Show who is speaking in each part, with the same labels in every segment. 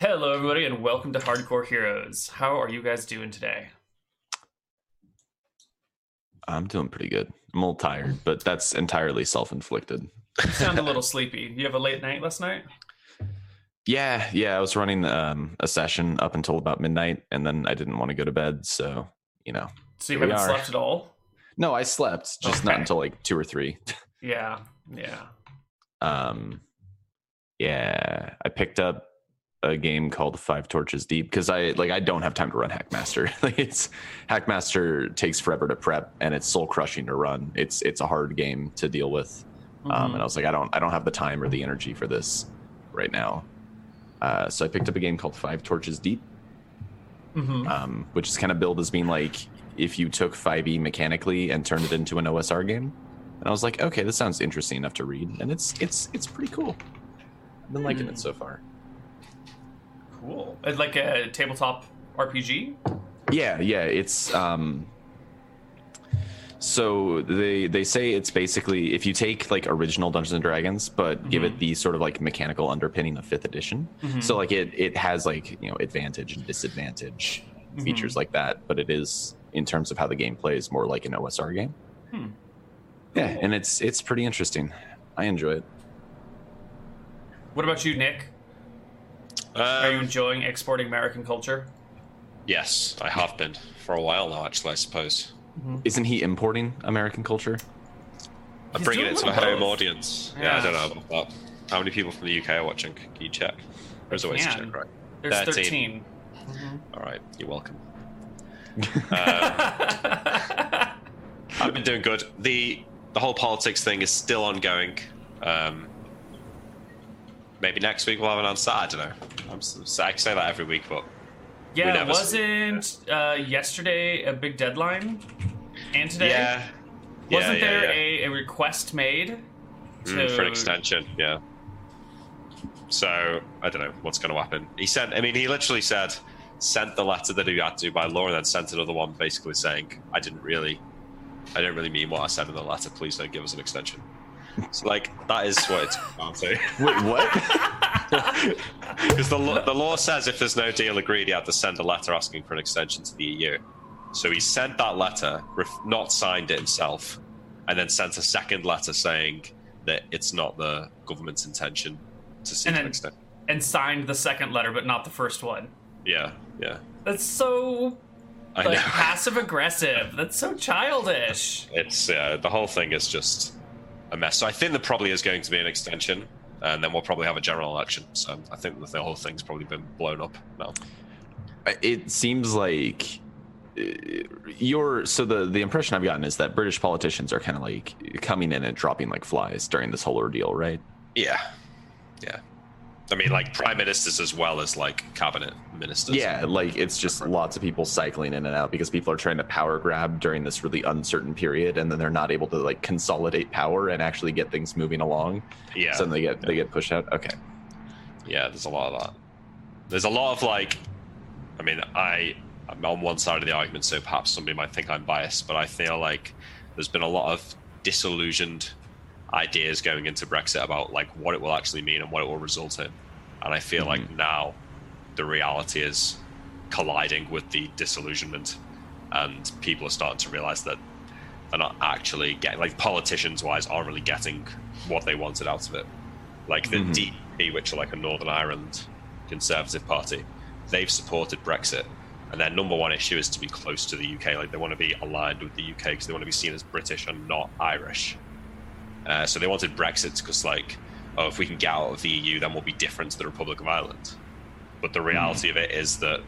Speaker 1: Hello, everybody, and welcome to Hardcore Heroes. How are you guys doing today?
Speaker 2: I'm doing pretty good. I'm a little tired, but that's entirely self-inflicted.
Speaker 1: You sound a little sleepy. You have a late night last night?
Speaker 2: Yeah, yeah. I was running um, a session up until about midnight, and then I didn't want to go to bed, so you know.
Speaker 1: So you
Speaker 2: We
Speaker 1: haven't
Speaker 2: are.
Speaker 1: slept at all?
Speaker 2: No, I slept, just not
Speaker 1: Okay.
Speaker 2: until like two or three.
Speaker 1: Yeah, yeah.
Speaker 2: Um, yeah, I picked up a game called Five Torches Deep because I like I don't have time to run Hackmaster. like it's Hackmaster takes forever to prep, and it's soul crushing to run. It's it's a hard game to deal with.
Speaker 1: Mm-hmm.
Speaker 2: um, and I was like, I don't, I don't have the time or the energy for this right now. Uh, so I picked up a game called Five Torches Deep,
Speaker 1: Mhm.
Speaker 2: um, which is kind of billed as being like if you took 5e mechanically and turned it into an OSR game. And I was like, okay, this sounds interesting enough to read, and it's it's it's pretty cool. I've been liking
Speaker 1: Hmm.
Speaker 2: it so far.
Speaker 1: cool. Uh, Like a tabletop RPG?
Speaker 2: Yeah, yeah, it's um so they they say it's basically if you take like original Dungeons and Dragons but give
Speaker 1: Mhm.
Speaker 2: it the sort of like mechanical underpinning of 5th edition.
Speaker 3: Mm-hmm.
Speaker 1: Mhm.
Speaker 2: So like it it has like, you know, advantage and disadvantage
Speaker 1: Mhm.
Speaker 2: features like that, but it is in terms of how the game plays more like an OSR game.
Speaker 1: Hmm.
Speaker 2: Yeah,
Speaker 1: Cool.
Speaker 2: and it's it's pretty interesting. I enjoy it.
Speaker 1: What about you, Nick? Are you
Speaker 3: Um,
Speaker 1: enjoying exporting American culture?
Speaker 3: yes, I have been for a while now. Actually, I suppose
Speaker 2: Isn't he importing American culture?
Speaker 3: I'm
Speaker 1: He's
Speaker 3: bringing
Speaker 1: doing
Speaker 3: it to
Speaker 1: a
Speaker 3: my
Speaker 1: little
Speaker 3: home
Speaker 1: both.
Speaker 3: audience. Yeah.
Speaker 1: Yeah.
Speaker 3: I don't know about that. How many people from the UK are watching? Can you check? There's always
Speaker 1: can.
Speaker 3: a check, right?
Speaker 1: There's 13.
Speaker 3: Thirteen. All right, you're welcome. um, I've been doing good. the The whole politics thing is still ongoing. Um, maybe next week we'll have an answer. I don't know. I'm, s- I say that every week, but We
Speaker 1: yeah,
Speaker 3: never
Speaker 1: wasn't uh, yesterday a big deadline? And today?
Speaker 3: yeah, yeah,
Speaker 1: Wasn't
Speaker 3: yeah,
Speaker 1: there
Speaker 3: yeah.
Speaker 1: A, a request made to
Speaker 3: Mm, for an extension. Yeah. So I don't know what's going to happen. He sent. I mean, he literally said sent the letter that he had to by law, and then sent another one, basically saying, "I didn't really, I don't really mean what I said in the letter. Please don't give us an extension." So like that is what it's about eh? to.
Speaker 2: Wait, what?
Speaker 3: Because the law, the law says if there's no deal agreed, he had to send a letter asking for an extension to the EU. So he sent that letter, ref- not signed it himself, and then sent a second letter saying that it's not the government's intention to seek
Speaker 1: And
Speaker 3: an
Speaker 1: then-
Speaker 3: extension.
Speaker 1: and signed the second letter, but not the first one.
Speaker 3: Yeah, yeah.
Speaker 1: That's so
Speaker 3: I
Speaker 1: like
Speaker 3: know.
Speaker 1: passive aggressive. That's so childish.
Speaker 3: It's uh, the whole thing is just a mess. So I think there probably is going to be an extension, and then we'll probably have a general election. So I think that the whole thing's probably been blown up now.
Speaker 2: It seems like uh, your so the the impression I've gotten is that British politicians are kind of like coming in and dropping like flies during this whole ordeal, right?
Speaker 3: Yeah. Yeah. I mean, like prime ministers as well as like cabinet ministers.
Speaker 2: Yeah, like it's just lots of people cycling in and out because people are trying to power grab during this really uncertain period, and then they're not able to like consolidate power and actually get things moving along.
Speaker 3: Yeah.
Speaker 2: So then they get they get pushed out. Okay,
Speaker 3: yeah. There's a lot of that. There's a lot of like, I mean, I, I'm on one side of the argument, so perhaps somebody might think I'm biased, but I feel like there's been a lot of disillusioned ideas going into Brexit about like what it will actually mean and what it will result in. And I feel like now the reality is colliding with the disillusionment, and people are starting to realize that they're not actually getting, like, politicians wise, aren't really getting what they wanted out of it. Like the
Speaker 2: Mhm.
Speaker 3: DP, which are like a Northern Ireland Conservative Party, they've supported Brexit. And their number one issue is to be close to the UK. Like they want to be aligned with the UK because they want to be seen as British and not Irish. Uh, so they wanted Brexit because, like, oh, if we can get out of the EU, then we'll be different to the Republic of Ireland. But the reality of it is that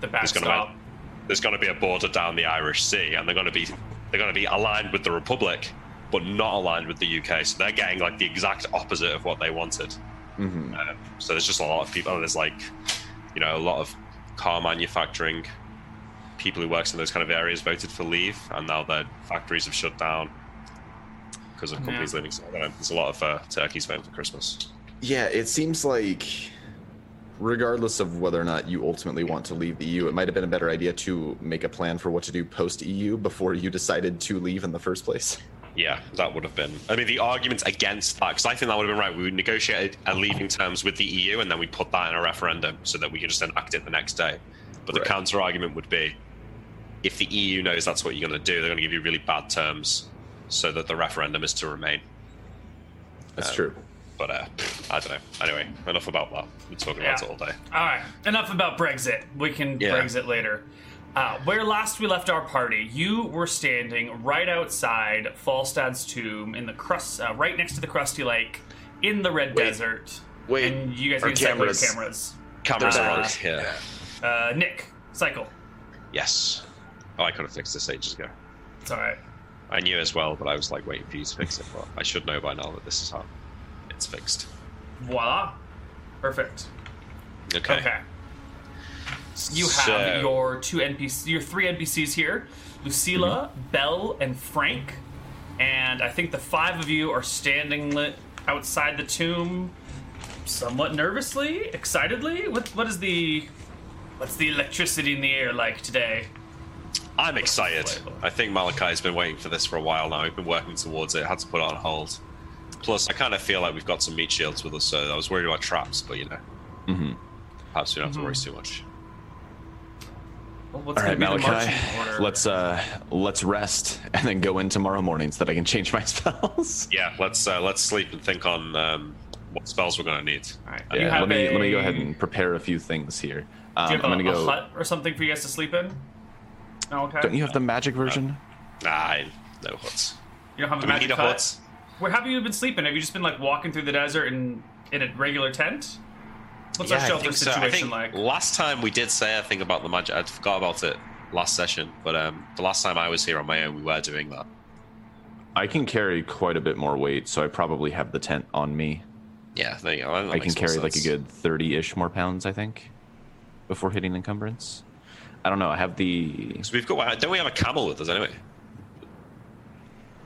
Speaker 1: The
Speaker 3: there's going
Speaker 1: backstop.
Speaker 3: to be there's going to be a border down the Irish Sea, and they're going to be they're going to be aligned with the Republic, but not aligned with the UK. So they're getting like the exact opposite of what they wanted.
Speaker 2: hmm
Speaker 3: So there's just a lot of people. And there's like, you know, a lot of car manufacturing people who works in those kind of areas voted for leave, and now their factories have shut down because of companies leaving. So I don't know, there's a lot of uh, turkeys voting for Christmas.
Speaker 2: yeah, it seems like regardless of whether or not you ultimately want to leave the EU, it might have been a better idea to make a plan for what to do post EU before you decided to leave in the first place.
Speaker 3: Yeah, that would have been. I mean, the arguments against that, because I think that would have been right. We negotiated a leaving terms with the EU, and then we put that in a referendum so that we can just enact it the next day. But
Speaker 2: Right.
Speaker 3: the counter argument would be, if the EU knows that's what you're going to do, they're going to give you really bad terms, so that the referendum is to remain.
Speaker 2: That's
Speaker 3: Um,
Speaker 2: true.
Speaker 3: But uh, I don't know. Anyway, enough about that. We're talking about
Speaker 1: Yeah.
Speaker 3: it all day.
Speaker 1: All right, enough about Brexit. We can
Speaker 3: Yeah.
Speaker 1: Brexit later. Uh, where last we left our party, you were standing right outside Falstad's tomb in the crust, uh, right next to the Crusty Lake, in the Red
Speaker 2: Wait.
Speaker 1: Desert.
Speaker 2: Wait,
Speaker 1: and you guys
Speaker 2: our
Speaker 1: need to cycle your
Speaker 2: cameras.
Speaker 1: cameras.
Speaker 3: Cameras are on
Speaker 1: Uh,
Speaker 3: here.
Speaker 1: Uh, Nick, cycle.
Speaker 3: Yes. Oh, I could have fixed this ages ago.
Speaker 1: It's all right.
Speaker 3: I knew as well, but I was like waiting for you to fix it. But I should know by now that this is how it's fixed.
Speaker 1: Voila, perfect.
Speaker 3: Okay.
Speaker 1: Okay. You have
Speaker 3: So-
Speaker 1: your two NPC, your three NPCs here: Lucilla,
Speaker 2: Mm-hmm.
Speaker 1: Bell, and Frank. And I think the five of you are standing li- outside the tomb, somewhat nervously, excitedly. What what is the what's the electricity in the air like today?
Speaker 3: I'm excited. I think Malachi's been waiting for this for a while now. We've been working towards it. Had to put it on hold. Plus, I kind of feel like we've got some meat shields with us, so I was worried about traps, but you know,
Speaker 2: Mhm.
Speaker 3: perhaps we don't have to worry
Speaker 1: Mm-hmm.
Speaker 3: too much.
Speaker 1: Well, what's
Speaker 2: All right,
Speaker 1: gonna be the
Speaker 2: Malachi,
Speaker 1: marching order?
Speaker 2: let's uh let's rest and then go in tomorrow morning so that I can change my spells.
Speaker 3: Yeah, let's uh, let's sleep and think on um, what spells we're going to need.
Speaker 1: All right,
Speaker 2: Yeah,
Speaker 1: you have
Speaker 2: uh, let me
Speaker 1: a,
Speaker 2: let me go ahead and prepare a few things here. Um,
Speaker 1: Do you have
Speaker 2: I'm
Speaker 1: a,
Speaker 2: gonna
Speaker 1: a
Speaker 2: go.
Speaker 1: hut or something for you guys to sleep in? Oh, okay.
Speaker 2: Don't you have the magic version?
Speaker 3: Nah, I- no huts.
Speaker 1: You don't have
Speaker 3: Do
Speaker 1: a
Speaker 3: we
Speaker 1: magic
Speaker 3: need a
Speaker 1: hut?
Speaker 3: hut?
Speaker 1: Where have you been sleeping? Have you just been like walking through the desert in in a regular tent? What's our
Speaker 3: I
Speaker 1: shelter
Speaker 3: think so. I
Speaker 1: situation
Speaker 3: think
Speaker 1: like?
Speaker 3: Last time we did say a thing about the magic. I forgot about it last session, but um, the last time I was here on my own, we were doing that.
Speaker 2: I can carry quite a bit more weight, so I probably have the tent on me.
Speaker 3: Yeah, there you go. That
Speaker 2: I can
Speaker 3: makes more
Speaker 2: carry like a
Speaker 3: sense.
Speaker 2: good 30 ish more pounds, I think, before hitting encumbrance. I don't know. I have the.
Speaker 3: So we've got. Don't we have a camel with us anyway?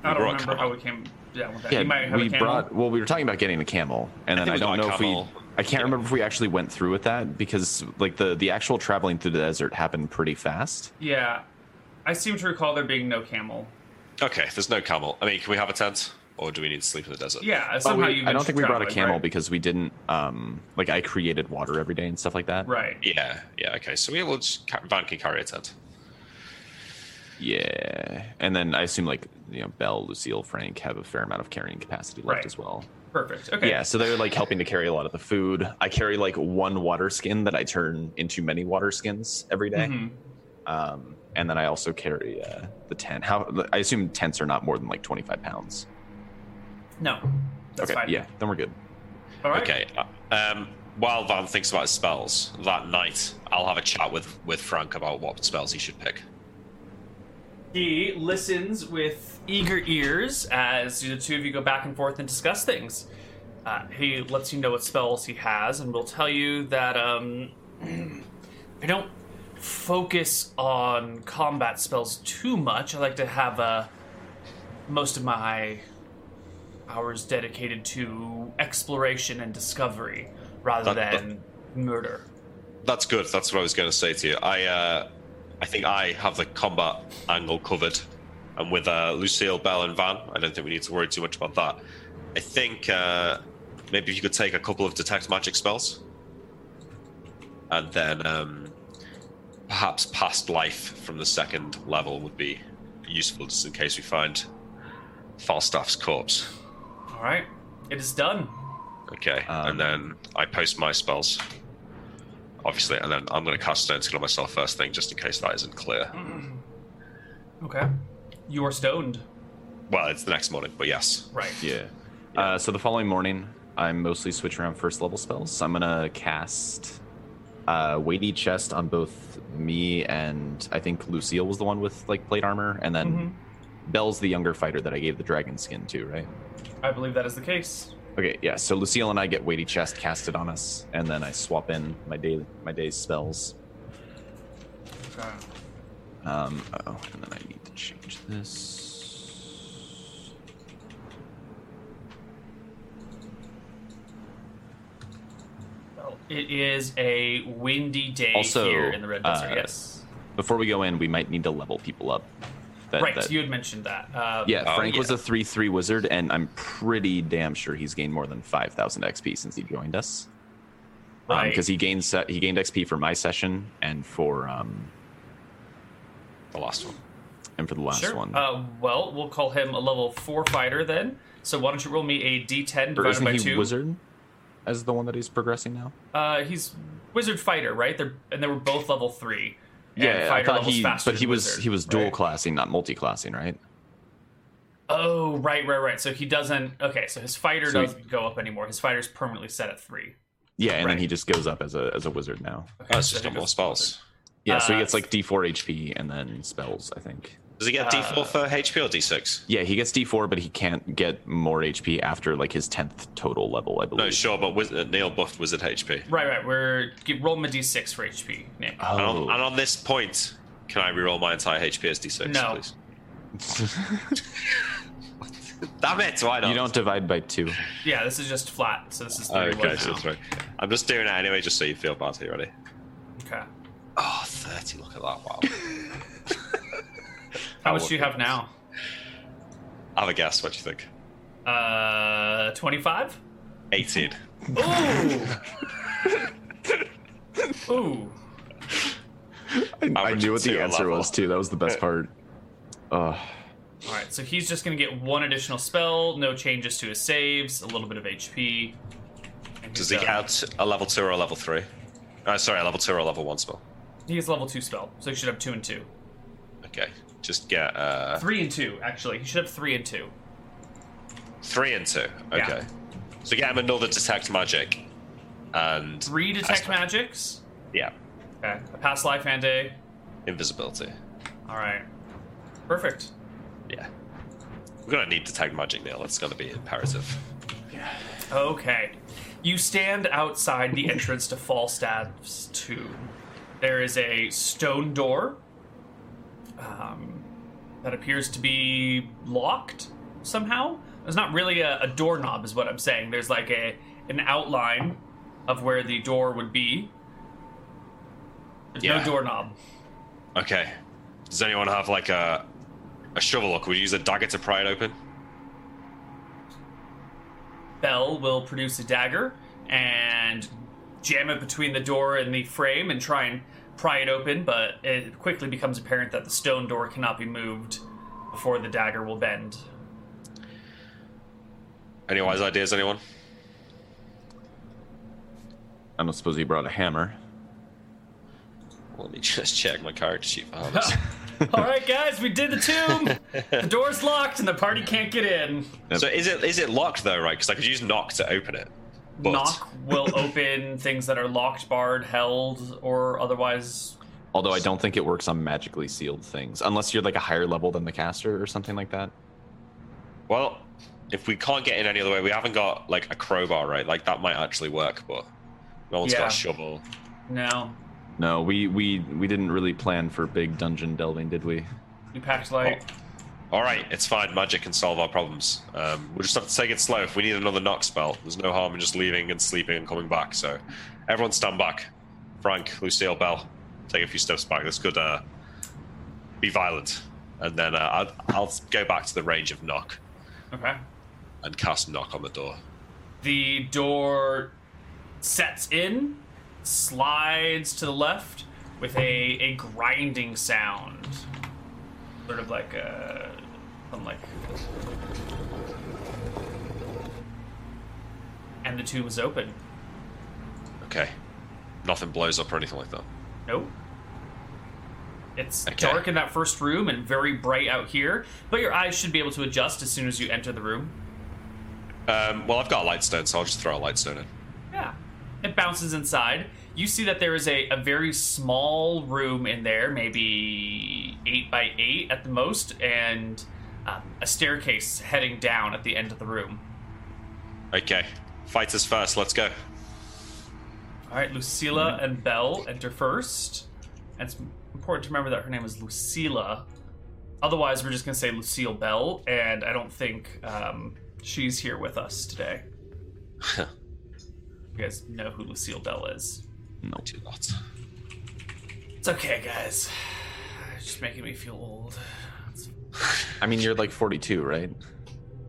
Speaker 1: I don't
Speaker 3: brought
Speaker 1: remember
Speaker 3: a
Speaker 1: how
Speaker 3: camel.
Speaker 1: we came down with that.
Speaker 2: Yeah,
Speaker 1: you might have
Speaker 2: we
Speaker 1: a camel.
Speaker 2: brought. Well, we were talking about getting a camel, and
Speaker 3: I
Speaker 2: then I,
Speaker 3: think we
Speaker 2: don't know
Speaker 3: got
Speaker 2: if
Speaker 3: a
Speaker 2: we.
Speaker 3: camel.
Speaker 2: I can't
Speaker 3: Yeah.
Speaker 2: remember if we actually went through with that because, like, the the actual traveling through the desert happened pretty fast.
Speaker 1: Yeah, I seem to recall there being no camel.
Speaker 3: Okay, if there's no camel. I mean, can we have a tent, or do we need to sleep in the desert?
Speaker 1: Yeah,
Speaker 2: Oh,
Speaker 1: somehow
Speaker 2: we-
Speaker 1: you.
Speaker 2: I don't think we brought a
Speaker 1: traveled,
Speaker 2: camel
Speaker 1: Right?
Speaker 2: because we didn't. Um, like, I created water every day and stuff like that.
Speaker 1: right.
Speaker 3: Yeah, yeah. Okay, so we will just ca- Van can carry a tent.
Speaker 2: Yeah, and then I assume like you know Bell, Lucille, Frank have a fair amount of carrying capacity left
Speaker 1: Right.
Speaker 2: as well.
Speaker 1: Perfect. Okay.
Speaker 2: Yeah, so they're like helping to carry a lot of the food. I carry like one water skin that I turn into many water skins every day.
Speaker 1: Mhm.
Speaker 2: Um, and then I also carry uh, the tent. How I assume tents are not more than like twenty five pounds.
Speaker 1: No, that's
Speaker 2: okay,
Speaker 1: fine.
Speaker 2: yeah, then we're good.
Speaker 1: All right.
Speaker 3: Okay. uh, Um, while Van thinks about his spells that night, I'll have a chat with with Frank about what spells he should pick.
Speaker 1: He listens with eager ears as the two of you go back and forth and discuss things. Uh, he lets you know what spells he has and will tell you that um, I don't focus on combat spells too much. I like to have uh, most of my hours dedicated to exploration and discovery rather
Speaker 3: That- that-
Speaker 1: than murder.
Speaker 3: That's good. That's what I was going to say to you. I, uh, I think I have the combat angle covered, and with uh, Lucille, Bell, and Van, I don't think we need to worry too much about that. I think uh, maybe if you could take a couple of detect magic spells, and then um, perhaps past life from the second level would be useful, just in case we find Falstaff's corpse.
Speaker 1: All right, it is done.
Speaker 3: Okay,
Speaker 2: Um,
Speaker 3: and then I post my spells, obviously, and then I'm going to cast Stone Skill on myself first thing, just in case that isn't clear.
Speaker 2: Hmm.
Speaker 1: Okay, you are stoned.
Speaker 3: Well, it's the next morning, but yes.
Speaker 1: Right.
Speaker 2: Yeah. Uh, so the following morning, I mostly switch around first level spells. So I'm gonna cast uh, weighty chest on both me and I think Lucille was the one with like plate armor, and then
Speaker 1: Mhm.
Speaker 2: Belle's the younger fighter that I gave the dragon skin to, right?
Speaker 1: I believe that is the case.
Speaker 2: Okay, yeah. So Lucille and I get weighty chest casted on us, and then I swap in my day my day's spells.
Speaker 1: Okay.
Speaker 2: Um, oh, and then I need to change this.
Speaker 1: It is a windy day
Speaker 2: Also,
Speaker 1: here in the Red Desert.
Speaker 2: uh,
Speaker 1: yes.
Speaker 2: Before we go in, we might need to level people up. That,
Speaker 1: right,
Speaker 2: that-
Speaker 1: you had mentioned that. Uh,
Speaker 2: yeah, um,
Speaker 3: Oh,
Speaker 2: Frank was
Speaker 3: yeah.
Speaker 2: a three-three wizard, and I'm pretty damn sure he's gained more than five thousand XP since he joined us.
Speaker 1: right.
Speaker 2: because he gained se- he gained XP for my session and for um
Speaker 3: The last one.
Speaker 2: and for the last
Speaker 1: sure.
Speaker 2: one.
Speaker 1: Uh, well, we'll call him a level four fighter then. So why don't you roll me a D10
Speaker 2: or
Speaker 1: divided
Speaker 2: isn't
Speaker 1: by
Speaker 2: he
Speaker 1: two?
Speaker 2: wizard as the one that he's progressing now?
Speaker 1: Uh, he's wizard fighter, right? They're and they were both level three. And
Speaker 2: I
Speaker 1: fighter
Speaker 2: thought
Speaker 1: levels
Speaker 2: he
Speaker 1: faster
Speaker 2: but he
Speaker 1: than
Speaker 2: was
Speaker 1: wizard,
Speaker 2: he was dual
Speaker 1: right?
Speaker 2: classing, not multi-classing, right?
Speaker 1: Oh, right, right, right. So he doesn't. Okay, so his fighter
Speaker 2: So he-
Speaker 1: doesn't go up anymore. His fighter's permanently set at three.
Speaker 2: Yeah, and then
Speaker 1: Right.
Speaker 2: he just goes up as a as a wizard now.
Speaker 1: Okay,
Speaker 3: Oh, it's
Speaker 1: so
Speaker 3: just
Speaker 1: he
Speaker 3: got more
Speaker 1: goes-
Speaker 3: spells.
Speaker 2: Yeah, so he
Speaker 1: Uh,
Speaker 2: gets like D4 HP and then spells, I think.
Speaker 3: Does he get
Speaker 2: Uh,
Speaker 3: D4 for HP or D6?
Speaker 2: Yeah, he gets D4, but he can't get more HP after like his tenth total level, I
Speaker 1: Oh,
Speaker 2: believe.
Speaker 3: No, sure, but wiz- uh, Neil buffed wizard HP.
Speaker 1: Right, right. We're give, roll him a d6 for HP, Nick.
Speaker 3: And, on, and
Speaker 2: Oh.
Speaker 3: on this point, can I reroll my entire HP as D6,
Speaker 1: No.
Speaker 3: please? Damn it, why not?
Speaker 2: you don't divide by two.
Speaker 1: Yeah, this is just flat. So this is
Speaker 3: Oh,
Speaker 1: three.
Speaker 3: okay,
Speaker 1: one
Speaker 3: so
Speaker 1: now.
Speaker 3: three. I'm just doing it anyway, just so you feel bad here, ready?
Speaker 1: Okay.
Speaker 3: Oh, 30, look at that, wow.
Speaker 1: How much
Speaker 3: would
Speaker 1: do you
Speaker 3: be
Speaker 1: have now?
Speaker 3: Have a guess, what do you think?
Speaker 1: Uh, twenty-five.
Speaker 3: 18.
Speaker 1: Ooh. Ooh.
Speaker 2: I, I
Speaker 3: Average
Speaker 2: knew what the
Speaker 3: two
Speaker 2: answer
Speaker 3: level.
Speaker 2: was too. That was the best part. Ugh.
Speaker 1: All right, so he's just gonna get one additional spell, no changes to his saves, a little bit of HP. and
Speaker 3: Does he
Speaker 1: he's done.
Speaker 3: count a level 2 or a level 3? Oh, sorry, a level 2 or a level 1 spell.
Speaker 1: He has a level two spell, so he should have two and two,
Speaker 3: Okay, just get uh,
Speaker 1: three and two. Actually, he should have three and two.
Speaker 3: 3 and 2. Okay.
Speaker 1: Yeah.
Speaker 3: So get him another detect magic. And,
Speaker 1: Three detect
Speaker 3: Pass life.
Speaker 1: magics.
Speaker 3: yeah,
Speaker 1: Okay, a past life and a.
Speaker 3: invisibility.
Speaker 1: All right, perfect.
Speaker 3: Yeah. We're going to need detect magic, Neil. That's going to be imperative.
Speaker 1: Okay. You stand outside the entrance to Falstaff's tomb. There is a stone door um, that appears to be locked somehow. It's not really a, a doorknob, is what I'm saying. There's like a an outline of where the door would be. There's
Speaker 3: Yeah.
Speaker 1: no doorknob.
Speaker 3: Okay. Does anyone have like a a shovel or could we use a dagger to pry it open?
Speaker 1: Bell will produce a dagger and jam it between the door and the frame and try and pry it open, but it quickly becomes apparent that the stone door cannot be moved before the dagger will bend.
Speaker 3: Any wise ideas, anyone?
Speaker 2: I don't suppose he brought a hammer.
Speaker 3: Let me just check my character sheet for harness.
Speaker 1: All right, guys, we did the tomb. the door's locked and the party can't get in.
Speaker 3: so is it is it locked though, right? Because I could use knock to open it. But
Speaker 1: Knock will open things that are locked, barred, held, or otherwise.
Speaker 2: Although I don't think it works on magically sealed things, unless you're like a higher level than the caster or something like that.
Speaker 3: well, if we can't get in any other way, we haven't got like a crowbar, right? Like that might actually work, but no one's
Speaker 1: Yeah.
Speaker 3: got a shovel.
Speaker 1: No,
Speaker 2: No, we we we didn't really plan for big dungeon delving, did we?
Speaker 1: you packed light.
Speaker 3: All right, it's fine. Magic can solve our problems. Um, we'll just have to take it slow. If we need another knock spell, there's no harm in just leaving and sleeping and coming back. So, everyone stand back. Frank, Lucille, Bell, take a few steps back. This could uh, be violent. And then uh, I'll, I'll go back to the range of knock
Speaker 1: Okay.
Speaker 3: and cast knock on the door.
Speaker 1: The door sets in, slides to the left with a, a grinding sound. Sort of like a. something like. And the tomb is open.
Speaker 3: Okay. Nothing blows up or anything like that.
Speaker 1: Nope. It's
Speaker 3: Okay.
Speaker 1: dark in that first room and very bright out here, but your eyes should be able to adjust as soon as you enter the room.
Speaker 3: Um, well, I've got a light stone, so I'll just throw a light stone in.
Speaker 1: Yeah. It bounces inside. You see that there is a, a very small room in there, maybe eight by eight at the most, and um, a staircase heading down at the end of the room.
Speaker 3: Okay. Fighters first. Let's go.
Speaker 1: All right, Lucilla and Belle enter first. And it's important to remember that her name is Lucilla. Otherwise, we're just going to say Lucille Bell, and I don't think um, she's here with us today. you guys know who Lucille Bell is.
Speaker 2: No.
Speaker 3: I do not.
Speaker 1: It's okay, guys. It's just making me feel old. It's
Speaker 2: I mean, you're like 42, right?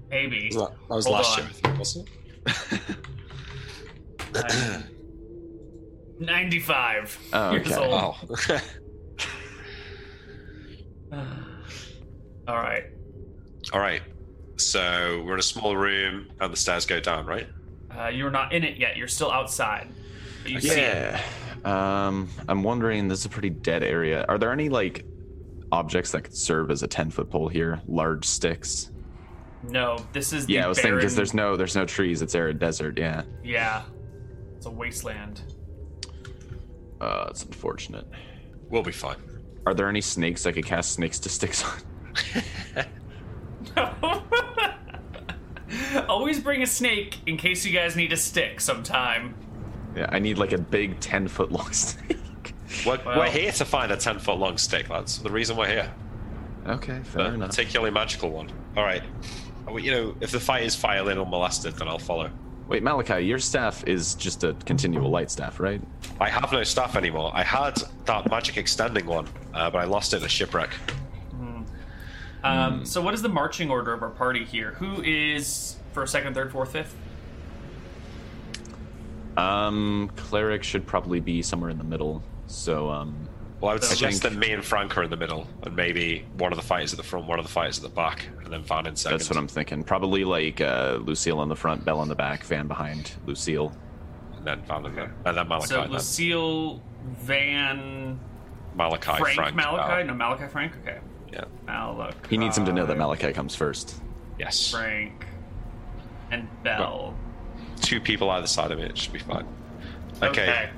Speaker 1: Maybe.
Speaker 3: Was That that was
Speaker 1: Hold
Speaker 3: last
Speaker 1: on.
Speaker 3: year, I think, wasn't it?
Speaker 1: I'm 95
Speaker 2: Oh,
Speaker 1: years
Speaker 2: okay.
Speaker 1: old.
Speaker 3: Wow.
Speaker 2: Oh.
Speaker 1: All right.
Speaker 3: All right. So we're in a small room, and the stairs go down, right?
Speaker 1: Uh, you're not in it yet. You're still outside. But you see it.
Speaker 2: Yeah. Um, I'm wondering. This is a pretty dead area. Are there any like objects that could serve as a 10 foot pole here? Large sticks.
Speaker 1: No, this is
Speaker 2: Yeah,
Speaker 1: the
Speaker 2: I was thinking
Speaker 1: barren,
Speaker 2: because there's no there's no trees. It's arid desert. Yeah.
Speaker 1: Yeah, it's a wasteland.
Speaker 2: Uh, it's unfortunate.
Speaker 3: We'll be fine.
Speaker 2: Are there any snakes I could cast snakes to sticks on?
Speaker 1: Always bring a snake in case you guys need a stick sometime.
Speaker 2: Yeah, I need like a big 10 foot long snake.
Speaker 3: We're,
Speaker 1: Well-
Speaker 3: we're here to find a 10 foot long stick. That's the reason we're here.
Speaker 2: Okay, fair
Speaker 3: A
Speaker 2: enough.
Speaker 3: particularly magical one. All right. Well, You know, if the fight is violin or molested, then I'll follow.
Speaker 2: Wait, Malachi, your staff is just a continual light staff, right?
Speaker 3: I have no staff anymore. I had that magic extending one, uh, but I lost it in a shipwreck.
Speaker 2: Hmm.
Speaker 1: Um, So, what is the marching order of our party here? Who is first, second, third, fourth, fifth?
Speaker 2: Um, cleric should probably be somewhere in the middle. So, um,
Speaker 3: Well, I would
Speaker 1: I
Speaker 3: suggest
Speaker 2: think-
Speaker 3: that me and Frank are in the middle, and maybe one of the fighters at the front, one of the fighters at the back, and then Van in second.
Speaker 2: that's what I'm thinking. Probably like uh, Lucille on the front, Bell on the back, Van behind Lucille.
Speaker 3: And then Van in there. And then Malachi.
Speaker 1: so,
Speaker 3: then.
Speaker 1: Lucille, Van,
Speaker 3: Malachi,
Speaker 1: Frank,
Speaker 3: Oh, Frank,
Speaker 1: Malachi.
Speaker 3: Val.
Speaker 1: No, Malachi, Frank. Okay,
Speaker 3: Yeah.
Speaker 1: Malachi.
Speaker 2: He needs him to know that Malachi comes first.
Speaker 3: Yes.
Speaker 1: Frank and Bell.
Speaker 3: Two people either side of me. It should be fine. okay.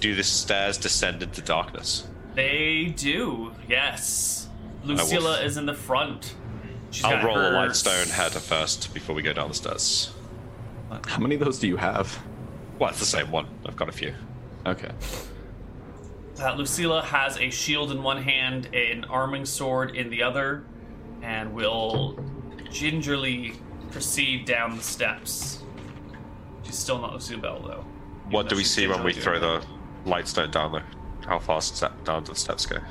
Speaker 3: Do the stairs descend into darkness?
Speaker 1: They do, yes. Lucilla is in the front. She's
Speaker 3: I'll
Speaker 1: got
Speaker 3: roll a
Speaker 1: her-
Speaker 3: light stone header first before we go down the stairs.
Speaker 2: How many of those do you have?
Speaker 3: Well, it's the same one. I've got a few.
Speaker 2: Okay.
Speaker 1: Uh, Lucilla has a shield in one hand, an arming sword in the other, and will gingerly proceed down the steps. She's still not Lucille Bell, though. even
Speaker 3: What do
Speaker 1: though
Speaker 3: we
Speaker 1: she's
Speaker 3: see when we
Speaker 1: gingerly
Speaker 3: throw
Speaker 1: doing
Speaker 3: the light stone down there? How far step down do the steps go?
Speaker 1: it.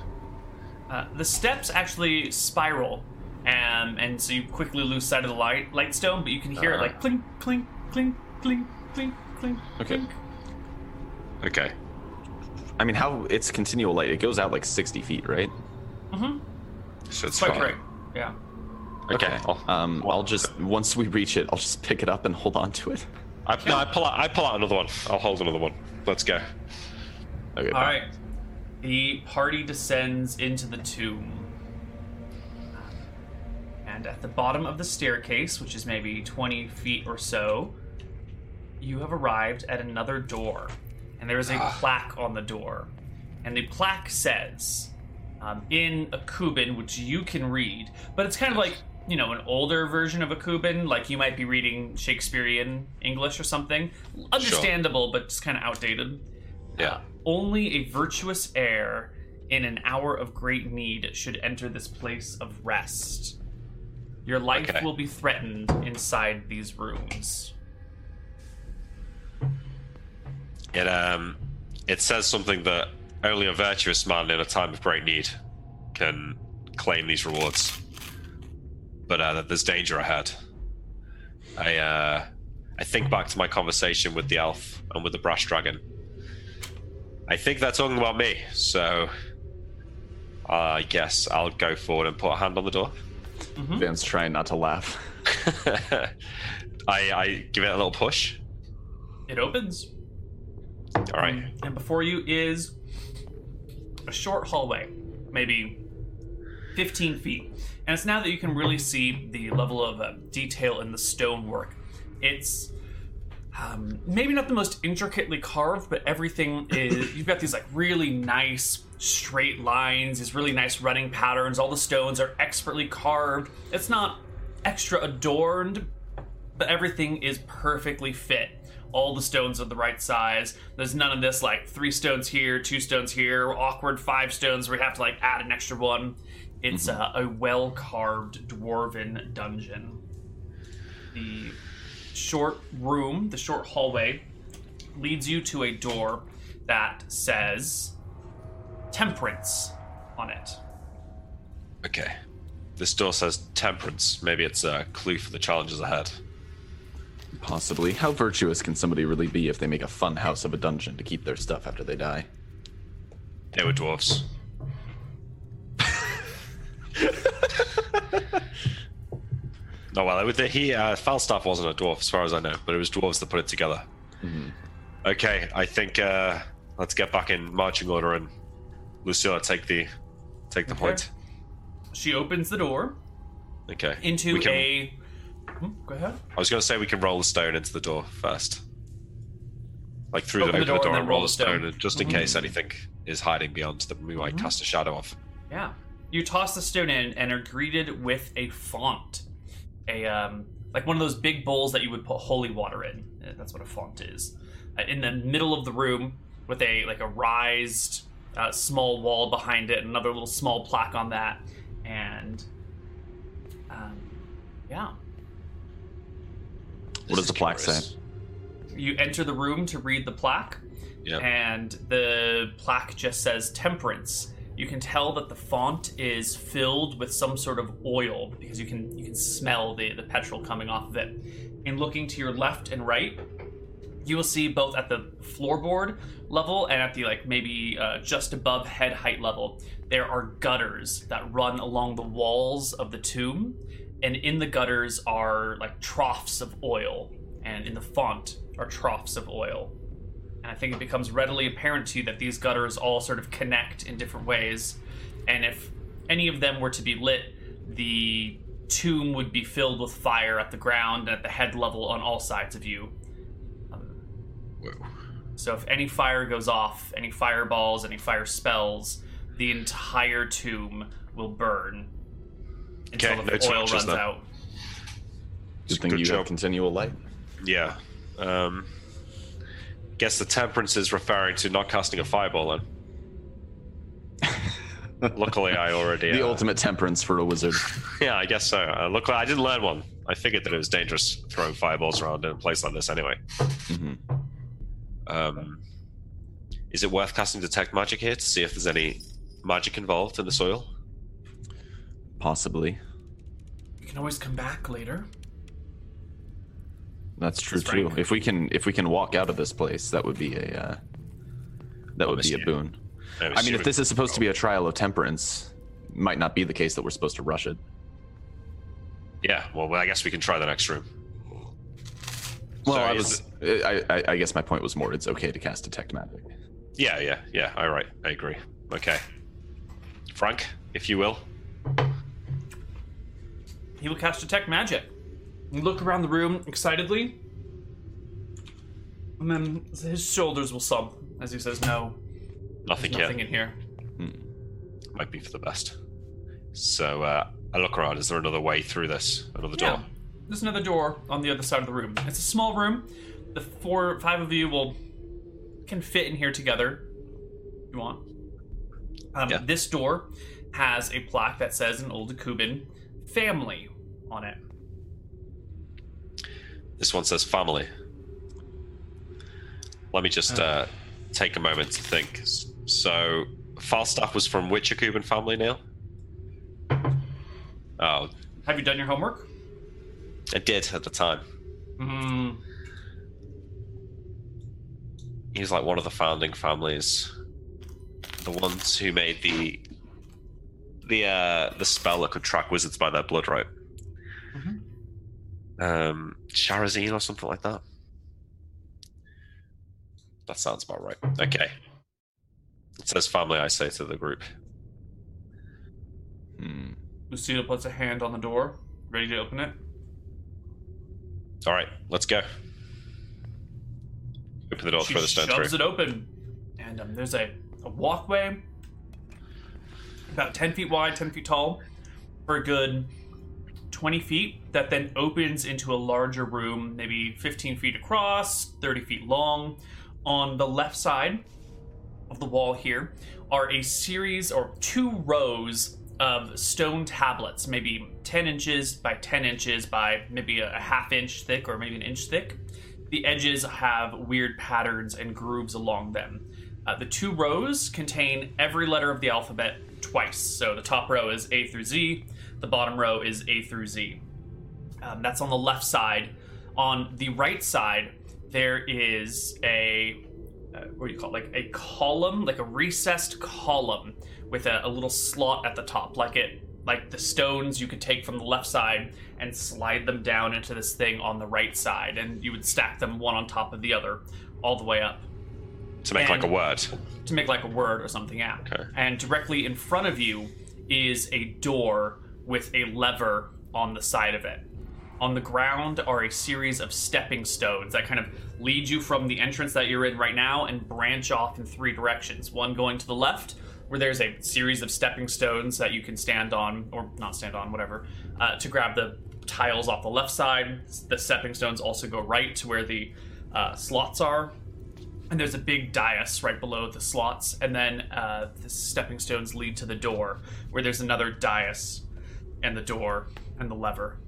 Speaker 1: Uh, the steps actually spiral, um, and so you quickly lose sight of the light, light stone, but you can hear it
Speaker 3: Uh-huh.
Speaker 1: like clink, clink, clink, clink, clink, clink.
Speaker 2: Okay.
Speaker 1: clink.
Speaker 3: Okay.
Speaker 2: I mean, how it's continual light? It goes out like 60 feet, right?
Speaker 3: So it's
Speaker 1: Quite
Speaker 3: fine.
Speaker 1: correct. Yeah.
Speaker 3: Okay.
Speaker 2: Um, I'll just once we reach it, I'll just pick it up and hold on to it.
Speaker 3: I, no, I pull out. I pull out another one. I'll hold another one. Let's go.
Speaker 2: Okay.
Speaker 1: All right. The party descends into the tomb. And at the bottom of the staircase, which is maybe 20 feet or so, you have arrived at another door. And there is a plaque on the door. And the plaque says, um, in Akuban, which you can read, but it's kind of like, you know, an older version of Akuban, like you might be reading Shakespearean English or something. Understandable, but just kind of outdated.
Speaker 3: Yeah.
Speaker 1: Only a virtuous heir in an hour of great need should enter this place of rest. Your life
Speaker 3: Okay.
Speaker 1: will be threatened inside these rooms.
Speaker 3: It um, it says something that only a virtuous man in a time of great need can claim these rewards. But uh, that there's danger ahead. I uh, I think back to my conversation with the elf and with the brass dragon. I think they're talking about me, so I guess I'll go forward and put a hand on the door.
Speaker 2: Van's trying not to laugh.
Speaker 3: I I give it a little push.
Speaker 1: It opens,
Speaker 3: All right.
Speaker 1: Mm, and before you is a short hallway, maybe 15 feet. And it's now that you can really see the level of uh, detail in the stonework. It's um, maybe not the most intricately carved, but everything is. You've got these like really nice straight lines, these really nice running patterns. All the stones are expertly carved. It's not extra adorned, but everything is perfectly fit. All the stones are the right size. There's none of this like three stones here, two stones here, awkward five stones where you have to like add an extra one. It's
Speaker 3: Mm-hmm.
Speaker 1: uh, a well carved dwarven dungeon. The short room, the short hallway, leads you to a door that says Temperance on it.
Speaker 3: Okay. This door says temperance. Maybe it's a clue for the challenges ahead.
Speaker 2: Possibly. How virtuous can somebody really be if they make a fun house of a dungeon to keep their stuff after they die?
Speaker 3: They were dwarves. no, well, it was- he uh, Falstaff wasn't a dwarf, as far as I know, but it was dwarves that put it together. Hmm. Okay, I think uh, let's get back in marching order, and Lucilla take the take the
Speaker 1: Okay.
Speaker 3: point.
Speaker 1: She opens the door
Speaker 3: Okay.
Speaker 1: into
Speaker 3: we can,
Speaker 1: a. Hmm, go ahead.
Speaker 3: I was going to say we can roll the stone into the door first, like through
Speaker 1: Open
Speaker 3: the,
Speaker 1: the door
Speaker 3: open the door
Speaker 1: and
Speaker 3: and,
Speaker 1: then
Speaker 3: roll the stone, and just in
Speaker 1: Mhm.
Speaker 3: case anything is hiding beyond that we might
Speaker 1: Mm-hmm.
Speaker 3: cast a shadow of.
Speaker 1: Yeah. You toss the stone in and are greeted with a font. A um like one of those big bowls that you would put holy water in. Uh, That's what a font is. Uh, In the middle of the room with a like a rised uh, small wall behind it, another little small plaque on that and um yeah.
Speaker 2: What does the plaque say?
Speaker 1: You enter the room to read the plaque.
Speaker 3: Yeah.
Speaker 1: and the plaque just says temperance you can tell that the font is filled with some sort of oil because you can you can smell the the petrol coming off of it and looking to your left and right you will see both at the floorboard level and at the like maybe uh, just above head height level there are gutters that run along the walls of the tomb and in the gutters are like troughs of oil and in the font are troughs of oil and I think it becomes readily apparent to you that these gutters all sort of connect in different ways. And if any of them were to be lit, the tomb would be filled with fire at the ground and at the head level on all sides of you. Um,
Speaker 3: Whoa.
Speaker 1: So if any fire goes off, any fireballs, any fire spells, the entire tomb will burn until
Speaker 3: Okay,
Speaker 1: the oil
Speaker 3: no torches
Speaker 1: runs
Speaker 3: then.
Speaker 1: out.
Speaker 2: Good thing
Speaker 3: Good
Speaker 2: you
Speaker 3: job.
Speaker 2: have continual light.
Speaker 3: Yeah. Um, guess the temperance is referring to not casting a fireball then. Luckily, I already.
Speaker 2: The
Speaker 3: uh,
Speaker 2: ultimate temperance for a wizard.
Speaker 3: Yeah, I guess so. Uh, luckily, I didn't learn one. I figured that it was dangerous throwing fireballs around in a place like this anyway.
Speaker 2: Mhm.
Speaker 3: Um, is it worth casting Detect Magic here to see if there's any magic involved in the soil?
Speaker 2: Possibly.
Speaker 1: You can always come back later.
Speaker 2: That's true
Speaker 1: That's
Speaker 2: too.
Speaker 1: right.
Speaker 2: If we can, if we can walk out of this place, that would be a, uh, that would be a
Speaker 3: Obviously.
Speaker 2: boon.
Speaker 3: I'm
Speaker 2: I mean, if
Speaker 3: assuming-
Speaker 2: this is supposed to be a trial of temperance, might not be the case that we're supposed to rush it.
Speaker 3: yeah, well, I guess we can try the next room.
Speaker 2: Well,
Speaker 3: Sorry,
Speaker 2: I
Speaker 3: is
Speaker 2: was, eh, I, I, I guess my point was more. It's okay to cast detect magic.
Speaker 3: Yeah, yeah, yeah. All right, I agree. Okay, Frank, if you will.
Speaker 1: He will cast Detect Magic. You look around the room excitedly, and then his shoulders will slump as he says, "No,
Speaker 3: Nothing,
Speaker 1: there's nothing
Speaker 3: yet.
Speaker 1: in here."
Speaker 3: Might be for the best. So uh, I look around. Is there another way through this? Another door?
Speaker 1: Yeah, there's another door on the other side of the room. It's a small room. The four, five of you will can fit in here together. If you want? Um,
Speaker 3: Yeah.
Speaker 1: This door has a plaque that says an old Cuban family on it.
Speaker 3: This one says family. Let me just uh, take a moment to think. S- So, Falstaff was from which Akuban family, Neil? Oh,
Speaker 1: Have you done your homework?
Speaker 3: I did at the time.
Speaker 1: Hmm.
Speaker 3: Mm-hmm. He was like one of the founding families, the ones who made the the uh, the spell that could track wizards by their blood, right?
Speaker 1: Mhm.
Speaker 3: Um, Sharazine or something like that. That sounds about right. Okay. It says family. I say to the group.
Speaker 2: Hmm.
Speaker 1: Lucille puts a hand on the door, ready to open it.
Speaker 3: All right, let's go. Open the door,
Speaker 1: she
Speaker 3: throw the stone
Speaker 1: shoves
Speaker 3: through.
Speaker 1: it open, and um, there's a, a walkway about 10 feet wide, 10 feet tall, for a good 20 feet, that then opens into a larger room, maybe 15 feet across, 30 feet long. On the left side of the wall here are a series or two rows of stone tablets, maybe 10 inches by 10 inches by maybe a a half inch thick or maybe an inch thick. The edges have weird patterns and grooves along them. Uh, the two rows contain every letter of the alphabet twice. So the top row is A through Z, the bottom row is A through Z. Um, that's on the left side. On the right side, there is a uh, what do you call it? like a column, like a recessed column with a, a little slot at the top, like it like the stones you could take from the left side and slide them down into this thing on the right side, and you would stack them one on top of the other, all the way up
Speaker 3: to make like a
Speaker 1: And-
Speaker 3: word.
Speaker 1: to make like a word or something out.
Speaker 3: Okay.
Speaker 1: And directly in front of you is a door with a lever on the side of it. On the ground are a series of stepping stones that kind of lead you from the entrance that you're in right now and branch off in three directions. One going to the left, where there's a series of stepping stones that you can stand on, or not stand on, whatever, uh, to grab the tiles off the left side. The stepping stones also go right to where the uh, slots are and there's a big dais right below the slots, and then uh, the stepping stones lead to the door, where there's another dais, and the door, and the lever.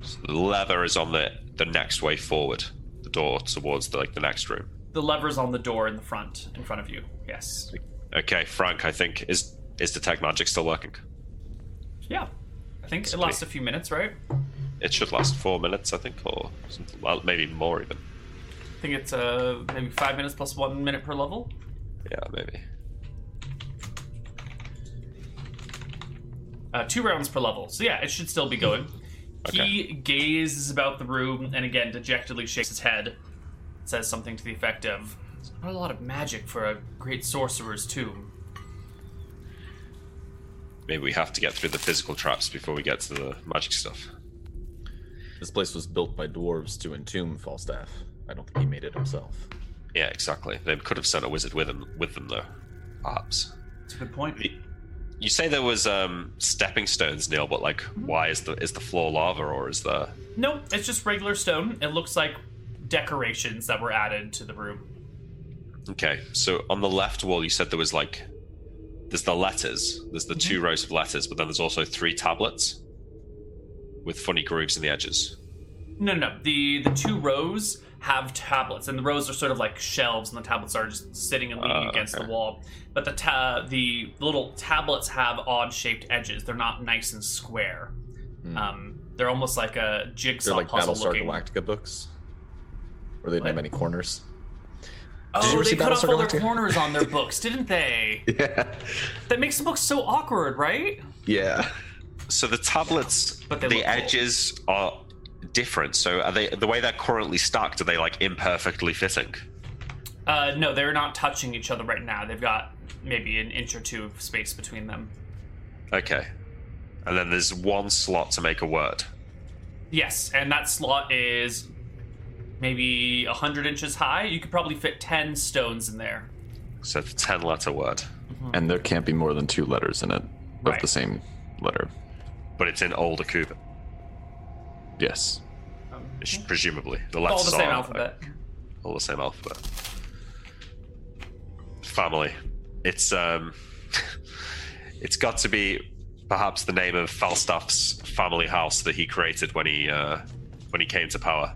Speaker 3: So the lever is on the the next way forward, the door towards the, like the next room.
Speaker 1: The lever's on the door in the front, in front of you. Yes.
Speaker 3: Okay, Frank, I think is is detect magic still working?
Speaker 1: Yeah. I think it lasts a few minutes, right?
Speaker 3: It should last four minutes, I think, or something, well, maybe more even.
Speaker 1: I think it's uh, maybe five minutes plus one minute per level.
Speaker 3: Yeah, maybe.
Speaker 1: uh, two rounds per level. So yeah, it should still be going. He gazes about the room and again dejectedly shakes his head, says something to the effect of, "There's "Not a lot of magic for a great sorcerer's tomb."
Speaker 3: Maybe we have to get through the physical traps before we get to the magic stuff.
Speaker 2: This place was built by dwarves to entomb Falstaff. I don't think he made it himself.
Speaker 3: Yeah, exactly. They could have sent a wizard with them, with them though, perhaps.
Speaker 1: That's a good point.
Speaker 3: You say there was um, stepping stones, Neil, but like, why is the is the floor lava or is there?
Speaker 1: No, it's just regular stone. It looks like decorations that were added to the room.
Speaker 3: Okay, so on the left wall, you said there was like, there's the letters. There's the
Speaker 1: Mm-hmm.
Speaker 3: two rows of letters, but then there's also three tablets with funny grooves in the edges.
Speaker 1: No, no, no. the the two rows have tablets, and the rows are sort of like shelves, and the tablets are just sitting and leaning
Speaker 3: Ah,
Speaker 1: against
Speaker 3: okay.
Speaker 1: the wall. But the ta- the little tablets have odd shaped edges. They're not nice and square.
Speaker 2: Hmm.
Speaker 1: Um, they're almost like a jigsaw
Speaker 2: They're like
Speaker 1: puzzle
Speaker 2: Battlestar
Speaker 1: looking.
Speaker 2: Galactica books, where they didn't have
Speaker 1: What?
Speaker 2: any corners. Did you
Speaker 1: Oh,
Speaker 2: ever
Speaker 1: they
Speaker 2: see
Speaker 1: cut off
Speaker 2: Battlestar
Speaker 1: all their
Speaker 2: Galactica?
Speaker 1: corners on their books, didn't they?
Speaker 2: Yeah,
Speaker 1: That makes the books so awkward, right?
Speaker 2: yeah.
Speaker 3: So the tablets,
Speaker 1: But they
Speaker 3: the
Speaker 1: look cool.
Speaker 3: edges are different. So are they the way they're currently stacked? Are they like imperfectly fitting?
Speaker 1: Uh, no, they're not touching each other right now. They've got maybe an inch or two of space between them.
Speaker 3: Okay, and then there's one slot to make a word.
Speaker 1: Yes, and that slot is maybe 100 inches high. You could probably fit 10 stones in there.
Speaker 3: So it's a ten-letter word,
Speaker 2: Hmm. And there can't be more than two letters in it of
Speaker 1: Right.
Speaker 2: the same letter.
Speaker 3: but it's in older Cuban,
Speaker 2: Yes.
Speaker 1: Um,
Speaker 3: presumably. The letters
Speaker 1: All the same
Speaker 3: are
Speaker 1: alphabet.
Speaker 3: all the same alphabet. Family. It's um it's got to be perhaps the name of Falstaff's family house that he created when he uh when he came to power.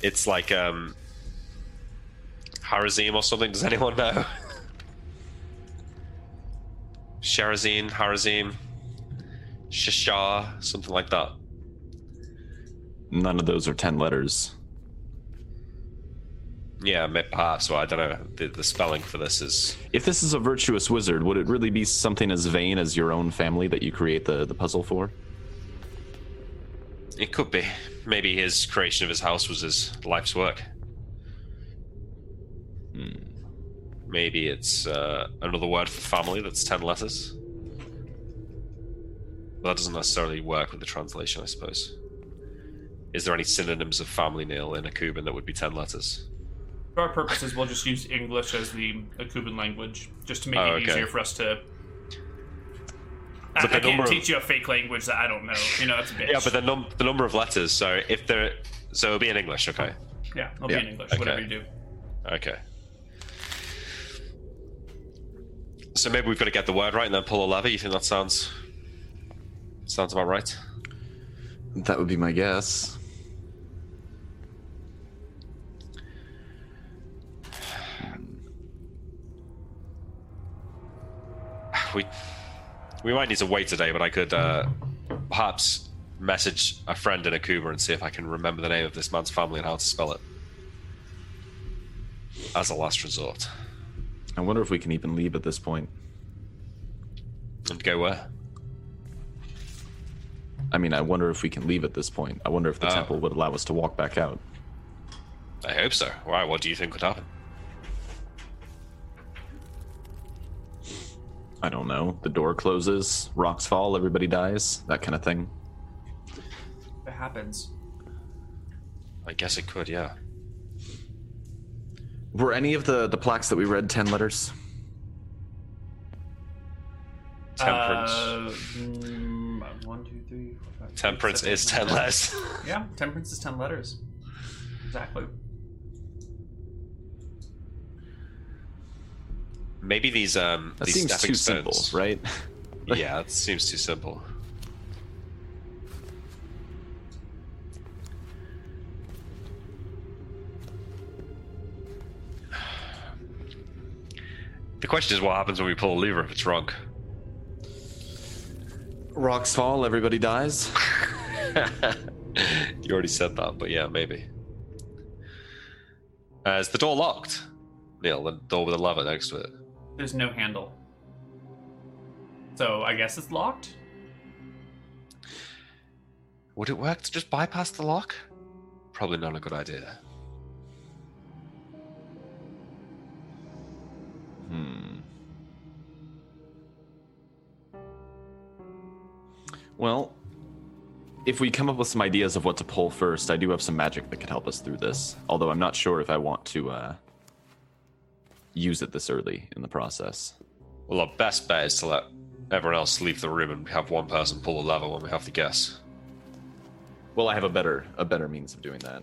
Speaker 3: It's like um Harazim or something, does anyone know? Sharazim, Harazim, Shashar, something like that.
Speaker 2: None of those are ten letters.
Speaker 3: Yeah, may- perhaps. Well, I don't know. The, the spelling for this is
Speaker 2: If this is a virtuous wizard, would it really be something as vain as your own family that you create the, the puzzle for?
Speaker 3: It could be. Maybe his creation of his house was his life's work. Maybe it's uh, another word for family that's 10 letters. But that doesn't necessarily work with the translation, I suppose. Is there any synonyms of family, Neil, in a Cuban that would be 10 letters?
Speaker 1: For our purposes, we'll just use English as the the Cuban language, just to make
Speaker 3: Oh,
Speaker 1: it
Speaker 3: okay.
Speaker 1: easier for us to. I,
Speaker 3: But the
Speaker 1: I
Speaker 3: number
Speaker 1: can't
Speaker 3: of-
Speaker 1: teach you a fake language that I don't know. You know, that's a bitch.
Speaker 3: Yeah, but the, num- the number of letters, so if there. So it'll be in English, okay.
Speaker 1: yeah, I'll
Speaker 2: Yeah,
Speaker 1: be in English,
Speaker 3: okay.
Speaker 1: whatever you do.
Speaker 3: Okay. So maybe we've got to get the word right and then pull a lever. You think that sounds sounds about right?
Speaker 2: That would be my guess.
Speaker 3: we we might need to wait today, but I could uh, perhaps message a friend in Akuba and see if I can remember the name of this man's family and how to spell it. As a last resort,
Speaker 2: I wonder if we can even leave at this point.
Speaker 3: and go where?
Speaker 2: I mean, I wonder if we can leave at this point. I wonder if the
Speaker 3: Oh.
Speaker 2: temple would allow us to walk back out.
Speaker 3: I hope so. Why? What do you think would happen?
Speaker 2: I don't know. The door closes, rocks fall, everybody dies, that kind of thing.
Speaker 1: It happens.
Speaker 3: I guess it could. Yeah.
Speaker 2: Were any of the the plaques that we read ten letters?
Speaker 3: Temperance.
Speaker 1: Uh, mm, one, two, three, four, five, six,
Speaker 3: Temperance
Speaker 1: seven,
Speaker 3: is
Speaker 1: eight,
Speaker 3: ten
Speaker 1: nine.
Speaker 3: less.
Speaker 1: Yeah, temperance is ten letters. Exactly.
Speaker 3: Maybe these um
Speaker 2: That
Speaker 3: these
Speaker 2: seems
Speaker 3: stepping
Speaker 2: too
Speaker 3: stones.
Speaker 2: simple, right?
Speaker 3: yeah, it seems too simple. The question is what happens when we pull a lever if it's wrong?
Speaker 2: Rocks fall, everybody dies.
Speaker 3: you already said that, but yeah, maybe. Uh, is the door locked? Neil, the door with a lever next to it.
Speaker 1: There's no handle. So I guess it's locked.
Speaker 3: Would it work to just bypass the lock? Probably not a good idea.
Speaker 2: Hmm. Well, if we come up with some ideas of what to pull first, I do have some magic that could help us through this. Although I'm not sure if I want to uh, use it this early in the process.
Speaker 3: Well, our best bet is to let everyone else leave the room and have one person pull the lever when we have to guess.
Speaker 2: Well, I have a better a better means of doing that.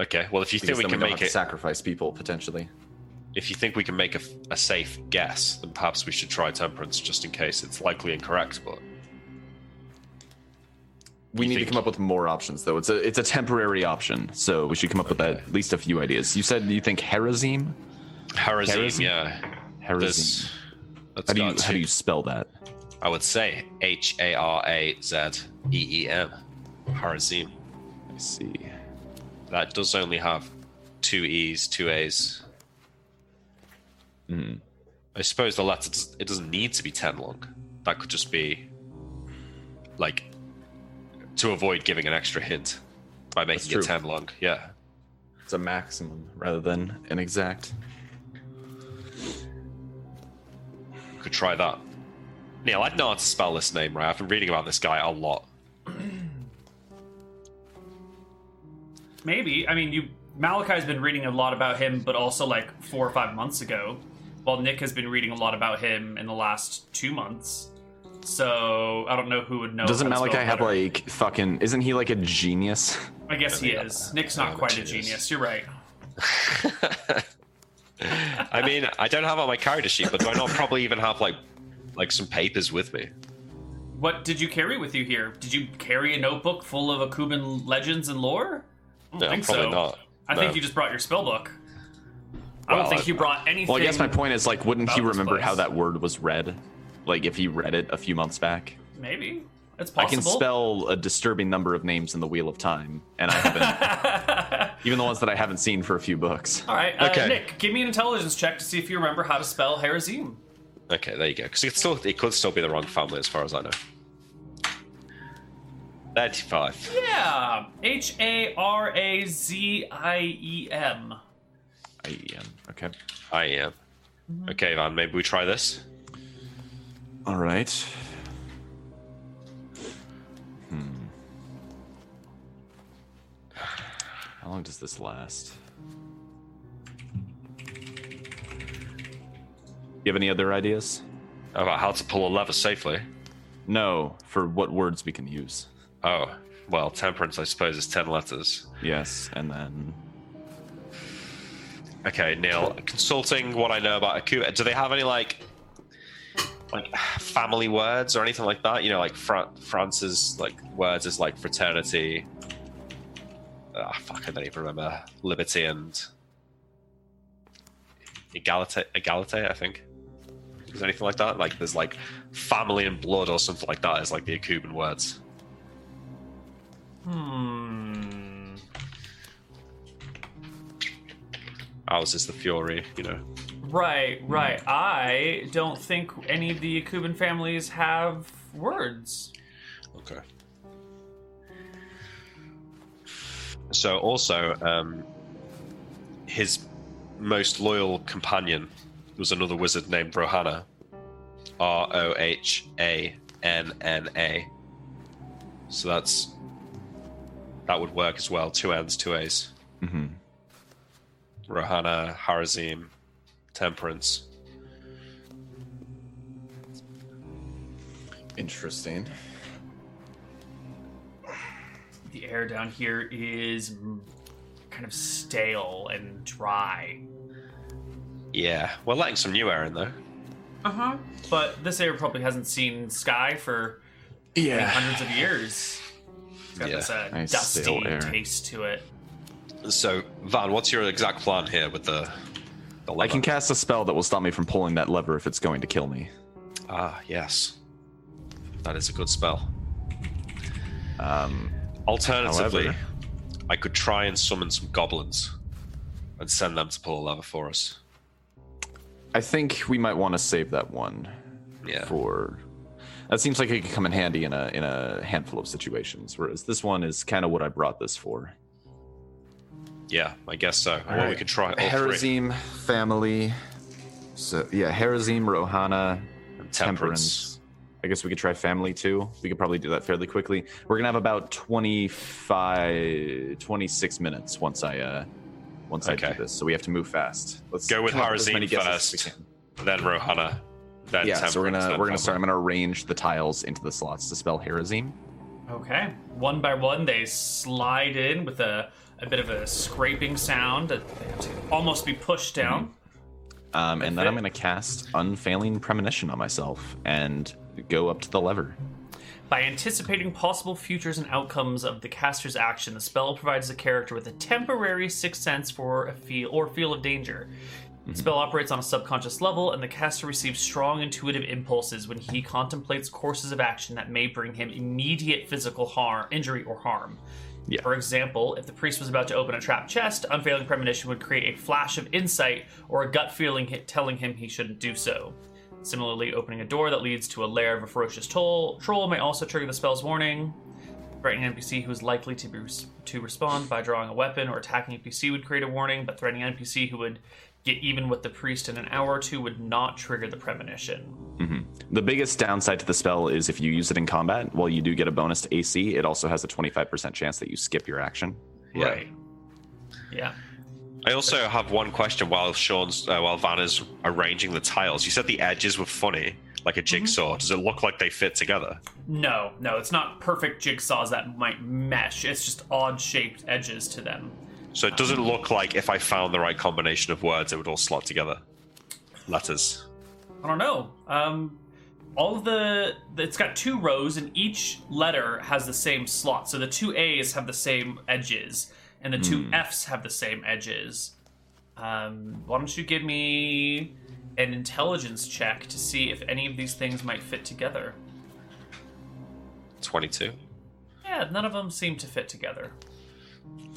Speaker 3: Okay. Well, if you
Speaker 2: Because
Speaker 3: think we
Speaker 2: then
Speaker 3: can
Speaker 2: don't
Speaker 3: make
Speaker 2: have
Speaker 3: it,
Speaker 2: to sacrifice people potentially.
Speaker 3: if you think we can make a, f- a safe guess, then perhaps we should try temperance just in case it's likely incorrect. But
Speaker 2: We
Speaker 3: You
Speaker 2: need to
Speaker 3: think-
Speaker 2: come up with more options, though. It's a it's a temporary option, so we should come up with at least a few ideas. You said you think Herazim?
Speaker 3: Harazim,
Speaker 2: Harazim?
Speaker 3: yeah.
Speaker 2: Herazim.
Speaker 3: There's, that's
Speaker 2: How do you
Speaker 3: got
Speaker 2: how do
Speaker 3: two-
Speaker 2: you spell that?
Speaker 3: I would say H A R A Z E E M. Harazim.
Speaker 2: I see.
Speaker 3: That does only have two E's, two A's.
Speaker 2: Hmm.
Speaker 3: I suppose the letter does, it doesn't need to be ten long. That could just be like to avoid giving an extra hint by making
Speaker 2: true.
Speaker 3: it ten long. Yeah,
Speaker 2: It's a maximum rather than an exact.
Speaker 3: we could try that. Neil, I'd know how to spell this name right. I've been reading about this guy a lot.
Speaker 1: Maybe. I mean, you Malachi's been reading a lot about him, but also like four or five months ago, while Nick has been reading a lot about him in the last two months. So I don't know who would know.
Speaker 2: Doesn't
Speaker 1: how to
Speaker 2: Malachi
Speaker 1: spell
Speaker 2: have
Speaker 1: better.
Speaker 2: like fucking? Isn't he like a genius?
Speaker 1: I guess he is. Nick's not
Speaker 3: I'm a
Speaker 1: quite a
Speaker 3: genius.
Speaker 1: genius. You're right.
Speaker 3: I mean, I don't have it on my character sheet, but do I not probably even have like like some papers with me?
Speaker 1: What did you carry with you here? Did you carry a notebook full of Akuban legends and lore? I don't
Speaker 3: No,
Speaker 1: think
Speaker 3: probably
Speaker 1: so.
Speaker 3: not.
Speaker 1: I
Speaker 3: No.
Speaker 1: think you just brought your spell book. I
Speaker 3: Well,
Speaker 1: don't think
Speaker 3: I-
Speaker 1: you brought anything.
Speaker 2: Well, I guess my point is like, wouldn't he
Speaker 1: About this
Speaker 2: remember how
Speaker 1: place.
Speaker 2: that word was read? Like if he read it a few months back.
Speaker 1: Maybe it's
Speaker 2: I can
Speaker 1: possible.
Speaker 2: spell a disturbing number of names in the Wheel of Time, and I haven't. even the ones that I haven't seen for a few books.
Speaker 1: All right, uh,
Speaker 3: Okay.
Speaker 1: Nick, give me an intelligence check to see if you remember how to spell Harazim.
Speaker 3: Okay, there you go. Because it still it could still be the wrong family, as far as I know. Thirty-five.
Speaker 1: Yeah, H A R A Z I E M.
Speaker 2: I am. Okay.
Speaker 3: I am. Okay, Van. Maybe we try this.
Speaker 2: All right. Hmm. How long does this last? You have any other ideas?
Speaker 3: About how to pull a lever safely.
Speaker 2: No, for what words we can use.
Speaker 3: Oh, well, temperance, I suppose, is ten letters.
Speaker 2: Yes, and then
Speaker 3: Okay, Neil. Consulting what I know about Akuta, do they have any like like family words or anything like that? You know, like Fran- France's like words is like fraternity. Ah, fuck! I don't even remember liberty and egalite. Egalite, I think. Is there anything like that? Like there's like family and blood or something like that is like the Akuban words.
Speaker 1: Hmm.
Speaker 3: Ours is the Fury, you know.
Speaker 1: Right, right. I don't think any of the Akuban families have words.
Speaker 3: Okay. So also, um, his most loyal companion was another wizard named Rohana. R O H A N N A. So that's that would work as well. Two N's, two A's.
Speaker 2: hmm
Speaker 3: Rohana, Harazim, Temperance.
Speaker 2: Interesting.
Speaker 1: The air down here is mm, kind of stale and dry.
Speaker 3: Yeah, we're letting some new air in though.
Speaker 1: Uh huh. But this air probably hasn't seen sky for I mean,
Speaker 2: Yeah.
Speaker 1: hundreds of years. It's got
Speaker 3: Yeah,
Speaker 1: this uh,
Speaker 2: nice
Speaker 1: dusty
Speaker 2: stale air.
Speaker 1: taste to it.
Speaker 3: So, Van, what's your exact plan here with the the
Speaker 2: I
Speaker 3: lever?
Speaker 2: can cast a spell that will stop me from pulling that lever if it's going to kill me.
Speaker 3: Ah, yes. That is a good spell.
Speaker 2: Um,
Speaker 3: Alternatively,
Speaker 2: However-
Speaker 3: I could try and summon some goblins and send them to pull a lever for us.
Speaker 2: I think we might want to save that one
Speaker 3: Yeah.
Speaker 2: for. That seems like it could come in handy in a in a handful of situations. Whereas this one is kind of what I brought this for.
Speaker 3: Yeah, I guess so. or we
Speaker 2: Alright.
Speaker 3: could try all three.
Speaker 2: Harazim family. So yeah, Harazim, Rohana,
Speaker 3: And
Speaker 2: Temperance. I guess we could try family too. We could probably do that fairly quickly. We're gonna have about 25, 26 minutes once I uh once I
Speaker 3: Okay.
Speaker 2: do this. So we have to move fast. Let's
Speaker 3: Go with
Speaker 2: come up as
Speaker 3: Harazim
Speaker 2: many guesses as we
Speaker 3: first.
Speaker 2: can.
Speaker 3: Then Rohana. Then
Speaker 2: Yeah,
Speaker 3: Temperance.
Speaker 2: so we're gonna
Speaker 3: then
Speaker 2: we're gonna
Speaker 3: family.
Speaker 2: start. I'm gonna arrange the tiles into the slots to spell Harazim.
Speaker 1: Okay. One by one, they slide in with a, a bit of a scraping sound that they have to almost be pushed down.
Speaker 2: Um, and then I'm
Speaker 1: fit.
Speaker 2: going to cast Unfailing Premonition on myself and go up to the lever.
Speaker 1: By anticipating possible futures and outcomes of the caster's action, the spell provides the character with a temporary sixth sense for a feel or feel of danger. The spell operates on a subconscious level, and the caster receives strong intuitive impulses when he contemplates courses of action that may bring him immediate physical harm, injury, or harm.
Speaker 2: Yeah.
Speaker 1: For example, if the priest was about to open a trap chest, unfailing premonition would create a flash of insight or a gut feeling hit telling him he shouldn't do so. Similarly, opening a door that leads to a lair of a ferocious toll, troll may also trigger the spell's warning. Threatening an NPC who is likely to be to respond by drawing a weapon or attacking NPC would create a warning, but threatening an NPC who would get even with the priest in an hour or two would not trigger the premonition.
Speaker 2: The biggest downside to the spell is if you use it in combat, while you do get a bonus to AC, it also has a 25% chance that you skip your action.
Speaker 3: Yeah.
Speaker 1: Yeah.
Speaker 3: I also have one question while Sean's uh, while Van is arranging the tiles. You said the edges were funny, like
Speaker 2: Mm-hmm.
Speaker 3: a jigsaw. Does it look like they fit together?
Speaker 1: No, no, it's not perfect jigsaws that might mesh. It's just odd shaped edges to them.
Speaker 3: So it doesn't look like if I found the right combination of words, it would all slot together. Letters.
Speaker 1: I don't know. Um, all of the it's got two rows, and each letter has the same slot. So the two A's have the same edges, and the two F's have the same edges. Um, why don't you give me an intelligence check to see if any of these things might fit together?
Speaker 3: Twenty-two.
Speaker 1: Yeah, none of them seem to fit together.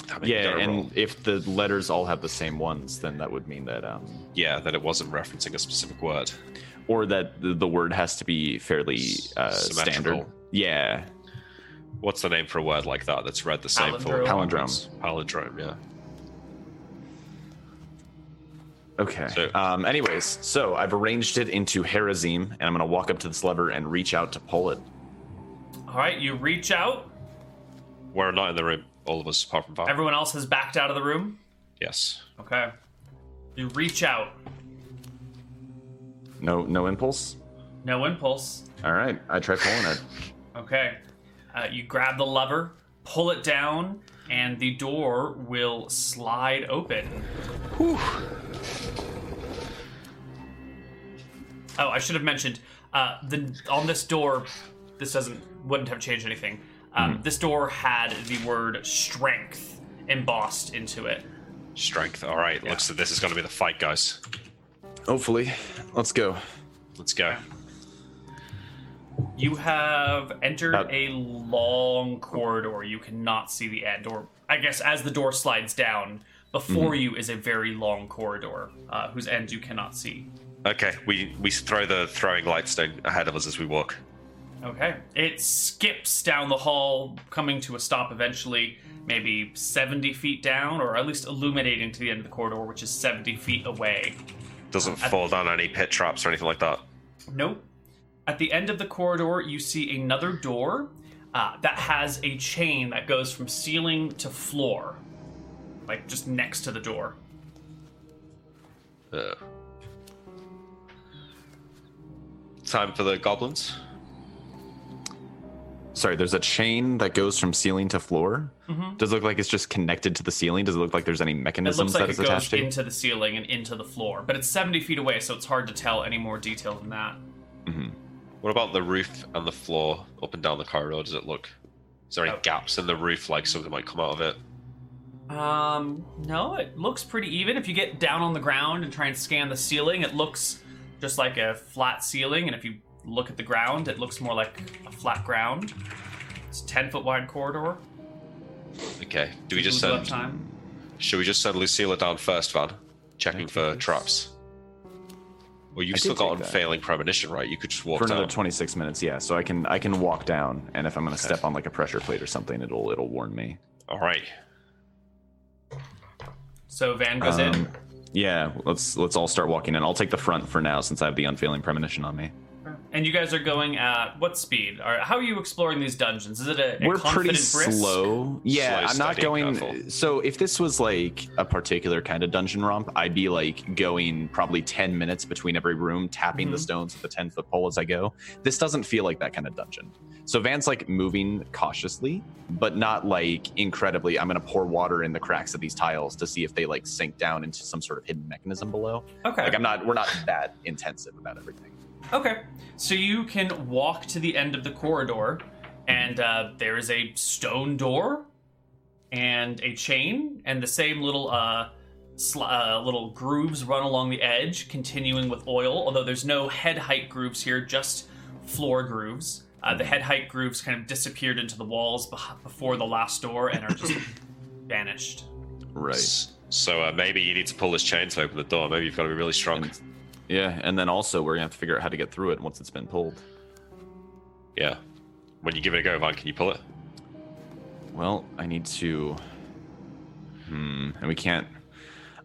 Speaker 3: Damn it, you
Speaker 2: Yeah,
Speaker 3: gotta roll.
Speaker 2: and if the letters all have the same ones, then that would mean that, um,
Speaker 3: yeah, that it wasn't referencing a specific word.
Speaker 2: or that the, the word has to be fairly uh, standard.
Speaker 3: Symmetrical.
Speaker 2: Yeah,
Speaker 3: What's the name for a word like that that's read the same for
Speaker 1: Palindrome.
Speaker 2: Palindrome.
Speaker 3: Palindrome, yeah.
Speaker 2: Okay.
Speaker 3: So-
Speaker 2: um, anyways, so I've arranged it into Harazim, and I'm going to walk up to this lever and reach out to pull it.
Speaker 1: All right, you reach out.
Speaker 3: We're not in the room, all of us apart from Val.
Speaker 1: Everyone else has backed out of the room.
Speaker 3: yes.
Speaker 1: Okay. You reach out.
Speaker 2: No, no impulse.
Speaker 1: No impulse.
Speaker 2: All right, I try pulling it.
Speaker 1: Okay. Uh, you grab the lever, pull it down, and the door will slide open. Oh, I should have mentioned uh, the on this door. This doesn't wouldn't have changed anything. Um, This door had the word strength embossed into it.
Speaker 3: Strength. All right. Looks like this is going to be the fight, guys.
Speaker 2: Hopefully, let's go.
Speaker 3: Let's go.
Speaker 1: You have entered
Speaker 2: Uh,
Speaker 1: a long corridor. You cannot see the end, or I guess as the door slides down, before you is a very long corridor uh, whose end you cannot see.
Speaker 3: Okay, we we throw the throwing lightstone ahead of us as we walk.
Speaker 1: Okay. It skips down the hall, coming to a stop eventually, maybe 70 feet down, or at least illuminating to the end of the corridor, which is 70 feet away.
Speaker 3: Doesn't fall down any pit traps or anything like that.
Speaker 1: Nope. At the end of the corridor, you see another door uh, that has a chain that goes from ceiling to floor, like just next to the door.
Speaker 3: Uh, time for the goblins.
Speaker 2: Sorry, there's a chain that goes from ceiling to floor. Does it look like it's just connected to the ceiling? Does it look like there's any
Speaker 1: It
Speaker 2: mechanisms
Speaker 1: Mm-hmm. looks like
Speaker 2: that
Speaker 1: it
Speaker 2: it's
Speaker 1: goes
Speaker 2: attached to?
Speaker 1: into the ceiling and into the floor, but it's 70 feet away, so it's hard to tell any more detail than that.
Speaker 3: What about the roof and the floor up and down the corridor? Does it look? Is there any
Speaker 1: Oh.
Speaker 3: gaps in the roof, like something might come out of it?
Speaker 1: Um, no, it looks pretty even. If you get down on the ground and try and scan the ceiling, it looks just like a flat ceiling, and if you look at the ground, it looks more like a flat ground. It's a 10 foot wide corridor.
Speaker 3: Okay. Do we just
Speaker 1: Lose a lot of
Speaker 3: send?
Speaker 1: time.
Speaker 3: Should we just send Lucilla down first, Van? Checking
Speaker 2: Make
Speaker 3: for
Speaker 2: this-
Speaker 3: traps. Well, you've
Speaker 2: I
Speaker 3: still
Speaker 2: did
Speaker 3: got
Speaker 2: take that.
Speaker 3: unfailing premonition, right? You could just walk
Speaker 2: For another
Speaker 3: down.
Speaker 2: 26 minutes, yeah. So I can I can walk down, and if I'm gonna step on like a pressure plate or something, it'll it'll warn me.
Speaker 3: All right.
Speaker 1: So Van goes in.
Speaker 2: Um, Yeah, let's let's all start walking in. I'll take the front for now since I have the unfailing premonition on me.
Speaker 1: And you guys are going at what speed? Or how are you exploring these dungeons? Is it a, a
Speaker 2: We're pretty
Speaker 1: confident brisk?
Speaker 2: slow. Yeah,
Speaker 3: Slow,
Speaker 2: I'm not
Speaker 3: steady,
Speaker 2: going.
Speaker 3: careful.
Speaker 2: So if this was like a particular kind of dungeon romp, I'd be like going probably 10 minutes between every room, tapping the
Speaker 1: Mhm.
Speaker 2: stones with a 10 foot pole as I go. This doesn't feel like that kind of dungeon. So Van's like moving cautiously, but not like incredibly. I'm gonna pour water in the cracks of these tiles to see if they like sink down into some sort of hidden mechanism below.
Speaker 1: Okay.
Speaker 2: Like I'm not. We're not that intensive about everything.
Speaker 1: Okay, so you can walk to the end of the corridor, and uh, there is a stone door, and a chain, and the same little uh, sl- uh, little grooves run along the edge, continuing with oil. Although there's no head height grooves here, just floor grooves. Uh, the head height grooves kind of disappeared into the walls beh- before the last door and are just vanished.
Speaker 2: Right.
Speaker 3: S- So uh, maybe you need to pull this chain to open the door. Maybe you've got to be really strong.
Speaker 2: And- yeah, and then also we're gonna have to figure out how to get through it once it's been pulled.
Speaker 3: yeah. When you give it a go, Van, can you pull it?
Speaker 2: Well, I need to. Hmm. And we can't.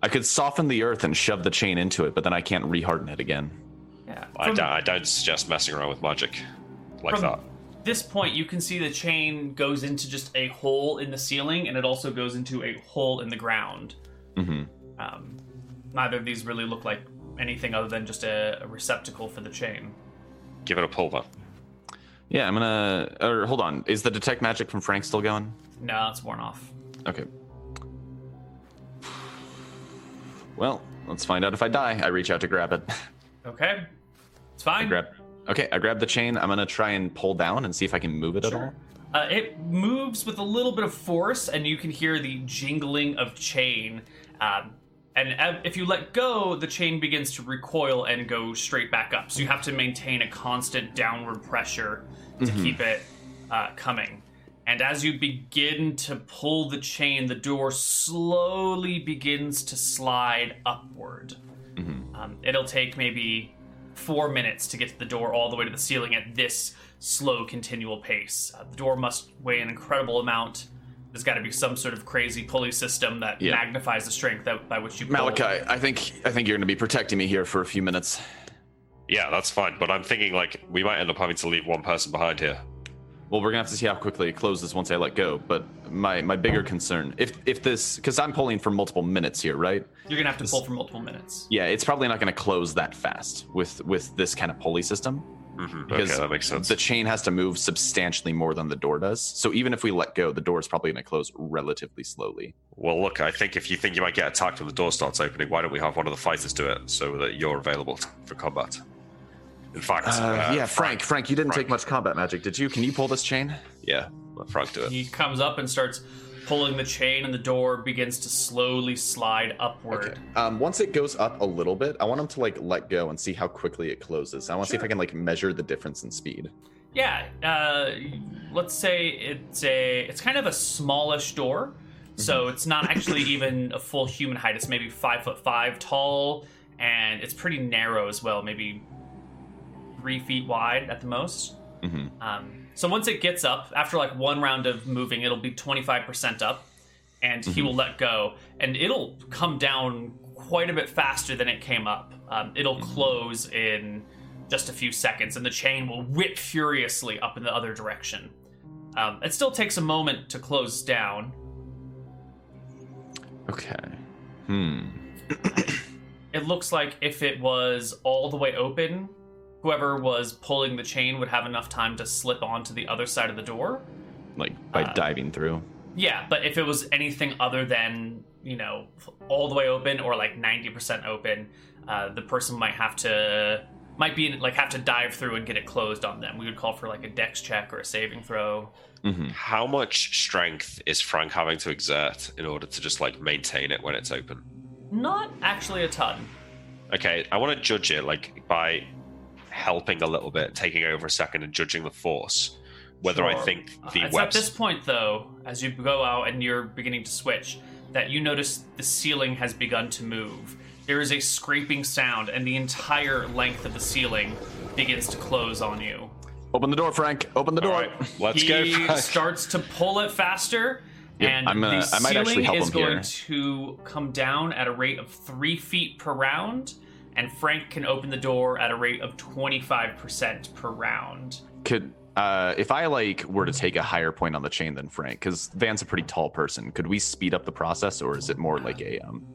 Speaker 2: I could soften the earth and shove the chain into it, but then I can't reharden it again.
Speaker 1: Yeah,
Speaker 3: I
Speaker 1: from-
Speaker 3: don't, I don't suggest messing around with magic like
Speaker 1: From
Speaker 3: that.
Speaker 1: this point, you can see the chain goes into just a hole in the ceiling, and it also goes into a hole in the ground.
Speaker 2: Mm-hmm.
Speaker 1: Um, neither of these really look like anything other than just a, a receptacle for the chain.
Speaker 3: Give it a pull, Van.
Speaker 2: Yeah, I'm gonna. Or hold on. Is the detect magic from Frank still going?
Speaker 1: No, it's worn off.
Speaker 2: Okay. Well, let's find out if I die. I reach out to grab it.
Speaker 1: Okay, it's
Speaker 2: I
Speaker 1: fine.
Speaker 2: grab. Okay, I grab the chain. I'm gonna try and pull down and see if I can move it at all.
Speaker 1: Sure. Uh, it moves with a little bit of force, and you can hear the jingling of chain. Um, and uh, if you let go, the chain begins to recoil and go straight back up. So you have to maintain a constant downward pressure to keep it uh, coming. And as you begin to pull the chain, the door slowly begins to slide upward. Um, it'll take maybe four minutes to get to the door all the way to the ceiling at this slow, continual pace. Uh, the door must weigh an incredible amount. There's got to be some sort of crazy pulley system that
Speaker 2: Yeah.
Speaker 1: magnifies the strength that, by which you pull.
Speaker 2: Malachi, I think I think you're gonna be protecting me here for a few minutes.
Speaker 3: Yeah, that's fine. But I'm thinking like we might end up having to leave one person behind here.
Speaker 2: Well, we're gonna have to see how quickly it closes once I let go. But my my bigger concern, if if this, because I'm pulling for multiple minutes here, right?
Speaker 1: You're gonna have to pull for multiple minutes.
Speaker 2: Yeah, it's probably not gonna close that fast with with this kind of pulley system
Speaker 3: hmm Okay,
Speaker 2: because
Speaker 3: that makes sense.
Speaker 2: the chain has to move substantially more than the door does. So even if we let go, the door is probably gonna close relatively slowly.
Speaker 3: Well, look, I think if you think you might get attacked when the door starts opening, why don't we have one of the fighters do it so that you're available t- for combat? In fact, uh,
Speaker 2: yeah, Frank, Frank, you didn't
Speaker 3: Frank.
Speaker 2: take much combat magic, did you? Can you pull this chain?
Speaker 3: yeah, let Frank do it.
Speaker 1: He comes up and starts pulling the chain, and the door begins to slowly slide upward.
Speaker 2: Okay. Um, once it goes up a little bit, I want him to like let go and see how quickly it closes. I want to see if I can like measure the difference in speed.
Speaker 1: Yeah, uh, let's say it's a it's kind of a smallish door, so it's not actually even a full human height. It's maybe five foot five tall, and it's pretty narrow as well, maybe three feet wide at the most.
Speaker 2: Mhm.
Speaker 1: Um, so once it gets up, after like one round of moving, it'll be twenty five percent up, and he will let go, and it'll come down quite a bit faster than it came up. Um, it'll close in just a few seconds, and the chain will whip furiously up in the other direction. Um, it still takes a moment to close down.
Speaker 2: Okay. Hmm.
Speaker 1: It looks like if it was all the way open, whoever was pulling the chain would have enough time to slip onto the other side of the door.
Speaker 2: Like by
Speaker 1: Uh,
Speaker 2: diving through.
Speaker 1: Yeah, but if it was anything other than, you know, all the way open or like 90% open, uh, the person might have to, might be like have to dive through and get it closed on them. We would call for like a dex check or a saving throw.
Speaker 2: hmm
Speaker 3: How much strength is Frank having to exert in order to just like maintain it when it's open?
Speaker 1: Not actually a ton.
Speaker 3: Okay, I want to judge it like by helping a little bit, taking over a second, and judging the force. Whether I
Speaker 1: Sure. Uh,
Speaker 3: think the
Speaker 1: it's at
Speaker 3: webs
Speaker 1: this point, though, as you go out and you're beginning to switch, that you notice the ceiling has begun to move. There is a scraping sound, and the entire length of the ceiling begins to close on you.
Speaker 2: Open the door, Frank. Open the
Speaker 3: All
Speaker 2: door.
Speaker 3: right, let's
Speaker 1: he
Speaker 3: go. Frank.
Speaker 1: starts to pull it faster,
Speaker 2: Yeah,
Speaker 1: and
Speaker 2: I'm gonna-
Speaker 1: the
Speaker 2: I might actually
Speaker 1: ceiling
Speaker 2: help
Speaker 1: is
Speaker 2: him here.
Speaker 1: going to come down at a rate of three feet per round, and Frank can open the door at a rate of 25% per round.
Speaker 2: Could uh, if I like were to take a higher point on the chain than Frank, because Van's a pretty tall person, could we speed up the process, or is it more like a um,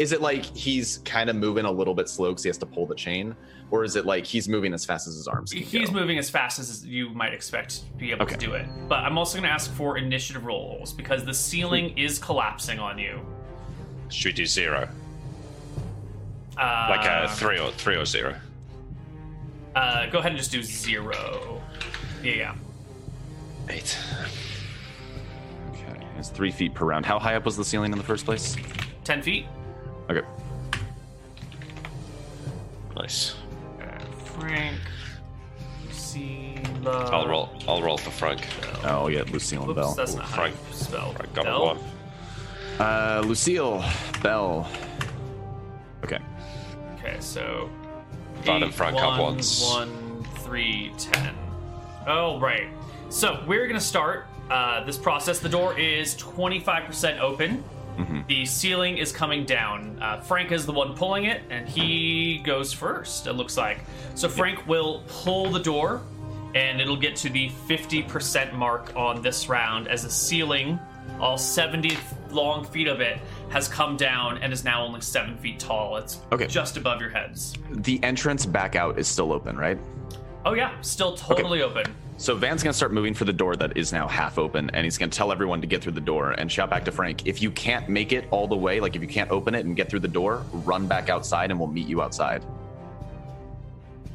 Speaker 2: is it like he's kind of moving a little bit slow because he has to pull the chain, or is it like he's moving as fast as his arms? Can
Speaker 1: He's
Speaker 2: go?
Speaker 1: moving as fast as you might expect to be able to
Speaker 2: Okay.
Speaker 1: do it. But I'm also going to ask for initiative rolls because the
Speaker 2: Hmm.
Speaker 1: ceiling is collapsing on you.
Speaker 3: Should we do zero?
Speaker 1: Uh,
Speaker 3: Like a three or three or zero?
Speaker 1: Uh, go ahead and just do zero. Yeah, yeah.
Speaker 3: Eight.
Speaker 2: Okay, it's three feet per round. How high up was the ceiling in the first place?
Speaker 1: Ten feet.
Speaker 2: Okay.
Speaker 3: Nice.
Speaker 1: Uh, Frank. uh, Lucila.
Speaker 3: I'll roll. I'll roll for Frank.
Speaker 2: Oh yeah, Lucille and
Speaker 1: Oops,
Speaker 2: Bell.
Speaker 1: that's not how
Speaker 3: Frank.
Speaker 1: you spell.
Speaker 3: Frank got
Speaker 1: Bell?
Speaker 3: a one.
Speaker 2: Uh, Lucille Bell. Okay.
Speaker 1: Okay, so.
Speaker 3: Van and
Speaker 1: eight,
Speaker 3: Frank
Speaker 1: one,
Speaker 3: have ones.
Speaker 1: one, three, ten. Oh, right. So we're going to start uh, this process. The door is 25% open. The ceiling is coming down. Uh, Frank is the one pulling it, and he goes first, it looks like. So Frank will pull the door, and it'll get to the 50% mark on this round as the ceiling, all 70 long feet of it, has come down and is now only seven feet tall. It's
Speaker 2: Okay.
Speaker 1: just above your heads.
Speaker 2: The entrance back out is still open, right?
Speaker 1: Oh, yeah, still totally open.
Speaker 2: So Van's gonna start moving for the door that is now half open, and he's gonna tell everyone to get through the door and shout back to Frank. If you can't make it all the way, like if you can't open it and get through the door, run back outside, and we'll meet you outside.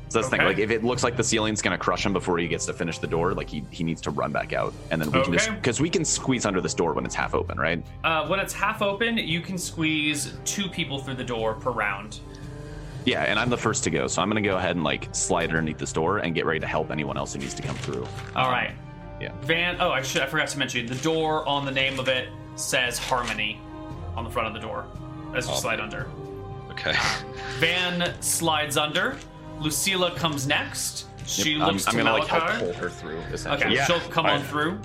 Speaker 2: So that's the thing.
Speaker 1: Okay.
Speaker 2: Like if it looks like the ceiling's gonna crush him before he gets to finish the door, like he he needs to run back out, and then we can just
Speaker 1: Okay.
Speaker 2: because we can squeeze under this door when it's half open, right?
Speaker 1: Uh, when it's half open, you can squeeze two people through the door per round.
Speaker 2: Yeah, and I'm the first to go, so I'm gonna go ahead and like slide underneath this door and get ready to help anyone else who needs to come through.
Speaker 1: All right.
Speaker 2: Yeah.
Speaker 1: Van. Oh, I should. I forgot to mention the door on the name of it says Harmony on the front of the door as you
Speaker 3: Oh.
Speaker 1: slide under.
Speaker 3: Okay.
Speaker 1: Van slides under. Lucilla comes next. She
Speaker 2: I'm,
Speaker 1: looks
Speaker 2: I'm
Speaker 1: to
Speaker 2: gonna like help
Speaker 1: Malachi.
Speaker 2: pull her through.
Speaker 1: okay,
Speaker 2: Essentially.
Speaker 3: Yeah,
Speaker 1: she'll come on
Speaker 3: I-
Speaker 1: through.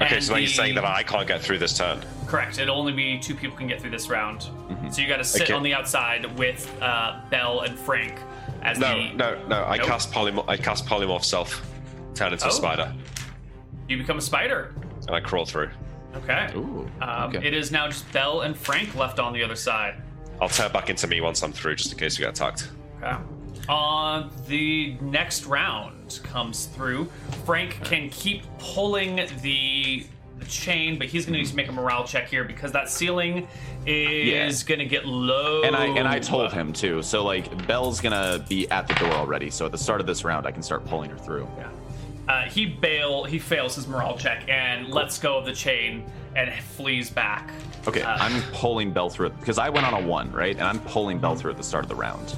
Speaker 3: Okay,
Speaker 1: And
Speaker 3: so then you're
Speaker 1: the-
Speaker 3: saying that I can't get through this turn.
Speaker 1: Correct. It'll only be two people can get through this round.
Speaker 2: Mm-hmm.
Speaker 1: So you got to sit
Speaker 3: Okay.
Speaker 1: on the outside with uh, Bell and Frank as
Speaker 3: No,
Speaker 1: the.
Speaker 3: no, no. I
Speaker 1: Nope.
Speaker 3: cast polymorph. I cast polymorph self, turn into
Speaker 1: Oh.
Speaker 3: a spider,
Speaker 1: You become a spider.
Speaker 3: and I crawl through.
Speaker 1: Okay.
Speaker 2: Ooh,
Speaker 1: Um,
Speaker 2: okay.
Speaker 1: It is now just Bell and Frank left on the other side.
Speaker 3: I'll turn back into me once I'm through, just in case we get attacked.
Speaker 1: Okay. On Uh, the next round comes through. Frank can keep pulling the, the chain, but he's going to need to make a morale check here because that ceiling is going to get low.
Speaker 2: And I and I told him too. So like Belle's gonna be at the door already. So at the start of this round, I can start pulling her through.
Speaker 1: Yeah. Uh, he bail. He fails his morale check and lets go of the chain and flees back.
Speaker 2: Okay,
Speaker 1: Uh,
Speaker 2: I'm pulling Belthrith because I went on a one, right? And I'm pulling Belthrith at the start of the round.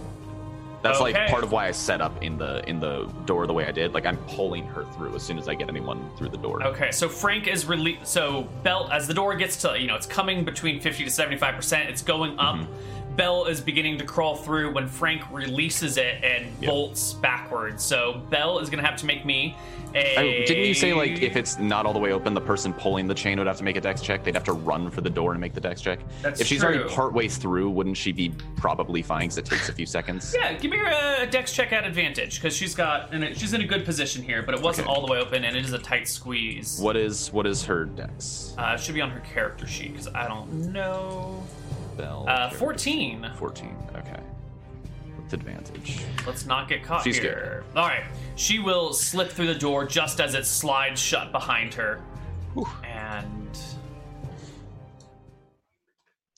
Speaker 2: That's
Speaker 1: Mm-hmm. Okay.
Speaker 2: like part of why I set up in the in the door the way I did. Like I'm pulling her through as soon as I get anyone through the door.
Speaker 1: Okay, so Frank is rele So Bell, as the door gets to, you know, it's coming between 50 to 75%, it's going up.
Speaker 2: Mm-hmm.
Speaker 1: Bell is beginning to crawl through when Frank releases it and
Speaker 2: Yeah.
Speaker 1: bolts backwards. So Bell is going to have to make me a.
Speaker 2: I, didn't you say like if it's not all the way open, the person pulling the chain would have to make a dex check? They'd have to run for the door and make the dex check.
Speaker 1: That's
Speaker 2: if she's
Speaker 1: true.
Speaker 2: already partway through, wouldn't she be probably fine? Because it takes a few seconds.
Speaker 1: Yeah, give me a dex check at advantage because she's got. And it- she's in a good position here, but it wasn't
Speaker 2: Okay.
Speaker 1: all the way open and it is a tight squeeze.
Speaker 2: What is what is her dex?
Speaker 1: Uh, it should be on her character sheet because I don't know.
Speaker 2: Bell.
Speaker 1: Uh, 14.
Speaker 2: Fourteen. Okay. With advantage.
Speaker 1: Let's not get caught
Speaker 2: She's
Speaker 1: here. All right. She will slip through the door just as it slides shut behind her. And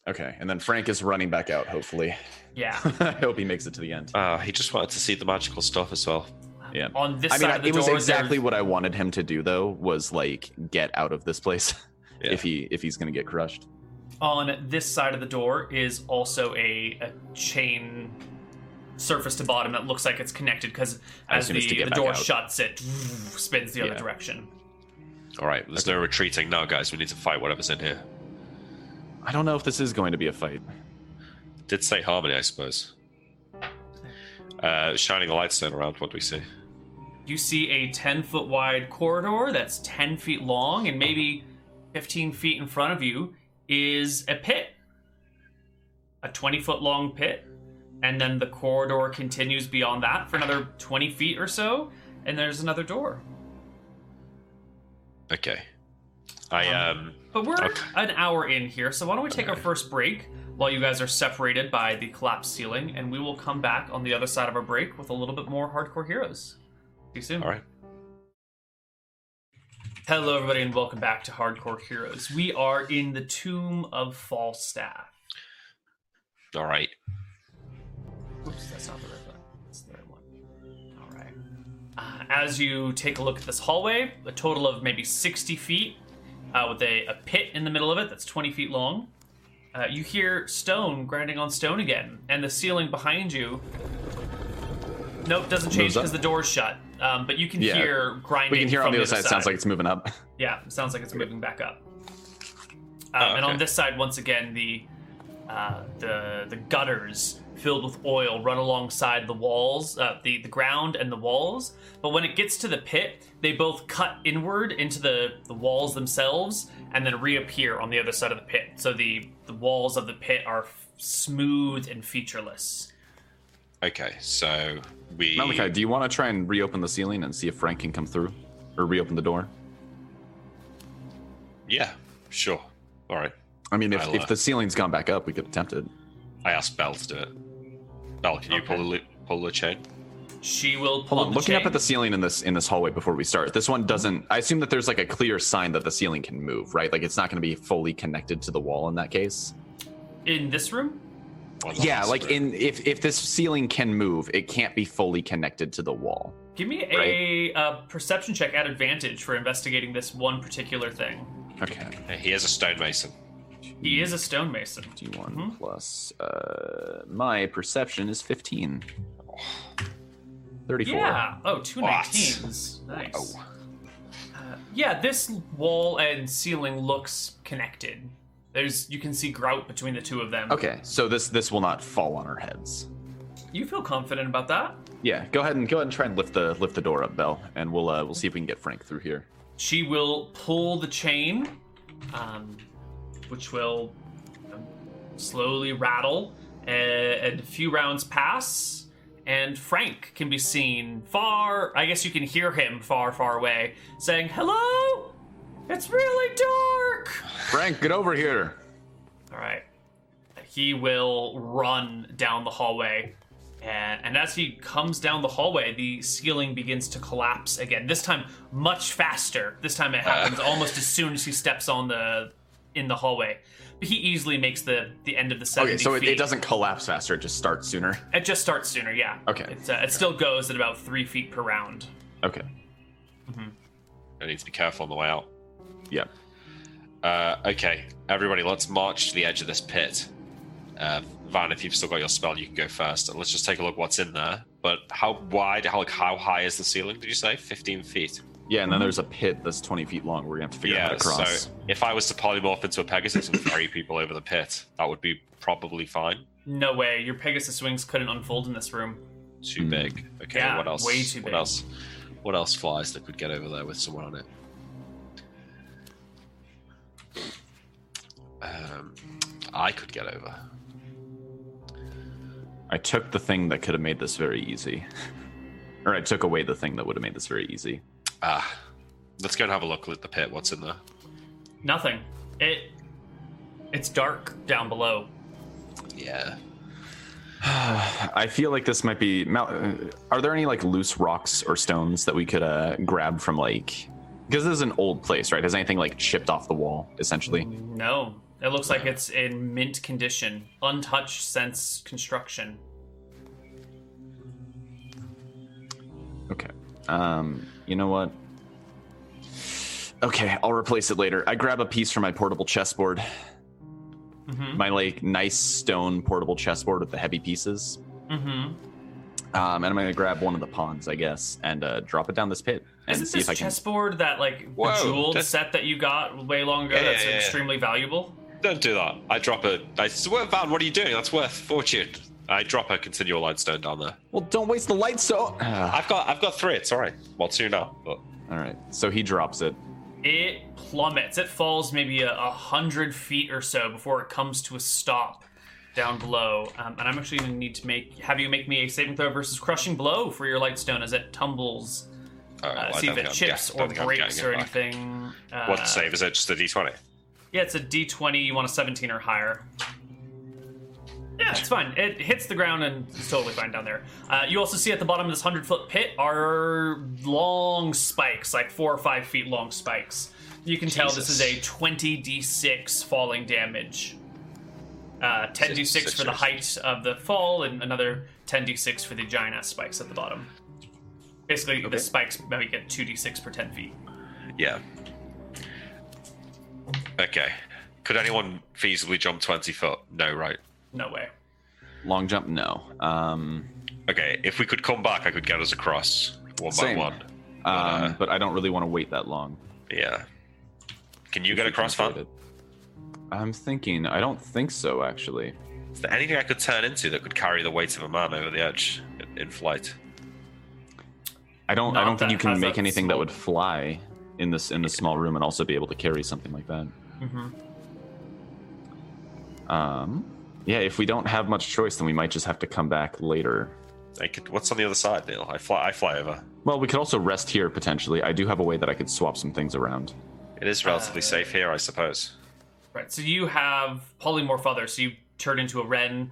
Speaker 2: Okay, and then Frank is running back out. Hopefully,
Speaker 1: yeah.
Speaker 2: I hope he makes it to the end.
Speaker 3: Uh, he just wanted to see the magical stuff as well.
Speaker 2: Yeah.
Speaker 1: On Uh, this
Speaker 2: I mean,
Speaker 1: side
Speaker 2: I-
Speaker 1: of the
Speaker 2: it was
Speaker 1: door,
Speaker 2: exactly
Speaker 1: there's-
Speaker 2: what I wanted him to do, though, was like get out of this place
Speaker 3: Yeah.
Speaker 2: if he if he's gonna get crushed.
Speaker 1: on this side of the door is also a, a chain surface to bottom that looks like it's connected because
Speaker 2: I
Speaker 1: as
Speaker 2: assume it's to
Speaker 1: the,
Speaker 2: get
Speaker 1: the
Speaker 2: back
Speaker 1: door
Speaker 2: out.
Speaker 1: shuts, it spins the other
Speaker 2: Yeah.
Speaker 1: direction.
Speaker 3: All right, there's no retreating now, guys. We need to fight whatever's in here.
Speaker 2: I don't know if this is going to be a fight.
Speaker 3: Did say harmony, I suppose. Uh, shining a light stone around. What do we see?
Speaker 1: You see a 10 foot wide corridor that's 10 feet long, and maybe 15 feet in front of you is a pit. A 20 foot long pit. And then the corridor continues beyond that for another 20 feet or so, and there's another door.
Speaker 3: Okay. I um.
Speaker 1: But we're
Speaker 3: Okay.
Speaker 1: an hour in here, so why don't we take our first break while you guys are separated by the collapsed ceiling, and we will come back on the other side of our break with a little bit more hardcore heroes. See you soon.
Speaker 3: All right.
Speaker 1: Hello, everybody, and welcome back to Hardcore Heroes. We are in the Tomb of Falstaff.
Speaker 3: All right.
Speaker 1: Oops, that's not the right one. That's the right one. All right. Uh, as you take a look at this hallway, a total of maybe 60 feet, uh, with a, a pit in the middle of it that's 20 feet long, uh, you hear stone grinding on stone again, and the ceiling behind you. Nope, doesn't change
Speaker 2: Moves up.
Speaker 1: because the door's shut. Um, but you can
Speaker 2: Yeah.
Speaker 1: hear grinding.
Speaker 2: We can hear
Speaker 1: from
Speaker 2: on the other side. It Sounds like it's moving up.
Speaker 1: Yeah, it sounds like it's moving back up. Um,
Speaker 3: Oh,
Speaker 1: And on
Speaker 3: okay.
Speaker 1: this side, once again, the uh, the the gutters filled with oil run alongside the walls, uh, the the ground and the walls. But when it gets to the pit, they both cut inward into the the walls themselves, and then reappear on the other side of the pit. So the the walls of the pit are f- smooth and featureless.
Speaker 3: Okay. So we.
Speaker 2: Malachi, do you want to try and reopen the ceiling and see if Frank can come through, or reopen the door?
Speaker 3: Yeah. Sure. All right.
Speaker 2: I mean, if,
Speaker 3: I'll, uh,
Speaker 2: if the ceiling's gone back up, we could attempt it.
Speaker 3: I asked Bell to do it. Bell, can you
Speaker 1: Okay.
Speaker 3: pull the loop, pull the chain?
Speaker 1: She will pull
Speaker 2: Hold on,
Speaker 1: the
Speaker 2: looking up
Speaker 1: chain.
Speaker 2: at the ceiling in this in this hallway before we start. This one doesn't. I assume that there's like a clear sign that the ceiling can move, right? Like it's not going to be fully connected to the wall in that case.
Speaker 1: in this room.
Speaker 3: One
Speaker 2: Yeah,
Speaker 3: last
Speaker 2: like
Speaker 3: screw.
Speaker 2: in if if this ceiling can move, it can't be fully connected to the wall.
Speaker 1: Give me a uh, perception check at advantage for investigating this one particular thing.
Speaker 2: Okay.
Speaker 3: Uh, He is a stonemason.
Speaker 1: He is a stonemason.
Speaker 2: D1 plus uh my perception is 15. 34.
Speaker 1: Yeah. Oh, two
Speaker 3: What?
Speaker 1: 19s. Nice.
Speaker 2: Wow.
Speaker 1: Uh, yeah, this wall and ceiling looks connected. There's you can see grout between the two of them.
Speaker 2: Okay, so this this will not fall on our heads.
Speaker 1: You feel confident about that?
Speaker 2: Yeah, go ahead and go ahead and try and lift the lift the door up, Bell, and we'll uh, we'll see if we can get Frank through here.
Speaker 1: She will pull the chain, um, which will um, slowly rattle, a- and a few rounds pass, and Frank can be seen far. I guess you can hear him far, far away saying, Hello? It's really dark!
Speaker 2: Frank, get over here.
Speaker 1: All right. He will run down the hallway. And, and as he comes down the hallway, the ceiling begins to collapse again. This time, much faster. This time, it happens almost as soon as he steps on the in the hallway. But he easily makes the the end of the seventy
Speaker 2: Okay, so it,
Speaker 1: feet.
Speaker 2: it doesn't collapse faster; it just starts sooner.
Speaker 1: It just starts sooner. Yeah.
Speaker 2: Okay.
Speaker 1: It's, uh, it still goes at about three feet per round.
Speaker 2: Okay.
Speaker 1: Mhm.
Speaker 3: I need to be careful on the way out.
Speaker 2: Yeah.
Speaker 3: Uh, okay, everybody, let's march to the edge of this pit. Uh, Van, if you've still got your spell, you can go first, and let's just take a look what's in there. But how wide, how like how high is the ceiling? Did you say fifteen feet?
Speaker 2: Yeah, and then
Speaker 1: Mm-hmm.
Speaker 2: there's a pit that's 20 feet long. We're gonna have to figure out how to cross.
Speaker 3: So if I was to polymorph into a Pegasus and ferry people over the pit, that would be probably fine.
Speaker 1: No way. Your Pegasus wings couldn't unfold in this room.
Speaker 3: Too
Speaker 2: Hmm.
Speaker 3: big. Okay,
Speaker 1: Yeah,
Speaker 3: what else?
Speaker 1: way too
Speaker 3: what
Speaker 1: big.
Speaker 3: else? What else flies that could get over there with someone on it? Um, I could get over.
Speaker 2: I took the thing that could have made this very easy, or I took away the thing that would have made this very easy.
Speaker 3: Ah, let's go and have a look at the pit. What's in there?
Speaker 1: Nothing. It. It's dark down below.
Speaker 3: Yeah.
Speaker 2: I feel like this might be. mal- uh, Are there any like loose rocks or stones that we could uh, grab from like? Because this is an old place, right? Has anything like chipped off the wall essentially?
Speaker 1: No. It looks like it's in mint condition, untouched since construction.
Speaker 2: Okay. Um, you know what? Okay, I'll replace it later. I grab a piece from my portable chessboard,
Speaker 1: Mm-hmm.
Speaker 2: my like nice stone portable chessboard with the heavy pieces,
Speaker 1: Mm-hmm.
Speaker 2: um, and I'm gonna grab one of the pawns, I guess, and uh, drop it down this pit and
Speaker 1: Isn't
Speaker 2: see
Speaker 1: this
Speaker 2: if I can.
Speaker 1: chessboard that like
Speaker 3: Whoa,
Speaker 1: jeweled
Speaker 3: that's-
Speaker 1: set that you got way long ago?
Speaker 3: Yeah, yeah,
Speaker 1: that's
Speaker 3: yeah, yeah.
Speaker 1: extremely valuable.
Speaker 3: Don't do that. I drop a. I swear, Van, what are you doing? That's worth fortune. I drop a continual light stone down there.
Speaker 2: Well, don't waste the light stone. Ah,
Speaker 3: I've got, I've got three. It's all right. Well, two now. But
Speaker 2: all right, so he drops it.
Speaker 1: It plummets. It falls maybe a, a hundred feet or so before it comes to a stop down below. Um, and I'm actually going to need to make have you make me a saving throw versus crushing blow for your lightstone as it tumbles.
Speaker 3: all
Speaker 1: Uh,
Speaker 3: right, well, Oh, I
Speaker 1: see if it
Speaker 3: don't think I'm- yeah,
Speaker 1: chips
Speaker 3: I don't
Speaker 1: or
Speaker 3: think I'm
Speaker 1: breaks
Speaker 3: getting
Speaker 1: or
Speaker 3: it back.
Speaker 1: anything. Uh,
Speaker 3: What save is it? Just a d20.
Speaker 1: Yeah, it's a D20. You want a 17 or higher. Yeah, it's fine. It hits the ground and it's totally fine down there. Uh, you also see at the bottom of this 100 foot pit are long spikes, like four or five feet long spikes. You can tell this is a
Speaker 3: Jesus.
Speaker 1: 20d6 falling damage. Uh, 10d6
Speaker 3: Six- six
Speaker 1: for the
Speaker 3: or
Speaker 1: height of the fall, and another 10d6 for the giant ass spikes at the bottom. Basically, the spikes maybe get 2d6 per 10 feet.
Speaker 3: Yeah. Okay. Could anyone feasibly jump 20 foot? No, right.
Speaker 1: No way.
Speaker 2: Long jump, no. Um,
Speaker 3: Okay. If we could come back, I could get us across one
Speaker 2: Same.
Speaker 3: by one.
Speaker 2: um,
Speaker 3: uh,
Speaker 2: but I don't really want to wait that long.
Speaker 3: Yeah. Can you get
Speaker 2: We
Speaker 3: across,
Speaker 2: can
Speaker 3: Van?
Speaker 2: avoid it. I'm thinking. I don't think so, actually.
Speaker 3: Is there anything I could turn into that could carry the weight of a man over the edge in, in flight?
Speaker 2: I don't.
Speaker 1: Not
Speaker 2: I don't think
Speaker 1: that-
Speaker 2: you
Speaker 1: how's
Speaker 2: can make
Speaker 1: that
Speaker 2: anything that
Speaker 1: small?
Speaker 2: would fly in this in this small room and also be able to carry something like that.
Speaker 1: hmm
Speaker 2: Um, yeah. If we don't have much choice, then we might just have to come back later.
Speaker 3: I could, what's on the other side, Neil? I fly. I fly over.
Speaker 2: Well, we could also rest here potentially. I do have a way that I could swap some things around.
Speaker 3: It is relatively
Speaker 1: Uh,
Speaker 3: safe here, I suppose.
Speaker 1: Right. So you have polymorph other. So you turn into a wren.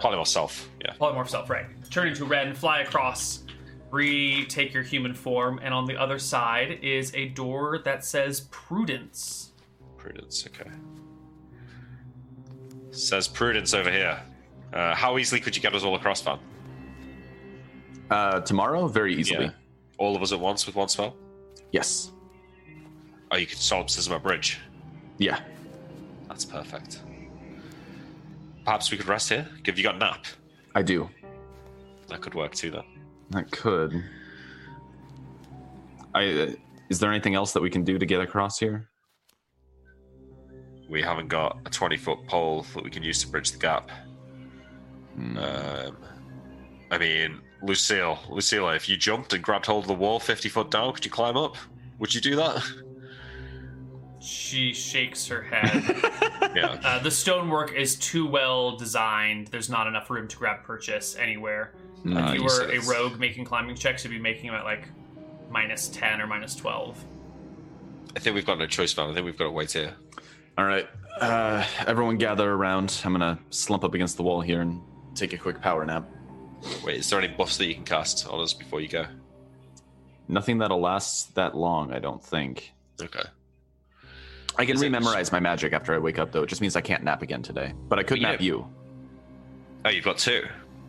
Speaker 3: Probably myself. Yeah.
Speaker 1: Polymorph self. Right. Turn into a wren. Fly across. Retake your human form. And on the other side is a door that says prudence.
Speaker 3: Prudence. Okay. Says prudence over here. Uh, how easily could you get us all across, Van?
Speaker 2: Uh, tomorrow, very easily.
Speaker 3: Yeah. All of us at once with one spell?
Speaker 2: Yes.
Speaker 3: Oh, you could solipsism a bridge.
Speaker 2: Yeah.
Speaker 3: That's perfect. Perhaps we could rest here. Have you got a nap?
Speaker 2: I do.
Speaker 3: That could work too, then.
Speaker 2: That could. I. Uh, is there anything else that we can do to get across here?
Speaker 3: We haven't got a 20 foot pole that we can use to bridge the gap. Um, I mean, Lucille, Lucilla, if you jumped and grabbed hold of the wall 50 foot down, could you climb up? Would you do that?
Speaker 1: She shakes her head.
Speaker 3: yeah.
Speaker 1: uh, the stonework is too well designed. There's not enough room to grab purchase anywhere.
Speaker 2: No,
Speaker 1: if you
Speaker 3: you
Speaker 1: were
Speaker 3: said
Speaker 1: a
Speaker 3: it's-
Speaker 1: rogue making climbing checks, you'd be making them at like minus 10 or minus 12.
Speaker 3: I think we've got no choice, man. I think we've got to wait here.
Speaker 2: All right, uh, everyone gather around. I'm gonna slump up against the wall here and take a quick power nap.
Speaker 3: Wait, is there any buffs that you can cast on us before you go?
Speaker 2: Nothing that'll last that long, I don't think.
Speaker 3: Okay.
Speaker 2: I can
Speaker 3: Is it-
Speaker 2: rememorize my magic after I wake up, though. It just means I can't nap again today. But I could
Speaker 3: Yeah.
Speaker 2: nap you.
Speaker 3: Oh, you've got two.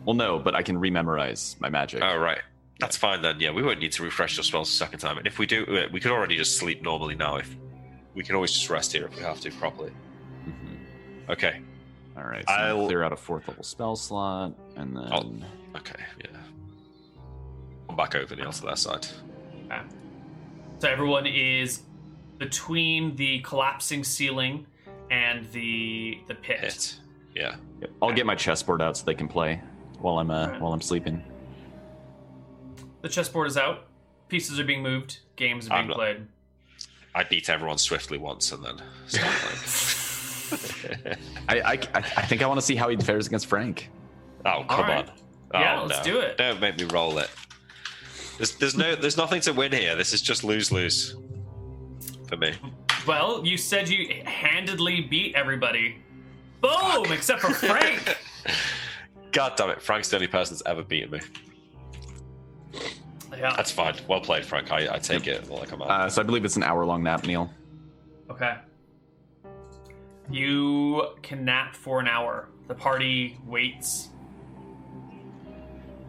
Speaker 2: Well, no, but I can rememorize my magic.
Speaker 3: Oh, right. That's fine then. Yeah, we won't need to refresh your spells a second time. And if we do, uh, we could already just sleep normally now. If we can always just rest here if we have to properly.
Speaker 2: Mhm.
Speaker 3: Okay.
Speaker 2: All right. So
Speaker 3: I'll-
Speaker 2: I'll clear out a fourth level spell slot, and then
Speaker 3: I'll- Okay. Yeah. I'm back over Neil to their side.
Speaker 1: So everyone is between the collapsing ceiling and the the pit.
Speaker 3: Hit. Yeah.
Speaker 2: Yep, I'll get my chessboard out so they can play while I'm uh,
Speaker 1: Alright.
Speaker 2: while I'm sleeping.
Speaker 1: The chessboard is out. Pieces are being moved. Games are
Speaker 3: I'm
Speaker 1: being
Speaker 3: not-
Speaker 1: played.
Speaker 3: I beat everyone swiftly once and then. so, like-
Speaker 2: I I, I- I think I want to see how he fares against Frank.
Speaker 3: oh
Speaker 1: All
Speaker 3: come
Speaker 1: right.
Speaker 3: on!
Speaker 1: Yeah,
Speaker 3: Oh,
Speaker 1: let's
Speaker 3: no.
Speaker 1: do it.
Speaker 3: Don't make me roll it. There's, there's no, there's nothing to win here. This is just lose lose for me.
Speaker 1: Well, you said you handedly beat everybody. Boom! Except for Frank.
Speaker 3: God damn it! Frank's the only person that's ever beaten me.
Speaker 1: yeah.
Speaker 3: That's fine. Well played, Frank. I, I take it like a man.
Speaker 2: Uh, so I believe it's an hour long nap, Neil.
Speaker 1: Okay. You can nap for an hour. The party waits,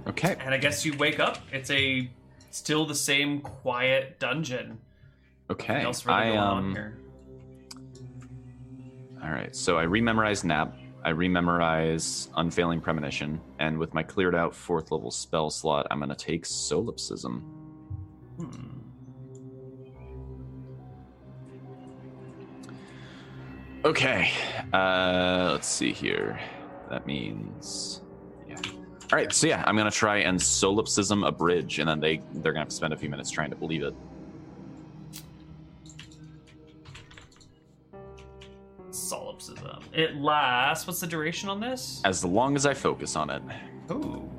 Speaker 2: Okay.
Speaker 1: and I guess you wake up. It's a still the same quiet dungeon.
Speaker 2: Okay.
Speaker 1: Nothing else really
Speaker 2: I
Speaker 1: going on
Speaker 2: um.
Speaker 1: here.
Speaker 2: All right. So I rememorize nap. I rememorize unfailing premonition, and with my cleared out fourth level spell slot, I'm gonna take solipsism.
Speaker 1: Hmm.
Speaker 2: Okay. Uh, let's see here. That means. yeah. All right, so yeah, I'm gonna try and solipsism a bridge, and then they they're gonna have to spend a few minutes trying to believe it.
Speaker 1: Solipsism. It lasts. What's the duration on this?
Speaker 2: as long as I focus on it.
Speaker 1: Ooh.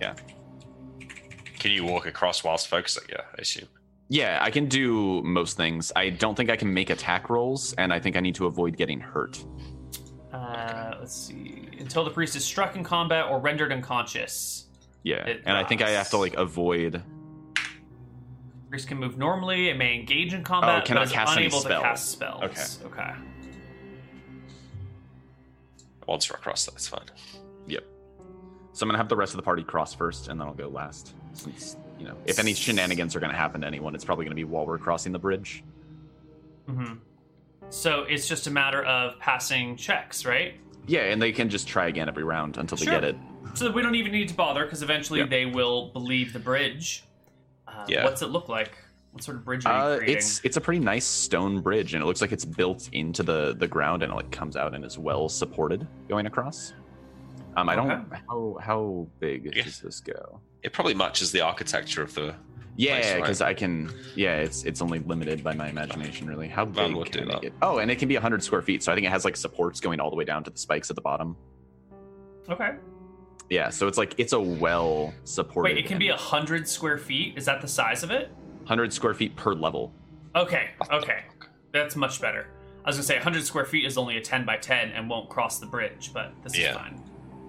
Speaker 3: Can you walk across whilst focusing? Yeah, I assume.
Speaker 2: Yeah, I can do most things. I don't think I can make attack rolls, and I think I need to avoid getting hurt.
Speaker 1: Uh, let's see. Until the priest is struck in combat or rendered unconscious.
Speaker 2: Yeah,
Speaker 1: It
Speaker 2: and I think I have to like avoid.
Speaker 1: Priest can move normally. It may engage in combat,
Speaker 2: Oh, cannot
Speaker 1: but is
Speaker 2: cast any
Speaker 1: unable to
Speaker 2: spells.
Speaker 1: cast spells. Okay. Okay.
Speaker 3: Once we're across, that's fine.
Speaker 2: Yep. So I'm gonna have the rest of the party cross first, and then I'll go last. Since you know, if any shenanigans are gonna happen to anyone, it's probably gonna be while we're crossing the bridge.
Speaker 1: hmm So it's just a matter of passing checks, right?
Speaker 2: Yeah, and they can just try again every round until they
Speaker 1: Sure.
Speaker 2: get it.
Speaker 1: So that we don't even need to bother because eventually
Speaker 2: Yeah.
Speaker 1: they will believe the bridge. Uh,
Speaker 3: Yeah.
Speaker 1: What's it look like? What sort of bridge are you
Speaker 2: Uh,
Speaker 1: creating?
Speaker 2: it's it's a pretty nice stone bridge, and it looks like it's built into the the ground, and it like comes out and is well supported going across. Um, I don't
Speaker 1: Okay.
Speaker 2: how how big
Speaker 3: Yeah.
Speaker 2: does this go?
Speaker 3: It probably matches the architecture of the.
Speaker 2: Yeah,
Speaker 3: right.
Speaker 2: because I can. Yeah, it's it's only limited by my imagination, really. How
Speaker 3: Van
Speaker 2: big
Speaker 3: would
Speaker 2: can
Speaker 3: do
Speaker 2: I
Speaker 3: that.
Speaker 2: make it? Oh, and it can be 100 square feet, so I think it has like supports going all the way down to the spikes at the bottom.
Speaker 1: okay.
Speaker 2: Yeah, so it's like it's a well supported.
Speaker 1: Wait, it can be a hundred square feet. Is that the size of it?
Speaker 2: 100 square feet per level.
Speaker 1: Okay. Okay. That's much better. I was gonna say 100 square feet is only a 10 by 10 and won't cross the bridge, but this
Speaker 3: Yeah.
Speaker 1: is fine.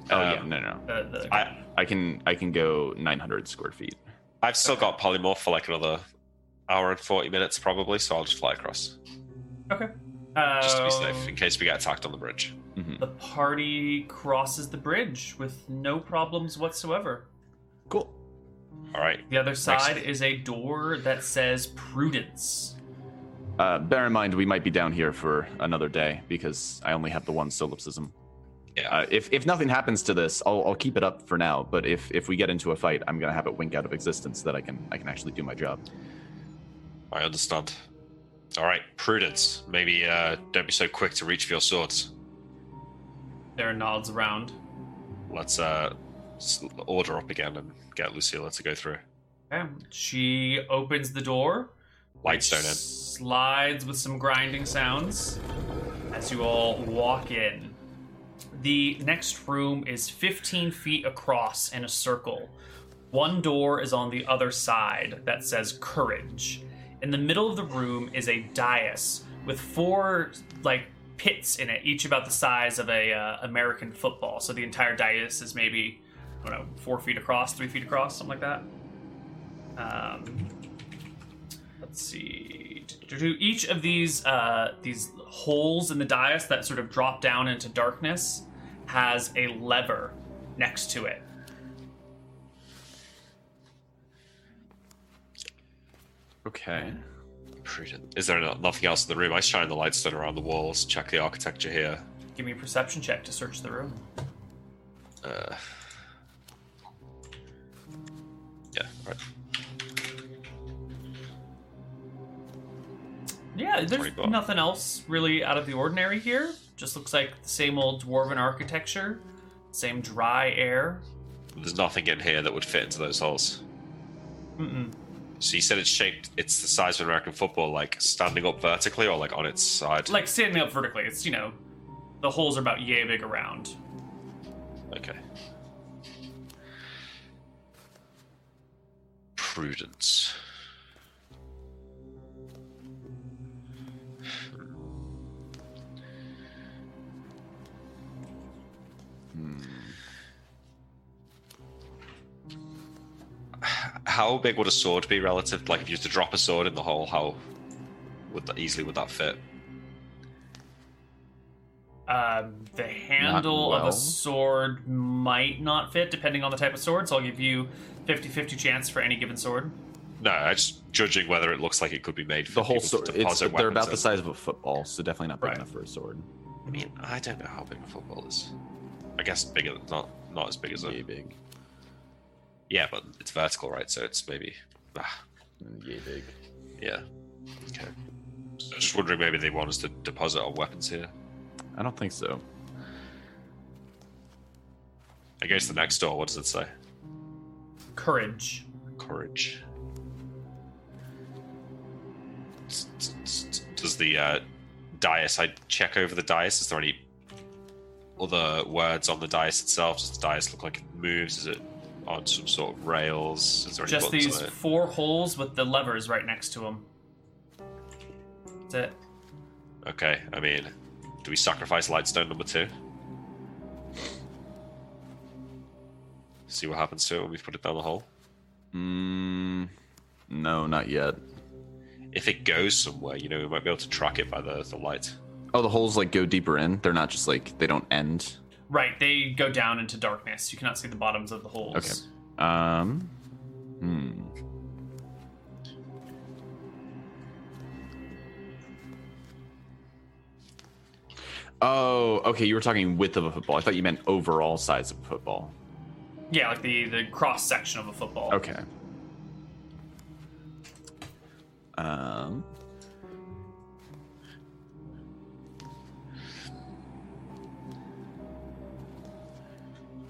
Speaker 2: Oh
Speaker 3: Um,
Speaker 2: yeah, no, no,
Speaker 1: The, the,
Speaker 3: I,
Speaker 2: I can I can go 900 square feet.
Speaker 3: I've still got polymorph for like another hour and forty minutes probably, so I'll just fly across
Speaker 1: okay. Uh,
Speaker 3: just to be safe in case we get attacked on the bridge.
Speaker 2: hmm
Speaker 1: The party crosses the bridge with no problems whatsoever.
Speaker 2: Cool.
Speaker 3: All right.
Speaker 1: The other side is a door that says Prudence.
Speaker 2: Uh, bear in mind, we might be down here for another day because I only have the one solipsism.
Speaker 3: Yeah.
Speaker 2: Uh, if if nothing happens to this, I'll, I'll keep it up for now. But if if we get into a fight, I'm gonna have it wink out of existence so that I can I can actually do my job.
Speaker 3: I understand. All right, prudence. Maybe uh, don't be so quick to reach for your swords.
Speaker 1: There are nods around.
Speaker 3: Let's uh, s- order up again and get Lucilla to go through.
Speaker 1: Okay. She opens the door.
Speaker 3: Lightstone in.
Speaker 1: Slides with some grinding sounds as you all walk in. The next room is 15 feet across in a circle. One door is on the other side that says courage. In the middle of the room is a dais with four like pits in it, each about the size of a uh, American football. So the entire dais is maybe I don't know, four feet across, three feet across, something like that. Um, Let's see. Do each of these uh, these holes in the dais that sort of drop down into darkness has a lever next to it.
Speaker 2: Okay.
Speaker 3: Prudent. Is there no- nothing else in the room? I shine the lights down around the walls, check the architecture here.
Speaker 1: Give me a perception check to search the room.
Speaker 3: Uh, yeah, right.
Speaker 1: Yeah, there's
Speaker 3: 20 bucks.
Speaker 1: nothing else really out of the ordinary here. Just looks like the same old dwarven architecture, same dry air.
Speaker 3: There's nothing in here that would fit into those holes.
Speaker 1: Mm-mm.
Speaker 3: So you said it's shaped, it's the size of an American football, like standing up vertically or like on its side?
Speaker 1: Like standing up vertically, it's, you know, the holes are about yay big around.
Speaker 3: Okay. Prudence. Hmm. How big would a sword be relative? Like, if you used to drop a sword in the hole, how would that easily would that fit?
Speaker 1: Um, the handle of
Speaker 2: well.
Speaker 1: a sword might not fit, depending on the type of sword, so I'll give you 50 50 chance for any given sword.
Speaker 3: No, I just judging whether it looks like it could be made. For
Speaker 2: The whole
Speaker 3: people to
Speaker 2: sword. It's,
Speaker 3: deposit
Speaker 2: they're about the
Speaker 3: weapons
Speaker 2: size of a football, so definitely not big
Speaker 1: Right.
Speaker 2: enough for a sword.
Speaker 3: I mean, I don't know how big a football is. I guess bigger, not not as big as a
Speaker 2: Yay big.
Speaker 3: yeah, but it's vertical, right? So it's maybe ah,
Speaker 2: Yay big.
Speaker 3: yeah. Okay. So just wondering, maybe they want us to deposit our weapons here.
Speaker 2: I don't think so.
Speaker 3: I guess the next door. What does it say?
Speaker 1: Courage.
Speaker 3: Courage. Does the uh, dais? I check over the dais. Is there any other words on the dais itself? Does the dais look like it moves? Is it on some sort of rails? Is there any
Speaker 1: Just
Speaker 3: buttons
Speaker 1: these
Speaker 3: on it?
Speaker 1: four holes with the levers right next to them. That's it.
Speaker 3: Okay, I mean, do we sacrifice Lightstone number two? See what happens to it when we put it down the hole.
Speaker 2: Mm, no, not yet.
Speaker 3: If it goes somewhere, you know, we might be able to track it by the, the light.
Speaker 2: Oh, the holes like go deeper in. They're not just like they don't end.
Speaker 1: Right, they go down into darkness. You cannot see the bottoms of the holes.
Speaker 2: Okay. Um. Hmm. Oh, okay. You were talking width of a football. I thought you meant overall size of a football.
Speaker 1: Yeah, like the the cross section of a football.
Speaker 2: Okay. Um.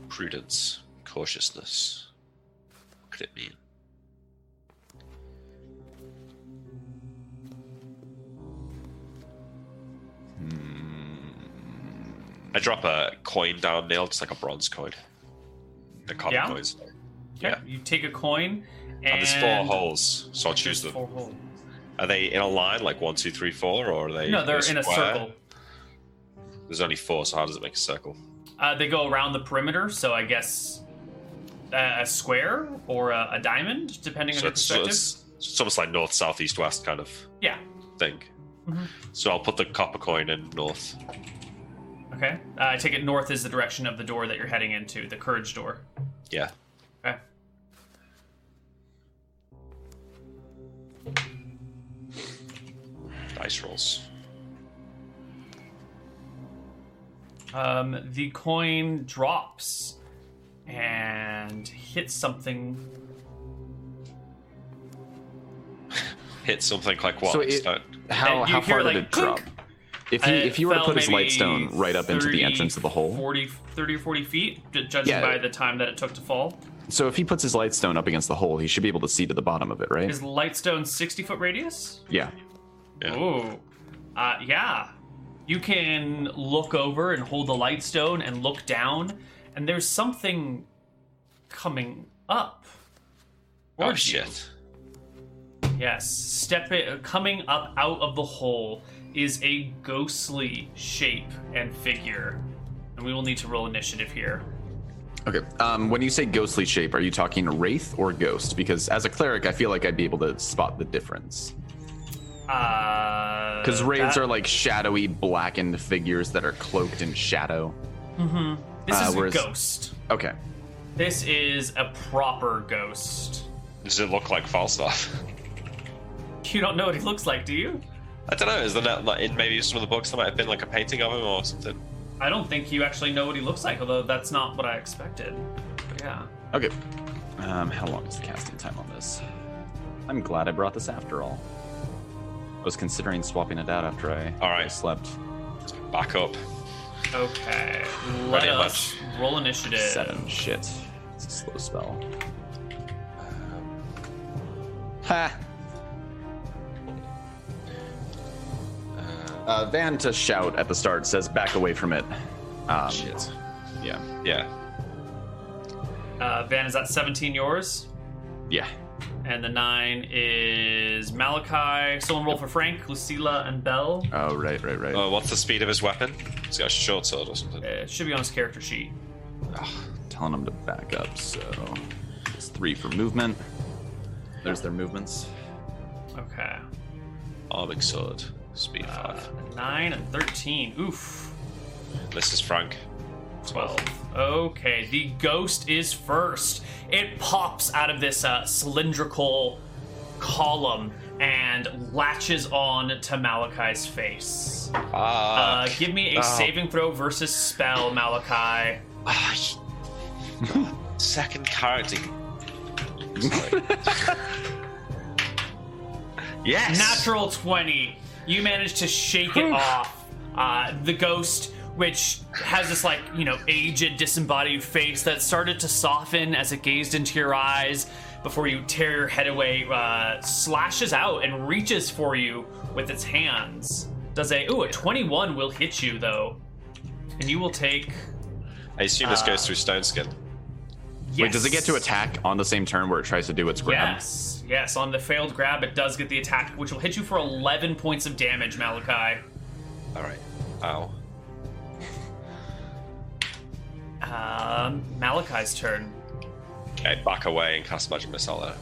Speaker 3: Prudence, cautiousness. What could it mean? Hmm. I drop a coin down, Neil, just like a bronze coin. The common
Speaker 1: Yeah?
Speaker 3: coins.
Speaker 1: Okay,
Speaker 3: Yeah.
Speaker 1: You take a coin and,
Speaker 3: And there's four holes, so I'll choose
Speaker 1: There's
Speaker 3: them.
Speaker 1: four holes.
Speaker 3: Are they in a line, like one, two, three, four, or are they?
Speaker 1: No, they're in a
Speaker 3: square?
Speaker 1: circle.
Speaker 3: There's only four, so how does it make a circle?
Speaker 1: Uh, they go around the perimeter, so I guess a, a square or a, a diamond, depending on
Speaker 3: So
Speaker 1: your
Speaker 3: it's,
Speaker 1: perspective.
Speaker 3: it's, it's almost like north, south, east, west kind of
Speaker 1: Yeah.
Speaker 3: thing.
Speaker 1: Mhm.
Speaker 3: So I'll put the copper coin in north.
Speaker 1: Okay. Uh, I take it north is the direction of the door that you're heading into, the courage door.
Speaker 3: Yeah.
Speaker 1: Okay.
Speaker 3: Dice rolls.
Speaker 1: Um, the coin drops and hits something
Speaker 3: Hit something like what?
Speaker 2: So it-
Speaker 3: Stone?
Speaker 2: How
Speaker 1: And you
Speaker 2: how
Speaker 1: hear,
Speaker 2: far
Speaker 1: like,
Speaker 2: did it drop?
Speaker 1: clink.
Speaker 2: If he
Speaker 1: Uh,
Speaker 2: if he were to
Speaker 1: fell
Speaker 2: put his
Speaker 1: maybe
Speaker 2: lightstone right up into the
Speaker 1: 30,
Speaker 2: entrance of the hole.
Speaker 1: 40, 30 or 40 feet, ju- judging
Speaker 2: Yeah.
Speaker 1: by the time that it took to fall.
Speaker 2: So if he puts his lightstone up agast the hole, he should be able to see to the bottom of it, right?
Speaker 1: Is Lightstone 60 foot radius?
Speaker 2: Yeah.
Speaker 3: Yeah.
Speaker 1: Ooh. Uh, yeah. You can look over and hold the Lightstone and look down, and there's something coming up.
Speaker 3: oh
Speaker 1: towards you.
Speaker 3: shit!
Speaker 1: Yes, step it, uh, coming up out of the hole is a ghostly shape and figure, and we will need to roll initiative here.
Speaker 2: Okay. Um, when you say ghostly shape, are you talking wraith or ghost? Because as a cleric, I feel like I'd be able to spot the difference.
Speaker 1: Uh, Because
Speaker 2: Because wraiths are like shadowy, blackened figures that are cloaked in shadow.
Speaker 1: This
Speaker 2: uh,
Speaker 1: is
Speaker 2: whereas-
Speaker 1: a ghost.
Speaker 2: Okay.
Speaker 1: This is a proper ghost.
Speaker 3: Does it look like Falstaff?
Speaker 1: You don't know what he looks like, do you?
Speaker 3: I don't know. Is there not, like, in maybe some of the books there might have been like a painting of him or something?
Speaker 1: I don't think you actually know what he looks like, although that's not what I expected. But yeah.
Speaker 2: Okay. Um, how long is the casting time on this? I'm glad I brought this after all. I was considering swapping it out after I,
Speaker 3: All right.
Speaker 2: I slept.
Speaker 3: Back up.
Speaker 1: Okay. Let
Speaker 3: Ready,
Speaker 1: us roll initiative.
Speaker 2: Seven. Shit. It's a slow spell. Uh, Ha! Uh, Van to shout at the start says back away from it. Um,
Speaker 3: Shit.
Speaker 2: Yeah.
Speaker 3: Yeah.
Speaker 1: Uh, Van, is that 17 yours?
Speaker 2: Yeah.
Speaker 1: And the nine is Malachi. Someone roll for Frank, Lucilla, and Bell.
Speaker 2: Oh, right, right, right.
Speaker 3: Uh, what's the speed of his weapon? He's got a short sword or something.
Speaker 1: Uh, It should be on his character sheet.
Speaker 2: Telling them to back up, so it's three for movement. There's their movements.
Speaker 1: Okay.
Speaker 3: Arming sword. Speed
Speaker 1: Uh,
Speaker 3: five.
Speaker 1: nine and 13. Oof.
Speaker 3: This is Frank.
Speaker 1: 12. Okay, the ghost is first. It pops out of this uh, cylindrical column and latches on to Malachi's face.
Speaker 3: Ah.
Speaker 1: Uh, give me a
Speaker 3: Oh.
Speaker 1: saving throw versus spell, Malachi.
Speaker 3: Ah, sh- Second character. Sorry. yes.
Speaker 1: Natural 20. You manage to shake it off. Uh, the ghost, which has this, like, you know, aged, disembodied face that started to soften as it gazed into your eyes before you tear your head away, uh, slashes out and reaches for you with its hands. Does a, ooh, a 21 will hit you, though. And you will take.
Speaker 3: I assume this goes through stone skin.
Speaker 1: Yes.
Speaker 2: Wait, does it get to attack on the same turn where it tries to do its grab?
Speaker 1: Yes, yes. On the failed grab, it does get the attack, which will hit you for 11 points of damage, Malachi.
Speaker 3: All right. Ow.
Speaker 1: Um, Malachi's turn.
Speaker 3: Okay, back away and cast magic missile. There.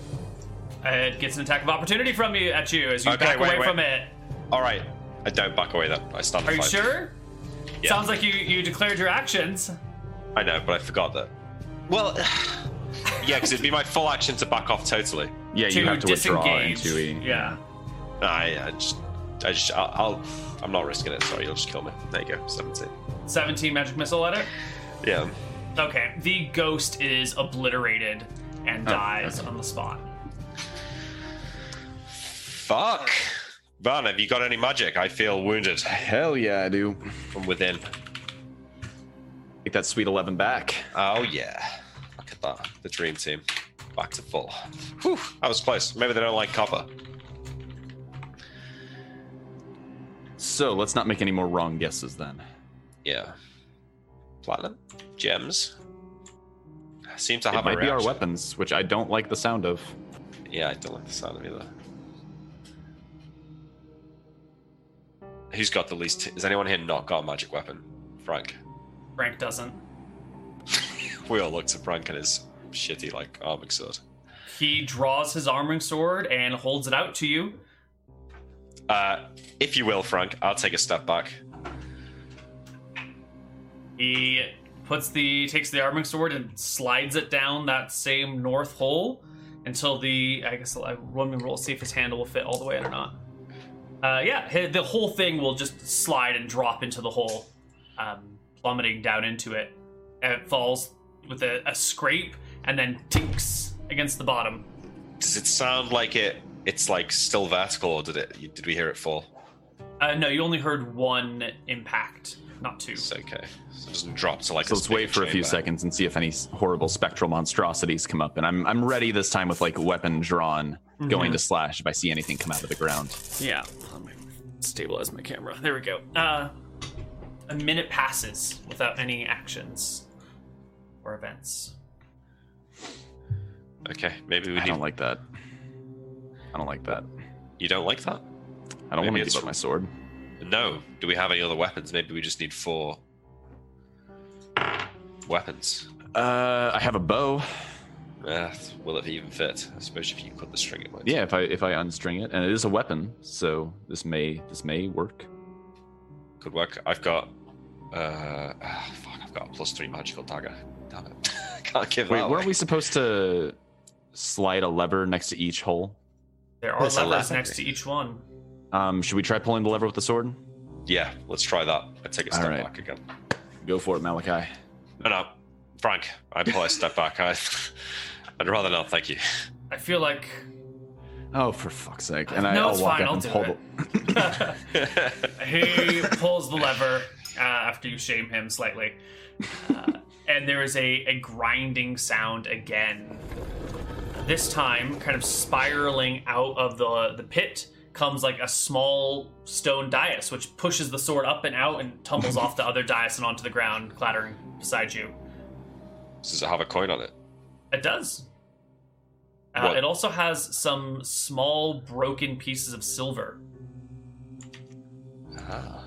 Speaker 1: Uh, It gets an attack of opportunity from you at you as you
Speaker 3: Okay,
Speaker 1: back
Speaker 3: wait,
Speaker 1: away
Speaker 3: wait.
Speaker 1: from it.
Speaker 3: All right. I don't back away. Then I stand.
Speaker 1: Are you
Speaker 3: fine.
Speaker 1: sure?
Speaker 3: Yeah.
Speaker 1: Sounds like you you declared your actions.
Speaker 3: I know, but I forgot that. Well, yeah, because it'd be my full action to back off totally.
Speaker 2: Yeah, you have to withdraw
Speaker 1: disengage.
Speaker 2: into E.
Speaker 1: Yeah.
Speaker 3: I, I just, I just, I'll, I'll, I'm not risking it. Sorry, you'll just kill me. There you go, seventeen.
Speaker 1: 17 magic missile at it.
Speaker 3: Yeah.
Speaker 1: Okay. The ghost is obliterated and
Speaker 2: Oh,
Speaker 1: dies on the spot.
Speaker 3: Fuck. Van, have you got any magic? I feel wounded
Speaker 2: Hell yeah, I do.
Speaker 3: from within.
Speaker 2: Take that sweet 11 back.
Speaker 3: Oh yeah. Look at that. The dream team. Back to full. Whew, that was close. Maybe they don't like copper.
Speaker 2: So let's not make any more wrong guesses then.
Speaker 3: Yeah. Platinum? Gems? Seem to
Speaker 2: It
Speaker 3: have
Speaker 2: might
Speaker 3: a
Speaker 2: be our
Speaker 3: reaction.
Speaker 2: weapons, which I don't like the sound of.
Speaker 3: Yeah, I don't like the sound of either. Who's got the least? Is anyone here not got a magic weapon? Frank.
Speaker 1: Frank doesn't.
Speaker 3: We all looked at Frank and his shitty, like, armor sword.
Speaker 1: He draws his armoring sword and holds it out to you.
Speaker 3: Uh, if you will, Frank, I'll take a step back.
Speaker 1: He puts the takes the arming sword and slides it down that same north hole until the I guess I let me roll see if his handle will fit all the way in or not. Uh, yeah, hi- the whole thing will just slide and drop into the hole, um, plummeting down into it. And it falls with a, a scrape and then tinks against the bottom.
Speaker 3: Does it sound like it? It's like still vertical, or did it? Did we hear it fall?
Speaker 1: Uh, no, you only heard one impact, not two.
Speaker 3: It's okay. So it doesn't drop to like.
Speaker 2: So
Speaker 3: a
Speaker 2: let's wait
Speaker 3: big
Speaker 2: for a few
Speaker 3: chamber.
Speaker 2: seconds and see if any s- horrible spectral monstrosities come up. And I'm I'm ready this time with like weapon drawn,
Speaker 1: Mm-hmm.
Speaker 2: going to slash if I see anything come out of the ground.
Speaker 1: Yeah, let me stabilize my camera. There we go. Uh, a minute passes without any actions or events.
Speaker 3: Okay, maybe we
Speaker 2: I
Speaker 3: need.
Speaker 2: don't like that. I don't like that.
Speaker 3: you don't like that?
Speaker 2: I don't want
Speaker 3: Maybe
Speaker 2: to
Speaker 3: it's
Speaker 2: give up
Speaker 3: from-
Speaker 2: my sword.
Speaker 3: No. Do we have any other weapons? Maybe we just need four weapons.
Speaker 2: Uh, I have a bow.
Speaker 3: Uh, will it even fit? I suppose if you cut the string, it might.
Speaker 2: Yeah, if I if I unstring it, and it is a weapon, so this may this may work.
Speaker 3: Could work. I've got. Uh, ah, fuck! I've got a plus three magical dagger. Damn it! Can't give
Speaker 2: Wait,
Speaker 3: that.
Speaker 2: weren't
Speaker 3: away.
Speaker 2: we supposed to slide a lever next to each hole?
Speaker 1: There are
Speaker 3: That's a
Speaker 1: levers
Speaker 3: lot.
Speaker 1: next to each one.
Speaker 2: Um, should we try pulling the lever with the sword?
Speaker 3: Yeah, let's try that. I take a step
Speaker 2: Alright.
Speaker 3: back again.
Speaker 2: Go for it, Malachi.
Speaker 3: No, no, Frank, I pull a step back. I, I'd rather not. Thank you.
Speaker 1: I feel like
Speaker 2: Oh, for fuck's sake! And I,
Speaker 1: No,
Speaker 2: I'll
Speaker 1: it's
Speaker 2: walk
Speaker 1: fine,
Speaker 2: up
Speaker 1: I'll
Speaker 2: and
Speaker 1: do
Speaker 2: pull
Speaker 1: it.
Speaker 2: the.
Speaker 1: he pulls the lever uh, after you shame him slightly, uh, and there is a, a grinding sound again. This time, kind of spiraling out of the the pit comes like a small stone dais, which pushes the sword up and out and tumbles off the other dais and onto the ground, clattering beside you.
Speaker 3: Does it have a coin on it?
Speaker 1: It does. Uh,
Speaker 3: What?
Speaker 1: it also has some small broken pieces of silver.
Speaker 3: Ah.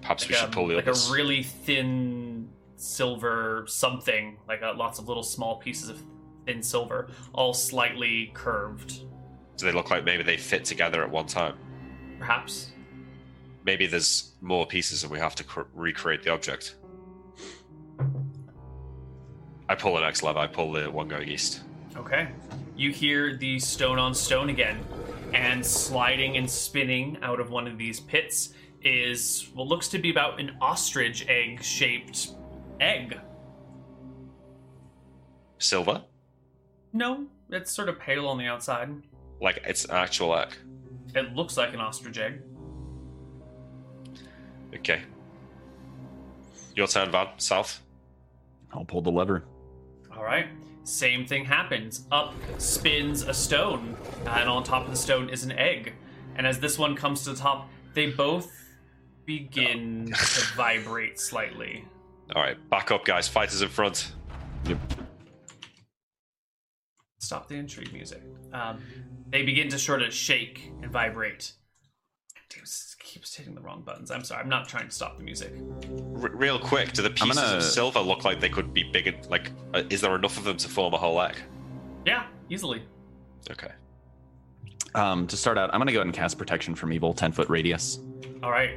Speaker 3: Perhaps we
Speaker 1: like,
Speaker 3: should
Speaker 1: a,
Speaker 3: pull the
Speaker 1: like
Speaker 3: others.
Speaker 1: a really thin silver something, like uh, lots of little small pieces of thin silver, all slightly curved,
Speaker 3: Do they look like maybe they fit together at one time?
Speaker 1: perhaps.
Speaker 3: Maybe there's more pieces and we have to cr- recreate the object. I pull the next lever. I pull the one going east.
Speaker 1: Okay. You hear the stone on stone again, and sliding and spinning out of one of these pits is what looks to be about an ostrich egg shaped egg.
Speaker 3: Silver?
Speaker 1: No, it's sort of pale on the outside.
Speaker 3: Like it's an actual egg.
Speaker 1: It looks like an ostrich egg.
Speaker 3: Okay. Your turn, Van. South.
Speaker 2: I'll pull the lever.
Speaker 1: All right. Same thing happens. Up spins a stone, and on top of the stone is an egg. And as this one comes to the top, they both begin
Speaker 2: Oh.
Speaker 1: to vibrate slightly.
Speaker 3: All right, back up, guys. Fighters in front.
Speaker 1: Stop the intrigue music. Um, they begin to sort of shake and vibrate. Damn, this keeps hitting the wrong buttons. I'm sorry. I'm not trying to stop the music.
Speaker 3: R- real quick, do the
Speaker 2: I'm
Speaker 3: pieces
Speaker 2: gonna-
Speaker 3: of silver look like they could be big? and- Like, uh, is there enough of them to form a whole egg?
Speaker 1: Yeah, easily.
Speaker 3: Okay.
Speaker 2: Um, to start out, I'm gonna go ahead and cast protection from evil, ten foot radius.
Speaker 1: All right.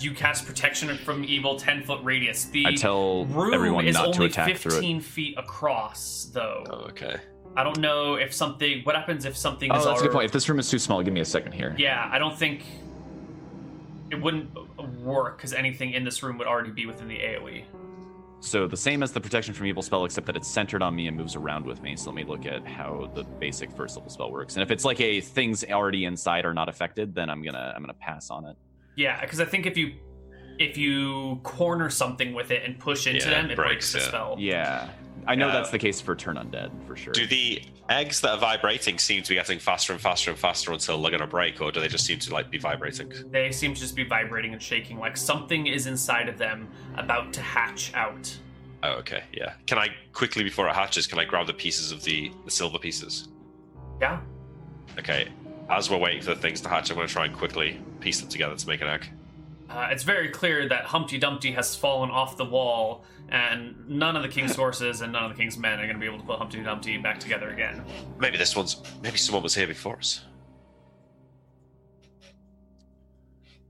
Speaker 1: You cast protection from evil, ten foot radius. The
Speaker 2: I tell
Speaker 1: room
Speaker 2: everyone
Speaker 1: is
Speaker 2: not
Speaker 1: only
Speaker 2: to attack through it.
Speaker 1: fifteen feet across, though.
Speaker 3: Oh, okay.
Speaker 1: I don't know if something. What happens if something
Speaker 2: Oh,
Speaker 1: is
Speaker 2: that's a good
Speaker 1: alre-
Speaker 2: point. If this room is too small, give me a second here.
Speaker 1: Yeah, I don't think it wouldn't work because anything in this room would already be within the E. AOE.
Speaker 2: So the same as the protection from evil spell, except that it's centered on me and moves around with me. So let me look at how the basic first level spell works. And if it's like a things already inside are not affected, then I'm gonna I'm gonna pass on it.
Speaker 1: Yeah, because I think if you if you corner something with it and push into
Speaker 3: Yeah,
Speaker 1: them,
Speaker 3: it
Speaker 1: it breaks,
Speaker 3: breaks
Speaker 1: the
Speaker 3: it.
Speaker 1: spell.
Speaker 2: Yeah, I know
Speaker 3: Yeah.
Speaker 2: that's the case for turn undead for sure.
Speaker 3: Do the eggs that are vibrating seem to be getting faster and faster and faster until they're gonna break, or do they just seem to like be vibrating?
Speaker 1: They seem to just be vibrating and shaking, like something is inside of them about to hatch out.
Speaker 3: Oh, okay. Yeah. Can I quickly before it hatches? Can I grab the pieces of the the silver pieces?
Speaker 1: Yeah,
Speaker 3: Okay. As we're waiting for the things to hatch, I'm gonna try and quickly piece them together to make an egg.
Speaker 1: Uh, it's very clear that Humpty Dumpty has fallen off the wall, and none of the king's horses and none of the king's men are going to be able to put Humpty Dumpty back together again.
Speaker 3: Maybe this one's. Maybe someone was here before us.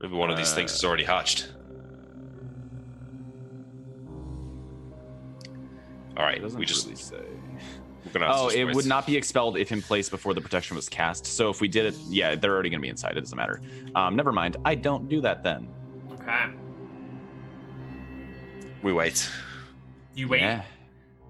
Speaker 3: Maybe one of these things is already
Speaker 2: Uh,
Speaker 3: hatched. All right,
Speaker 2: It doesn't
Speaker 3: we just
Speaker 2: really say.
Speaker 3: we're gonna. Have to
Speaker 2: Oh,
Speaker 3: just
Speaker 2: it
Speaker 3: wait.
Speaker 2: would not be expelled if in place before the protection was cast. So if we did it, yeah, they're already gonna be inside. It doesn't matter. Um, never mind. I don't do that then.
Speaker 1: Okay.
Speaker 3: We wait.
Speaker 1: You wait.
Speaker 2: Yeah.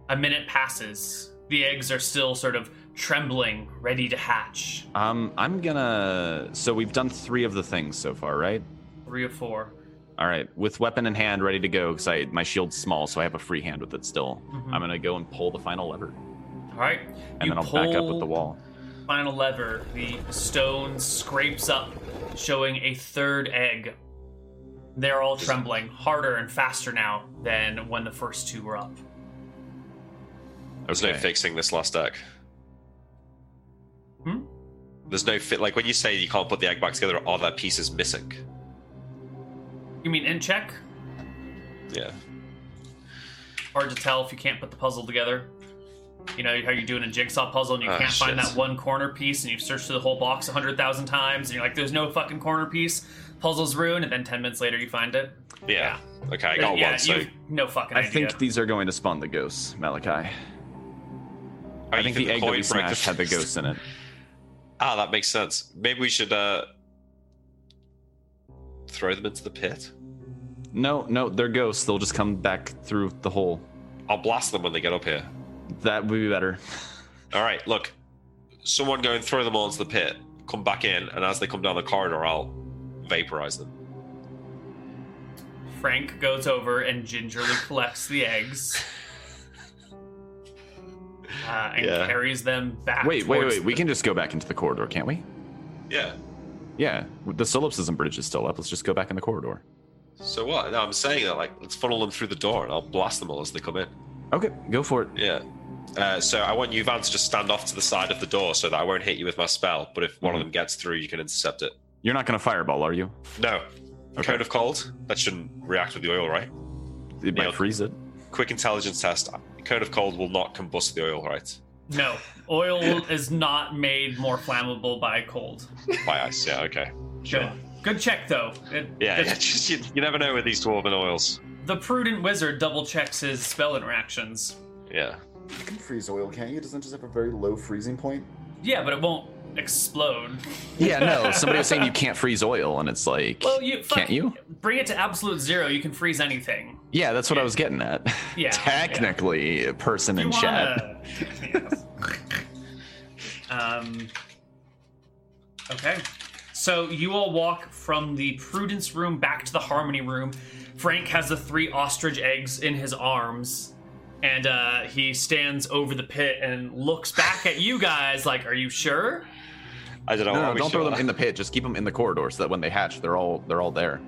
Speaker 1: A minute passes. The eggs are still sort of trembling, ready to hatch.
Speaker 2: Um, I'm gonna. So we've done three of the things so far, right?
Speaker 1: Three or four.
Speaker 2: All right, with weapon in hand, ready to go. Because I my shield's small, so I have a free hand with it still.
Speaker 1: Mhm.
Speaker 2: I'm gonna go and pull the final lever,
Speaker 1: All right.
Speaker 2: and then I'll back up with the wall.
Speaker 1: Final lever. The stone scrapes up, showing a third egg. They're all trembling, harder and faster now than when the first two were up.
Speaker 3: There's no
Speaker 2: Okay.
Speaker 3: fixing this last egg.
Speaker 1: Hmm?
Speaker 3: There's no fit. Like when you say you can't put the egg back together, are there pieces missing?
Speaker 1: You mean in check?
Speaker 3: Yeah.
Speaker 1: hard to tell if you can't put the puzzle together. You know how you're doing a jigsaw puzzle and you
Speaker 3: Ah,
Speaker 1: can't find
Speaker 3: shit.
Speaker 1: that one corner piece, and you've searched through the whole box a hundred thousand times, and you're like, "There's no fucking corner piece." Puzzle's ruined, and then ten minutes later you find it.
Speaker 3: Yeah. Okay, I got
Speaker 1: yeah,
Speaker 3: one. So
Speaker 1: you've no fucking
Speaker 2: I
Speaker 1: idea.
Speaker 2: think these are going to spawn the ghosts, Malachi.
Speaker 3: Oh,
Speaker 2: I
Speaker 3: you
Speaker 2: think the egg that
Speaker 3: coin
Speaker 2: we
Speaker 3: break
Speaker 2: smashed had the ghosts in it.
Speaker 3: Ah, that makes sense. Maybe we should uh, throw them into the pit.
Speaker 2: No, no, they're ghosts. They'll just come back through the hole.
Speaker 3: I'll blast them when they get up here.
Speaker 2: That would be better.
Speaker 3: All right, look. Someone go and throw them all into the pit. Come back in, and as they come down the corridor, I'll vaporize them.
Speaker 1: Frank goes over and gingerly collects the eggs. Uh, and
Speaker 2: Yeah.
Speaker 1: carries them back.
Speaker 2: Wait, wait,
Speaker 1: towards
Speaker 2: wait. We
Speaker 1: Ah, the-
Speaker 2: can just go back into the corridor, can't we?
Speaker 3: Yeah.
Speaker 2: Yeah, the solipsism bridge is still up. Let's just go back in the corridor.
Speaker 3: So what? No, I'm saying that like let's funnel them through the door, and I'll blast them all as they come in.
Speaker 2: Okay, go for it.
Speaker 3: Yeah. Uh, so I want you, Van, to just stand off to the side of the door so that I won't hit you with my spell. But if one
Speaker 2: Hmm.
Speaker 3: of them gets through, you can intercept it.
Speaker 2: You're not going to fireball, are you?
Speaker 3: No.
Speaker 2: Okay.
Speaker 3: Code of cold. That shouldn't react with the oil, right?
Speaker 2: It
Speaker 3: Yeah.
Speaker 2: might freeze it.
Speaker 3: Quick intelligence test. Code of cold will not combust the oil, right?
Speaker 1: No, oil is not made more flammable by cold.
Speaker 3: By ice. Yeah. Okay.
Speaker 1: Good, good check though. It-
Speaker 3: Yeah.
Speaker 1: it's-
Speaker 3: yeah just, you, you never know with these dwarven oils.
Speaker 1: The prudent wizard double checks his spell interactions.
Speaker 3: Yeah.
Speaker 4: You can freeze oil, can't you? Doesn't it just have a very low freezing point?
Speaker 1: Yeah, but it won't explode.
Speaker 2: Yeah, no. Somebody was saying you can't freeze oil, and it's like,
Speaker 1: Well, you fuck-
Speaker 2: can't you?
Speaker 1: bring it to absolute zero? You can freeze anything.
Speaker 2: Yeah, that's what I was getting at.
Speaker 1: Yeah,
Speaker 2: Technically, a person in
Speaker 1: you
Speaker 2: chat.
Speaker 1: wanna- Yes. um. Okay. So you all walk from the prudence room back to the harmony room. Frank has the three ostrich eggs in his arms, and uh, he stands over the pit and looks back at you guys like, "Are you sure?"
Speaker 3: I don't know.
Speaker 2: No,
Speaker 3: are
Speaker 2: no,
Speaker 3: we
Speaker 2: don't
Speaker 3: sure?
Speaker 2: throw them in the pit. Just keep them in the corridor so that when they hatch, they're all they're all there.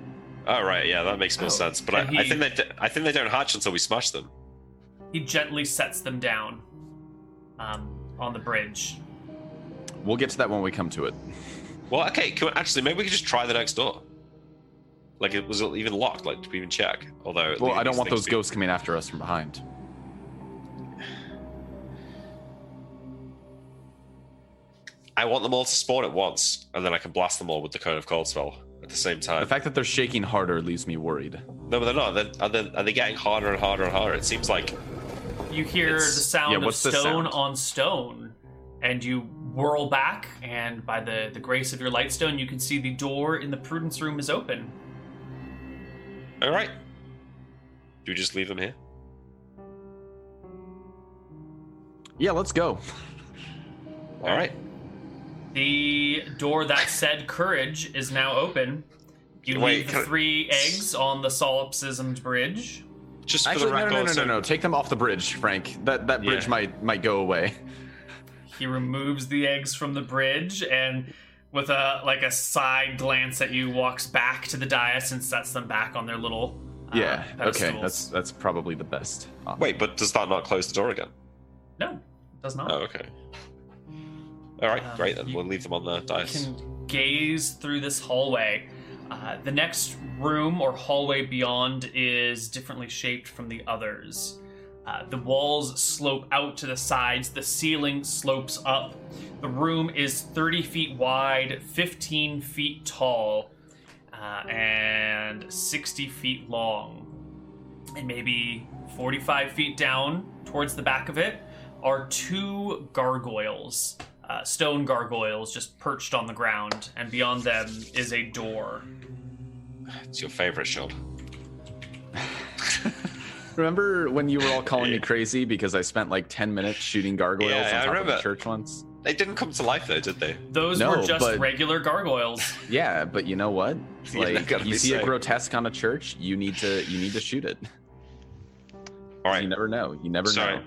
Speaker 3: Oh right. Yeah, that makes more
Speaker 1: Oh,
Speaker 3: sense. But I,
Speaker 1: and
Speaker 3: I
Speaker 1: he-
Speaker 3: think they d- I think they don't hatch until we smash them.
Speaker 1: He gently sets them down um, on the bridge.
Speaker 2: We'll get to that when we come to it.
Speaker 3: Well, okay. Can we, actually, maybe we could just try the next door. Like, it was it even locked? Like, did we even check? Although,
Speaker 2: Well,
Speaker 3: these
Speaker 2: I don't want
Speaker 3: things
Speaker 2: those
Speaker 3: be-
Speaker 2: ghosts coming after us from behind.
Speaker 3: I want them all to spawn at once, and then I can blast them all with the cone of cold spell at the same
Speaker 2: The
Speaker 3: time.
Speaker 2: fact that they're shaking harder leaves me worried.
Speaker 3: No, but they're not. They're, are, they, are they getting harder and harder and harder? It seems like
Speaker 1: You hear
Speaker 3: It's-
Speaker 1: the sound
Speaker 2: yeah,
Speaker 1: of
Speaker 2: what's the
Speaker 1: stone
Speaker 2: sound?
Speaker 1: on stone, and you whirl back, and by the, the grace of your lightstone, you can see the door in the prudence room is open.
Speaker 3: all right. Do we just leave them here?
Speaker 2: Yeah, let's go.
Speaker 3: All right.
Speaker 1: The door that said courage is now open. You
Speaker 3: Wait,
Speaker 1: leave the
Speaker 3: can I-
Speaker 1: three eggs on the solipsism bridge.
Speaker 3: Just for
Speaker 2: Actually,
Speaker 3: the
Speaker 2: no, no,
Speaker 3: record.
Speaker 2: no, no,
Speaker 3: so-
Speaker 2: no, no. Take them off the bridge, Frank. That that bridge
Speaker 3: Yeah.
Speaker 2: might might go away.
Speaker 1: He removes the eggs from the bridge and with a like a side glance at you walks back to the dais and sets them back on their little uh,
Speaker 2: yeah. Okay.
Speaker 1: pedestals.
Speaker 2: That's that's probably the best. option.
Speaker 3: Wait, but does that not close the door again?
Speaker 1: No, it does not.
Speaker 3: Oh, okay. All right,
Speaker 1: Um,
Speaker 3: great. Then
Speaker 1: you-
Speaker 3: we'll leave them on the
Speaker 1: You
Speaker 3: dice.
Speaker 1: can gaze through this hallway. Uh, the next room or hallway beyond is differently shaped from the others. Uh, the walls slope out to the sides, the ceiling slopes up. The room is 30 feet wide, 15 feet tall, uh, and 60 feet long. And maybe 45 feet down towards the back of it are two gargoyles, uh, stone gargoyles just perched on the ground, and beyond them is a door.
Speaker 3: It's your favorite shield.
Speaker 2: Remember when you were all calling me crazy because I spent like ten minutes shooting gargoyles
Speaker 3: Yeah,
Speaker 2: on
Speaker 3: I
Speaker 2: top of
Speaker 3: remember.
Speaker 2: the church once?
Speaker 3: They didn't come to life though, did they?
Speaker 1: Those
Speaker 2: No,
Speaker 1: were just
Speaker 2: but-
Speaker 1: regular gargoyles.
Speaker 2: Yeah, but you know what?
Speaker 3: Yeah, they
Speaker 2: Like
Speaker 3: gotta
Speaker 2: you
Speaker 3: be
Speaker 2: see
Speaker 3: safe.
Speaker 2: a grotesque on a church, you need to you need to shoot it.
Speaker 3: All right.
Speaker 2: You never know. You never
Speaker 3: Sorry.
Speaker 2: know.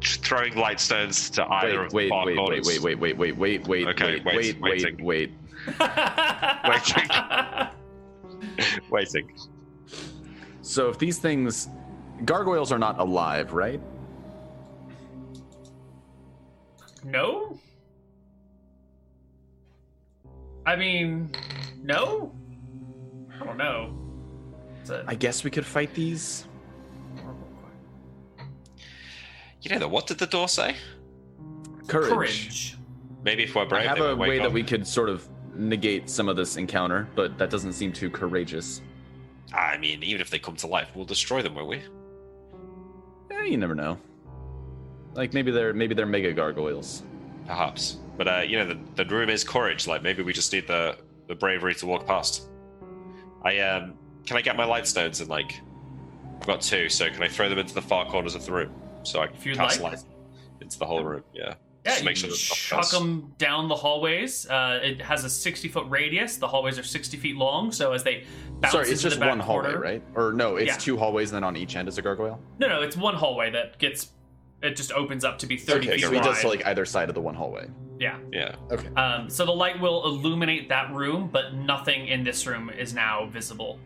Speaker 3: T- throwing light stones to either
Speaker 2: Wait,
Speaker 3: of
Speaker 2: wait,
Speaker 3: the far
Speaker 2: wait, wait,
Speaker 3: corners.
Speaker 2: wait, wait, wait, wait, wait, wait,
Speaker 3: Okay,
Speaker 2: wait,
Speaker 3: wait,
Speaker 2: wait, wait,
Speaker 3: waiting.
Speaker 2: wait.
Speaker 3: Waiting.
Speaker 2: So if these things, gargoyles are not alive, right?
Speaker 1: no? I mean, no? I don't know. It's a-
Speaker 2: I guess we could fight these.
Speaker 3: You know that. What did the door say?
Speaker 2: Courage.
Speaker 1: Courage.
Speaker 3: Maybe if we're
Speaker 2: I
Speaker 3: brave,
Speaker 2: have
Speaker 3: they
Speaker 2: a
Speaker 3: might wake
Speaker 2: way
Speaker 3: up.
Speaker 2: that we could sort of negate some of this encounter, but that doesn't seem too courageous.
Speaker 3: I mean, even if they come to life, we'll destroy them, won't we?
Speaker 2: Eh, you never know. Like maybe they're maybe they're mega gargoyles.
Speaker 3: perhaps. But uh, you know, the, the room is courage. Like maybe we just need the the bravery to walk past. I um, can I get my light stones and like, I've got two, so can I throw them into the far corners of the room so I can
Speaker 1: If you'd
Speaker 3: cast
Speaker 1: like.
Speaker 3: light into the whole room? Yeah.
Speaker 1: Yeah,
Speaker 3: Just
Speaker 1: you
Speaker 3: make sure there's nothing
Speaker 1: chuck
Speaker 3: else.
Speaker 1: them down the hallways. Uh, it has a 60 foot radius. The hallways are 60 feet long, so as they bounce
Speaker 2: Sorry, it's
Speaker 1: into
Speaker 2: just
Speaker 1: the back
Speaker 2: one hallway,
Speaker 1: corner-
Speaker 2: right? Or no, it's
Speaker 1: Yeah.
Speaker 2: two hallways, and then on each end is a gargoyle.
Speaker 1: No, no, it's one hallway that gets. It just opens up to be 30
Speaker 2: okay,
Speaker 1: feet
Speaker 2: so he
Speaker 1: wide.
Speaker 2: does to like either side of the one hallway.
Speaker 1: yeah.
Speaker 3: Yeah.
Speaker 4: Okay.
Speaker 1: Um, so the light will illuminate that room, but nothing in this room is now visible.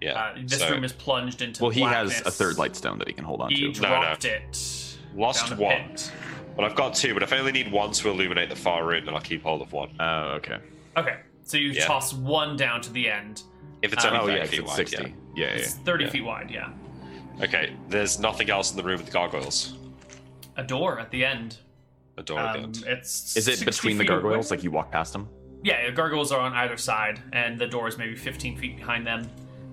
Speaker 3: Yeah.
Speaker 1: Uh, this
Speaker 3: so,
Speaker 1: room is plunged into.
Speaker 2: Well, he has a
Speaker 1: blackness.
Speaker 2: third light stone that he can hold on
Speaker 1: He
Speaker 2: to.
Speaker 3: No, no.
Speaker 1: dropped it.
Speaker 3: Lost
Speaker 1: down the
Speaker 3: one.
Speaker 1: pit.
Speaker 3: But I've got two. But if I only need one to illuminate the far room, then I'll keep hold of one.
Speaker 2: Oh, okay.
Speaker 1: Okay, so you
Speaker 3: Yeah.
Speaker 1: toss one down to the end.
Speaker 3: If it's
Speaker 1: Um,
Speaker 2: Oh
Speaker 3: only
Speaker 2: yeah,
Speaker 3: 30
Speaker 2: 'cause
Speaker 3: feet
Speaker 2: it's
Speaker 3: wide,
Speaker 2: sixty. Yeah, yeah.
Speaker 3: yeah.
Speaker 2: yeah.
Speaker 1: It's 30
Speaker 3: Yeah.
Speaker 1: feet wide, yeah.
Speaker 3: Okay, there's nothing else in the room with the gargoyles.
Speaker 1: A door at the end.
Speaker 3: A door at the
Speaker 1: Um,
Speaker 3: end.
Speaker 1: it's
Speaker 2: Is it
Speaker 1: 60
Speaker 2: between the
Speaker 1: feet away.
Speaker 2: gargoyles? Like you walk past them?
Speaker 1: Yeah, the gargoyles are on either side, and the door is maybe 15 feet behind them.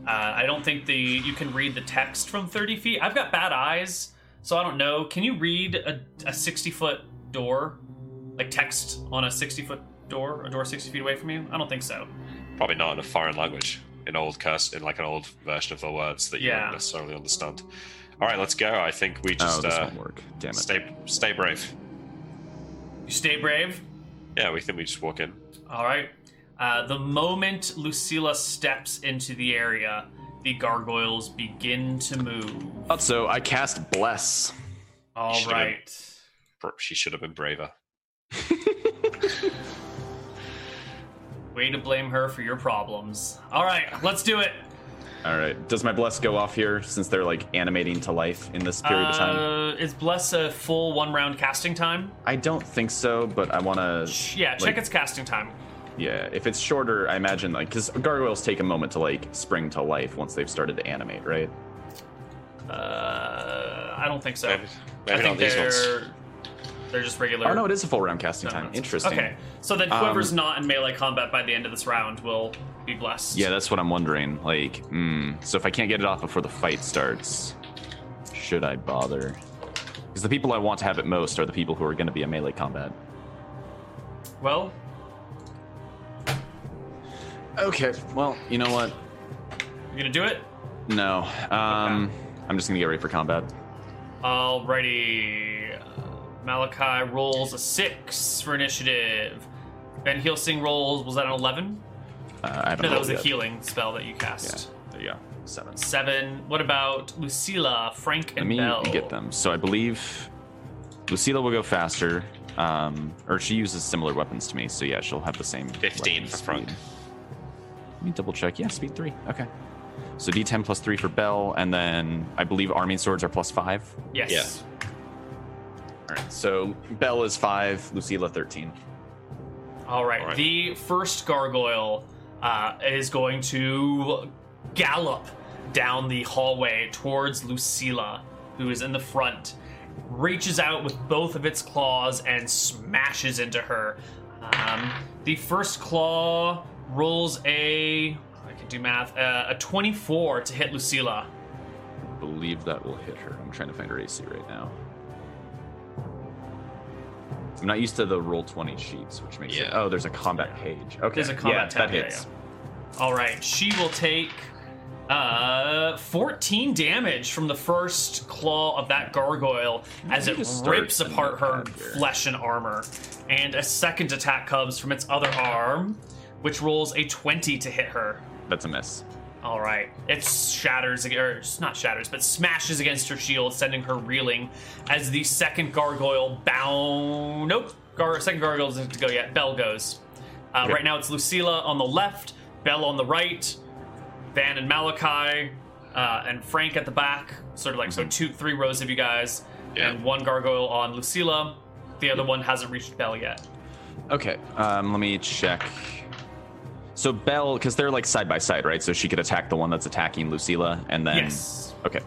Speaker 1: Uh, I don't think the you can read the text from 30 feet. I've got bad eyes, so I don't know. Can you read a, a 60 foot door, like text on a 60 foot door, a door 60 feet away from you? I don't think so.
Speaker 3: Probably not in a foreign language. In old curse, in like an old version of the words that you
Speaker 1: Yeah.
Speaker 3: don't necessarily understand. All right, let's go. I think we
Speaker 2: Oh,
Speaker 3: just
Speaker 2: this
Speaker 3: uh,
Speaker 2: won't work. Damn it.
Speaker 3: stay stay brave.
Speaker 1: You stay brave.
Speaker 3: Yeah, we think we just walk in.
Speaker 1: All right. Uh, the moment Lucilla steps into the area, the gargoyles begin to move.
Speaker 2: Also, I cast bless.
Speaker 1: All
Speaker 3: Should've-
Speaker 1: right.
Speaker 3: Br- She should have been braver.
Speaker 1: Way to blame her for your problems. All right, let's do it.
Speaker 2: All right. Does my bless go off here since they're like animating to life in this period of time?
Speaker 1: Uh, is Bless a full one round casting time?
Speaker 2: I don't think so, but I want to.
Speaker 1: Yeah, check
Speaker 2: Like-
Speaker 1: its casting time.
Speaker 2: Yeah, if it's shorter, I imagine like because gargoyles take a moment to like spring to life once they've started to animate, right?
Speaker 1: Uh, I don't think so.
Speaker 3: Maybe,
Speaker 1: I
Speaker 3: maybe
Speaker 1: think
Speaker 3: not these ones.
Speaker 1: they're they're just regular.
Speaker 2: Oh no, it is a full round casting time.
Speaker 1: rounds.
Speaker 2: Interesting.
Speaker 1: Okay, so then
Speaker 2: Um,
Speaker 1: whoever's not in melee combat by the end of this round will be blessed.
Speaker 2: Yeah, that's what I'm wondering. Like, mm, so if I can't get it off before the fight starts, should I bother? Because the people I want to have it most are the people who are going to be in melee combat.
Speaker 1: Well,
Speaker 2: Okay. Well, you know what?
Speaker 1: you're gonna do it.
Speaker 2: No. Um, I'm just going to get ready for combat.
Speaker 1: Alrighty. Uh, Malachi rolls a six for initiative. Van Helsing rolls. Was that an eleven?
Speaker 2: Uh, I haven't
Speaker 1: No, that
Speaker 2: rolled
Speaker 1: was a
Speaker 2: yet.
Speaker 1: healing spell that you
Speaker 2: Yeah.
Speaker 1: cast.
Speaker 2: There you go. Seven.
Speaker 1: Seven. What about Lucilla, Frank, and
Speaker 2: Let me
Speaker 1: Bell?
Speaker 2: get them. So I believe Lucila will go faster, um, or she uses similar weapons to me. So yeah, she'll have the same.
Speaker 3: 15
Speaker 2: weapon
Speaker 3: for Frank.
Speaker 2: speed. Let me double check. Yeah, speed three. Okay. So D10 plus three for Bell, and then I believe arming swords are plus five.
Speaker 1: Yes.
Speaker 2: All right. So Bell is five, Lucila thirteen.
Speaker 1: All right.
Speaker 3: All right.
Speaker 1: The first gargoyle uh, is going to gallop down the hallway towards Lucilla, who is in the front, reaches out with both of its claws and smashes into her. Um, the first claw rolls a. I can do math. Uh, a 24 to hit Lucilla.
Speaker 2: I believe that will hit her. I'm trying to find her AC right now. I'm not used to the roll twenty sheets, which makes it.
Speaker 3: Yeah.
Speaker 2: Oh, there's a combat page. Okay.
Speaker 1: There's a combat
Speaker 2: yeah,
Speaker 1: tab,
Speaker 2: That
Speaker 1: yeah,
Speaker 2: hits.
Speaker 1: yeah. All right, she will take uh 14 damage from the first claw of that gargoyle as
Speaker 2: Let
Speaker 1: it
Speaker 2: me just start
Speaker 1: rips
Speaker 2: a new
Speaker 1: apart her
Speaker 2: tab here.
Speaker 1: flesh and armor. And a second attack comes from its other arm, which rolls a 20 to hit her.
Speaker 2: That's a miss.
Speaker 1: All right. It shatters, or not shatters, but smashes against her shield, sending her reeling as the second gargoyle bound. Nope. Gar- second gargoyle doesn't have to go yet. Bell goes. Uh,
Speaker 2: Okay.
Speaker 1: Right now it's Lucilla on the left, Bell on the right, Van and Malachi, uh, and Frank at the back. Sort of like
Speaker 2: Mm-hmm.
Speaker 1: so, two, three rows of you guys,
Speaker 3: Yeah.
Speaker 1: and one gargoyle on Lucilla. The
Speaker 2: Mm-hmm.
Speaker 1: other one hasn't reached Bell yet.
Speaker 2: Okay, um, let me check. So Belle, because they're like side by side, right? So she could attack the one that's attacking Lucilla, and then
Speaker 1: Yes.
Speaker 2: Okay,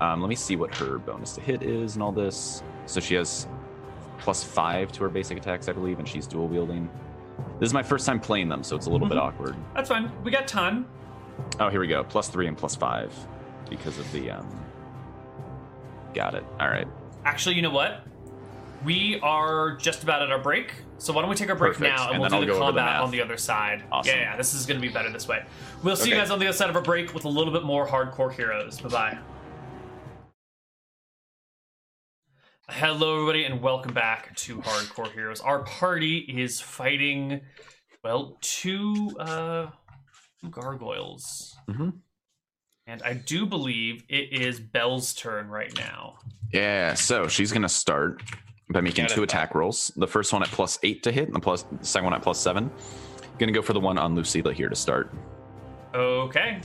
Speaker 2: um, let me see what her bonus to hit is and all this. So she has plus five to her basic attacks, I believe, and she's dual wielding. This is my first time playing them, so it's a little bit
Speaker 1: Mhm.
Speaker 2: awkward.
Speaker 1: That's fine. We got time.
Speaker 2: Oh, here we go. Plus three and plus five because of the. Um... Got it. All right.
Speaker 1: Actually, you know what? We are just about at our break, so why don't we take our break
Speaker 2: Perfect.
Speaker 1: now and,
Speaker 2: And
Speaker 1: we'll
Speaker 2: then
Speaker 1: do
Speaker 2: I'll
Speaker 1: the
Speaker 2: go over the
Speaker 1: combat
Speaker 2: math.
Speaker 1: on the other side.
Speaker 2: Awesome.
Speaker 1: Yeah, yeah, this is going to be better this way. We'll see you
Speaker 2: Okay.
Speaker 1: guys on the other side of our break with a little bit more hardcore heroes. Bye bye. Hello, everybody, and welcome back to Hardcore Heroes. Our party is fighting, well, two uh, gargoyles.
Speaker 2: Mhm.
Speaker 1: And I do believe it is Belle's turn right now.
Speaker 2: Yeah, so she's gonna start by making
Speaker 3: Get it,
Speaker 2: two attack rolls. The first one at plus eight to hit, and the plus the second one at plus seven. Gonna go for the one on Lucila here to start.
Speaker 1: Okay,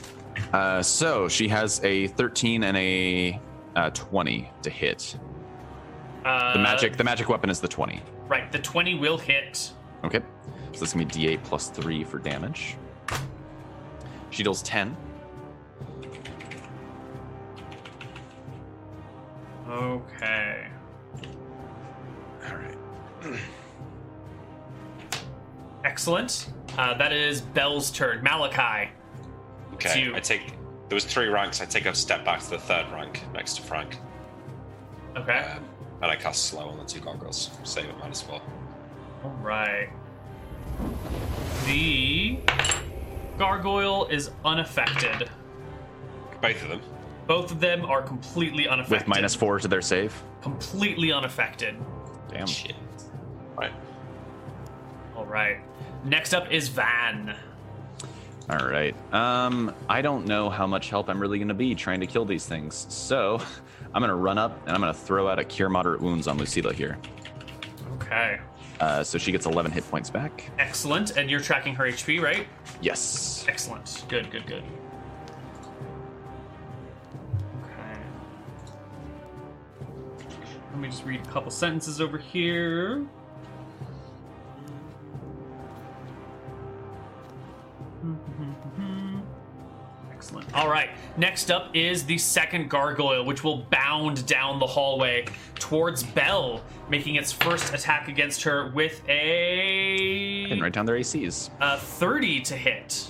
Speaker 2: Uh, so she has a 13 and a uh, 20 to hit.
Speaker 1: Uh,
Speaker 2: The magic, the magic weapon is the 20.
Speaker 1: Right, the 20 will hit.
Speaker 2: Okay, so that's gonna be D8 plus three for damage. She deals 10.
Speaker 1: Okay.
Speaker 3: All right.
Speaker 1: Excellent. Uh, that is Bell's turn. Malachi. It's
Speaker 3: Okay.
Speaker 1: you.
Speaker 3: I take. There was three ranks. I take a step back to the third rank next to Frank,
Speaker 1: Okay.
Speaker 3: um, and I cast slow on the two gargoyles. Save it, might as well.
Speaker 1: All right. The gargoyle is unaffected.
Speaker 3: Both of them.
Speaker 1: Both of them are completely unaffected.
Speaker 2: With minus four to their save.
Speaker 1: Completely unaffected.
Speaker 2: Damn.
Speaker 3: Shit. Right.
Speaker 1: All right. Next up is Van.
Speaker 2: All right. Um, I don't know how much help I'm really gonna be trying to kill these things. So I'm gonna run up and I'm gonna throw out a cure moderate wounds on Lucila here.
Speaker 1: Okay.
Speaker 2: Uh, so she gets 11 hit points back.
Speaker 1: Excellent. And you're tracking her HP, right?
Speaker 2: Yes.
Speaker 1: Excellent. Good, good, good. Okay. Let me just read a couple sentences over here. Excellent. All right. Next up is the second gargoyle, which will bound down the hallway towards Belle, making its first attack against her with a
Speaker 2: And write down their ACs.
Speaker 1: a 30 to hit.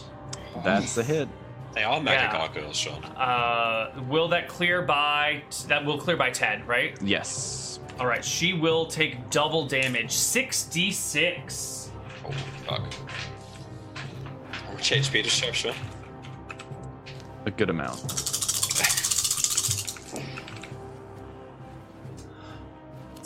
Speaker 2: That's a hit.
Speaker 3: They are mega
Speaker 1: Yeah.
Speaker 3: gargoyles, Sean.
Speaker 1: Uh, will that clear by that will clear by 10 right
Speaker 2: Yes.
Speaker 1: all right she will take double damage 6d6
Speaker 3: Oh fuck. Which HP does she have, Sean?
Speaker 2: A good amount.
Speaker 1: What's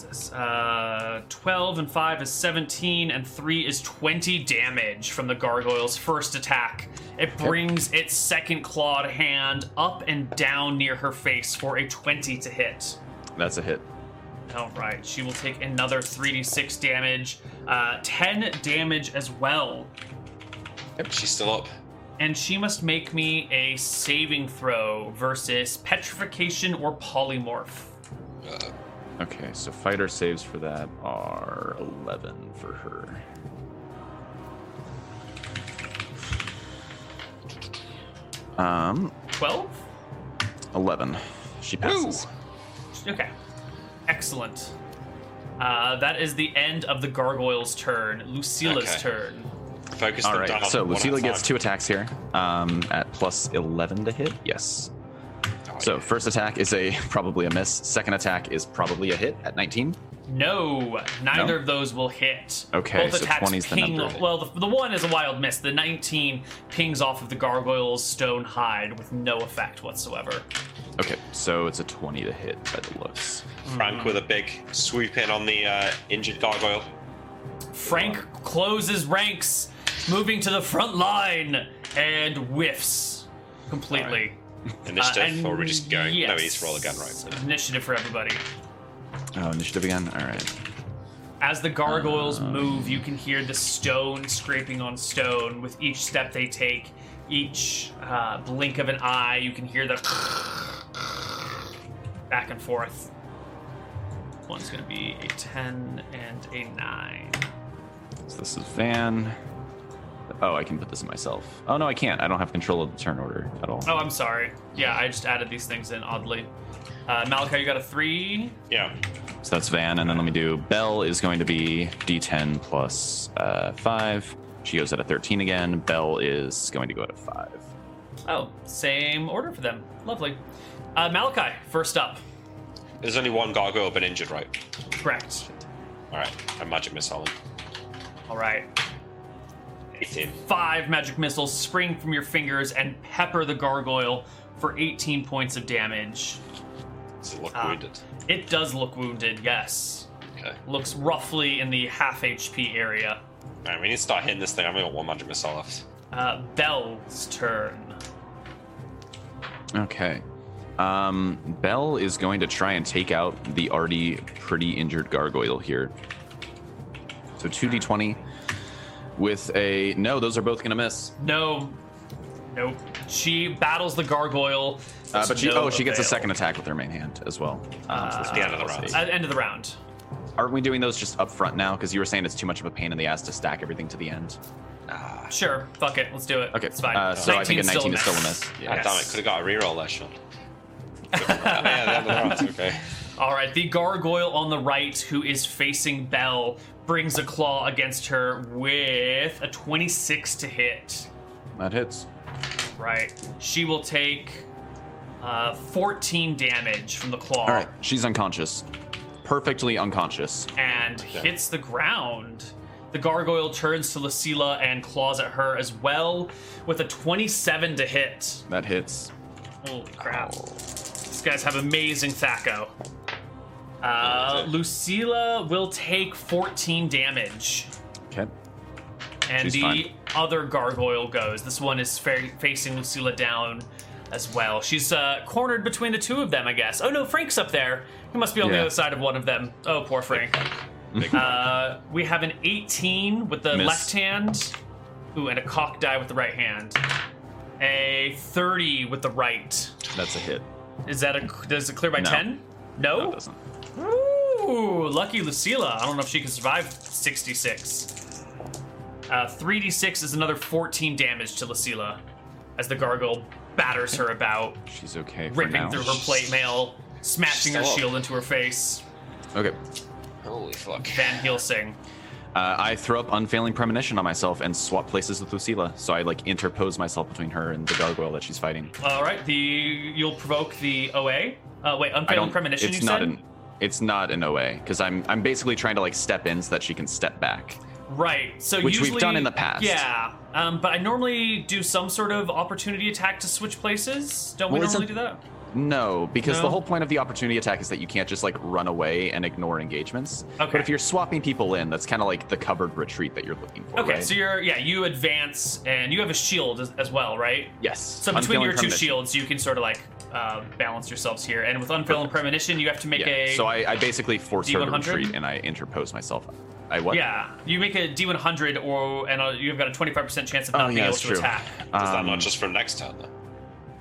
Speaker 1: this? uh 12 and 5 is 17 and 3 is 20 damage from the gargoyle's first attack it brings its second clawed hand up and down near her face for a 20 to hit
Speaker 2: That's a hit.
Speaker 1: All right, she will take another 3d6 damage, uh, 10 damage as well,
Speaker 3: Yep, she's still up.
Speaker 1: and she must make me a saving throw versus petrification or polymorph.
Speaker 3: Uh,
Speaker 2: Okay, so fighter saves for that are 11 for her. Um,
Speaker 1: 12?
Speaker 2: 11. She passes.
Speaker 1: Okay. Excellent. Uh, that is the end of the gargoyle's turn. Lucila's
Speaker 3: Okay.
Speaker 1: turn.
Speaker 3: focus
Speaker 2: All
Speaker 3: them
Speaker 2: right,
Speaker 3: down.
Speaker 2: so
Speaker 3: one at a
Speaker 2: Lucila gets two
Speaker 3: time.
Speaker 2: attacks here um, at plus 11 to hit. Yes.
Speaker 3: Oh,
Speaker 2: So
Speaker 3: yeah.
Speaker 2: first attack is a probably a miss. Second attack is probably a hit at 19.
Speaker 1: No, neither of those will hit.
Speaker 2: Okay,
Speaker 1: Both
Speaker 2: so
Speaker 1: attacks
Speaker 2: 20 is the
Speaker 1: ping.
Speaker 2: number.
Speaker 1: well, the, the one is a wild miss. The 19 pings off of the gargoyle's stone hide with no effect whatsoever.
Speaker 2: Okay, so it's a 20 to hit by the looks.
Speaker 3: Frank with a big swoop in on the uh, injured gargoyle.
Speaker 1: Frank closes ranks, moving to the front line, and whiffs completely. Uh,
Speaker 3: Initiative,
Speaker 1: and
Speaker 3: or we're just going. No, we need
Speaker 1: yes,
Speaker 3: to roll again, right?
Speaker 1: Initiative for everybody.
Speaker 2: Oh, initiative again. All right.
Speaker 1: As the gargoyles move, you can hear the stone scraping on stone with each step they take. Each uh, blink of an eye, you can hear the back and forth. One's going to be a 10 and a 9.
Speaker 2: So this is Van. Oh, I can put this in myself. Oh no, I can't. I don't have control of the turn order at all.
Speaker 1: Oh, I'm sorry. Yeah, I just added these things in oddly. Uh, Malachi, you got a 3.
Speaker 3: Yeah.
Speaker 2: So that's Van, and then let me do. Bell is going to be D10 plus uh, five. She goes at a 13 again. Bell is going to go at a five.
Speaker 1: Oh, same order for them. Lovely. Uh, Malachi, first up.
Speaker 3: There's only one gargoyle been injured, right?
Speaker 1: Correct.
Speaker 3: All right, a magic missile. him.
Speaker 1: All right.
Speaker 3: Eighteen.
Speaker 1: Five magic missiles spring from your fingers and pepper the gargoyle for 18 points of damage.
Speaker 3: Does it look
Speaker 1: Ah.
Speaker 3: wounded?
Speaker 1: It does look wounded, yes.
Speaker 3: Okay.
Speaker 1: Looks roughly in the half HP area.
Speaker 3: All right, we need to start hitting this thing. I've only got one magic missile left.
Speaker 1: Uh, Bell's turn.
Speaker 2: Okay. Um, Bell is going to try and take out the already pretty injured gargoyle here. So 2d20 with a. No, those are both going to miss. Uh,
Speaker 1: No. Nope. She battles the gargoyle.
Speaker 2: Uh, but she.
Speaker 1: No
Speaker 2: Oh, she gets a
Speaker 1: avail.
Speaker 2: second attack with her main hand as well. Um, so that's
Speaker 1: Uh,
Speaker 3: the end of the
Speaker 2: plus
Speaker 3: round.
Speaker 2: eight.
Speaker 1: At the end of the round.
Speaker 2: Aren't we doing those just up front now? Because you were saying it's too much of a pain in the ass to stack everything to the end.
Speaker 1: Sure. Fuck it. Let's do it.
Speaker 2: Okay,
Speaker 1: It's fine.
Speaker 2: uh, so I think a
Speaker 1: 19's
Speaker 2: 19 is still a miss. Yeah.
Speaker 3: Ah, damn it!
Speaker 1: Yes.
Speaker 3: Could have got a reroll there, Sean. Ah, yeah, the end of the round's okay.
Speaker 1: All right, the gargoyle on the right, who is facing Belle, brings a claw against her with a 26 to hit.
Speaker 2: That hits.
Speaker 1: Right. She will take uh, 14 damage from the claw
Speaker 2: All right, she's unconscious. Perfectly unconscious.
Speaker 1: and hits the ground. The gargoyle turns to Lucilla and claws at her as well with a 27 to hit.
Speaker 2: That hits.
Speaker 1: Holy crap. These guys have amazing Thaco. Uh, Lucilla will take 14 damage.
Speaker 2: Okay.
Speaker 1: And
Speaker 2: She's
Speaker 1: the
Speaker 2: fine.
Speaker 1: other gargoyle goes. This one is fa- facing Lucilla down as well. She's uh, cornered between the two of them, I guess. Oh no, Frank's up there. He must be on the
Speaker 2: Yeah.
Speaker 1: other side of one of them. Oh, poor Frank.
Speaker 3: Big
Speaker 1: Uh, we have an 18 with the
Speaker 2: Miss.
Speaker 1: left hand. Ooh, and a cock die with the right hand. A 30 with the right.
Speaker 2: That's a hit.
Speaker 1: Is that a does it clear by
Speaker 2: No.
Speaker 1: ten?
Speaker 2: That
Speaker 1: No.
Speaker 2: doesn't.
Speaker 1: Ooh, lucky Lucilla. I don't know if she can survive sixty-six. Uh, 3d6 is another 14 damage to Lucilla as the gargoyle batters her about,
Speaker 2: She's okay. For
Speaker 1: ripping
Speaker 2: now.
Speaker 1: through her plate mail, smashing her
Speaker 3: She's still up.
Speaker 1: shield into her face.
Speaker 2: Okay.
Speaker 3: Holy fuck!
Speaker 1: Van Helsing.
Speaker 2: Uh, I throw up unfailing premonition on myself and swap places with Lucilla, so I like interpose myself between her and the gargoyle that she's fighting.
Speaker 1: All right, the you'll provoke the OA. Uh, wait,
Speaker 2: I
Speaker 1: unfailing
Speaker 2: don't.
Speaker 1: premonition.
Speaker 2: It's
Speaker 1: you
Speaker 2: not
Speaker 1: said?
Speaker 2: an. It's not an OA because I'm I'm basically trying to like step in so that she can step back.
Speaker 1: Right. So
Speaker 2: Which we've
Speaker 1: usually-
Speaker 2: done in the past.
Speaker 1: Yeah. Um, but I normally do some sort of opportunity attack to switch places. Don't we
Speaker 2: Well, it's
Speaker 1: normally
Speaker 2: a-
Speaker 1: do that?
Speaker 2: No, because
Speaker 1: No?
Speaker 2: the whole point of the opportunity attack is that you can't just like run away and ignore engagements.
Speaker 1: Okay.
Speaker 2: But if you're swapping people in, that's kind of like the covered retreat that you're looking for.
Speaker 1: Okay.
Speaker 2: right?
Speaker 1: So you're yeah you advance and you have a shield as, as well, right?
Speaker 2: yes.
Speaker 1: So between
Speaker 2: Unfailing
Speaker 1: your two
Speaker 2: premonition.
Speaker 1: shields, you can sort of like uh, balance yourselves here. And with unfailing premonition, you have to make
Speaker 2: Yeah.
Speaker 1: a
Speaker 2: so I, I basically force her to
Speaker 1: D100?
Speaker 2: retreat and I interpose myself. I what?
Speaker 1: yeah you make a D100 or and uh you've got a 25% chance of
Speaker 2: Oh,
Speaker 1: not being
Speaker 2: yeah,
Speaker 1: able
Speaker 2: that's
Speaker 1: to
Speaker 2: true.
Speaker 1: attack.
Speaker 3: Is that
Speaker 2: Um,
Speaker 3: not just from next turn though?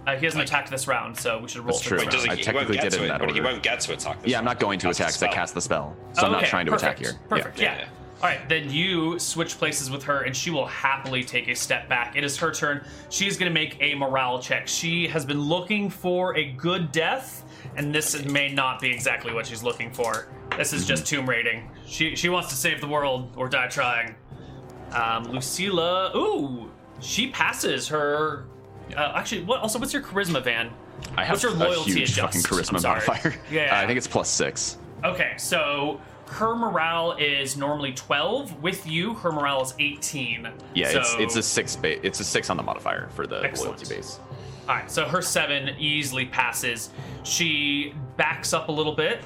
Speaker 1: Uh, he hasn't attacked this round, so we should roll.
Speaker 2: That's
Speaker 1: for
Speaker 2: true.
Speaker 1: this
Speaker 2: Wait,
Speaker 1: round.
Speaker 3: Does he,
Speaker 2: I
Speaker 3: he won't
Speaker 2: technically
Speaker 3: get
Speaker 2: did it
Speaker 3: to
Speaker 2: in
Speaker 3: it,
Speaker 2: that
Speaker 3: but he
Speaker 2: order.
Speaker 3: won't get to attack this
Speaker 2: Yeah, I'm
Speaker 3: round.
Speaker 2: not going to
Speaker 3: Cast a
Speaker 2: attack 'cause I
Speaker 3: spell.
Speaker 2: cast the spell. So I'm not
Speaker 1: Okay,
Speaker 2: trying to
Speaker 1: perfect,
Speaker 2: attack here. Yeah.
Speaker 1: Perfect. Yeah.
Speaker 3: Yeah, yeah.
Speaker 1: All right, then you switch places with her, and she will happily take a step back. It is her turn. She is going to make a morale check. She has been looking for a good death, and this may not be exactly what she's looking for. This is
Speaker 2: Mhm.
Speaker 1: just tomb raiding. She she wants to save the world or die trying. Um, Lucilla, ooh, she passes her. Uh, actually, what? Also, what's your charisma, Van?
Speaker 2: I have
Speaker 1: What's your loyalty
Speaker 2: a huge
Speaker 1: adjust?
Speaker 2: fucking
Speaker 1: I'm
Speaker 2: charisma
Speaker 1: sorry.
Speaker 2: modifier.
Speaker 1: Yeah.
Speaker 2: Uh, I think it's plus six.
Speaker 1: Okay, so her morale is normally 12. With you, her morale is 18.
Speaker 2: Yeah,
Speaker 1: so,
Speaker 2: it's it's a six. Ba- it's a six on the modifier for the
Speaker 1: Excellent.
Speaker 2: loyalty base.
Speaker 1: All right, so her 7 easily passes. She backs up a little bit,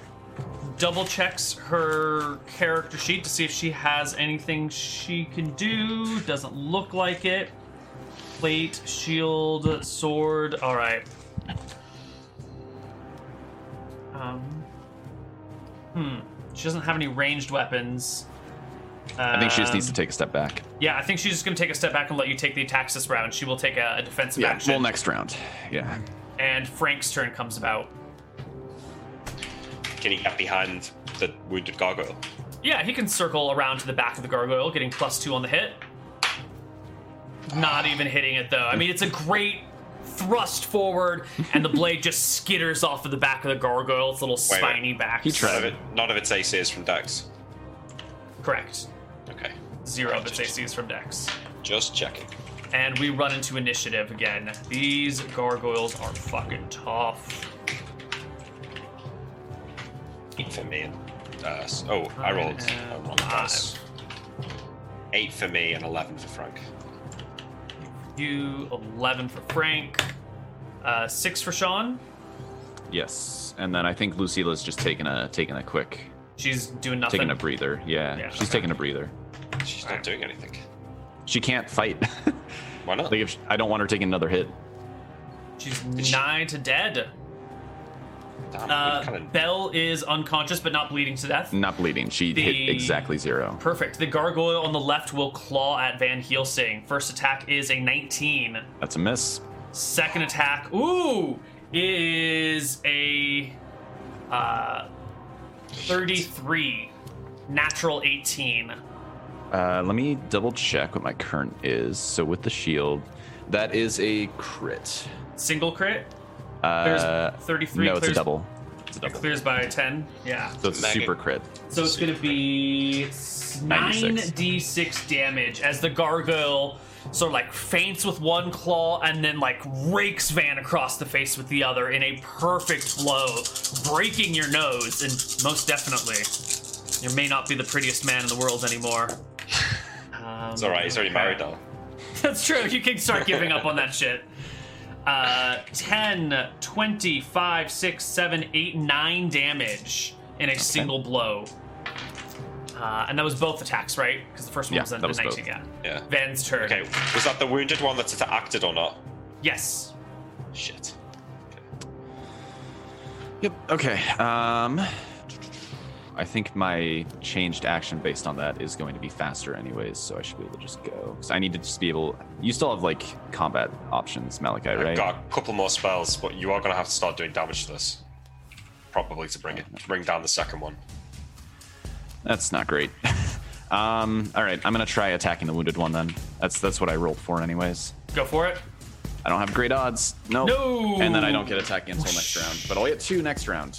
Speaker 1: double checks her character sheet to see if she has anything she can do. Doesn't look like it. Plate, shield, sword. All right. Um, hmm. She doesn't have any ranged weapons. Um,
Speaker 2: I think she just needs to take a step back.
Speaker 1: Yeah, I think she's just going to take a step back and let you take the attacks this round. She will take a, a defensive
Speaker 2: Yeah.
Speaker 1: action.
Speaker 2: Well, next round. Yeah.
Speaker 1: And Frank's turn comes about.
Speaker 3: Can he get behind the wounded gargoyle?
Speaker 1: Yeah, he can circle around to the back of the gargoyle, getting plus two on the hit. Not even hitting it, though. I mean, it's a great thrust forward, and the blade just skitters off of the back of the gargoyle, its little
Speaker 3: Wait, wait.
Speaker 1: spiny back.
Speaker 2: He
Speaker 3: None
Speaker 2: tried.
Speaker 3: of it. None of its AC is from Dex.
Speaker 1: Correct.
Speaker 3: Okay,
Speaker 1: Zero of its ACs from Dex.
Speaker 3: just checking.
Speaker 1: And we run into initiative again. These gargoyles are fucking tough.
Speaker 3: Even for me. Uh, s- oh, I rolled.
Speaker 1: I
Speaker 3: I
Speaker 1: am
Speaker 3: rolled
Speaker 1: Uh,
Speaker 3: dice. Eight for me and eleven for Frank.
Speaker 1: You 11 for Frank, uh, 6 for Sean.
Speaker 2: Yes, and then I think Lucila's just taking a taking a quick
Speaker 1: She's doing nothing.
Speaker 2: taking a breather. Yeah,
Speaker 1: Yeah,
Speaker 2: she's
Speaker 1: okay.
Speaker 2: taking a breather.
Speaker 3: She's
Speaker 1: Alright.
Speaker 3: not doing anything.
Speaker 2: She can't fight.
Speaker 3: Why not?
Speaker 2: like if she, I don't want her taking another hit.
Speaker 1: She's
Speaker 3: she-
Speaker 1: nigh to dead.
Speaker 3: Damn,
Speaker 1: Uh,
Speaker 3: we kinda-
Speaker 1: Belle is unconscious but not bleeding to death.
Speaker 2: Not bleeding. She hit
Speaker 1: The-
Speaker 2: exactly zero.
Speaker 1: Perfect. The gargoyle on the left will claw at Van Helsing. First attack is a 19.
Speaker 2: That's a miss.
Speaker 1: Second attack, ooh, is a uh, 33. Natural 18.
Speaker 2: Uh, let me double check what my current is. So with the shield, that is a crit.
Speaker 1: Single crit. Clears
Speaker 2: Uh,
Speaker 1: 33.
Speaker 2: no, it's a
Speaker 1: clears-
Speaker 2: double. It's a
Speaker 1: It
Speaker 2: double.
Speaker 1: clears by 10. Yeah.
Speaker 2: So it's
Speaker 3: Mega-
Speaker 2: super crit.
Speaker 1: So it's going to be 9d6 damage as the gargoyle sort of like faints with one claw and then like rakes Van across the face with the other in a perfect blow, breaking your nose. And most definitely, you may not be the prettiest man in the world anymore. Um,
Speaker 3: It's all right. He's already married now.
Speaker 1: That's true. You can start giving up on that shit. Uh, 10, 20, 5, 6, 7, 8, 9 damage in a single blow. Uh, and that was both attacks, right? Because the first one
Speaker 2: Yeah,
Speaker 1: was a
Speaker 2: that was
Speaker 1: 19,
Speaker 2: both.
Speaker 1: yeah.
Speaker 3: Yeah.
Speaker 1: Van's turn.
Speaker 3: Okay. Was that the wounded one that's acted or not?
Speaker 1: Yes.
Speaker 3: Shit.
Speaker 2: Yep. Okay. Um, I think my changed action based on that is going to be faster, anyways. So I should be able to just go. Because I need to just be able. You still have like combat options, Malachi,
Speaker 3: I've
Speaker 2: right?
Speaker 3: got a couple more spells, but you are going to have to start doing damage to this, probably to bring it to bring down the second one.
Speaker 2: That's not great. um, all right, I'm gonna try attacking the wounded one then. That's that's what I rolled for, anyways.
Speaker 1: Go for it.
Speaker 2: I don't have great odds. No.
Speaker 1: No!
Speaker 2: And then I don't get attacked until next round. But I'll get two next round.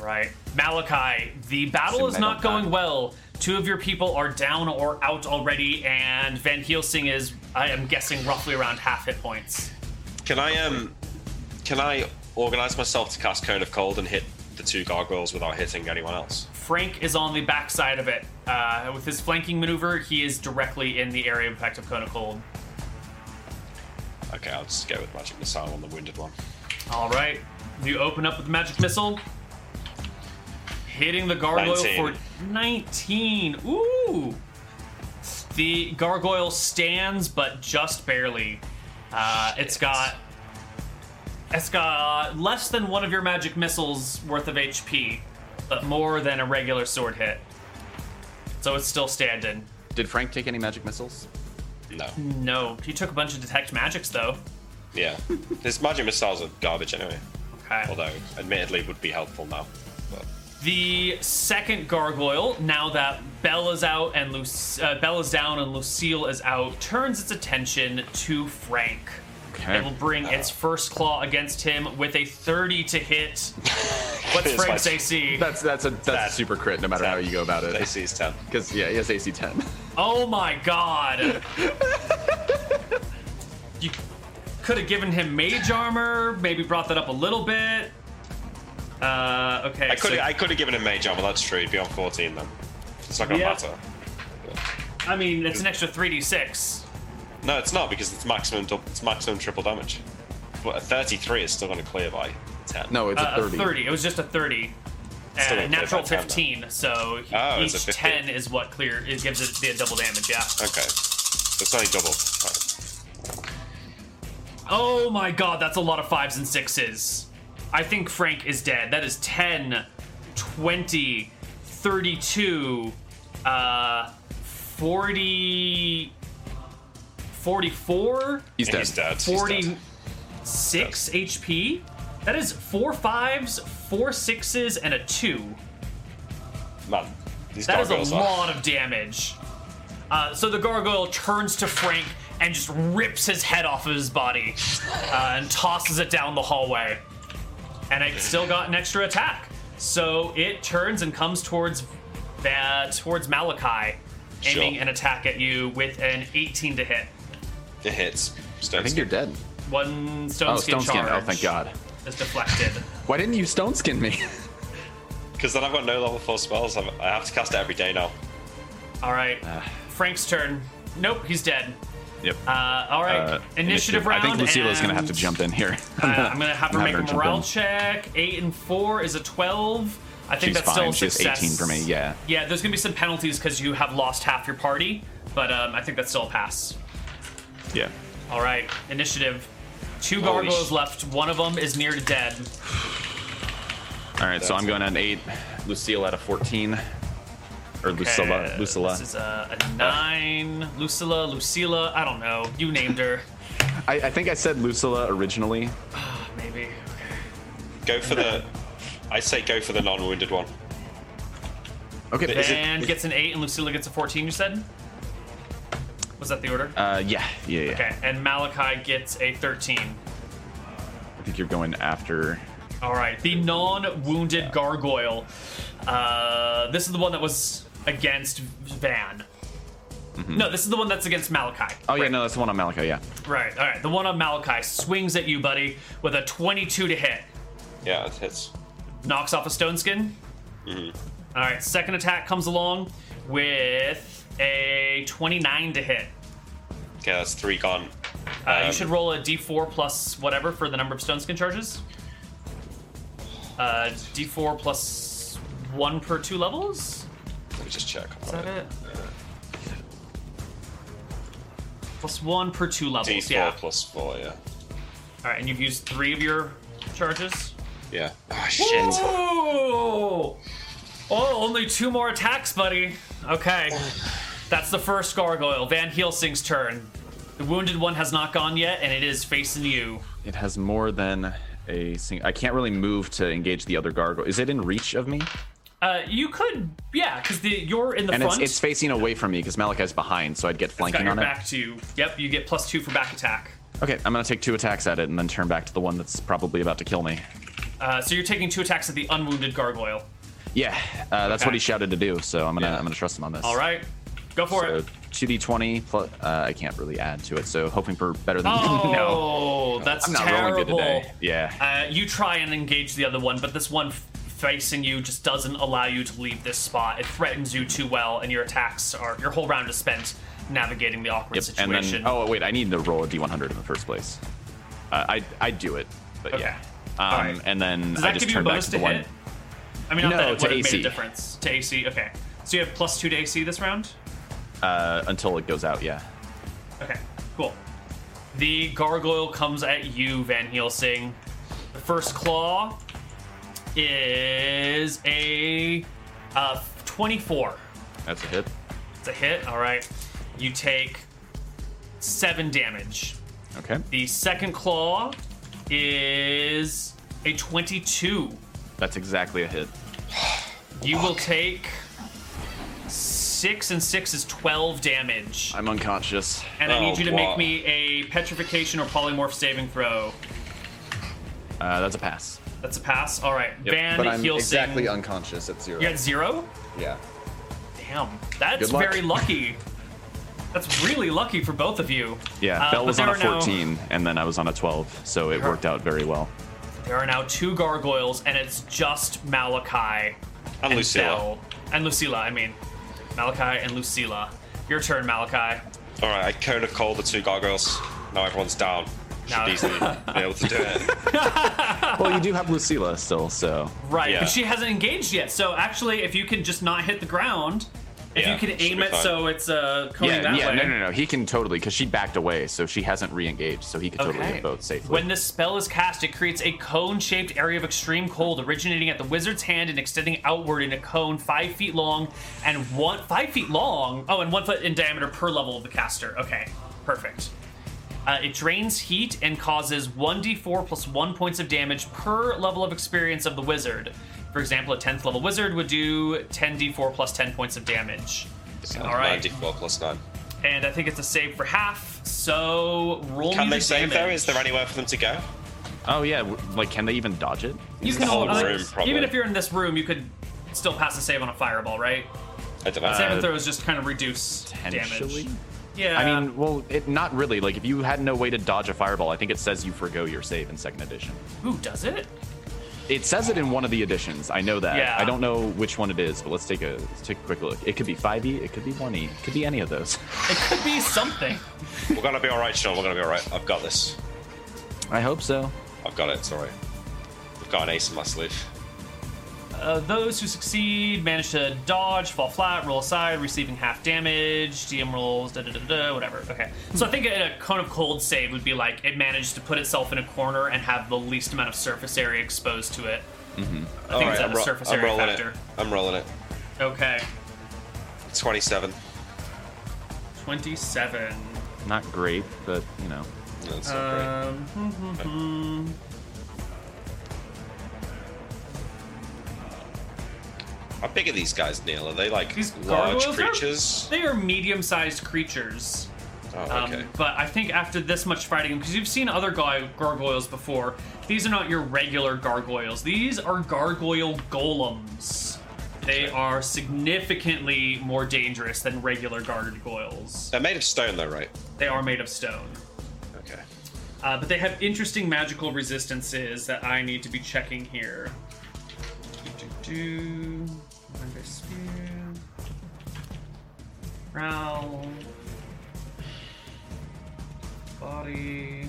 Speaker 1: Right. Malachi, the battle
Speaker 2: Assume
Speaker 1: is
Speaker 2: they
Speaker 1: not
Speaker 2: don't die.
Speaker 1: going well. Two of your people are down or out already, and Van Helsing is, I am guessing, roughly around half hit points.
Speaker 3: Can I um, can I organize myself to cast Cone of Cold and hit the two gargoyles without hitting anyone else?
Speaker 1: Frank is on the backside of it. Uh, with his flanking maneuver, he is directly in the area of effect of conical.
Speaker 3: Okay, I'll just go with magic missile on the wounded one.
Speaker 1: All right, you open up with the magic missile, hitting the gargoyle
Speaker 3: 19.
Speaker 1: for 19. Ooh! The gargoyle stands, but just barely. Uh, it's
Speaker 3: Shit.
Speaker 1: got it's got uh, less than one of your magic missiles worth of HP, but more than a regular sword hit. So it's still standing.
Speaker 2: Did Frank take any magic missiles?
Speaker 3: No.
Speaker 1: No, he took a bunch of detect magics though.
Speaker 3: Yeah. His magic missiles are garbage anyway.
Speaker 1: Okay.
Speaker 3: Although, admittedly, would be helpful now. But
Speaker 1: The second gargoyle, now that Bella's out and Luc- uh, Bella's down and Lucille is out, turns its attention to Frank.
Speaker 2: Okay.
Speaker 1: It will bring
Speaker 3: Uh.
Speaker 1: its first claw against him with a 30 to hit. What's
Speaker 3: It's
Speaker 1: Frank's
Speaker 3: like-
Speaker 1: AC?
Speaker 2: That's that's a that's
Speaker 3: That-
Speaker 2: a super crit no matter how you go about
Speaker 3: they
Speaker 2: it.
Speaker 3: see his ten.
Speaker 2: Because yeah, he has AC ten.
Speaker 1: Oh my god! you could have given him mage armor, maybe brought that up a little bit. Uh, okay.
Speaker 3: I could
Speaker 1: so-
Speaker 3: I could have given him mage armor. That's true. He'd be on fourteen then. It's not gonna
Speaker 1: Yeah.
Speaker 3: matter.
Speaker 1: I mean, it's an extra 3d6.
Speaker 3: No, it's not because it's maximum dou- it's maximum triple damage. But a thirty-three is still gonna clear by ten.
Speaker 2: No, it's
Speaker 1: Uh,
Speaker 2: a thirty.
Speaker 1: It was just a 30.
Speaker 3: Still
Speaker 1: Uh,
Speaker 3: a
Speaker 1: natural
Speaker 3: 35 then.
Speaker 1: 15, so
Speaker 3: Oh, it's
Speaker 1: each
Speaker 3: a 15.
Speaker 1: 10 is what clear it gives it the double damage, yeah.
Speaker 3: Okay. So it's only double. Alright.
Speaker 1: Oh my god, that's a lot of fives and sixes. I think Frank is dead. That is 10, 20, 32, uh, 40, 44,
Speaker 2: He's dead.
Speaker 3: He's dead. He's dead.
Speaker 1: 46 HP. That is four fives, four sixes, and a two.
Speaker 3: Man, these
Speaker 1: That is
Speaker 3: gargoyles
Speaker 1: a lot of damage. Uh, so the gargoyle turns to Frank and just rips his head off of his body uh, and tosses it down the hallway. And it's still got an extra attack. So it turns and comes towards that towards Malachi, aiming
Speaker 3: Sure.
Speaker 1: an attack at you with an 18 to hit.
Speaker 3: It hits. Stone
Speaker 2: I think you're dead.
Speaker 1: One stone
Speaker 2: Oh,
Speaker 1: skin
Speaker 2: stone skin.
Speaker 1: charge
Speaker 2: Oh, thank God.
Speaker 1: is deflected.
Speaker 2: Why didn't you stone skin me?
Speaker 3: Because then I've got no level four spells. I've, I have to cast it every day now.
Speaker 1: All right,
Speaker 2: Ah.
Speaker 1: Frank's turn. Nope, he's dead.
Speaker 2: Yep.
Speaker 1: Uh, all right,
Speaker 2: Uh,
Speaker 1: initiative, round.
Speaker 2: I think Lucila's gonna have to
Speaker 1: and-
Speaker 2: jump in here.
Speaker 1: Uh, I'm gonna have to
Speaker 2: Have
Speaker 1: make
Speaker 2: her
Speaker 1: a
Speaker 2: jump
Speaker 1: morale
Speaker 2: in.
Speaker 1: check. Eight and four is a twelve. I think
Speaker 2: She's
Speaker 1: that's still
Speaker 2: fine.
Speaker 1: a
Speaker 2: She has
Speaker 1: success.
Speaker 2: 18 for me, yeah.
Speaker 1: Yeah, there's gonna be some penalties because you have lost half your party, but um, I think that's still a pass.
Speaker 2: Yeah.
Speaker 1: All right, initiative. Two
Speaker 3: Holy
Speaker 1: gargoyles
Speaker 3: sh-
Speaker 1: left. One of them is near to dead.
Speaker 2: All right, so I'm going at an eight. Lucille at a 14. Or Lucilla.
Speaker 1: Uh,
Speaker 2: Lucilla.
Speaker 1: This is a, a nine. Lucilla, Lucilla. I don't know. You named her.
Speaker 2: I, I think I said Lucilla originally.
Speaker 1: Maybe.
Speaker 3: Go for the. I say go for the non-wounded one.
Speaker 2: Okay.
Speaker 3: Is it-
Speaker 1: And
Speaker 3: is-
Speaker 1: gets an eight, and Lucilla gets a fourteen. You said. Was that the order?
Speaker 2: uh, yeah, yeah, yeah.
Speaker 1: okay. And Malachi gets a thirteen.
Speaker 2: I think you're going after.
Speaker 1: All right, the non-wounded gargoyle. Uh, this is the one that was against Van. No, this is the one that's against Malachi.
Speaker 2: Mm-hmm. Oh, yeah, no, that's the one on Malachi, yeah.
Speaker 1: Right, all right. The one on Malachi swings at you, buddy, with a 22 to hit.
Speaker 3: Yeah, it hits.
Speaker 1: Knocks off a stone skin.
Speaker 2: Mm-hmm.
Speaker 1: All right, second attack comes along with a 29 to hit.
Speaker 3: Okay, that's three gone.
Speaker 1: Uh, you
Speaker 3: Um,
Speaker 1: should roll a d4 plus whatever for the number of stone skin charges. Uh, d4 plus one per two levels.
Speaker 3: Let me just check.
Speaker 1: Is that it? Plus one per two levels.
Speaker 3: D4
Speaker 1: yeah.
Speaker 3: plus four. Yeah.
Speaker 1: All right, and you've used three of your charges.
Speaker 3: Yeah.
Speaker 2: Ah,
Speaker 3: Oh shit.
Speaker 1: Oh! Oh, only two more attacks, buddy. Okay, that's the first gargoyle. Van Helsing's turn. The wounded one has not gone yet, and it is facing you.
Speaker 2: It has more than a single. I can't really move to engage the other gargoyle. Is it in reach of me?
Speaker 1: Uh, you could, yeah, because you're in the
Speaker 2: And it's,
Speaker 1: front.
Speaker 2: it's facing away from me because Malachi's behind, so I'd get
Speaker 1: got
Speaker 2: flanking
Speaker 1: your
Speaker 2: on it.
Speaker 1: back to you. Yep, you get plus two for back attack.
Speaker 2: Okay, I'm gonna take two attacks at it and then turn back to the one that's probably about to kill me.
Speaker 1: Uh, so you're taking two attacks at the unwounded gargoyle.
Speaker 2: Yeah, uh, that's
Speaker 1: Okay.
Speaker 2: what he shouted to do. So I'm gonna
Speaker 3: Yeah.
Speaker 2: I'm gonna trust him on this.
Speaker 1: All right, go for
Speaker 2: So
Speaker 1: it.
Speaker 2: two d20 plus. Uh, I can't really add to it, so hoping for better than
Speaker 1: Oh,
Speaker 2: no.
Speaker 1: that's
Speaker 2: I'm not
Speaker 1: terrible.
Speaker 2: rolling good today. Yeah.
Speaker 1: Uh, you try and engage the other one, but this one f- facing you just doesn't allow you to leave this spot. It threatens you too well, and your attacks are your whole round is spent navigating the awkward
Speaker 2: Yep, And
Speaker 1: situation.
Speaker 2: then oh wait, I need to roll a d100 in the first place. Uh, I I do it, but
Speaker 1: Okay.
Speaker 2: yeah.
Speaker 1: All
Speaker 2: Um,
Speaker 1: right.
Speaker 2: and then
Speaker 1: Does
Speaker 2: I
Speaker 1: that
Speaker 2: just
Speaker 1: give you a
Speaker 2: turn back
Speaker 1: bonus
Speaker 2: to
Speaker 1: to,
Speaker 2: the one.
Speaker 1: hit? I mean, not
Speaker 2: No,
Speaker 1: that it
Speaker 2: to
Speaker 1: would have made
Speaker 2: AC.
Speaker 1: a difference to AC. Okay, so you have plus two to AC this round.
Speaker 2: uh, until it goes out. Yeah.
Speaker 1: Okay, cool. The gargoyle comes at you, Van Helsing. The first claw is a uh, 24.
Speaker 2: That's a hit.
Speaker 1: It's a hit. All right. You take seven damage.
Speaker 2: Okay.
Speaker 1: The second claw is a 22.
Speaker 2: That's exactly a hit.
Speaker 1: You will take six, and six is 12 damage.
Speaker 2: I'm unconscious.
Speaker 1: and I
Speaker 3: Oh,
Speaker 1: need you to
Speaker 3: wow.
Speaker 1: make me a petrification or polymorph saving throw.
Speaker 2: Uh, that's a pass.
Speaker 1: That's a pass. All right.
Speaker 2: Yep.
Speaker 1: Van
Speaker 4: But I'm
Speaker 1: Helsing.
Speaker 4: exactly unconscious at zero.
Speaker 1: you got zero?
Speaker 4: Yeah.
Speaker 1: Damn. That's
Speaker 2: Good luck.
Speaker 1: very lucky. That's really lucky for both of you.
Speaker 2: Yeah,
Speaker 1: Uh,
Speaker 2: Bell
Speaker 1: but
Speaker 2: was on a
Speaker 1: there are now-
Speaker 2: 14, and then I was on a 12, so it worked out very well.
Speaker 1: There are now two gargoyles, and it's just Malachi
Speaker 3: And Lucilla.
Speaker 1: Bell. And Lucilla, I mean. Malachi and Lucilla. Your turn, Malachi.
Speaker 3: All right. I code of call the two gargoyles. Now everyone's down. Should
Speaker 1: No.
Speaker 3: easily be able to do it.
Speaker 2: well, you do have Lucilla still, so
Speaker 1: Right,
Speaker 3: Yeah.
Speaker 1: but she hasn't engaged yet. So actually, if you can just not hit the ground, if
Speaker 3: Yeah,
Speaker 1: you can
Speaker 3: should be
Speaker 1: aim it
Speaker 3: fine.
Speaker 1: so it's uh, coming
Speaker 2: yeah,
Speaker 1: that
Speaker 2: yeah,
Speaker 1: way.
Speaker 2: no, no, no. He can totally because she backed away, so she hasn't re-engaged, so he could totally hit both safely.
Speaker 1: When this spell is cast, it creates a cone shaped area of extreme cold originating at the wizard's hand and extending outward in a cone five feet long and one five feet long. Oh, and one foot in diameter per level of the caster. Okay, perfect. Uh, it drains heat and causes 1d4 plus 1 points of damage per level of experience of the wizard. For example, a 10th level wizard would do 10d4 plus 10 points of damage. All right.
Speaker 3: 94 plus nine.
Speaker 1: And I think it's a save for half, so roll
Speaker 3: Can
Speaker 1: me
Speaker 3: they
Speaker 1: the
Speaker 3: save though?
Speaker 1: damage.
Speaker 3: Is there anywhere for them to go?
Speaker 2: oh yeah, w- like can they even dodge it?
Speaker 1: You can
Speaker 3: the whole
Speaker 1: all, I
Speaker 3: room,
Speaker 1: mean,
Speaker 3: probably.
Speaker 1: even if you're in this room, you could still pass a save on a fireball, right?
Speaker 3: I don't know.
Speaker 1: Save
Speaker 2: Uh,
Speaker 1: and throws just kind of reduce
Speaker 2: Potentially.
Speaker 1: damage. Yeah,
Speaker 2: I mean, well, it not really. Like if you had no way to dodge a fireball, I think it says you forgo your save in second edition.
Speaker 1: who does it?
Speaker 2: It says it in one of the editions. I know that.
Speaker 1: Yeah.
Speaker 2: I don't know which one it is, but let's take a let's take a quick look. It could be 5e, it could be 1e, it could be any of those.
Speaker 1: It could be something.
Speaker 3: We're gonna be all right, Sean. We're gonna be all right. I've got this.
Speaker 2: I hope so.
Speaker 3: I've got it. It's all right. I've got an ace in my sleeve.
Speaker 1: Uh, those who succeed manage to dodge, fall flat, roll aside, receiving half damage. DM rolls, da da da da, whatever. Okay. So I think a a cone of cold save would be like it managed to put itself in a corner and have the least amount of surface area exposed to it. Mm-hmm. I
Speaker 3: All
Speaker 1: think
Speaker 3: right,
Speaker 1: it's at
Speaker 3: I'm,
Speaker 1: a
Speaker 3: ro-
Speaker 1: surface
Speaker 3: I'm
Speaker 1: area
Speaker 3: rolling
Speaker 1: factor.
Speaker 3: it. I'm rolling it.
Speaker 1: Okay.
Speaker 3: Twenty-seven.
Speaker 1: 27.
Speaker 2: Not great, but you know.
Speaker 3: That's
Speaker 1: Um,
Speaker 3: not great.
Speaker 1: hmm, hmm, hmm.
Speaker 3: How big are these guys, Neil? Are they like
Speaker 1: These
Speaker 3: large
Speaker 1: gargoyles are-
Speaker 3: creatures?
Speaker 1: They are medium sized creatures.
Speaker 3: Oh,
Speaker 1: Um,
Speaker 3: okay.
Speaker 1: But I think after this much fighting, because you've seen other gar- gargoyles before, these are not your regular gargoyles. These are gargoyle golems. They are significantly more dangerous than regular gargoyles.
Speaker 3: They're made of stone, though, right?
Speaker 1: They are made of stone.
Speaker 3: Okay.
Speaker 1: Uh, but they have interesting magical resistances that I need to be checking here. Do-do-do. Wonder Spear. Growl. Body.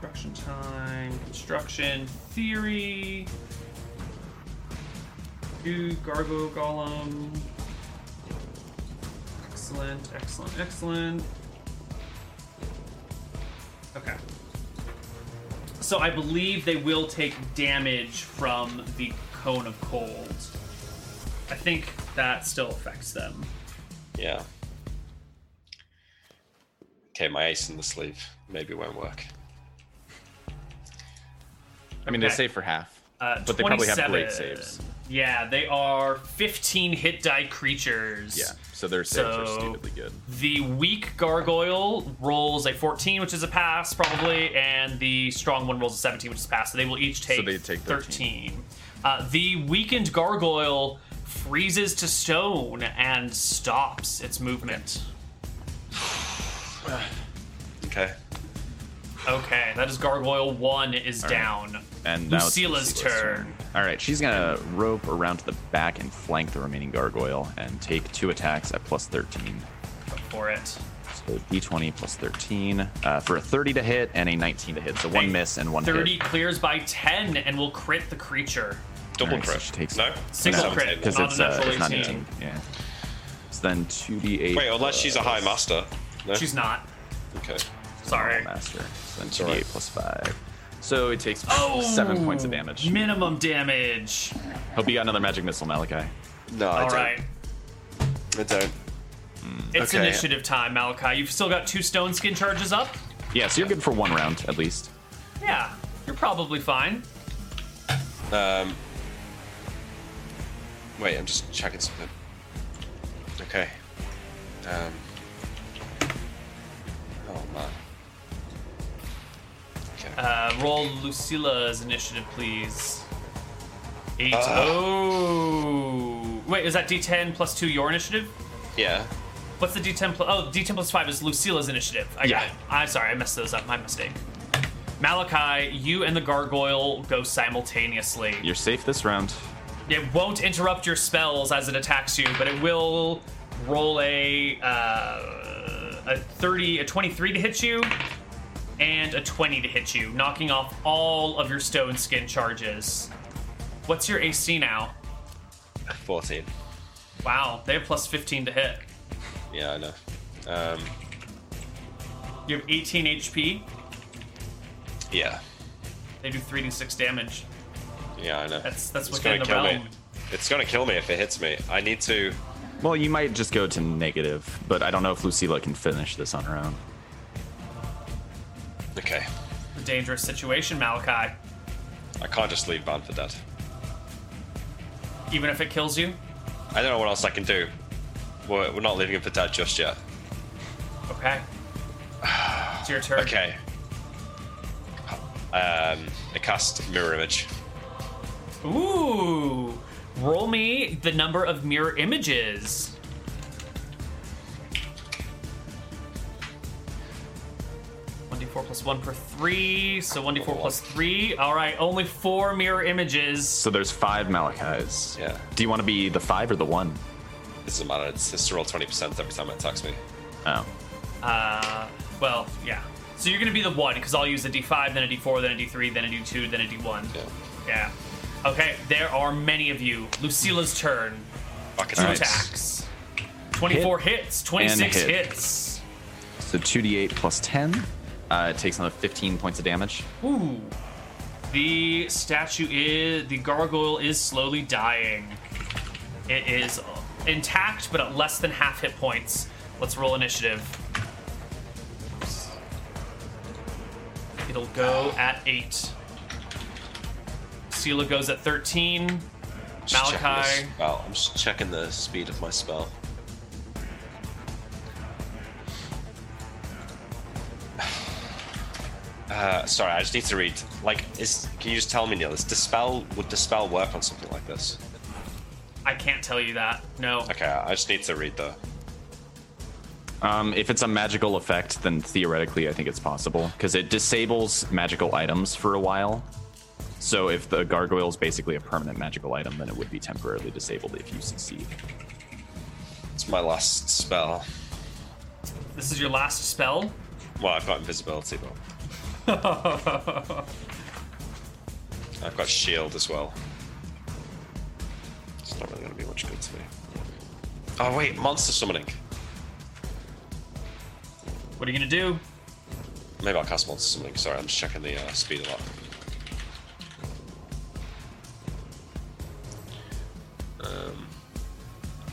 Speaker 1: Construction time. Construction theory. Do gargoyle golem. Excellent, excellent, excellent. Okay. So I believe they will take damage from the cone of cold. I think that still affects them.
Speaker 3: Yeah. Okay, my ace in the sleeve maybe won't work.
Speaker 2: I mean,
Speaker 1: they
Speaker 2: they
Speaker 1: Okay.
Speaker 2: say
Speaker 1: save
Speaker 2: for half.
Speaker 1: Uh,
Speaker 2: But they probably have
Speaker 1: 27.
Speaker 2: great saves.
Speaker 1: Yeah, they are 15 hit die creatures.
Speaker 2: Yeah. So their saves
Speaker 1: saves are
Speaker 2: are
Speaker 1: So-
Speaker 2: stupidly
Speaker 1: stupidly
Speaker 2: good.
Speaker 1: The weak gargoyle rolls a 14, which is a pass, probably, and the strong one rolls a 17, which is a pass. So they will each take,
Speaker 2: So they take 13.
Speaker 1: Uh, the weakened gargoyle freezes to stone and stops its movement.
Speaker 3: Okay.
Speaker 1: Okay, that is gargoyle one is down.
Speaker 2: And now it's
Speaker 1: Lucila's turn.
Speaker 2: All right, she's gonna rope around to the back and flank the remaining gargoyle and take two attacks at plus 13.
Speaker 1: Go for it.
Speaker 2: So d20 plus 13 uh, for a 30 to hit and a 19 to hit. So one
Speaker 1: A
Speaker 2: miss and one
Speaker 1: 30
Speaker 2: hit.
Speaker 1: clears by 10 and will crit the creature.
Speaker 3: Double
Speaker 2: Alright, so
Speaker 3: crit.
Speaker 2: she takes-
Speaker 3: no.
Speaker 1: Single
Speaker 3: Seventeen.
Speaker 1: crit.
Speaker 2: because
Speaker 1: Not
Speaker 2: it's,
Speaker 1: a
Speaker 2: uh,
Speaker 1: natural
Speaker 2: it's not
Speaker 1: 18.
Speaker 2: 18. Yeah. So then 2d8.
Speaker 3: Wait, unless she's a high master. No.
Speaker 1: She's not.
Speaker 3: Okay.
Speaker 1: Sorry.
Speaker 2: master. So then 2d8
Speaker 3: alright.
Speaker 2: plus five. So it takes
Speaker 1: Oh,
Speaker 2: seven points of damage.
Speaker 1: Minimum damage.
Speaker 2: Hope you got another magic missile, Malachi.
Speaker 3: No, I
Speaker 1: All
Speaker 3: don't.
Speaker 1: right.
Speaker 3: I don't.
Speaker 1: It's
Speaker 3: Okay.
Speaker 1: initiative time, Malachi. You've still got two stone skin charges up?
Speaker 2: Yeah, so you're good for one round at least.
Speaker 1: Yeah. You're probably fine.
Speaker 3: Um, wait, I'm just checking something. Okay. Um, oh man. Okay.
Speaker 1: Uh, roll Lucila's initiative, please. Eight.
Speaker 3: Ah.
Speaker 1: Oh. Wait, is that D10 plus two your initiative?
Speaker 3: yeah.
Speaker 1: What's the D10 plus? Oh, D10 plus five is Lucila's initiative. I
Speaker 3: Yeah.
Speaker 1: got it. I'm sorry, I messed those up. My mistake. Malachi, you and the gargoyle go simultaneously.
Speaker 2: You're safe this round.
Speaker 1: It won't interrupt your spells as it attacks you, but it will roll a uh, a 30, a 23 to hit you, and a 20 to hit you, knocking off all of your stone skin charges. What's your AC now?
Speaker 3: Fourteen.
Speaker 1: Wow, they have plus 15 to hit.
Speaker 3: Yeah, I know. Um,
Speaker 1: You have 18 HP.
Speaker 3: yeah.
Speaker 1: They do 3d6 damage.
Speaker 3: Yeah, I know.
Speaker 1: That's- that's
Speaker 3: it's
Speaker 1: within
Speaker 3: gonna
Speaker 1: the
Speaker 3: kill me.
Speaker 1: realm.
Speaker 3: It's gonna kill me if it hits me. I need to.
Speaker 2: Well, you might just go to negative, but I don't know if Lucila can finish this on her own.
Speaker 3: Okay.
Speaker 1: A dangerous situation, Malachi.
Speaker 3: I can't just leave Van for dead.
Speaker 1: Even if it kills you.
Speaker 3: I don't know what else I can do. We're, we're not leaving him for dead just yet.
Speaker 1: Okay. It's your turn.
Speaker 3: Okay. Um, I cast mirror image.
Speaker 1: Ooh. Roll me the number of mirror images. One d4 plus plus one per three, so 1d4 plus three. All right, only four mirror images.
Speaker 2: So there's five Malachi's.
Speaker 3: Yeah.
Speaker 2: Do you want to be the five or the one?
Speaker 3: Doesn't matter. It's, it's roll twenty percent every time it attacks me.
Speaker 2: Oh.
Speaker 1: Uh, well, yeah. So you're gonna be the one because I'll use a d5, then a d4, then a d3, then a d2, then a d1.
Speaker 3: Yeah.
Speaker 1: Yeah. Okay, there are many of you. Lucila's turn.
Speaker 3: Fucking
Speaker 1: Two
Speaker 3: nice.
Speaker 1: attacks. 24 hits, 26
Speaker 2: hit.
Speaker 1: hits.
Speaker 2: So 2d8 plus 10. Uh, it takes another 15 points of damage.
Speaker 1: Ooh. The statue is. The gargoyle is slowly dying. It is intact, but at less than half hit points. Let's roll initiative. It'll go at 8. Sela goes at 13.
Speaker 3: Just checking
Speaker 1: Malachi.
Speaker 3: this- Well, I'm just checking the speed of my spell. Uh, sorry, I just need to read. Like, is can you just tell me, Neil? Is dispel would dispel work on something like this?
Speaker 1: I can't tell you that. No.
Speaker 3: Okay, I just need to read the.
Speaker 2: Um, if it's a magical effect, then theoretically I think it's possible because it disables magical items for a while. So if the gargoyle is basically a permanent magical item, then it would be temporarily disabled if you succeed.
Speaker 3: It's my last spell.
Speaker 1: This is your last spell.
Speaker 3: Well, I've got invisibility, but I've got shield as well. It's not really going to be much good to me. Oh wait, monster summoning.
Speaker 1: What are you gonna do?
Speaker 3: Maybe I'll cast monster summoning. Sorry, I'm just checking the uh, speed a lot. Um,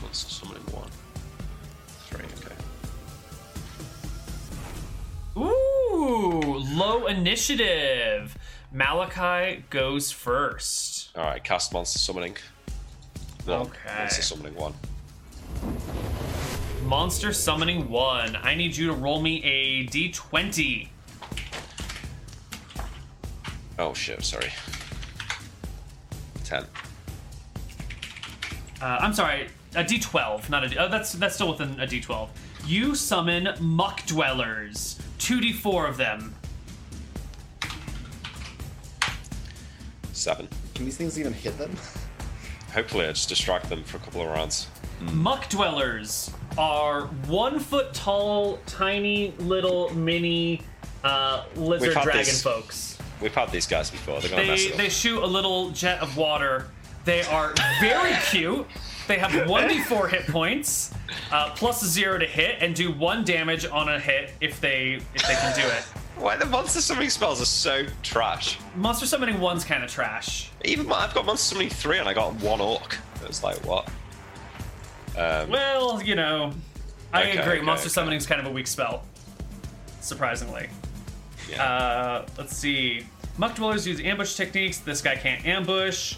Speaker 3: monster summoning one, three. Okay.
Speaker 1: Ooh, low initiative. Malachi goes first.
Speaker 3: All right, cast monster summoning. One.
Speaker 1: Okay.
Speaker 3: Monster summoning one.
Speaker 1: Monster summoning one. I need you to roll me a d20.
Speaker 3: Oh shit! Sorry. Ten.
Speaker 1: Uh, I'm sorry, a d12, not a. D- oh, that's that's still within a d12. You summon muck dwellers. Two d4 of them.
Speaker 3: Seven.
Speaker 4: Can these things even hit them?
Speaker 3: Hopefully, I just distract them for a couple of rounds.
Speaker 1: Muck dwellers are one foot tall, tiny little mini uh, lizard
Speaker 3: We've had
Speaker 1: dragon
Speaker 3: this-
Speaker 1: folks.
Speaker 3: We've had these guys before. They're gonna mess
Speaker 1: They
Speaker 3: it up.
Speaker 1: they shoot a little jet of water. They are very cute. They have 1d4 hit points, uh, plus zero to hit, and do one damage on a hit if they if they can do it.
Speaker 3: Why the monster summoning spells are so trash?
Speaker 1: Monster summoning one's kind of trash.
Speaker 3: Even my, I've got monster summoning three, and I got one orc. It was like what? Um,
Speaker 1: Well, you know, I
Speaker 3: Okay,
Speaker 1: agree.
Speaker 3: okay,
Speaker 1: Monster
Speaker 3: okay.
Speaker 1: summoning's kind of a weak spell, surprisingly.
Speaker 3: yeah.
Speaker 1: Uh, let's see. Muck dwellers use ambush techniques. This guy can't ambush.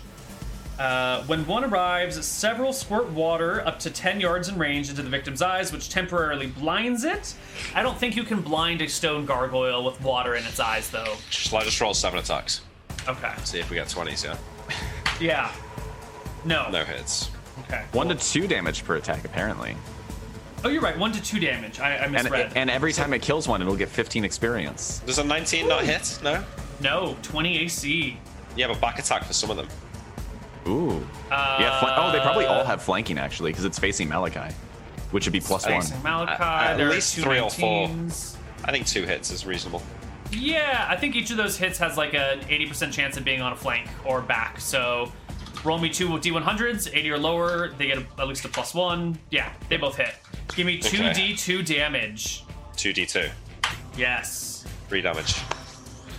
Speaker 1: Uh, when one arrives, several squirt water up to 10 yards in range into the victim's eyes, which temporarily blinds it. I don't think you can blind a stone gargoyle with water in its eyes, though.
Speaker 3: Shall I just roll seven attacks?
Speaker 1: Okay.
Speaker 3: See if we get twenties. Yeah.
Speaker 1: Yeah. No.
Speaker 3: No hits.
Speaker 1: Okay.
Speaker 2: One to two damage per attack, apparently.
Speaker 1: Oh, you're right. One to two damage. I, I
Speaker 2: And,
Speaker 1: misread.
Speaker 2: and every time it kills one, it'll get 15 experience.
Speaker 3: Does a nineteen not hit? No.
Speaker 1: no, 20 AC.
Speaker 3: Yeah, but back attack for some of them.
Speaker 2: Ooh.
Speaker 1: Uh,
Speaker 2: yeah. Fl- oh, they probably all have flanking actually, because it's facing Malachi, which would be plus
Speaker 1: Facing
Speaker 2: one.
Speaker 1: Malachi.
Speaker 3: At- at
Speaker 1: there are
Speaker 3: least
Speaker 1: two
Speaker 3: three or four.
Speaker 1: 19s.
Speaker 3: I think two hits is reasonable.
Speaker 1: Yeah, I think each of those hits has like an 80% chance of being on a flank or back. So roll me two D100s, 80 or lower, they get a, at least a plus one. Yeah, they both hit. Give me 2D2 damage.
Speaker 3: Two d two,
Speaker 1: Yes.
Speaker 3: three damage.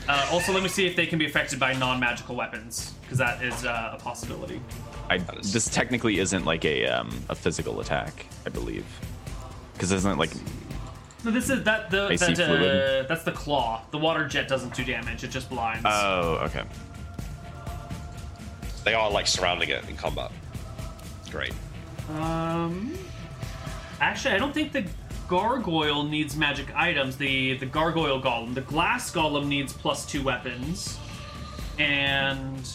Speaker 1: Uh, also, let me see if they can be affected by non magical weapons, because that is uh, a possibility.
Speaker 2: I, this technically isn't like a um, a physical attack, I believe, because isn't it like
Speaker 1: No, this is that the
Speaker 2: I see
Speaker 1: that, uh,
Speaker 2: fluid.
Speaker 1: that's the claw. The water jet doesn't do damage; it just blinds.
Speaker 2: oh okay.
Speaker 3: They are like surrounding it in combat. Great.
Speaker 1: Um, actually, I don't think the gargoyle needs magic items. The the gargoyle golem, the glass golem needs plus two weapons, and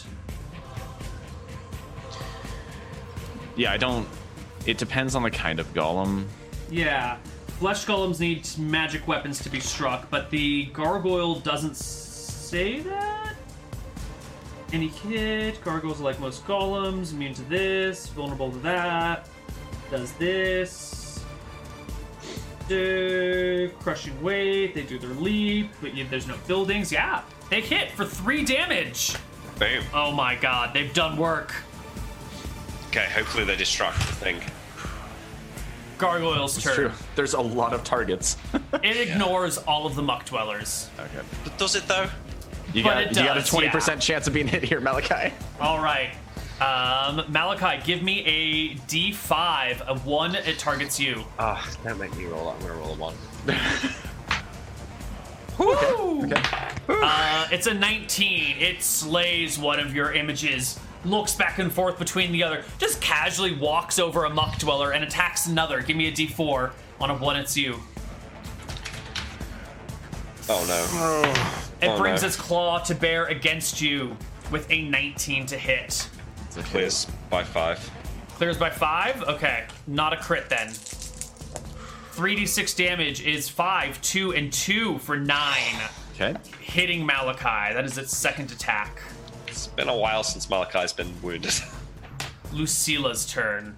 Speaker 2: Yeah, I don't. It depends on the kind of golem.
Speaker 1: yeah,
Speaker 5: Flesh golems need magic weapons to be struck, but the gargoyle doesn't say that. Any hit. Gargoyles are like most golems, immune to this, vulnerable to that. Does this. Do crushing weight. They do their leap, but you, there's no buildings. Yeah, they hit for three damage.
Speaker 3: Boom.
Speaker 5: Oh my god, they've done work.
Speaker 3: Okay, hopefully they distract the thing.
Speaker 1: Gargoyle's
Speaker 2: It's true.
Speaker 1: turn.
Speaker 2: There's a lot of targets.
Speaker 1: It ignores all of the muck dwellers.
Speaker 2: okay.
Speaker 3: But does it though?
Speaker 2: You
Speaker 1: But
Speaker 2: got,
Speaker 1: it
Speaker 2: you got a
Speaker 1: does,
Speaker 2: 20%
Speaker 1: yeah.
Speaker 2: chance of being hit here, Malachi.
Speaker 1: All right. Um, Malachi, give me a D5. A one, it targets you.
Speaker 3: Ah, don't make me roll. I'm gonna roll a one.
Speaker 1: Woo! Uh, it's a 19. It slays one of your images, looks back and forth between the other, just casually walks over a muck dweller and attacks another. Give me a D4 on a one, it's you.
Speaker 3: Oh no.
Speaker 1: It
Speaker 3: Oh,
Speaker 1: brings
Speaker 3: no.
Speaker 1: its claw to bear against you with a 19 to hit.
Speaker 3: Clears by five.
Speaker 1: Clears by five? Okay. Not a crit then. 3d6 damage is five, two, and two for nine.
Speaker 2: Okay.
Speaker 1: Hitting Malachi. That is its second attack.
Speaker 3: It's been a while since Malachi's been wounded.
Speaker 1: Lucila's turn.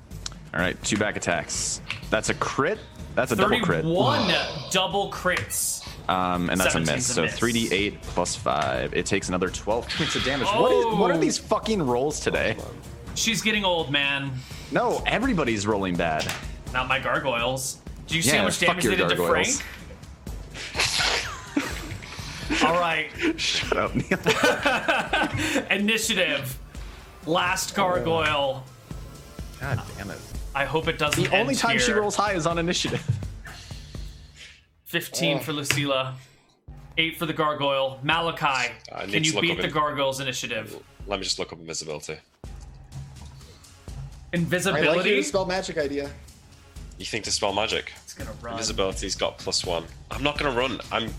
Speaker 2: All right, two back attacks. That's a crit. That's a double crit.
Speaker 1: 31 double crits.
Speaker 2: Um, and that's a
Speaker 1: 17's
Speaker 2: miss.
Speaker 1: a
Speaker 2: so
Speaker 1: miss.
Speaker 2: 3d8 plus 5. It takes another 12 points of damage. What, is, what are
Speaker 1: Oh.
Speaker 2: these fucking rolls today?
Speaker 1: She's getting old, man.
Speaker 2: No, everybody's rolling bad.
Speaker 1: Not my gargoyles. Do you see
Speaker 2: Yeah,
Speaker 1: how much
Speaker 2: fuck
Speaker 1: damage
Speaker 2: your
Speaker 1: they did to
Speaker 2: gargoyles.
Speaker 1: Frank? All right,
Speaker 2: Shut up, Neil.
Speaker 1: initiative. Last
Speaker 2: Oh.
Speaker 1: gargoyle.
Speaker 2: God damn it.
Speaker 1: I hope it doesn't.
Speaker 2: The only
Speaker 1: end
Speaker 2: time she
Speaker 1: here.
Speaker 2: rolls high is on initiative. Oh.
Speaker 1: 15 for Lucila. Eight for the gargoyle. Malachi,
Speaker 2: Uh,
Speaker 3: I need
Speaker 1: can
Speaker 3: to
Speaker 1: you
Speaker 3: look
Speaker 1: beat
Speaker 3: up
Speaker 1: the
Speaker 3: in-
Speaker 1: gargoyle's initiative?
Speaker 3: Let me just look up invisibility.
Speaker 4: I like
Speaker 1: Invisibility.
Speaker 4: your spell magic idea.
Speaker 3: You think to spell magic?
Speaker 1: it's gonna run.
Speaker 3: Invisibility's got plus one. I'm not gonna run. I'm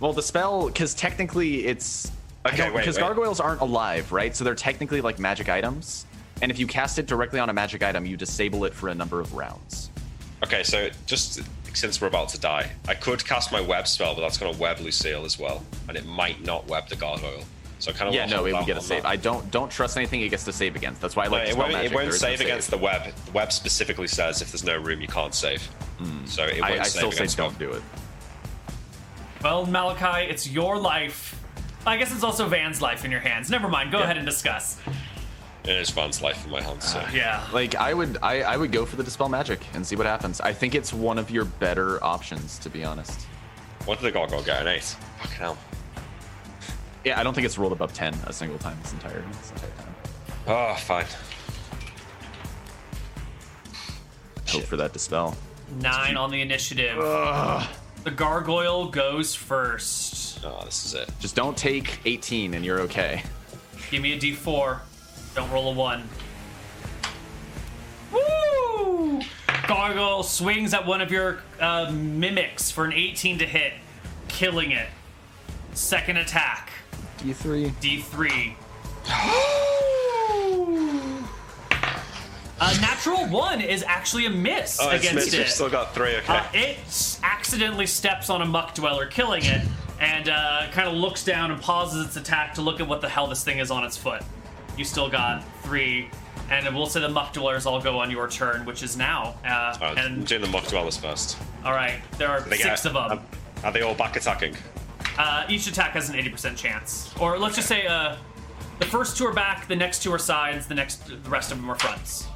Speaker 2: Well, the spell, because technically it's.
Speaker 3: Okay, wait,
Speaker 2: Because
Speaker 3: wait.
Speaker 2: gargoyles aren't alive, right? So they're technically like magic items. And if you cast it directly on a magic item, you disable it for a number of rounds.
Speaker 3: okay. So just since we're about to die, I could cast my web spell, but that's gonna web Lucille as well, and it might not web the gargoyle. So I kind of
Speaker 2: yeah, no, it would get a save. I don't don't trust anything it gets to save against. That's why I like
Speaker 3: No,
Speaker 2: to
Speaker 3: it
Speaker 2: spell
Speaker 3: won't,
Speaker 2: magic.
Speaker 3: it
Speaker 2: There
Speaker 3: won't
Speaker 2: is no
Speaker 3: save against the web. The web specifically says if there's no room, you can't save. So it won't
Speaker 2: Hmm. I, I
Speaker 3: save
Speaker 2: still say
Speaker 3: against
Speaker 2: don't
Speaker 3: web.
Speaker 2: do it.
Speaker 1: Well, Malachi, it's your life. I guess it's also Van's life in your hands. Never mind. Go ahead and discuss.
Speaker 3: It is Van's life in my hands.
Speaker 2: Ah,
Speaker 3: So.
Speaker 1: Yeah.
Speaker 2: Like I would, I, I would go for the dispel magic and see what happens. I think it's one of your better options, to be honest.
Speaker 3: What did the gargoyle get? An eight. Fucking hell.
Speaker 2: Yeah, I don't think it's rolled above ten a single time this entire this entire time.
Speaker 3: Oh, fine.
Speaker 2: Hope for that dispel.
Speaker 1: Nine on the initiative. The gargoyle goes first.
Speaker 3: Oh, this is it.
Speaker 2: Just don't take eighteen and you're okay.
Speaker 1: Give me a d4. Don't roll a one. Woo! Gargoyle swings at one of your uh, mimics for an 18 to hit, killing it. Second attack,
Speaker 2: D three.
Speaker 1: d3.
Speaker 3: Oh,
Speaker 1: A natural one is actually a miss
Speaker 3: Oh, it's
Speaker 1: against
Speaker 3: missed. You've
Speaker 1: it.
Speaker 3: still got three. Okay.
Speaker 1: Uh, it s- accidentally steps on a muck dweller, killing it, and uh, kind of looks down and pauses its attack to look at what the hell this thing is on its foot. You still got three, and we'll say the muck dwellers all go on your turn, which is now. Uh,
Speaker 3: All right, I'm
Speaker 1: and
Speaker 3: doing the mock dwellers first.
Speaker 1: all right, there are
Speaker 3: Oh, They
Speaker 1: six of
Speaker 3: get-
Speaker 1: them.
Speaker 3: um, Are they all back attacking?
Speaker 1: Uh, each attack has an 80% chance, or let's just say uh, the first two are back, the next two are sides, the next the rest of them are fronts.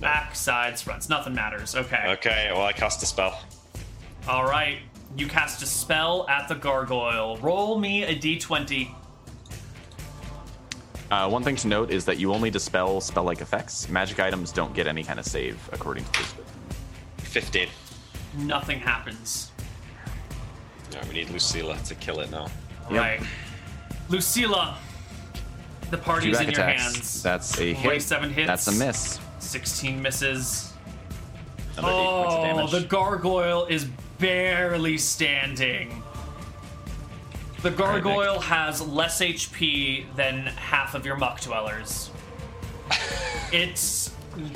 Speaker 1: Back, sides, fronts. Nothing matters.
Speaker 3: Okay. Well, I cast a spell.
Speaker 1: All right, you cast a spell at the gargoyle. Roll me a d20.
Speaker 2: Uh, one thing to note is that you only dispel spell-like effects. Magic items don't get any kind of save according to this.
Speaker 3: Fifteen.
Speaker 1: Nothing happens.
Speaker 3: No, we need Lucilla to kill it now.
Speaker 1: All
Speaker 2: Yep.
Speaker 1: right, Lucilla, the
Speaker 2: Two
Speaker 1: party's
Speaker 2: back
Speaker 1: in your
Speaker 2: attacks.
Speaker 1: hands.
Speaker 2: That's a hit.
Speaker 1: 27 hits.
Speaker 2: That's a miss.
Speaker 1: 16 misses.
Speaker 2: Another eight
Speaker 1: oh,
Speaker 2: points
Speaker 1: the
Speaker 2: of damage.
Speaker 1: gargoyle is barely standing. The gargoyle has less HP than half of your muck dwellers. It's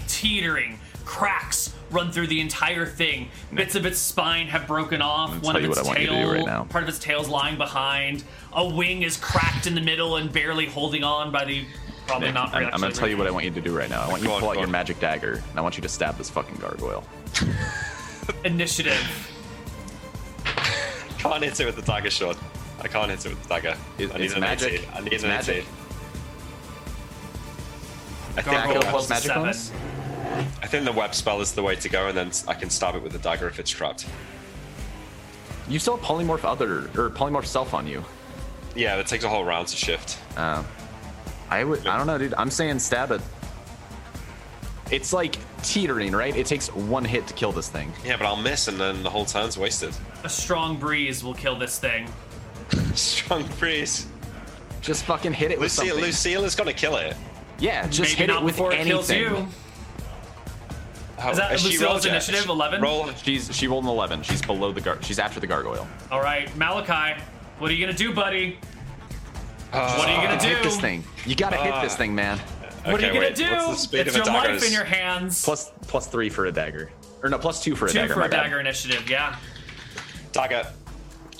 Speaker 1: teetering. Cracks run through the entire thing. Bits of its spine have broken off.
Speaker 2: gonna
Speaker 1: One
Speaker 2: tell
Speaker 1: of
Speaker 2: you
Speaker 1: its
Speaker 2: what I want you
Speaker 1: tail,
Speaker 2: to do right now.
Speaker 1: part of its tail's lying behind. A wing is cracked in the middle and barely holding on by the. Probably not.
Speaker 2: I'm, I'm gonna tell you what I want you to do right now. I want you
Speaker 3: Go
Speaker 2: to
Speaker 3: on,
Speaker 2: pull out
Speaker 3: go
Speaker 2: your
Speaker 3: on.
Speaker 2: magic dagger, and I want you to stab this fucking gargoyle.
Speaker 1: Initiative.
Speaker 3: Can't hit it with the dagger shot. I can't hit it with the dagger.
Speaker 2: It-
Speaker 3: I need
Speaker 2: it's
Speaker 3: an
Speaker 2: magic.
Speaker 3: 18. I need
Speaker 2: It's
Speaker 3: an
Speaker 2: magic.
Speaker 3: 18. I
Speaker 1: Gargoyle
Speaker 3: think, the
Speaker 2: plus
Speaker 3: web,
Speaker 1: plus a
Speaker 2: magic
Speaker 1: seven.
Speaker 2: bonus?
Speaker 3: I think the web spell is the way to go, and then I can stab it with the dagger if it's trapped.
Speaker 2: You still have polymorph other or polymorph self on you.
Speaker 3: Yeah, it takes a whole round to shift.
Speaker 2: Uh, I would. I don't know, dude. I'm saying stab it. It's like teetering, right? It takes one hit to kill this thing.
Speaker 3: Yeah, but I'll miss, and then the whole turn's wasted.
Speaker 1: A strong breeze will kill this thing.
Speaker 3: Strong freeze.
Speaker 2: Just fucking hit it with
Speaker 3: Lucille,
Speaker 2: something.
Speaker 3: Lucille is gonna kill it.
Speaker 2: Yeah, just
Speaker 1: Maybe
Speaker 2: hit
Speaker 1: not
Speaker 2: it with
Speaker 1: before
Speaker 2: anything.
Speaker 1: it kills you.
Speaker 3: How,
Speaker 1: Is that
Speaker 3: has she
Speaker 1: Lucille's
Speaker 3: rolled yet?
Speaker 1: initiative,
Speaker 3: Has she
Speaker 1: 11?
Speaker 3: Roll.
Speaker 2: She's she rolled an 11. She's below the gar. She's after the gargoyle.
Speaker 1: All right, Malachi, what are you gonna do, buddy? what are you gonna do?
Speaker 2: Uh, Hit this thing. You gotta hit this
Speaker 3: Ah.
Speaker 2: thing, man.
Speaker 1: What are you
Speaker 3: Okay,
Speaker 1: gonna
Speaker 3: wait,
Speaker 1: do?
Speaker 3: What's the speed
Speaker 1: it's
Speaker 3: of a
Speaker 1: your
Speaker 3: dagger?
Speaker 1: life in your hands.
Speaker 2: Plus plus three for a dagger, or no, plus two for a
Speaker 1: two
Speaker 2: dagger.
Speaker 1: for
Speaker 2: my
Speaker 1: a
Speaker 2: bad.
Speaker 1: dagger initiative. Yeah.
Speaker 3: Dagger.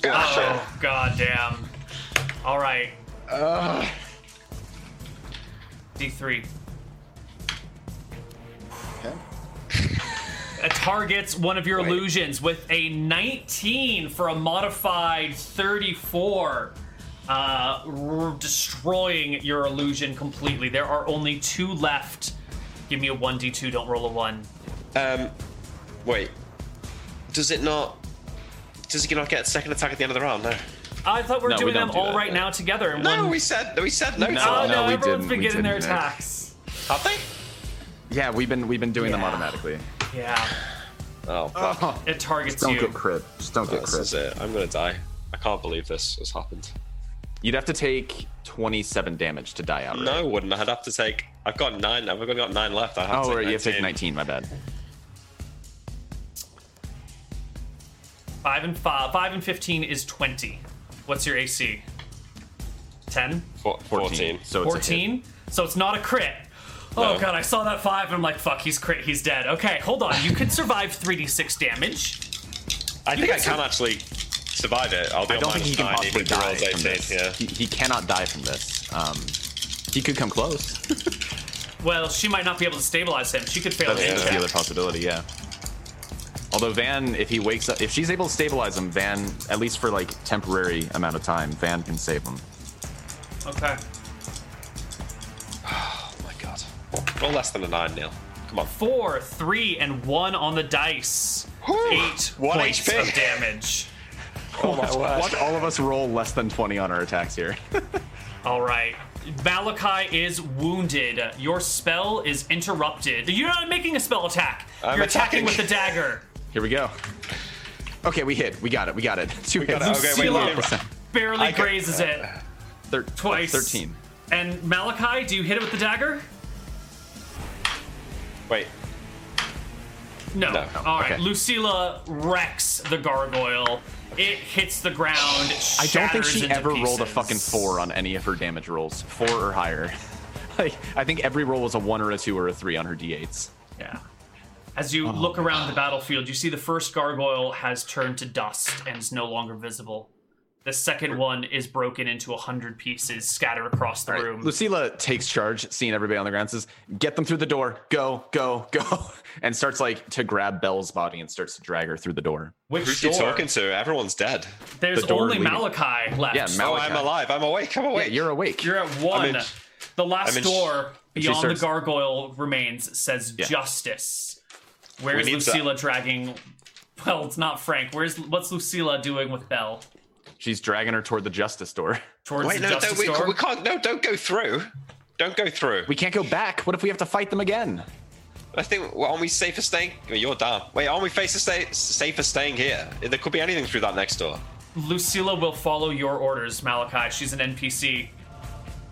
Speaker 1: Oh god damn. All right. D three.
Speaker 4: Okay.
Speaker 1: It targets one of your
Speaker 3: Wait.
Speaker 1: illusions with a 19 for a modified 34, uh, r- destroying your illusion completely. There are only two left. Give me a 1d2, don't roll a 1.
Speaker 3: Um, wait. Does it not? Does it not get a second attack at the end of the round? No.
Speaker 1: I thought we were
Speaker 2: No, we
Speaker 1: doing
Speaker 2: don't
Speaker 1: them
Speaker 2: do
Speaker 1: all right
Speaker 2: that.
Speaker 1: now together. In
Speaker 3: No,
Speaker 1: one...
Speaker 3: we said we said no. to
Speaker 1: Oh,
Speaker 2: No,
Speaker 3: that.
Speaker 1: no,
Speaker 2: we
Speaker 1: everyone's
Speaker 2: didn't-
Speaker 1: been
Speaker 2: we
Speaker 1: getting their
Speaker 2: didn't.
Speaker 1: attacks.
Speaker 3: Have they?
Speaker 2: Yeah, we've been we've been doing them
Speaker 1: Yeah.
Speaker 2: automatically.
Speaker 1: Yeah,
Speaker 3: Oh, fuck.
Speaker 1: it targets
Speaker 2: Don't
Speaker 1: you.
Speaker 2: get crit. Just don't get
Speaker 3: this is
Speaker 2: crit.
Speaker 3: it. I'm gonna die. I can't believe this has happened.
Speaker 2: You'd have to take 27 damage to die outright.
Speaker 3: No, I wouldn't. I'd have to take. I've got nine. I've only got nine left. I have
Speaker 2: Oh,
Speaker 3: to
Speaker 2: right,
Speaker 3: take
Speaker 2: you have to take 19. My bad.
Speaker 1: Five and five, five and 15 is 20. What's your AC? 10?
Speaker 3: Four, 14.
Speaker 2: So it's a
Speaker 1: 14
Speaker 2: hit.
Speaker 1: so it's not a crit oh
Speaker 3: No.
Speaker 1: god i saw that 5 and i'm like fuck he's crit he's dead okay hold on you could survive 3d6 damage
Speaker 3: I think I
Speaker 2: can
Speaker 3: can actually survive it. I'll do
Speaker 2: I
Speaker 3: a
Speaker 2: don't think
Speaker 3: minus
Speaker 2: he can
Speaker 3: nine,
Speaker 2: possibly
Speaker 3: even if he
Speaker 2: die
Speaker 3: rolls
Speaker 2: from
Speaker 3: 18,
Speaker 2: this.
Speaker 3: Yeah.
Speaker 2: He, he cannot die from this. Um, he could come close.
Speaker 1: well she might not be able to stabilize him she could fail
Speaker 2: That's,
Speaker 1: his
Speaker 2: that's
Speaker 1: check.
Speaker 2: the other possibility, yeah. Although Van, if he wakes up, if she's able to stabilize him, Van, at least for like temporary amount of time, Van can save him.
Speaker 1: okay
Speaker 3: Oh my god. Roll less than a nine, Neil. Come on.
Speaker 1: 4 3 and 1 on the dice
Speaker 3: Whew.
Speaker 1: 8
Speaker 3: One
Speaker 1: points
Speaker 3: HP.
Speaker 1: of damage
Speaker 3: Oh my word.
Speaker 2: Watch all of us roll less than 20 on our attacks here.
Speaker 1: all right Malachi is wounded. Your spell is interrupted. You're not making a spell attack.
Speaker 3: I'm
Speaker 1: You're attacking,
Speaker 3: attacking.
Speaker 1: with the dagger.
Speaker 2: here we go. Okay, we hit. We got it. We got it. Two hits.
Speaker 3: got it. Okay, wait,
Speaker 1: Seal
Speaker 3: wait,
Speaker 1: up.
Speaker 3: wait.
Speaker 1: Barely
Speaker 3: I uh, got-
Speaker 1: grazes it.
Speaker 2: Thir-
Speaker 1: Twice.
Speaker 2: 13.
Speaker 1: And Malachi, do you hit it with the dagger?
Speaker 3: Wait.
Speaker 1: No.
Speaker 3: No.
Speaker 1: All right.
Speaker 2: Okay.
Speaker 1: Lucilla wrecks the gargoyle. It hits the ground.
Speaker 2: I don't think she
Speaker 1: shatters into
Speaker 2: ever rolled a
Speaker 1: pieces.
Speaker 2: fucking four on any of her damage rolls, four or higher. like, I think every roll was a one or a two or a three on her d8s.
Speaker 1: Yeah. As you look around the battlefield, you see the first gargoyle has turned to dust and is no longer visible. The second one is broken into a hundred pieces scattered across the
Speaker 2: All right,
Speaker 1: room.
Speaker 2: Lucilla takes charge, seeing everybody on the ground, says, "Get them through the door. Go, go, go!" And starts like to grab Belle's body and starts to drag her through the door.
Speaker 1: Which
Speaker 3: Who's you
Speaker 1: door?
Speaker 3: talking to? Everyone's dead.
Speaker 1: There's
Speaker 2: The door
Speaker 1: only
Speaker 2: leading-
Speaker 1: Malachi left.
Speaker 2: Yeah, Malachi.
Speaker 3: Oh, I'm alive. I'm awake. I'm
Speaker 2: Wait,
Speaker 3: awake.
Speaker 2: you're awake.
Speaker 1: You're at one.
Speaker 3: in-
Speaker 1: the last
Speaker 3: I'm in-
Speaker 1: door
Speaker 2: she
Speaker 1: beyond
Speaker 2: starts-
Speaker 1: the gargoyle remains says
Speaker 2: Yeah.
Speaker 1: justice. Where is
Speaker 3: need
Speaker 1: Lucilla dragging? Well, it's not Frank. Where's what's Lucilla doing with Belle
Speaker 2: She's dragging her toward the justice door.
Speaker 1: towards
Speaker 3: Wait,
Speaker 1: the
Speaker 3: no, don't,
Speaker 1: justice
Speaker 3: we,
Speaker 1: door?
Speaker 3: we can't. No, don't go through. Don't go through.
Speaker 2: We can't go back. What if we have to fight them again?
Speaker 3: I think well, aren't we safer staying? Well, you're down. Wait, aren't we safer, stay, safer staying here? There could be anything through that next door.
Speaker 1: Lucilla will follow your orders, Malachi. She's an NPC.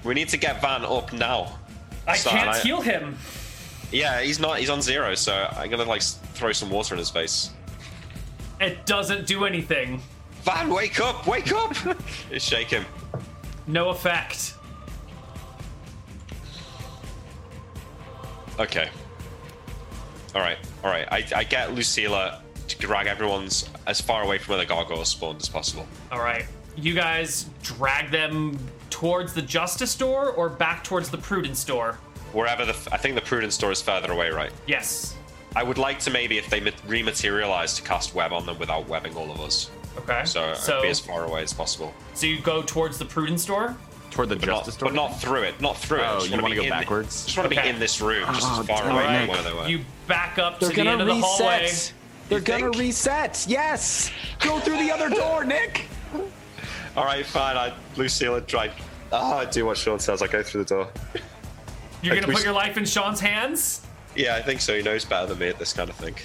Speaker 3: We need to get Van up now.
Speaker 1: I
Speaker 3: Son,
Speaker 1: can't
Speaker 3: I-
Speaker 1: heal him.
Speaker 3: Yeah, he's not. He's on zero, so I'm gonna like s- throw some water in his face.
Speaker 1: It doesn't do anything.
Speaker 3: Van, wake up! Wake up! Shake him.
Speaker 1: No effect.
Speaker 3: Okay. All right, all right. I, I get Lucilla to drag everyone's as far away from where the gargoyles spawned as possible.
Speaker 1: All right. You guys drag them towards the justice door or back towards the prudence door?
Speaker 3: Wherever the, I think the prudence store is further away, right?
Speaker 1: Yes.
Speaker 3: I would like to maybe if they ma- rematerialize to cast web on them without webbing all of us,
Speaker 1: Okay.
Speaker 3: so,
Speaker 1: so,
Speaker 3: I'd be as far away as possible.
Speaker 1: so you go towards the prudence door?
Speaker 2: Toward the
Speaker 3: But
Speaker 2: justice
Speaker 3: not,
Speaker 2: door.
Speaker 3: but not through it, not through it. I
Speaker 2: Oh,
Speaker 3: just
Speaker 2: you
Speaker 3: want
Speaker 2: wanna
Speaker 3: to
Speaker 2: go backwards?
Speaker 3: just want to
Speaker 1: Okay.
Speaker 3: be in this room, just
Speaker 2: Oh,
Speaker 3: as far
Speaker 2: damn
Speaker 3: away
Speaker 2: it,
Speaker 3: from
Speaker 2: Nick.
Speaker 3: where they were.
Speaker 1: You back up
Speaker 2: They're
Speaker 1: to the
Speaker 2: gonna
Speaker 1: end of the hallway.
Speaker 2: reset. They're
Speaker 3: You
Speaker 2: gonna
Speaker 3: think?
Speaker 2: reset. Yes. Go through the other door, Nick.
Speaker 3: All right, fine. I Lucilla tried. Ah, I do what Sean says. I go through the door.
Speaker 1: You're
Speaker 3: Like,
Speaker 1: gonna
Speaker 3: we
Speaker 1: put
Speaker 3: s-
Speaker 1: your life in Sean's hands?
Speaker 3: Yeah, I think so. He knows better than me at this kind of thing.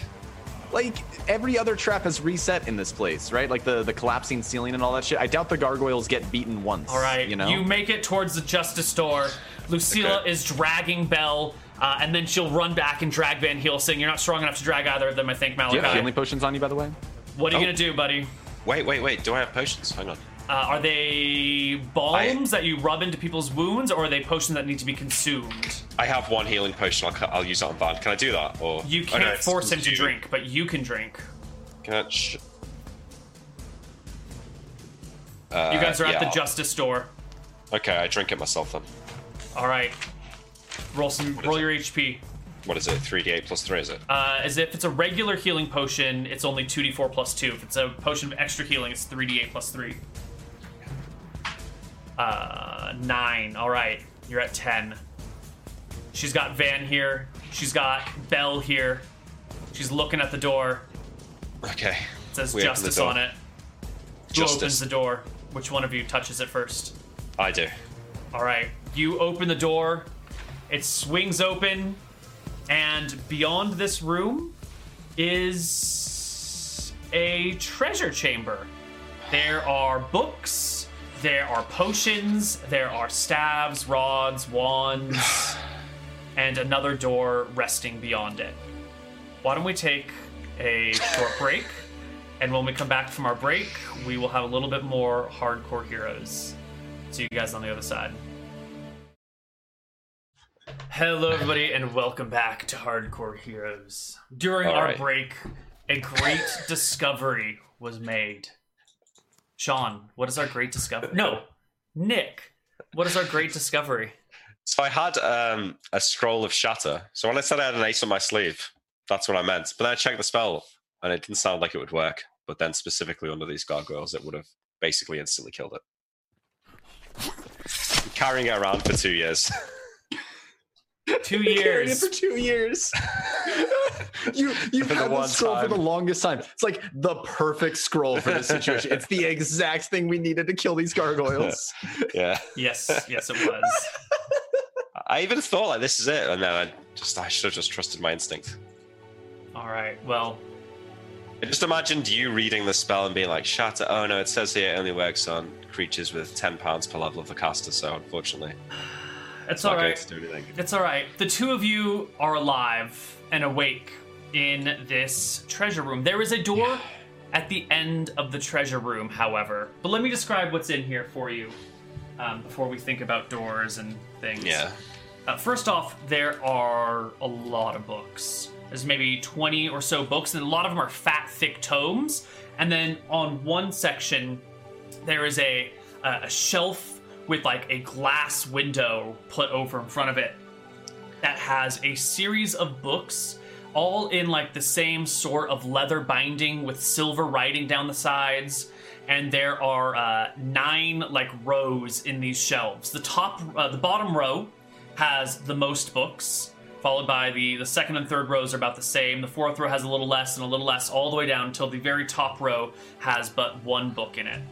Speaker 2: Like every other trap has reset in this place, right? Like the the collapsing ceiling and all that shit. I doubt the gargoyles get beaten once.
Speaker 1: All right.
Speaker 2: You know.
Speaker 1: make it towards the justice door. Lucilla
Speaker 3: Okay.
Speaker 1: is dragging Bell, uh, and then she'll run back and drag Van Helsing. You're not strong enough to drag either of them, I think,
Speaker 2: Do
Speaker 1: Malachi.
Speaker 2: you have healing potions on you, by the way?
Speaker 1: What are you
Speaker 3: Oh.
Speaker 1: gonna do, buddy?
Speaker 3: Wait, wait, wait. Do I have potions? Hang on.
Speaker 1: Uh, are they balms that you rub into people's wounds, or are they potions that need to be consumed?
Speaker 3: I have one healing potion. I'll, I'll use it on Van. Can I do that? Or
Speaker 1: You
Speaker 3: Oh,
Speaker 1: can't
Speaker 3: no, it's
Speaker 1: force him to
Speaker 3: consumed.
Speaker 1: drink, but you can drink.
Speaker 3: Can I? Sh-
Speaker 1: You guys are at
Speaker 3: Uh, yeah,
Speaker 1: the
Speaker 3: I'll-
Speaker 1: justice store.
Speaker 3: okay, I drink it myself then.
Speaker 1: All right. Roll some.
Speaker 3: is
Speaker 1: Roll
Speaker 3: it?
Speaker 1: your HP.
Speaker 3: What is it? Three d eight plus three is it?
Speaker 1: Uh, as if it's a regular healing potion, it's only 2d4 plus 2. If it's a potion of extra healing, it's 3d8 plus 3. Uh, 9. Alright, you're at 10. She's got Van here. She's got Bell here. She's looking at the door.
Speaker 3: okay.
Speaker 1: It says
Speaker 3: We open the
Speaker 1: justice
Speaker 3: door.
Speaker 1: on it. Who opens
Speaker 3: Justice.
Speaker 1: the door? Which one of you touches it first?
Speaker 3: I do.
Speaker 1: All right, you open the door. It swings open, and beyond this room is a treasure chamber. There are books, there are potions, there are staves, rods, wands, and another door resting beyond it. Why don't we take a short break? And when we come back from our break, we will have a little bit more hardcore heroes. See you guys on the other side. Hello, everybody, and welcome back to Hardcore Heroes. During
Speaker 3: All
Speaker 1: our
Speaker 3: right.
Speaker 1: break, a great discovery was made. Sean, what is our great discovery? No, Nick, what is our great discovery?
Speaker 3: So I had um, a scroll of shatter. So when I said I had an ace on my sleeve, that's what I meant. But then I checked the spell, and it didn't sound like it would work. But then specifically under these gargoyles, it would have basically instantly killed it. Been carrying it around for two years.
Speaker 1: Two
Speaker 2: Carried it
Speaker 1: years.
Speaker 2: for two years. you you've
Speaker 3: For the
Speaker 2: had
Speaker 3: one
Speaker 2: this scroll
Speaker 3: time.
Speaker 2: for the longest time. It's like the perfect scroll for this situation. it's the exact thing we needed to kill these gargoyles.
Speaker 3: yeah.
Speaker 1: Yes, yes, it was.
Speaker 3: I even thought like this is it, and then I just I should have just trusted my instinct.
Speaker 1: All right, well,
Speaker 3: I just imagined you reading the spell and being like, "Shatter! Oh no, it says here it only works on creatures with ten pounds per level of the caster." So unfortunately,
Speaker 1: it's
Speaker 3: not
Speaker 1: all
Speaker 3: going
Speaker 1: right.
Speaker 3: to do anything.
Speaker 1: It's all right. The two of you are alive and awake in this treasure room. There is a door at the end of the treasure room, however. But let me describe what's in here for you um, before we think about doors and things.
Speaker 3: Yeah.
Speaker 1: Uh, first off, there are a lot of books. There's maybe 20 or so books, and a lot of them are fat, thick tomes. And then on one section, there is a uh, a shelf with like a glass window put over in front of it that has a series of books all in like the same sort of leather binding with silver writing down the sides and there are uh, nine like rows in these shelves the top uh, the bottom row has the most books followed by the the second and third rows are about the same the fourth row has a little less and a little less all the way down until the very top row has but one book in it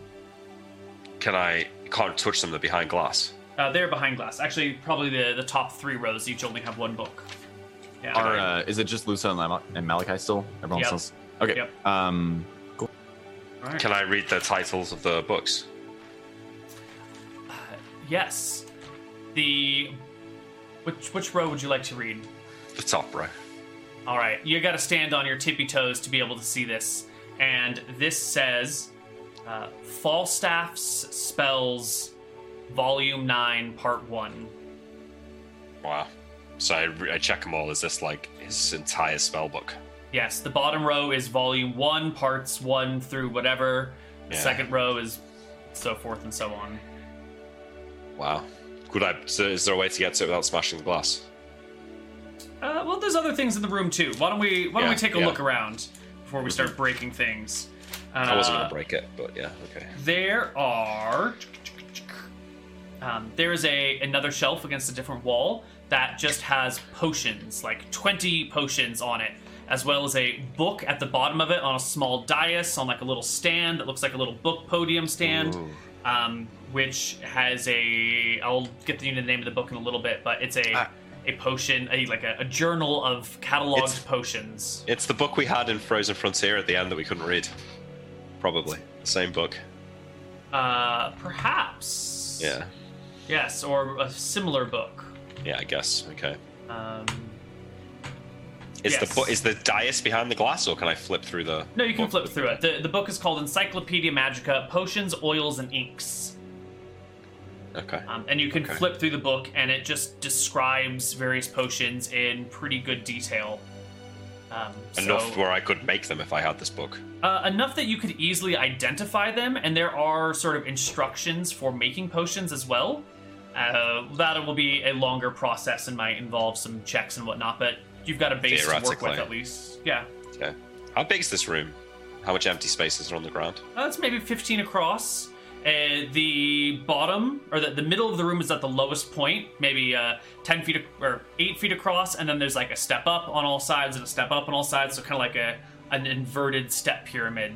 Speaker 3: Can I? Can't touch them. They're behind glass.
Speaker 1: Uh, they're behind glass. Actually, probably the, the top three rows each only have one book. Yeah.
Speaker 2: Are, uh, is it just Lusa and, Lama- and Malachi still? Everyone
Speaker 1: Yep.
Speaker 2: else? Okay.
Speaker 1: Yep.
Speaker 2: Um,
Speaker 1: Alright.
Speaker 3: Can I read the titles of the books?
Speaker 1: Yes. The which which row would you like to read?
Speaker 3: The top row.
Speaker 1: All right, you got to stand on your tippy toes to be able to see this. And this says uh, Falstaff's Spells, Volume Nine, Part One.
Speaker 3: Wow. So I, re- I check them all. Is this like his entire spell book?
Speaker 1: Yes, the bottom row is volume one, parts one through whatever. The
Speaker 3: Yeah.
Speaker 1: second row is so forth and so on.
Speaker 3: Wow. Could I? So is there a way to get to it without smashing the glass?
Speaker 1: Uh, well, there's other things in the room too. Why don't we Why don't
Speaker 3: Yeah,
Speaker 1: we take a
Speaker 3: yeah. Mm-hmm.
Speaker 1: look around before we start breaking things? Uh,
Speaker 3: I wasn't gonna break it, but yeah, okay.
Speaker 1: There are. Um, there is a another shelf against a different wall that just has potions, like twenty potions on it, as well as a book at the bottom of it on a small dais on like a little stand that looks like a little book podium stand, um, which has a. I'll get the name of the book in a little bit, but it's a.
Speaker 3: Ah.
Speaker 1: a potion, a, like a, a journal of cataloged
Speaker 3: It's-
Speaker 1: potions.
Speaker 3: It's the book we had in Frozen Frontier at the end that we couldn't read. Probably same book.
Speaker 1: Uh, perhaps.
Speaker 3: Yeah.
Speaker 1: Yes, or a similar book.
Speaker 3: Yeah, I guess. Okay.
Speaker 1: Um,
Speaker 3: Is
Speaker 1: Yes.
Speaker 3: the bo- is the dais behind the glass, or can I flip through the?
Speaker 1: no, you can
Speaker 3: book?
Speaker 1: flip through it. The, the book is called Encyclopedia Magica Potions, Oils, and Inks.
Speaker 3: Okay.
Speaker 1: Um, and you can
Speaker 3: Okay.
Speaker 1: flip through the book, and it just describes various potions in pretty good detail. Um, so-
Speaker 3: Enough where I could make them if I had this book.
Speaker 1: uh, enough that you could easily identify them, and there are sort of instructions for making potions as well. Uh, that will be a longer process and might involve some checks and whatnot, but you've got a base to work with
Speaker 3: Theoretically.
Speaker 1: at least. Yeah,
Speaker 3: Okay. How big is this room? How much empty spaces are on the ground?
Speaker 1: uh, it's maybe 15 across. Uh, the bottom or the, the middle of the room is at the lowest point, maybe uh, 10 feet ac- or 8 feet across, and then there's like a step up on all sides and a step up on all sides, so kind of like a an inverted step pyramid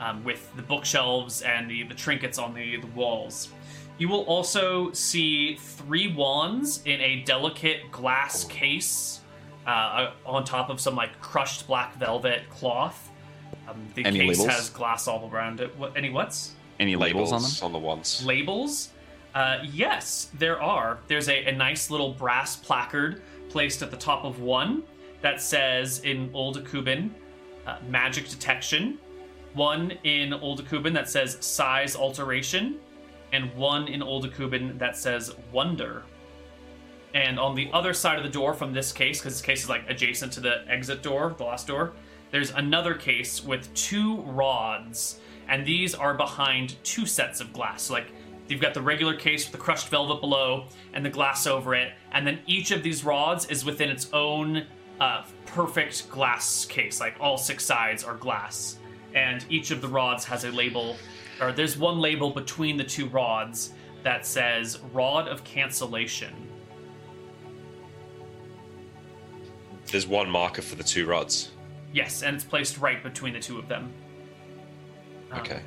Speaker 1: um, with the bookshelves and the, the trinkets on the, the walls. You will also see three wands in a delicate
Speaker 2: Oh.
Speaker 1: glass case uh, on top of some like crushed black velvet cloth. Um, the
Speaker 2: Any
Speaker 1: case
Speaker 2: labels?
Speaker 1: has glass all around it. What, any what's
Speaker 2: Any labels, on them?
Speaker 3: on the ones.
Speaker 1: labels? Uh, yes, there are. There's a, a nice little brass placard placed at the top of one that says in Old Cuban, uh, magic detection. One in Old Cuban that says size alteration, and one in Old Cuban that says wonder. And on the other side of the door from this case, because this case is like adjacent to the exit door, the last door, there's another case with two rods, and these are behind two sets of glass. So, like you've got the regular case with the crushed velvet below and the glass over it, and then each of these rods is within its own uh, perfect glass case. Like all six sides are glass, and each of the rods has a label, or there's one label between the two rods that says "Rod of Cancellation."
Speaker 3: There's one marker for the two rods.
Speaker 1: Yes, and it's placed right between the two of them.
Speaker 2: Ah.
Speaker 1: Um,
Speaker 3: Okay.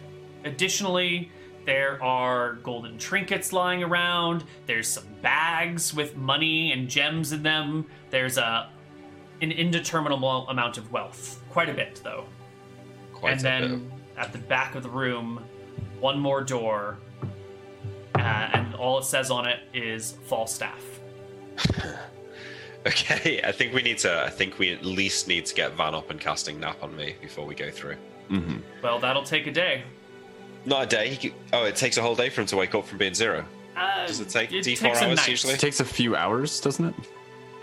Speaker 1: Additionally, there are golden trinkets lying around. There's some bags with money and gems in them. There's a an indeterminable amount of wealth. Quite a bit, though.
Speaker 3: Quite
Speaker 1: and
Speaker 3: a
Speaker 1: then
Speaker 3: bit of-
Speaker 1: at the back of the room, one more door, uh, and all it says on it is Falstaff.
Speaker 3: Okay, I think we need to. I think we at least need to get Van up and casting nap on me before we go through.
Speaker 2: Mm-hmm.
Speaker 1: Well, that'll take a day.
Speaker 3: Not a day. He could, oh, it takes a whole day for him to wake up from being zero.
Speaker 1: Uh,
Speaker 3: Does it take
Speaker 1: it
Speaker 3: D4
Speaker 1: takes a
Speaker 3: hours
Speaker 1: night.
Speaker 3: usually?
Speaker 2: It takes a few hours, doesn't it?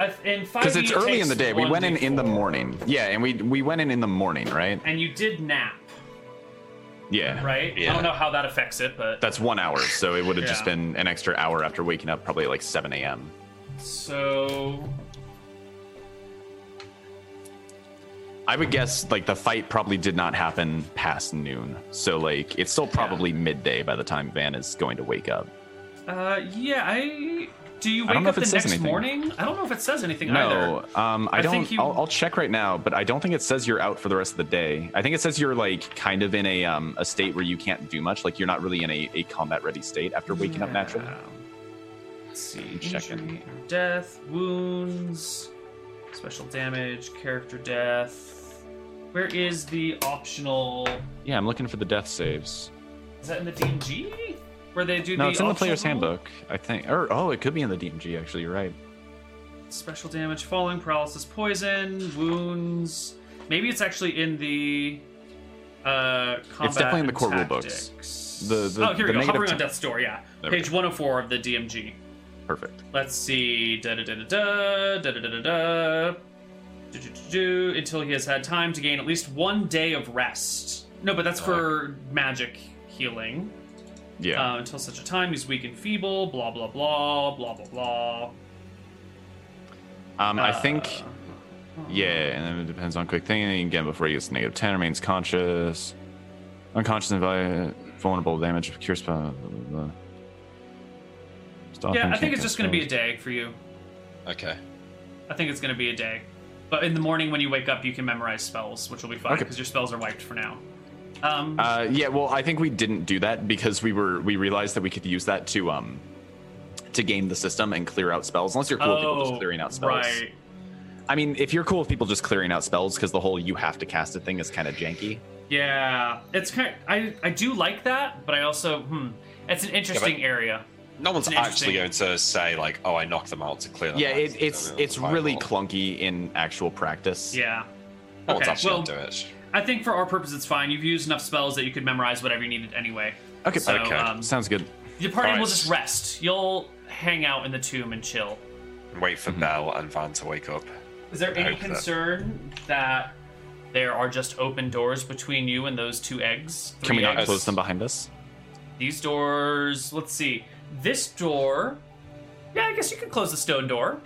Speaker 1: I- in 5e,
Speaker 2: Because it's
Speaker 1: it
Speaker 2: early
Speaker 1: takes
Speaker 2: in the day. We
Speaker 1: one
Speaker 2: went in in the
Speaker 1: D4.
Speaker 2: morning. Yeah, and we we went in in the morning, right?
Speaker 1: and you did nap,
Speaker 2: Yeah.
Speaker 1: right? I
Speaker 3: Yeah.
Speaker 1: don't know how that affects it, but
Speaker 2: That's one hour, so it would have just
Speaker 1: Yeah.
Speaker 2: been an extra hour after waking up, probably like 7 a.m.
Speaker 1: so
Speaker 2: I would guess like the fight probably did not happen past noon, so like it's still probably midday by the time Van is going to wake up.
Speaker 1: uh yeah, I do you
Speaker 2: I
Speaker 1: wake
Speaker 2: don't know
Speaker 1: up
Speaker 2: if it
Speaker 1: the
Speaker 2: says
Speaker 1: next
Speaker 2: anything.
Speaker 1: morning? I don't know if it says anything
Speaker 2: No, um, I,
Speaker 1: I
Speaker 2: don't.
Speaker 1: think you-
Speaker 2: I'll, I'll check right now, but I don't think it says you're out for the rest of the day. I think it says you're like kind of in a um, a state where you can't do much. Like you're not really in a, a combat ready state after
Speaker 1: either.
Speaker 2: waking up naturally.
Speaker 1: Yeah. Let's see.
Speaker 2: Check it.
Speaker 1: Injury, or death, wounds, special damage, character death. Where is the optional
Speaker 2: Yeah, I'm looking for the death saves.
Speaker 1: is that in the DMG? Where they do
Speaker 2: No,
Speaker 1: the
Speaker 2: it's in the
Speaker 1: optional
Speaker 2: player's
Speaker 1: rule?
Speaker 2: handbook, I think. Or oh, it could be in the DMG. Actually, you're right.
Speaker 1: Special damage, falling, paralysis, poison, wounds. Maybe it's actually in the uh, combat.
Speaker 2: It's definitely in the
Speaker 1: and
Speaker 2: core rule
Speaker 1: tactics.
Speaker 2: books. The- the-
Speaker 1: oh, here we go.
Speaker 2: the negative
Speaker 1: Hovering
Speaker 2: t-
Speaker 1: on Death's Door. Yeah,
Speaker 2: There we
Speaker 1: page 104 of the DMG.
Speaker 2: Perfect.
Speaker 1: Let's see. Da da da da da da da da da. Do, do, do, do, until he has had time to gain at least one day of rest. No, but that's
Speaker 2: Oh.
Speaker 1: for magic healing.
Speaker 2: Yeah.
Speaker 1: Uh, until such a time, he's weak and feeble. Blah blah blah blah blah blah.
Speaker 2: Um, I think.
Speaker 1: uh,
Speaker 2: Yeah, and then it depends on quick thinking. Again, before he gets negative ten, remains conscious, unconscious, and vi- vulnerable to damage of cure spell. Blah, blah, blah. Stop
Speaker 1: Yeah,
Speaker 2: and
Speaker 1: I think
Speaker 2: can't
Speaker 1: it's just going to be a
Speaker 2: cast
Speaker 1: day for you.
Speaker 3: Okay.
Speaker 1: I think it's going to be a day. But in the morning when you wake up, you can memorize spells, which will be fine
Speaker 2: Okay.
Speaker 1: because your spells are wiped for now. Um,
Speaker 2: Uh, yeah, well, I think we didn't do that because we were we realized that we could use that to um to game the system and clear out spells. Unless you're cool with people
Speaker 1: oh,
Speaker 2: just clearing out spells.
Speaker 1: Right.
Speaker 2: I mean, if you're cool with people just clearing out spells, because the whole you have to cast it thing is kind of janky.
Speaker 1: Yeah, it's kind. Of, I I do like that, but I also hmm, it's an interesting area.
Speaker 3: No one's
Speaker 1: It's an
Speaker 3: actually going to say like, "Oh, I knocked them out to clear." Them
Speaker 2: Yeah,
Speaker 3: out."
Speaker 2: it, it's
Speaker 3: I mean,
Speaker 2: it's
Speaker 3: fireball.
Speaker 2: really clunky in actual practice.
Speaker 1: Yeah,
Speaker 3: No one's
Speaker 1: Okay,
Speaker 3: actually
Speaker 1: well-
Speaker 3: going to do it.
Speaker 1: I think for our purpose, it's fine. You've used enough spells that you could memorize whatever you needed anyway.
Speaker 2: Okay.
Speaker 1: So,
Speaker 3: Okay.
Speaker 1: um,
Speaker 2: Sounds good.
Speaker 1: your party
Speaker 3: Alright.
Speaker 1: will just rest. You'll hang out in the tomb and chill.
Speaker 3: Wait for
Speaker 2: Mhm.
Speaker 3: Bell and Van to wake up.
Speaker 1: Is there any
Speaker 3: hope that-
Speaker 1: concern that there are just open doors between you and those two eggs?
Speaker 2: Can we
Speaker 1: Three
Speaker 2: not
Speaker 1: eggs?
Speaker 2: close them behind us?
Speaker 1: These doors. Let's see. This door. Yeah, I guess you could close the stone door.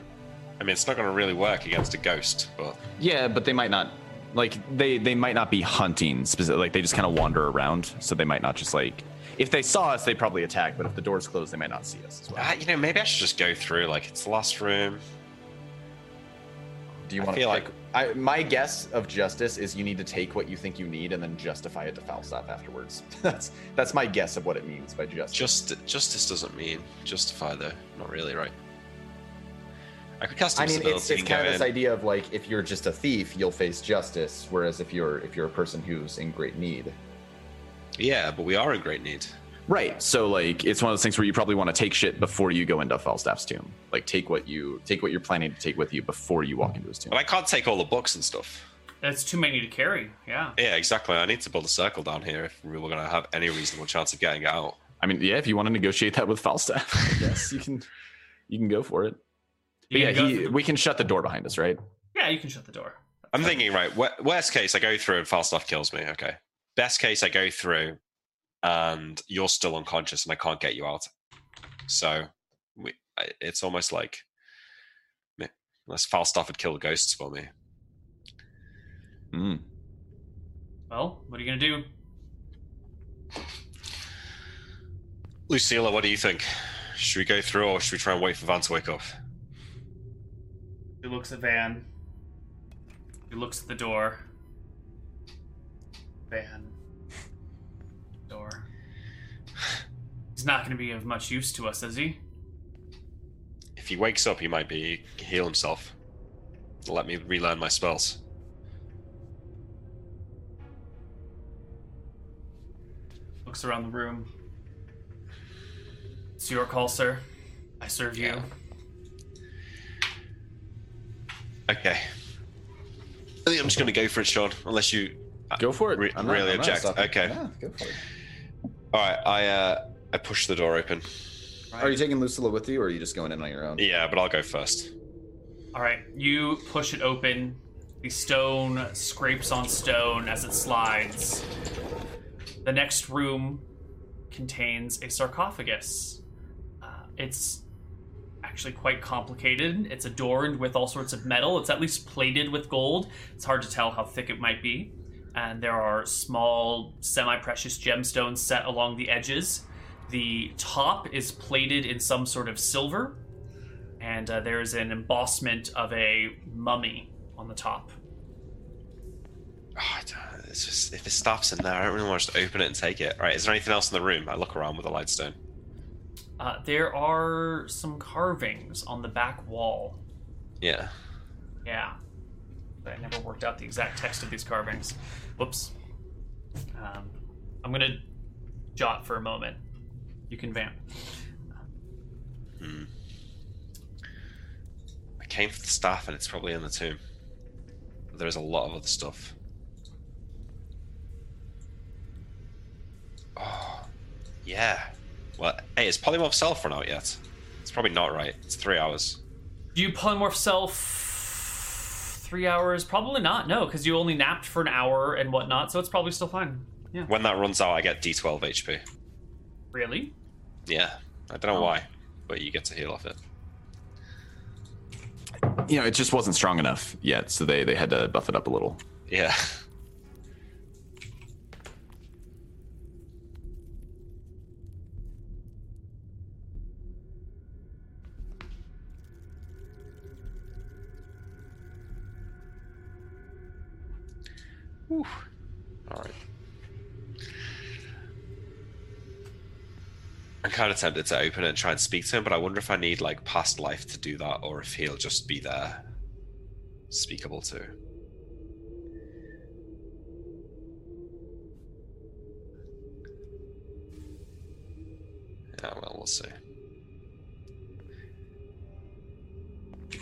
Speaker 3: I mean, it's not going to really work against a ghost, but
Speaker 2: Yeah, but they might not. Like they they might not be hunting specific. Like they just kind of wander around, so they might not just like. If they saw us, they'd probably attack. But if the door's closed, they might not see us as well.
Speaker 3: uh, you know, maybe I should just go through. Like, it's the last room.
Speaker 2: Do you
Speaker 3: I
Speaker 2: want to
Speaker 3: feel
Speaker 2: like?
Speaker 3: like-
Speaker 2: I, my guess of justice is you need to take what you think you need and then justify it to Falstaff afterwards. that's that's my guess of what it means by justice.
Speaker 3: Just justice doesn't mean justify, though. Not really, right? I could cast
Speaker 2: I mean,
Speaker 3: invisibility
Speaker 2: it's, it's
Speaker 3: and go
Speaker 2: kind of this
Speaker 3: in.
Speaker 2: idea of like if you're just a thief, you'll face justice, whereas if you're if you're a person who's in great need.
Speaker 3: Yeah, but we are in great need.
Speaker 2: Right. So like it's one of those things where you probably want to take shit before you go into Falstaff's tomb. Like take what you take what you're planning to take with you before you walk into his tomb.
Speaker 3: But I can't take all the books and stuff.
Speaker 1: That's too many to carry. Yeah.
Speaker 3: Yeah, exactly. I need to build a circle down here if we were going to have any reasonable chance of getting out.
Speaker 2: I mean, yeah, if you want to negotiate that with Falstaff, I guess you can you can go for it.
Speaker 1: You
Speaker 2: But yeah,
Speaker 1: can go
Speaker 2: he,
Speaker 1: through the-
Speaker 2: we can shut the door behind us, right?
Speaker 1: yeah, you can shut the door.
Speaker 3: I'm thinking, right, wor- worst case, I go through and Falstaff kills me. Okay. Best case, I go through and you're still unconscious and I can't get you out. So we, I- it's almost like meh, unless Falstaff had killed ghosts for me.
Speaker 2: Mm.
Speaker 1: Well, what are you gonna do?
Speaker 3: Lucilla, what do you think? Should we go through or should we try and wait for Van to wake up?
Speaker 1: He looks at Van. He looks at the door. Van. Door. He's not gonna be of much use to us, is he?
Speaker 3: If he wakes up, he might be heal himself. Let me relearn my spells.
Speaker 1: Looks around the room. It's your call, sir. I serve you.
Speaker 3: Yeah. Okay. I think I'm just going to go for it, Sean. Unless you
Speaker 2: Go for it.
Speaker 3: Re-
Speaker 2: I'm not-
Speaker 3: really
Speaker 2: I'm not
Speaker 3: object.
Speaker 2: stopping.
Speaker 3: Okay.
Speaker 4: Yeah, go for it.
Speaker 3: All right, I uh, I push the door open.
Speaker 2: Right.
Speaker 4: Are you taking Lucilla with you, or are you just going in on your own?
Speaker 3: Yeah, but I'll go first.
Speaker 1: Alright, you push it open. The stone scrapes on stone as it slides. The next room contains a sarcophagus. Uh, it's actually quite complicated. It's adorned with all sorts of metal. It's at least plated with gold. It's hard to tell how thick it might be. And there are small, semi precious gemstones set along the edges. The top is plated in some sort of silver, and uh, there is an embossment of a mummy on the top.
Speaker 3: Ah, d- it's just if it stops in there, I don't really want to just open it and take it. All right, is there anything else in the room? I look around with a light stone.
Speaker 1: Uh, there are some carvings on the back wall.
Speaker 3: Yeah.
Speaker 1: Yeah. I never worked out the exact text of these carvings. Whoops. Um, I'm going to jot for a moment. You can vamp.
Speaker 3: I came for the staff, and it's probably in the tomb. There is a lot of other stuff. Oh, yeah. Well, hey, is polymorph self run out yet? It's probably not right. It's three hours.
Speaker 1: Do you polymorph self three hours? Probably not, no, because you only napped for an hour and whatnot, so it's probably still fine.
Speaker 3: When that runs out, I get D12 HP.
Speaker 1: Really?
Speaker 3: Yeah, I don't know why, but you get to heal off it.
Speaker 2: You know, it just wasn't strong enough yet, so they they had to buff it up a little.
Speaker 3: Yeah. All right. I'm kind of tempted to open it and try and speak to him, but I wonder if I need like past life to do that, or if he'll just be there, speakable to. Yeah, well, we'll see.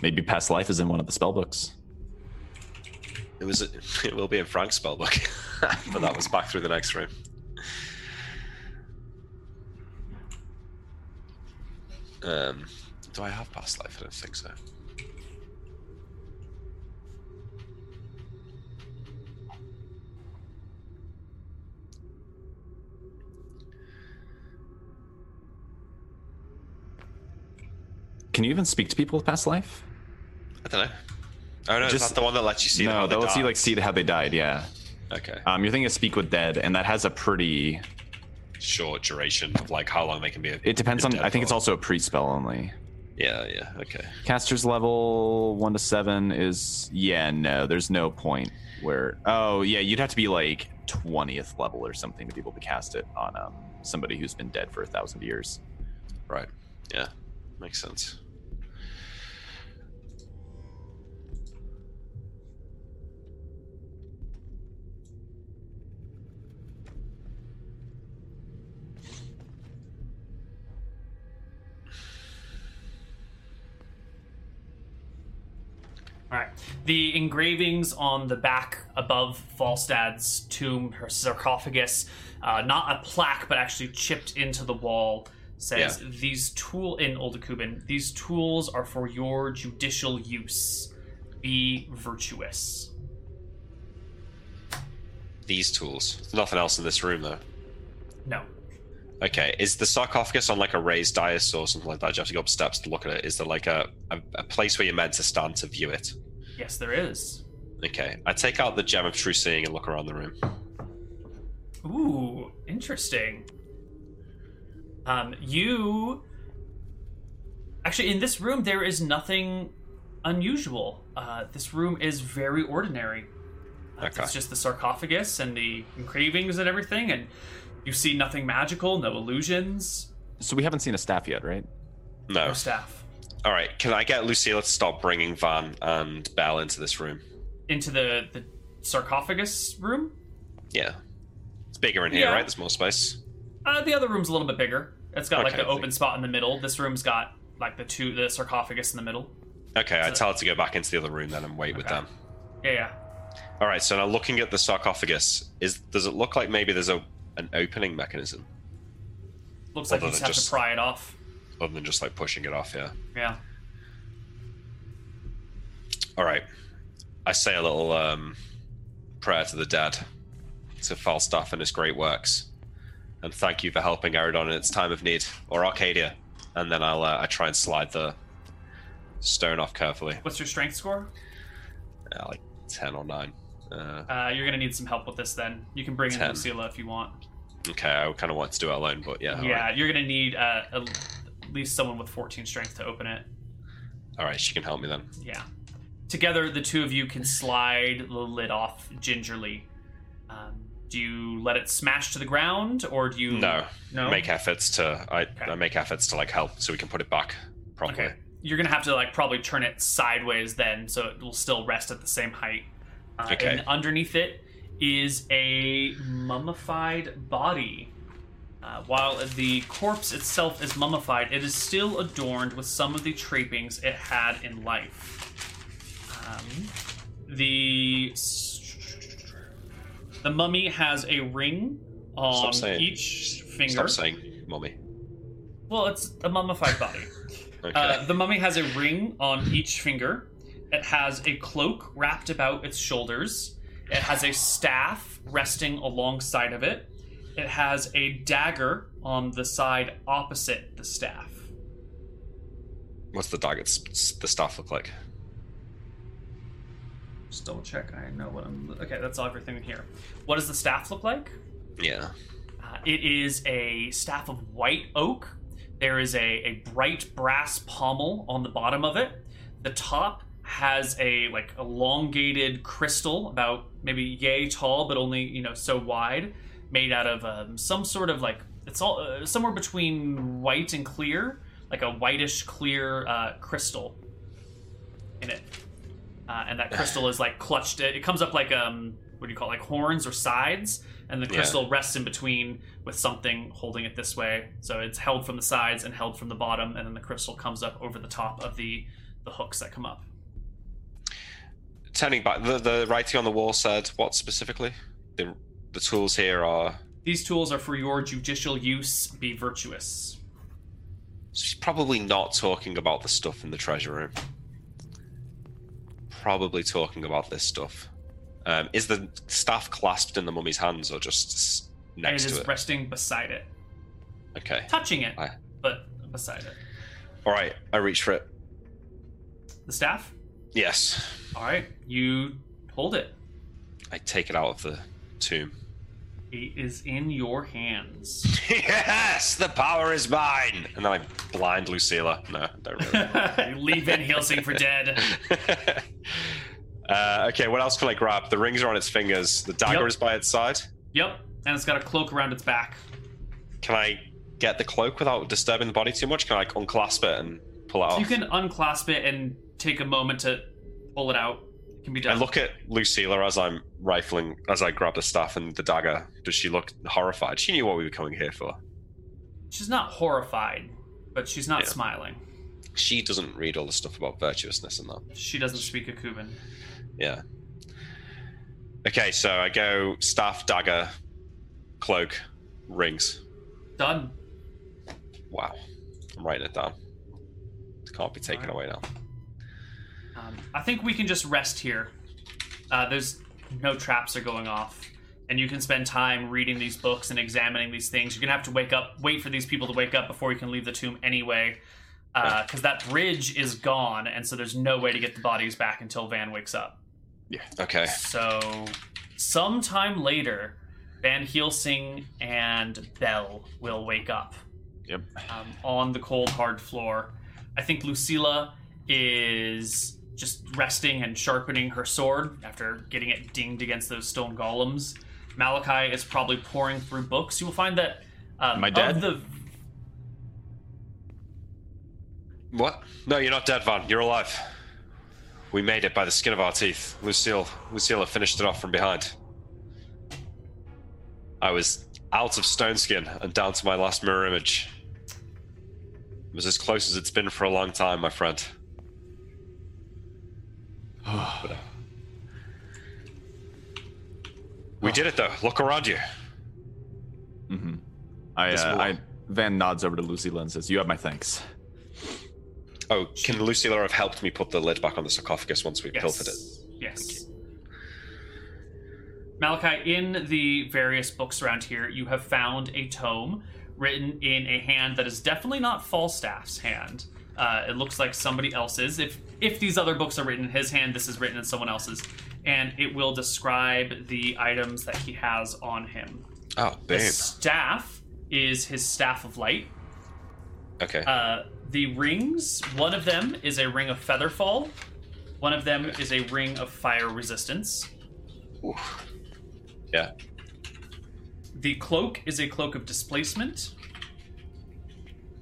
Speaker 2: Maybe past life is in one of the spell books.
Speaker 3: It was. It will be in Frank's spellbook, but that was back through the next room. Um, do I have past life? I don't think so.
Speaker 2: Can you even speak to people with past life?
Speaker 3: I don't know. Oh no,
Speaker 2: Just-
Speaker 3: is that the one that lets you see?
Speaker 2: no,
Speaker 3: how they
Speaker 2: that lets you
Speaker 3: die?
Speaker 2: like see how they died. Yeah.
Speaker 3: Okay.
Speaker 2: Um, you're thinking of speak with dead, and that has a pretty.
Speaker 3: Short duration of like how long they can be.
Speaker 2: It depends on.
Speaker 3: dead
Speaker 2: I think it's
Speaker 3: for.
Speaker 2: also a pre spell only.
Speaker 3: Yeah, yeah. Okay.
Speaker 2: Caster's level one to seven is yeah no. There's no point where oh yeah you'd have to be like twentieth level or something to be able to cast it on um, somebody who's been dead for a thousand years.
Speaker 3: Right. Yeah. Makes sense.
Speaker 1: All right. The engravings on the back above Falstad's tomb, her sarcophagus, uh, not a plaque, but actually chipped into the wall, says
Speaker 3: Yeah.
Speaker 1: these tool in Old Cuban. These tools are for your judicial use. Be virtuous.
Speaker 3: These tools. There's nothing else in this room though.
Speaker 1: No,
Speaker 3: Okay, is the sarcophagus on like a raised dais or something like that? Do you have to go up steps to look at it? Is there like a, a, a place where you're meant to stand to view it?
Speaker 1: yes, there is.
Speaker 3: Okay, I take out the gem of true seeing and look around the room.
Speaker 1: Ooh, interesting. Um, you actually in this room there is nothing unusual. Uh, this room is very ordinary. Uh,
Speaker 3: Okay.
Speaker 1: It's just the sarcophagus and the engravings and everything, and you see nothing magical, no illusions,
Speaker 2: So we haven't seen a staff yet, right?
Speaker 3: No.
Speaker 1: no staff.
Speaker 3: All right, can I get Lucilla to stop bringing Van and Belle into this room?
Speaker 1: Into the the sarcophagus room.
Speaker 3: Yeah. It's bigger in here,
Speaker 1: Yeah.
Speaker 3: right? There's more space.
Speaker 1: Uh, the other room's a little bit bigger. It's got like
Speaker 3: Okay,
Speaker 1: the open
Speaker 3: thanks.
Speaker 1: spot in the middle. This room's got like the two the sarcophagus in the middle.
Speaker 3: Okay, I
Speaker 1: So-
Speaker 3: tell her to go back into the other room then and wait with
Speaker 1: Okay.
Speaker 3: them.
Speaker 1: Yeah, yeah.
Speaker 3: All right, so now looking at the sarcophagus, is does it look like maybe there's a an opening mechanism
Speaker 1: Looks
Speaker 3: Well,
Speaker 1: like you
Speaker 3: then
Speaker 1: just
Speaker 3: it
Speaker 1: have to
Speaker 3: just-
Speaker 1: pry it off.
Speaker 3: other than just like pushing it off? Yeah.
Speaker 1: Yeah.
Speaker 3: All right. I say a little um, prayer to the dead, to Falstaff and his great works, and thank you for helping Eridon in its time of need, or Arcadia. And then I'll uh, I try and slide the stone off carefully,
Speaker 1: What's your strength score?
Speaker 3: uh, like ten or nine. Uh,
Speaker 1: Uh, you're gonna need some help with this. Then you can bring in
Speaker 3: Ten.
Speaker 1: Lucila if you want.
Speaker 3: okay, I kind of wanted to do it alone, but yeah. all
Speaker 1: yeah,
Speaker 3: right.
Speaker 1: you're gonna need uh, at least someone with 14 strength to open it.
Speaker 3: All right, she can help me then.
Speaker 1: Yeah. Together, the two of you can slide the lid off gingerly. Um, do you let it smash to the ground, or do you
Speaker 3: No,
Speaker 1: no
Speaker 3: make efforts to I, I make efforts to like help so we can put it back properly.
Speaker 1: Okay. You're gonna have to like probably turn it sideways then, so it will still rest at the same height. Uh,
Speaker 3: Okay.
Speaker 1: And underneath it is a mummified body. Uh, while the corpse itself is mummified, it is still adorned with some of the trappings it had in life. Um, the s- the mummy has a ring on
Speaker 3: saying-
Speaker 1: each finger.
Speaker 3: Stop saying, "mummy."
Speaker 1: Well, it's a mummified body.
Speaker 3: Okay.
Speaker 1: Uh, the mummy has a ring on each finger. It has a cloak wrapped about its shoulders. It has a staff resting alongside of it. It has a dagger on the side opposite the staff.
Speaker 3: What's the dagger? s- s- The staff look like?
Speaker 1: Just double check. I know what I'm. Okay, that's everything in here. What does the staff look like?
Speaker 3: Yeah.
Speaker 1: Uh, it is a staff of white oak. There is a, a bright brass pommel on the bottom of it. The top has a like elongated crystal, about maybe yay tall, but only you know so wide, made out of um, some sort of like it's all uh, somewhere between white and clear, like a whitish clear uh, crystal in it. Uh, and that crystal is like clutched. It, it comes up like um, what do you call it, like horns or sides, and the
Speaker 3: Yeah.
Speaker 1: crystal rests in between with something holding it this way. So it's held from the sides and held from the bottom, and then the crystal comes up over the top of the the hooks that come up.
Speaker 3: Turning back, the, the writing on the wall said what specifically? The the tools here are.
Speaker 1: These tools are for your judicial use. Be virtuous.
Speaker 3: She's probably not talking about the stuff in the treasure room. Probably talking about this stuff. Um, is the staff clasped in the mummy's hands or just s- next
Speaker 1: and it
Speaker 3: to
Speaker 1: is
Speaker 3: it?
Speaker 1: resting beside it,
Speaker 3: okay.
Speaker 1: touching it,
Speaker 3: Aye.
Speaker 1: but beside it.
Speaker 3: All right. I reach for it.
Speaker 1: The staff.
Speaker 3: Yes.
Speaker 1: All right, you hold it.
Speaker 3: I take it out of the tomb.
Speaker 1: It is in your hands.
Speaker 3: yes, the power is mine. And then I blind Lucilla. No, don't really.
Speaker 1: you leave Van Helsing for dead.
Speaker 3: uh, okay, what else can I grab? The rings are on its fingers. The dagger
Speaker 1: Yep.
Speaker 3: is by its side.
Speaker 1: Yep, and it's got a cloak around its back.
Speaker 3: Can I get the cloak without disturbing the body too much? Can I like, unclasp it and pull it off?
Speaker 1: You can unclasp it and take a moment to pull it out. It can be
Speaker 3: I
Speaker 1: done.
Speaker 3: look at Lucilla as I'm rifling, as I grab the staff and the dagger. Does she look horrified? She knew what we were coming here for.
Speaker 1: she's not horrified, but she's not
Speaker 3: Yeah.
Speaker 1: smiling.
Speaker 3: She doesn't read all the stuff about virtuousness and that.
Speaker 1: She doesn't speak Akuban.
Speaker 3: Yeah. Okay, so I go staff, dagger, cloak, rings.
Speaker 1: Done.
Speaker 3: Wow. I'm writing it down. It can't be taken
Speaker 1: Alright.
Speaker 3: away now.
Speaker 1: Um, I think we can just rest here. Uh, there's no traps are going off, and you can spend time reading these books and examining these things. You're gonna have to wake up, wait for these people to wake up before you can leave the tomb anyway, because that bridge is gone, and so there's no way to get the bodies back until Van wakes up.
Speaker 3: Okay.
Speaker 1: So, sometime later, Van Helsing and Bell will wake up.
Speaker 2: Yep.
Speaker 1: Um, on the cold, hard floor. I think Lucilla is just resting and sharpening her sword after getting it dinged against those stone golems. Malachi is probably poring through books. You will find that. Um,
Speaker 2: Am I
Speaker 1: of
Speaker 2: dead?
Speaker 1: the-
Speaker 3: What? No, you're not dead, Van. You're alive. We made it by the skin of our teeth. Lucille Lucilla finished it off from behind. I was out of stone skin and down to my last mirror image. It was as close as it's been for a long time, my friend. uh, we did it though. Look around you.
Speaker 2: hmm I,
Speaker 3: This
Speaker 2: uh,
Speaker 3: will-
Speaker 2: I Van nods over to Lucilla and says, "You have my thanks."
Speaker 3: Oh, can Lucilla have helped me put the lid back on the sarcophagus once we
Speaker 1: Yes.
Speaker 3: pilfered it?
Speaker 1: Yes. Malachi, in the various books around here, you have found a tome written in a hand that is definitely not Falstaff's hand. Uh, it looks like somebody else's. If if these other books are written in his hand, this is written in someone else's, and it will describe the items that he has on him.
Speaker 3: Oh,
Speaker 1: The
Speaker 3: babe.
Speaker 1: staff is his staff of light.
Speaker 3: Okay.
Speaker 1: Uh, the rings, one of them is a ring of featherfall, one of them is a ring of fire resistance.
Speaker 3: Oof. Yeah.
Speaker 1: The cloak is a cloak of displacement.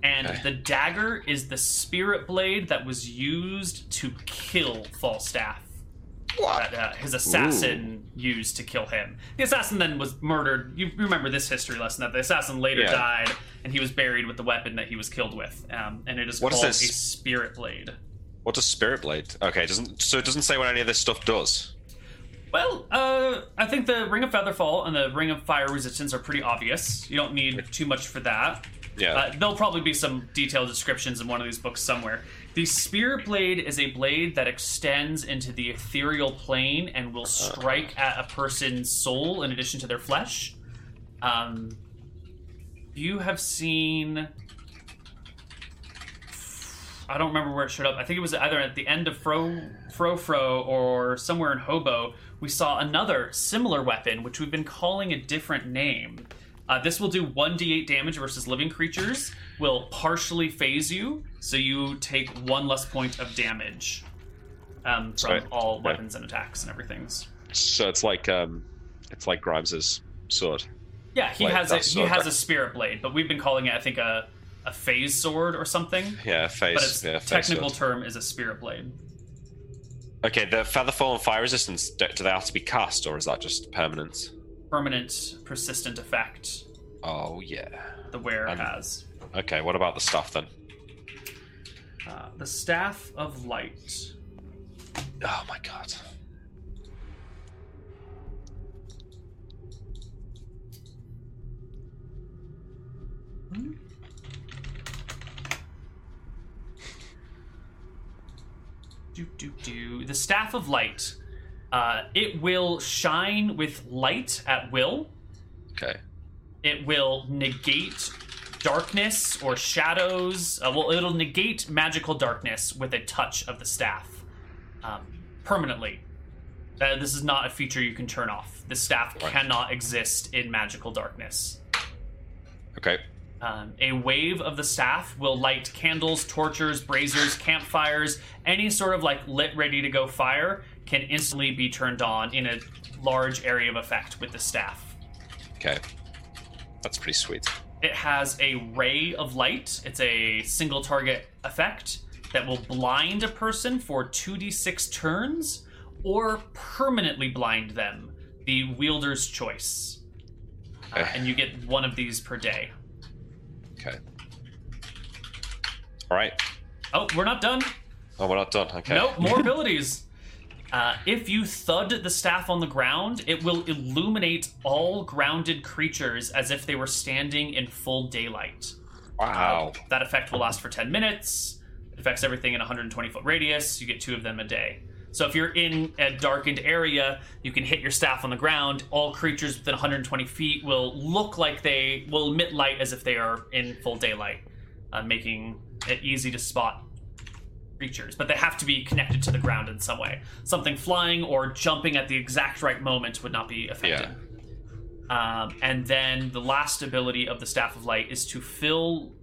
Speaker 1: And
Speaker 3: Okay.
Speaker 1: the dagger is the spirit blade that was used to kill Falstaff. That uh, his assassin used to kill him. The assassin then was murdered. You remember this history lesson that the assassin later
Speaker 3: Yeah.
Speaker 1: died, and he was buried with the weapon that he was killed with. Um, and it is
Speaker 3: What is
Speaker 1: called a
Speaker 3: this?
Speaker 1: spirit blade.
Speaker 3: What does Spirit Blade? Okay, it doesn't so it doesn't say what any of this stuff does.
Speaker 1: Well, uh, I think the Ring of Featherfall and the Ring of Fire Resistance are pretty obvious. You don't need too much for that.
Speaker 3: Yeah.
Speaker 1: Uh, there'll probably be some detailed descriptions in one of these books somewhere. The spear blade is a blade that extends into the ethereal plane and will strike at a person's soul in addition to their flesh. Um, you have seen. I don't remember where it showed up. I think it was either at the end of Fro Fro Fro or somewhere in Hobo. We saw another similar weapon, which we've been calling a different name. Uh, this will do 1d8 damage versus living creatures, will partially phase you, so you take one less point of damage um, from
Speaker 3: Right.
Speaker 1: all
Speaker 3: Right.
Speaker 1: weapons and attacks and everything.
Speaker 3: So it's like um, it's like Grimes's sword.
Speaker 1: Yeah, he
Speaker 3: Wait,
Speaker 1: has a,
Speaker 3: that's
Speaker 1: he
Speaker 3: not
Speaker 1: has
Speaker 3: that-
Speaker 1: a spirit blade, but we've been calling it, I think, a, a phase sword or something.
Speaker 3: Yeah,
Speaker 1: But
Speaker 3: phase.
Speaker 1: its
Speaker 3: Yeah, phase
Speaker 1: technical
Speaker 3: sword.
Speaker 1: term is a spirit blade.
Speaker 3: okay, the feather fall and fire resistance. Do, do they have to be cast, or is that just permanent?
Speaker 1: Permanent, persistent effect
Speaker 3: Oh yeah.
Speaker 1: the wearer
Speaker 3: Um,
Speaker 1: has.
Speaker 3: Okay, what about the stuff then?
Speaker 1: Uh, the Staff of Light.
Speaker 3: Oh my god.
Speaker 1: Do, do, do. The Staff of Light. Uh, it will shine with light at will.
Speaker 3: Okay.
Speaker 1: It will negate darkness or shadows. Uh, well, it'll negate magical darkness with a touch of the staff um, permanently. Uh, this is not a feature you can turn off. The staff
Speaker 3: Right.
Speaker 1: cannot exist in magical darkness.
Speaker 3: Okay.
Speaker 1: Um, a wave of the staff will light candles, torches, braziers, campfires, any sort of like lit, ready to go fire can instantly be turned on in a large area of effect with the staff.
Speaker 3: Okay. That's pretty sweet.
Speaker 1: It has a ray of light. It's a single target effect that will blind a person for 2d6 turns or permanently blind them. The wielder's choice. Uh,
Speaker 3: Okay.
Speaker 1: and you get one of these per day.
Speaker 3: Okay. All right.
Speaker 1: Oh, we're not done.
Speaker 3: Oh, we're not done. Okay.
Speaker 1: Nope, more abilities. Uh, if you thud the staff on the ground, it will illuminate all grounded creatures as if they were standing in full daylight.
Speaker 3: Wow.
Speaker 1: That effect will last for 10 minutes. It affects everything in 120 foot radius. You get two of them a day. So if you're in a darkened area, you can hit your staff on the ground. All creatures within 120 feet will look like they will emit light as if they are in full daylight, uh, making it easy to spot creatures. But they have to be connected to the ground in some way. Something flying or jumping at the exact right moment would not be effective.
Speaker 3: Yeah.
Speaker 1: Um, and then the last ability of the Staff of Light is to fill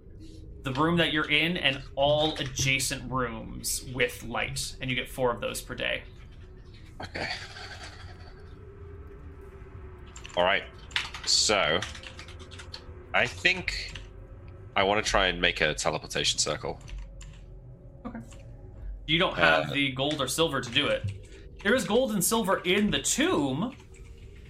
Speaker 1: the room that you're in and all adjacent rooms with light, and you get four of those per day.
Speaker 3: Okay. All right. So, I think I want to try and make a teleportation circle.
Speaker 1: You don't have
Speaker 3: Uh,
Speaker 1: the gold or silver to do it. There is gold and silver in the tomb.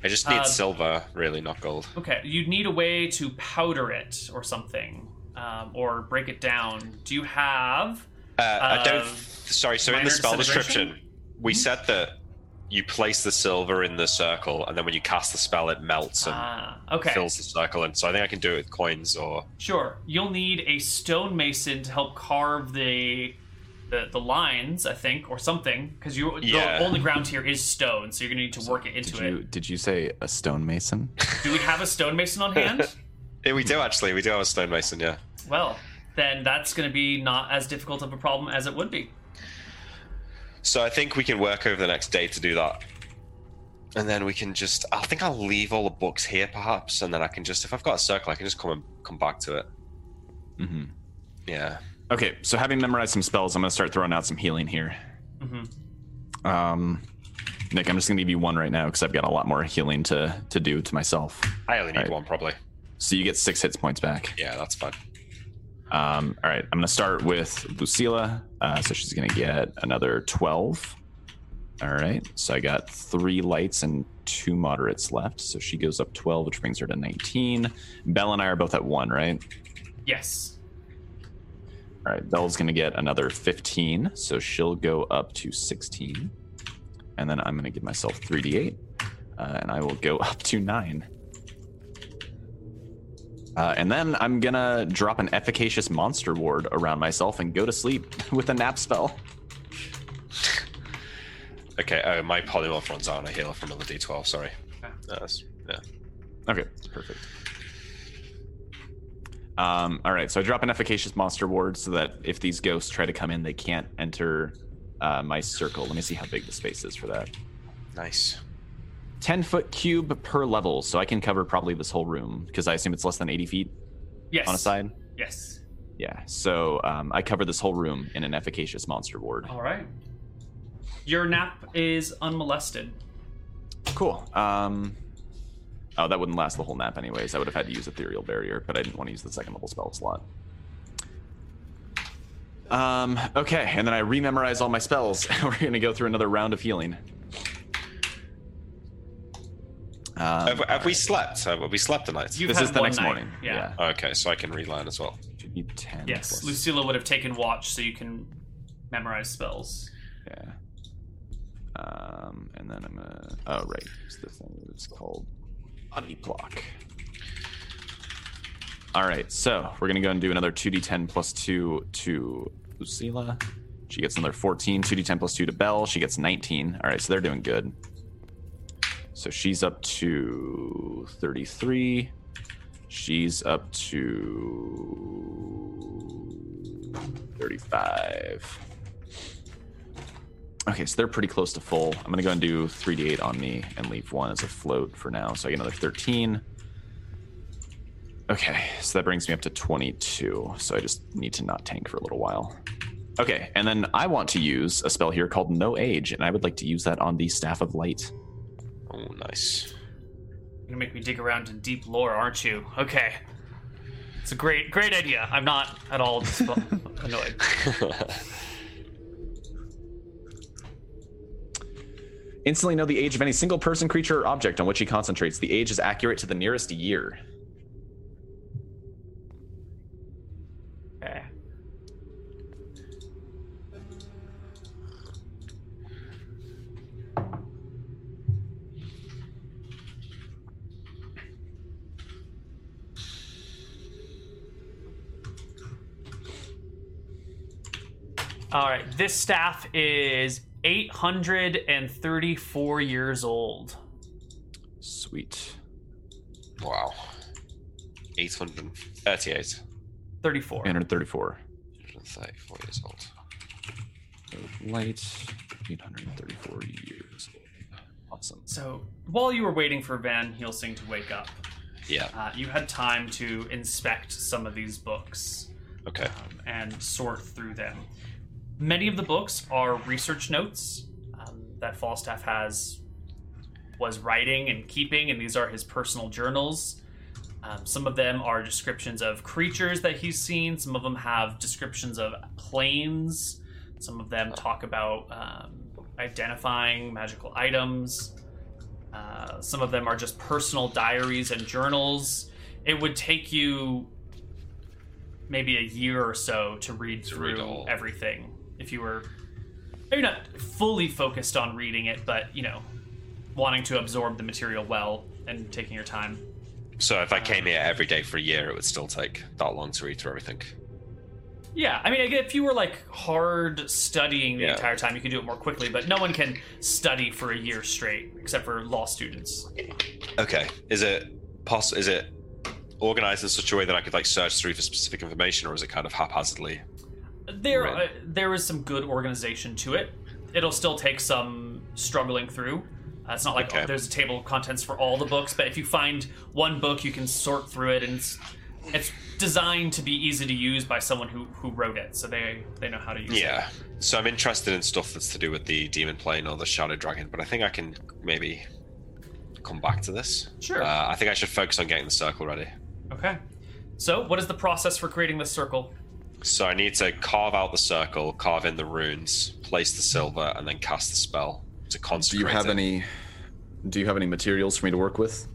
Speaker 3: I just need
Speaker 1: Uh,
Speaker 3: silver, really, not gold.
Speaker 1: Okay, you'd need a way to powder it or something, um, or break it down. Do you have?
Speaker 3: Uh, I don't.
Speaker 1: uh,
Speaker 3: Sorry. So in
Speaker 1: minor Mm-hmm.
Speaker 3: the spell
Speaker 1: disintegration?
Speaker 3: description, we said that you place the silver in the circle, and then when you cast the spell, it melts and
Speaker 1: Ah, okay.
Speaker 3: fills the circle. And so I think I can do it with coins or
Speaker 1: Sure. You'll need a stonemason to help carve the the, the lines, I think, or something, because you
Speaker 3: Yeah.
Speaker 1: the only ground here is stone, so you're gonna need to work it into
Speaker 2: Did
Speaker 1: it.
Speaker 2: you did you say a stonemason?
Speaker 1: Do we have a stonemason on hand?
Speaker 3: Yeah, we do actually. We do have a stonemason, yeah.
Speaker 1: well, then that's gonna be not as difficult of a problem as it would be.
Speaker 3: So I think we can work over the next day to do that. And then we can just I think I'll leave all the books here perhaps, and then I can just if I've got a circle I can just come and come back to it.
Speaker 2: Mm-hmm.
Speaker 3: Yeah.
Speaker 2: Okay, so having memorized some spells, I'm gonna start throwing out some healing here.
Speaker 1: Mhm.
Speaker 2: Um, Nick, I'm just gonna give you one right now because I've got a lot more healing to to do to myself.
Speaker 3: I only need
Speaker 2: Right.
Speaker 3: one probably.
Speaker 2: So you get six hits points back.
Speaker 3: Yeah, that's fine.
Speaker 2: Um, all right, I'm gonna start with Lucila. Uh, so she's gonna get another twelve. All right, so I got three lights and two moderates left. So she goes up twelve, which brings her to nineteen. Bell and I are both at one, right?
Speaker 1: Yes.
Speaker 2: All right, Belle's gonna get another fifteen, so she'll go up to sixteen, and then I'm gonna give myself three d eight, uh, and I will go up to nine. Uh, and then I'm gonna drop an efficacious monster ward around myself and go to sleep with a nap spell.
Speaker 3: Okay, oh, my polymorph runs out on a healer from another d12, sorry. That's, yeah.
Speaker 2: Okay, perfect. Um, all right, so I drop an efficacious monster ward so that if these ghosts try to come in, they can't enter uh, my circle. Let me see how big the space is for that.
Speaker 3: Nice.
Speaker 2: 10 foot cube per level, so I can cover probably this whole room because I assume it's less than 80 feet
Speaker 1: Yes.
Speaker 2: on a side.
Speaker 1: Yes.
Speaker 2: Yeah, so um, I cover this whole room in an efficacious monster ward.
Speaker 1: All right. Your nap is unmolested.
Speaker 2: Cool. Um, oh, that wouldn't last the whole nap, anyways. I would have had to use ethereal barrier, but I didn't want to use the second level spell slot. Um, okay, and then I rememorize all my spells. We're gonna go through another round of healing. Um,
Speaker 3: have have we slept? Have we slept tonight?
Speaker 1: You've
Speaker 2: this
Speaker 1: had
Speaker 2: is the
Speaker 1: one
Speaker 2: next
Speaker 1: night.
Speaker 2: morning.
Speaker 1: Yeah.
Speaker 3: Okay, so I can reline as well.
Speaker 2: Should be ten.
Speaker 1: Yes.
Speaker 2: plus-
Speaker 1: Lucilla would have taken watch so you can memorize spells.
Speaker 2: Yeah. Um, and then I'm gonna. Oh right, it's the thing that's called body block. All right, so we're gonna go and do another two d10 plus two to Lucila. She gets another 14. 2d10 plus two to Belle. She gets 19. All right, so they're doing good. So she's up to 33. She's up to 35. Okay, so they're pretty close to full. I'm gonna go and do 3d8 on me and leave one as a float for now. So I get another 13. Okay, so that brings me up to 22. So I just need to not tank for a little while. Okay, and then I want to use a spell here called No Age, and I would like to use that on the Staff of Light.
Speaker 3: Oh, nice.
Speaker 1: You're gonna make me dig around in deep lore, aren't you? Okay. It's a great, great idea. I'm not at all dis- annoyed.
Speaker 2: Instantly know the age of any single person, creature, or object on which he concentrates. The age is accurate to the nearest year.
Speaker 1: Okay. All right, this staff is 834 years old.
Speaker 2: Sweet.
Speaker 3: Wow. 838.
Speaker 1: 34.
Speaker 2: 334.
Speaker 3: 134 years old.
Speaker 2: Light, 834 years. Awesome.
Speaker 1: So, while you were waiting for Van Helsing to wake up,
Speaker 3: Yeah,
Speaker 1: uh, you had time to inspect some of these books.
Speaker 3: okay.
Speaker 1: um, and sort through them. Many of the books are research notes um, that Falstaff has was writing and keeping, and these are his personal journals. Um, some of them are descriptions of creatures that he's seen. Some of them have descriptions of planes. Some of them talk about um, identifying magical items. Uh, some of them are just personal diaries and journals. It would take you maybe a year or so to read
Speaker 3: To
Speaker 1: through
Speaker 3: read all.
Speaker 1: everything if you were maybe not fully focused on reading it, but you know, wanting to absorb the material well and taking your time.
Speaker 3: So if I came here every day for a year, it would still take that long to read through everything.
Speaker 1: Yeah, I mean, I get- if you were like hard studying the
Speaker 3: Yeah.
Speaker 1: entire time, you could do it more quickly. But no one can study for a year straight, except for law students.
Speaker 3: Okay. Is it poss- Is it organized in such a way that I could like search through for specific information, or is it kind of haphazardly?
Speaker 1: There,
Speaker 3: Right.
Speaker 1: uh, there is some good organization to it. It'll still take some struggling through. Uh, it's not like
Speaker 3: Okay.
Speaker 1: oh, there's a table of contents for all the books, but if you find one book, you can sort through it, and it's, it's designed to be easy to use by someone who who wrote it, so they they know how to use it.
Speaker 3: Yeah. So I'm interested in stuff that's to do with the demon plane or the shadow dragon, but I think I can maybe come back to this.
Speaker 1: Sure.
Speaker 3: Uh, I think I should focus on getting the circle ready.
Speaker 1: Okay. So, what is the process for creating this circle?
Speaker 3: So I need to carve out the circle, carve in the runes, place the silver, and then cast the spell to
Speaker 2: Do
Speaker 3: consecrate.
Speaker 2: you have
Speaker 3: it.
Speaker 2: any? Do you have any materials for me to work with?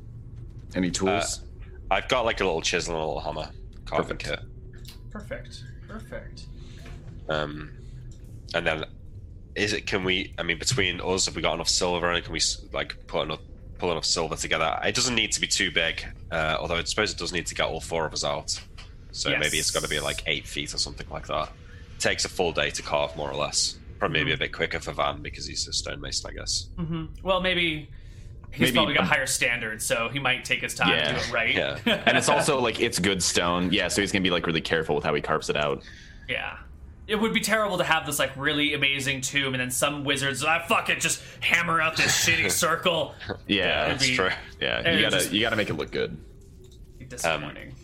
Speaker 2: Any tools?
Speaker 3: I've got like a little chisel and a little hammer carving
Speaker 2: Perfect.
Speaker 1: Perfect. Perfect.
Speaker 3: kit. Um, and then, is it? Can we? I mean, between us, have we got enough silver? And can we s- like put enough, pull enough silver together. It doesn't need to be too big, uh, although I suppose it does need to get all four of us out. So maybe it's got to be
Speaker 5: Yes.
Speaker 3: like eight feet or something like that. takes a full day to carve, more or less. Probably maybe a bit quicker for Van because he's a stonemason, I guess.
Speaker 1: hmm Well, maybe he's
Speaker 2: Maybe-
Speaker 1: probably got higher standards, so he might take his time to
Speaker 2: Yeah,
Speaker 1: do it right.
Speaker 3: yeah.
Speaker 2: and it's also like it's good stone. Yeah, so he's gonna be like really careful with how he carves it out.
Speaker 1: Yeah. It would be terrible to have this like really amazing tomb and then some wizards I fuck it, just hammer out this shitty circle.
Speaker 3: Um,
Speaker 2: Yeah,
Speaker 1: It'd
Speaker 3: that's
Speaker 1: be
Speaker 3: true.
Speaker 2: yeah.
Speaker 1: and
Speaker 2: You
Speaker 1: it
Speaker 2: gotta
Speaker 1: just-
Speaker 2: you gotta make it look good.
Speaker 1: Disappointing.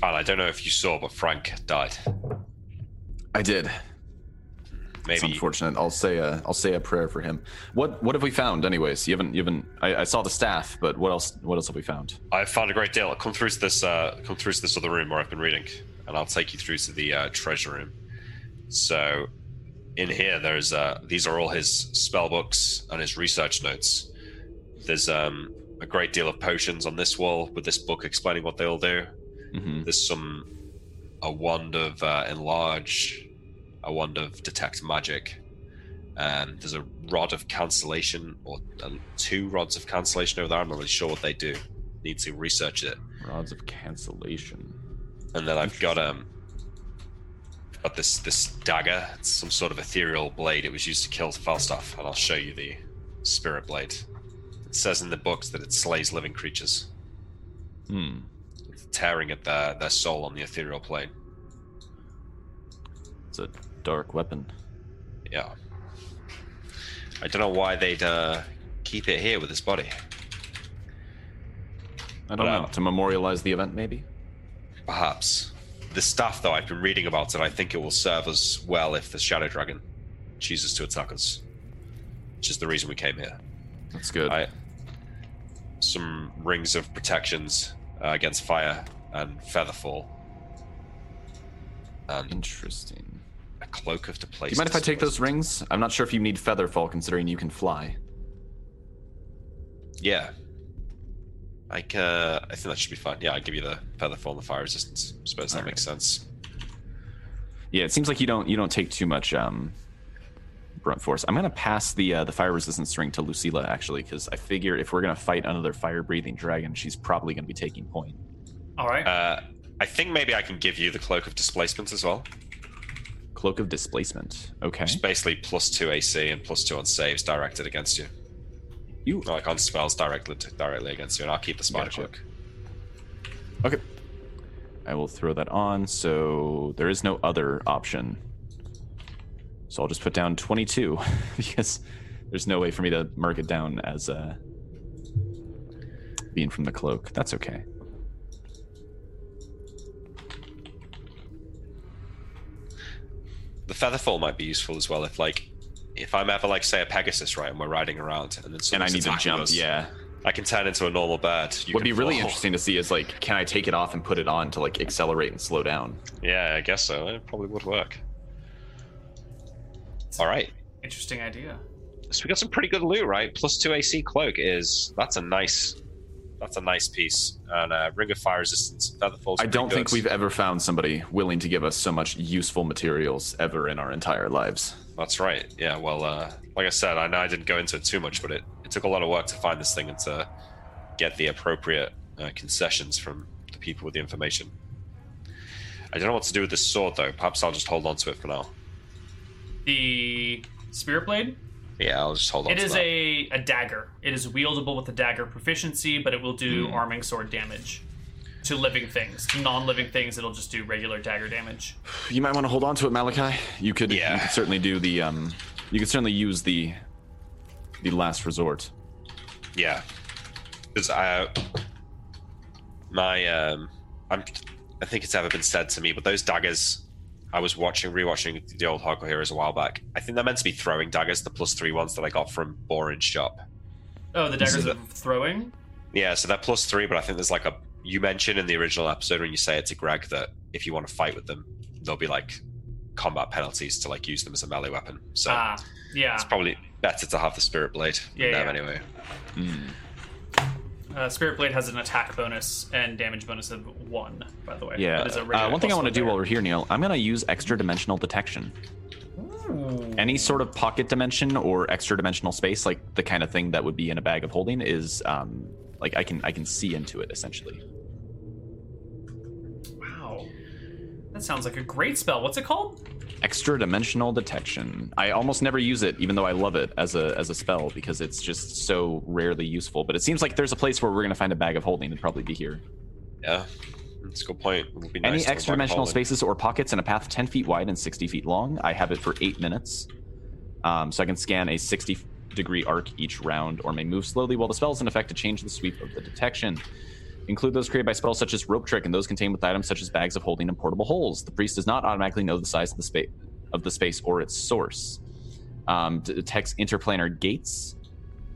Speaker 3: Van, I don't know if you saw, but Frank died.
Speaker 2: I did. It's
Speaker 3: Maybe
Speaker 2: unfortunate. I'll say a I'll say a prayer for him. What what have we found, anyways? You haven't you haven't. I, I saw the staff, but what else what else have we found?
Speaker 3: I found a great deal. Come through to this. Uh, come through to this other room where I've been reading, and I'll take you through to the uh, treasure room. So, in here, there's uh, these are all his spell books and his research notes. There's um, a great deal of potions on this wall with this book explaining what they all do.
Speaker 2: Mm-hmm.
Speaker 3: There's some a wand of uh, enlarge, a wand of detect magic. Um, there's a rod of cancellation or uh, two rods of cancellation over there. I'm not really sure what they do. Need to research it.
Speaker 2: Rods of cancellation.
Speaker 3: And then I've got um got this this dagger. It's some sort of ethereal blade. It was used to kill Falstaff, and I'll show you the spirit blade. It says in the books that it slays living creatures,
Speaker 2: Hmm.
Speaker 3: tearing at their their soul on the ethereal plane.
Speaker 2: It's a dark weapon.
Speaker 3: Yeah. I don't know why they'd uh, keep it here with his body.
Speaker 2: I don't
Speaker 3: Wow.
Speaker 2: know. To memorialize the event, maybe.
Speaker 3: Perhaps. The staff, though, I've been reading about it, I think it will serve us well if the Shadow Dragon chooses to attack us. Which is the reason we came here.
Speaker 2: That's good.
Speaker 3: I, some rings of protections uh, against fire and featherfall. And
Speaker 2: Interesting.
Speaker 3: a cloak of deplace.
Speaker 2: Do you mind if I take those rings? I'm not sure if you need featherfall, considering you can fly.
Speaker 3: Yeah. I, c- uh, I think that should be fine. Yeah, I give you the featherfall and the fire resistance. suppose that
Speaker 2: All
Speaker 3: makes sense.
Speaker 2: Yeah, it seems like you don't you don't take too much um, brunt force. I'm gonna pass the uh, the fire resistance ring to Lucilla actually, because I figure if we're gonna fight another fire breathing dragon, she's probably gonna be taking point.
Speaker 1: All right.
Speaker 3: Uh, I think maybe I can give you the cloak of displacement as well.
Speaker 2: Cloak of displacement. Okay.
Speaker 3: It's basically plus two AC and plus two on saves directed against you.
Speaker 2: You
Speaker 3: Like on spells directly directly against you, and I'll keep the spider
Speaker 2: Gotcha.
Speaker 3: cloak.
Speaker 2: okay? I will throw that on. So there is no other option. So I'll just put down 22 because there's no way for me to mark it down as uh, being from the cloak. That's okay.
Speaker 3: The featherfall might be useful as well if like if I'm ever like say a Pegasus, right, and we're riding around and then
Speaker 2: And I
Speaker 3: someone's
Speaker 2: need to
Speaker 3: attacking
Speaker 2: jump.
Speaker 3: us,
Speaker 2: Yeah.
Speaker 3: I can turn into a normal bird. You
Speaker 2: What'd
Speaker 3: can
Speaker 2: be really
Speaker 3: fall.
Speaker 2: interesting to see is like, can I take it off and put it on to like accelerate and slow down?
Speaker 3: Yeah, I guess so. It probably would work. All right.
Speaker 1: Interesting idea.
Speaker 3: So we got some pretty good loot, right? Plus two AC cloak is that's a nice, that's a nice piece, and uh, ring of fire resistance. Featherfall's
Speaker 2: I don't
Speaker 3: pretty
Speaker 2: think
Speaker 3: good.
Speaker 2: we've ever found somebody willing to give us so much useful materials ever in our entire lives.
Speaker 3: That's right. Yeah. Well, uh, like I said, I know I didn't go into it too much, but it, it took a lot of work to find this thing and to get the appropriate uh, concessions from the people with the information. I don't know what to do with this sword, though. Perhaps I'll just hold on to it for now.
Speaker 1: The spirit blade.
Speaker 3: Yeah, I'll just hold on.
Speaker 1: It
Speaker 3: to
Speaker 1: is
Speaker 3: that.
Speaker 1: a, a dagger. It is wieldable with a dagger proficiency, but it will do
Speaker 3: Hmm.
Speaker 1: arming sword damage to living things. To non living things, it'll just do regular dagger damage.
Speaker 2: You might want to hold on to it, Malachi. You could,
Speaker 3: Yeah.
Speaker 2: you could certainly do the um, you could certainly use the the last resort.
Speaker 3: Yeah, because I, my, um, I'm, I think it's ever been said to me, but those daggers, I was watching, rewatching the old Hardcore Heroes a while back. I think they're meant to be throwing daggers, the plus three ones that I got from Boring Shop.
Speaker 1: Oh, the
Speaker 3: This
Speaker 1: daggers
Speaker 3: is
Speaker 1: of throwing?
Speaker 3: Yeah, so they're plus three, but I think there's like a. You mentioned in the original episode when you say it to Greg that if you want to fight with them, there'll be like combat penalties to like use them as a melee weapon. So
Speaker 1: Ah, yeah.
Speaker 3: Oh. it's probably better to have the Spirit Blade. than
Speaker 1: Yeah,
Speaker 3: them
Speaker 1: yeah.
Speaker 3: Anyway,
Speaker 1: Uh, Spirit Blade has an attack bonus and damage bonus of one, by the way.
Speaker 2: Yeah.
Speaker 1: That is a
Speaker 2: Uh,
Speaker 1: regular
Speaker 2: one thing I
Speaker 1: plus one
Speaker 2: want to do
Speaker 1: dagger.
Speaker 2: while we're here, Neil, I'm gonna use extra dimensional detection. Any sort of pocket dimension or extra dimensional space, like the kind of thing that would be in a bag of holding, is um, like I can I can see into it essentially.
Speaker 1: Wow. That sounds like a great spell. What's it called?
Speaker 2: Extra dimensional detection. I almost never use it, even though I love it as a as a spell because it's just so rarely useful. But it seems like there's a place where we're gonna find a bag of holding and probably be here.
Speaker 3: Yeah, that's a good point. It would be
Speaker 2: Any
Speaker 3: nice to
Speaker 2: extra
Speaker 3: avoid
Speaker 2: dimensional
Speaker 3: Poland.
Speaker 2: spaces or pockets in a path 10 feet wide and 60 feet long. I have it for eight minutes. Um, so I can scan a 60 degree arc each round or may move slowly while the spell is in effect to change the sweep of the detection. Include those created by spells such as rope trick and those contained with items such as bags of holding and portable holes. The priest does not automatically know the size of the space of the space or its source. Um, d- detects interplanar gates,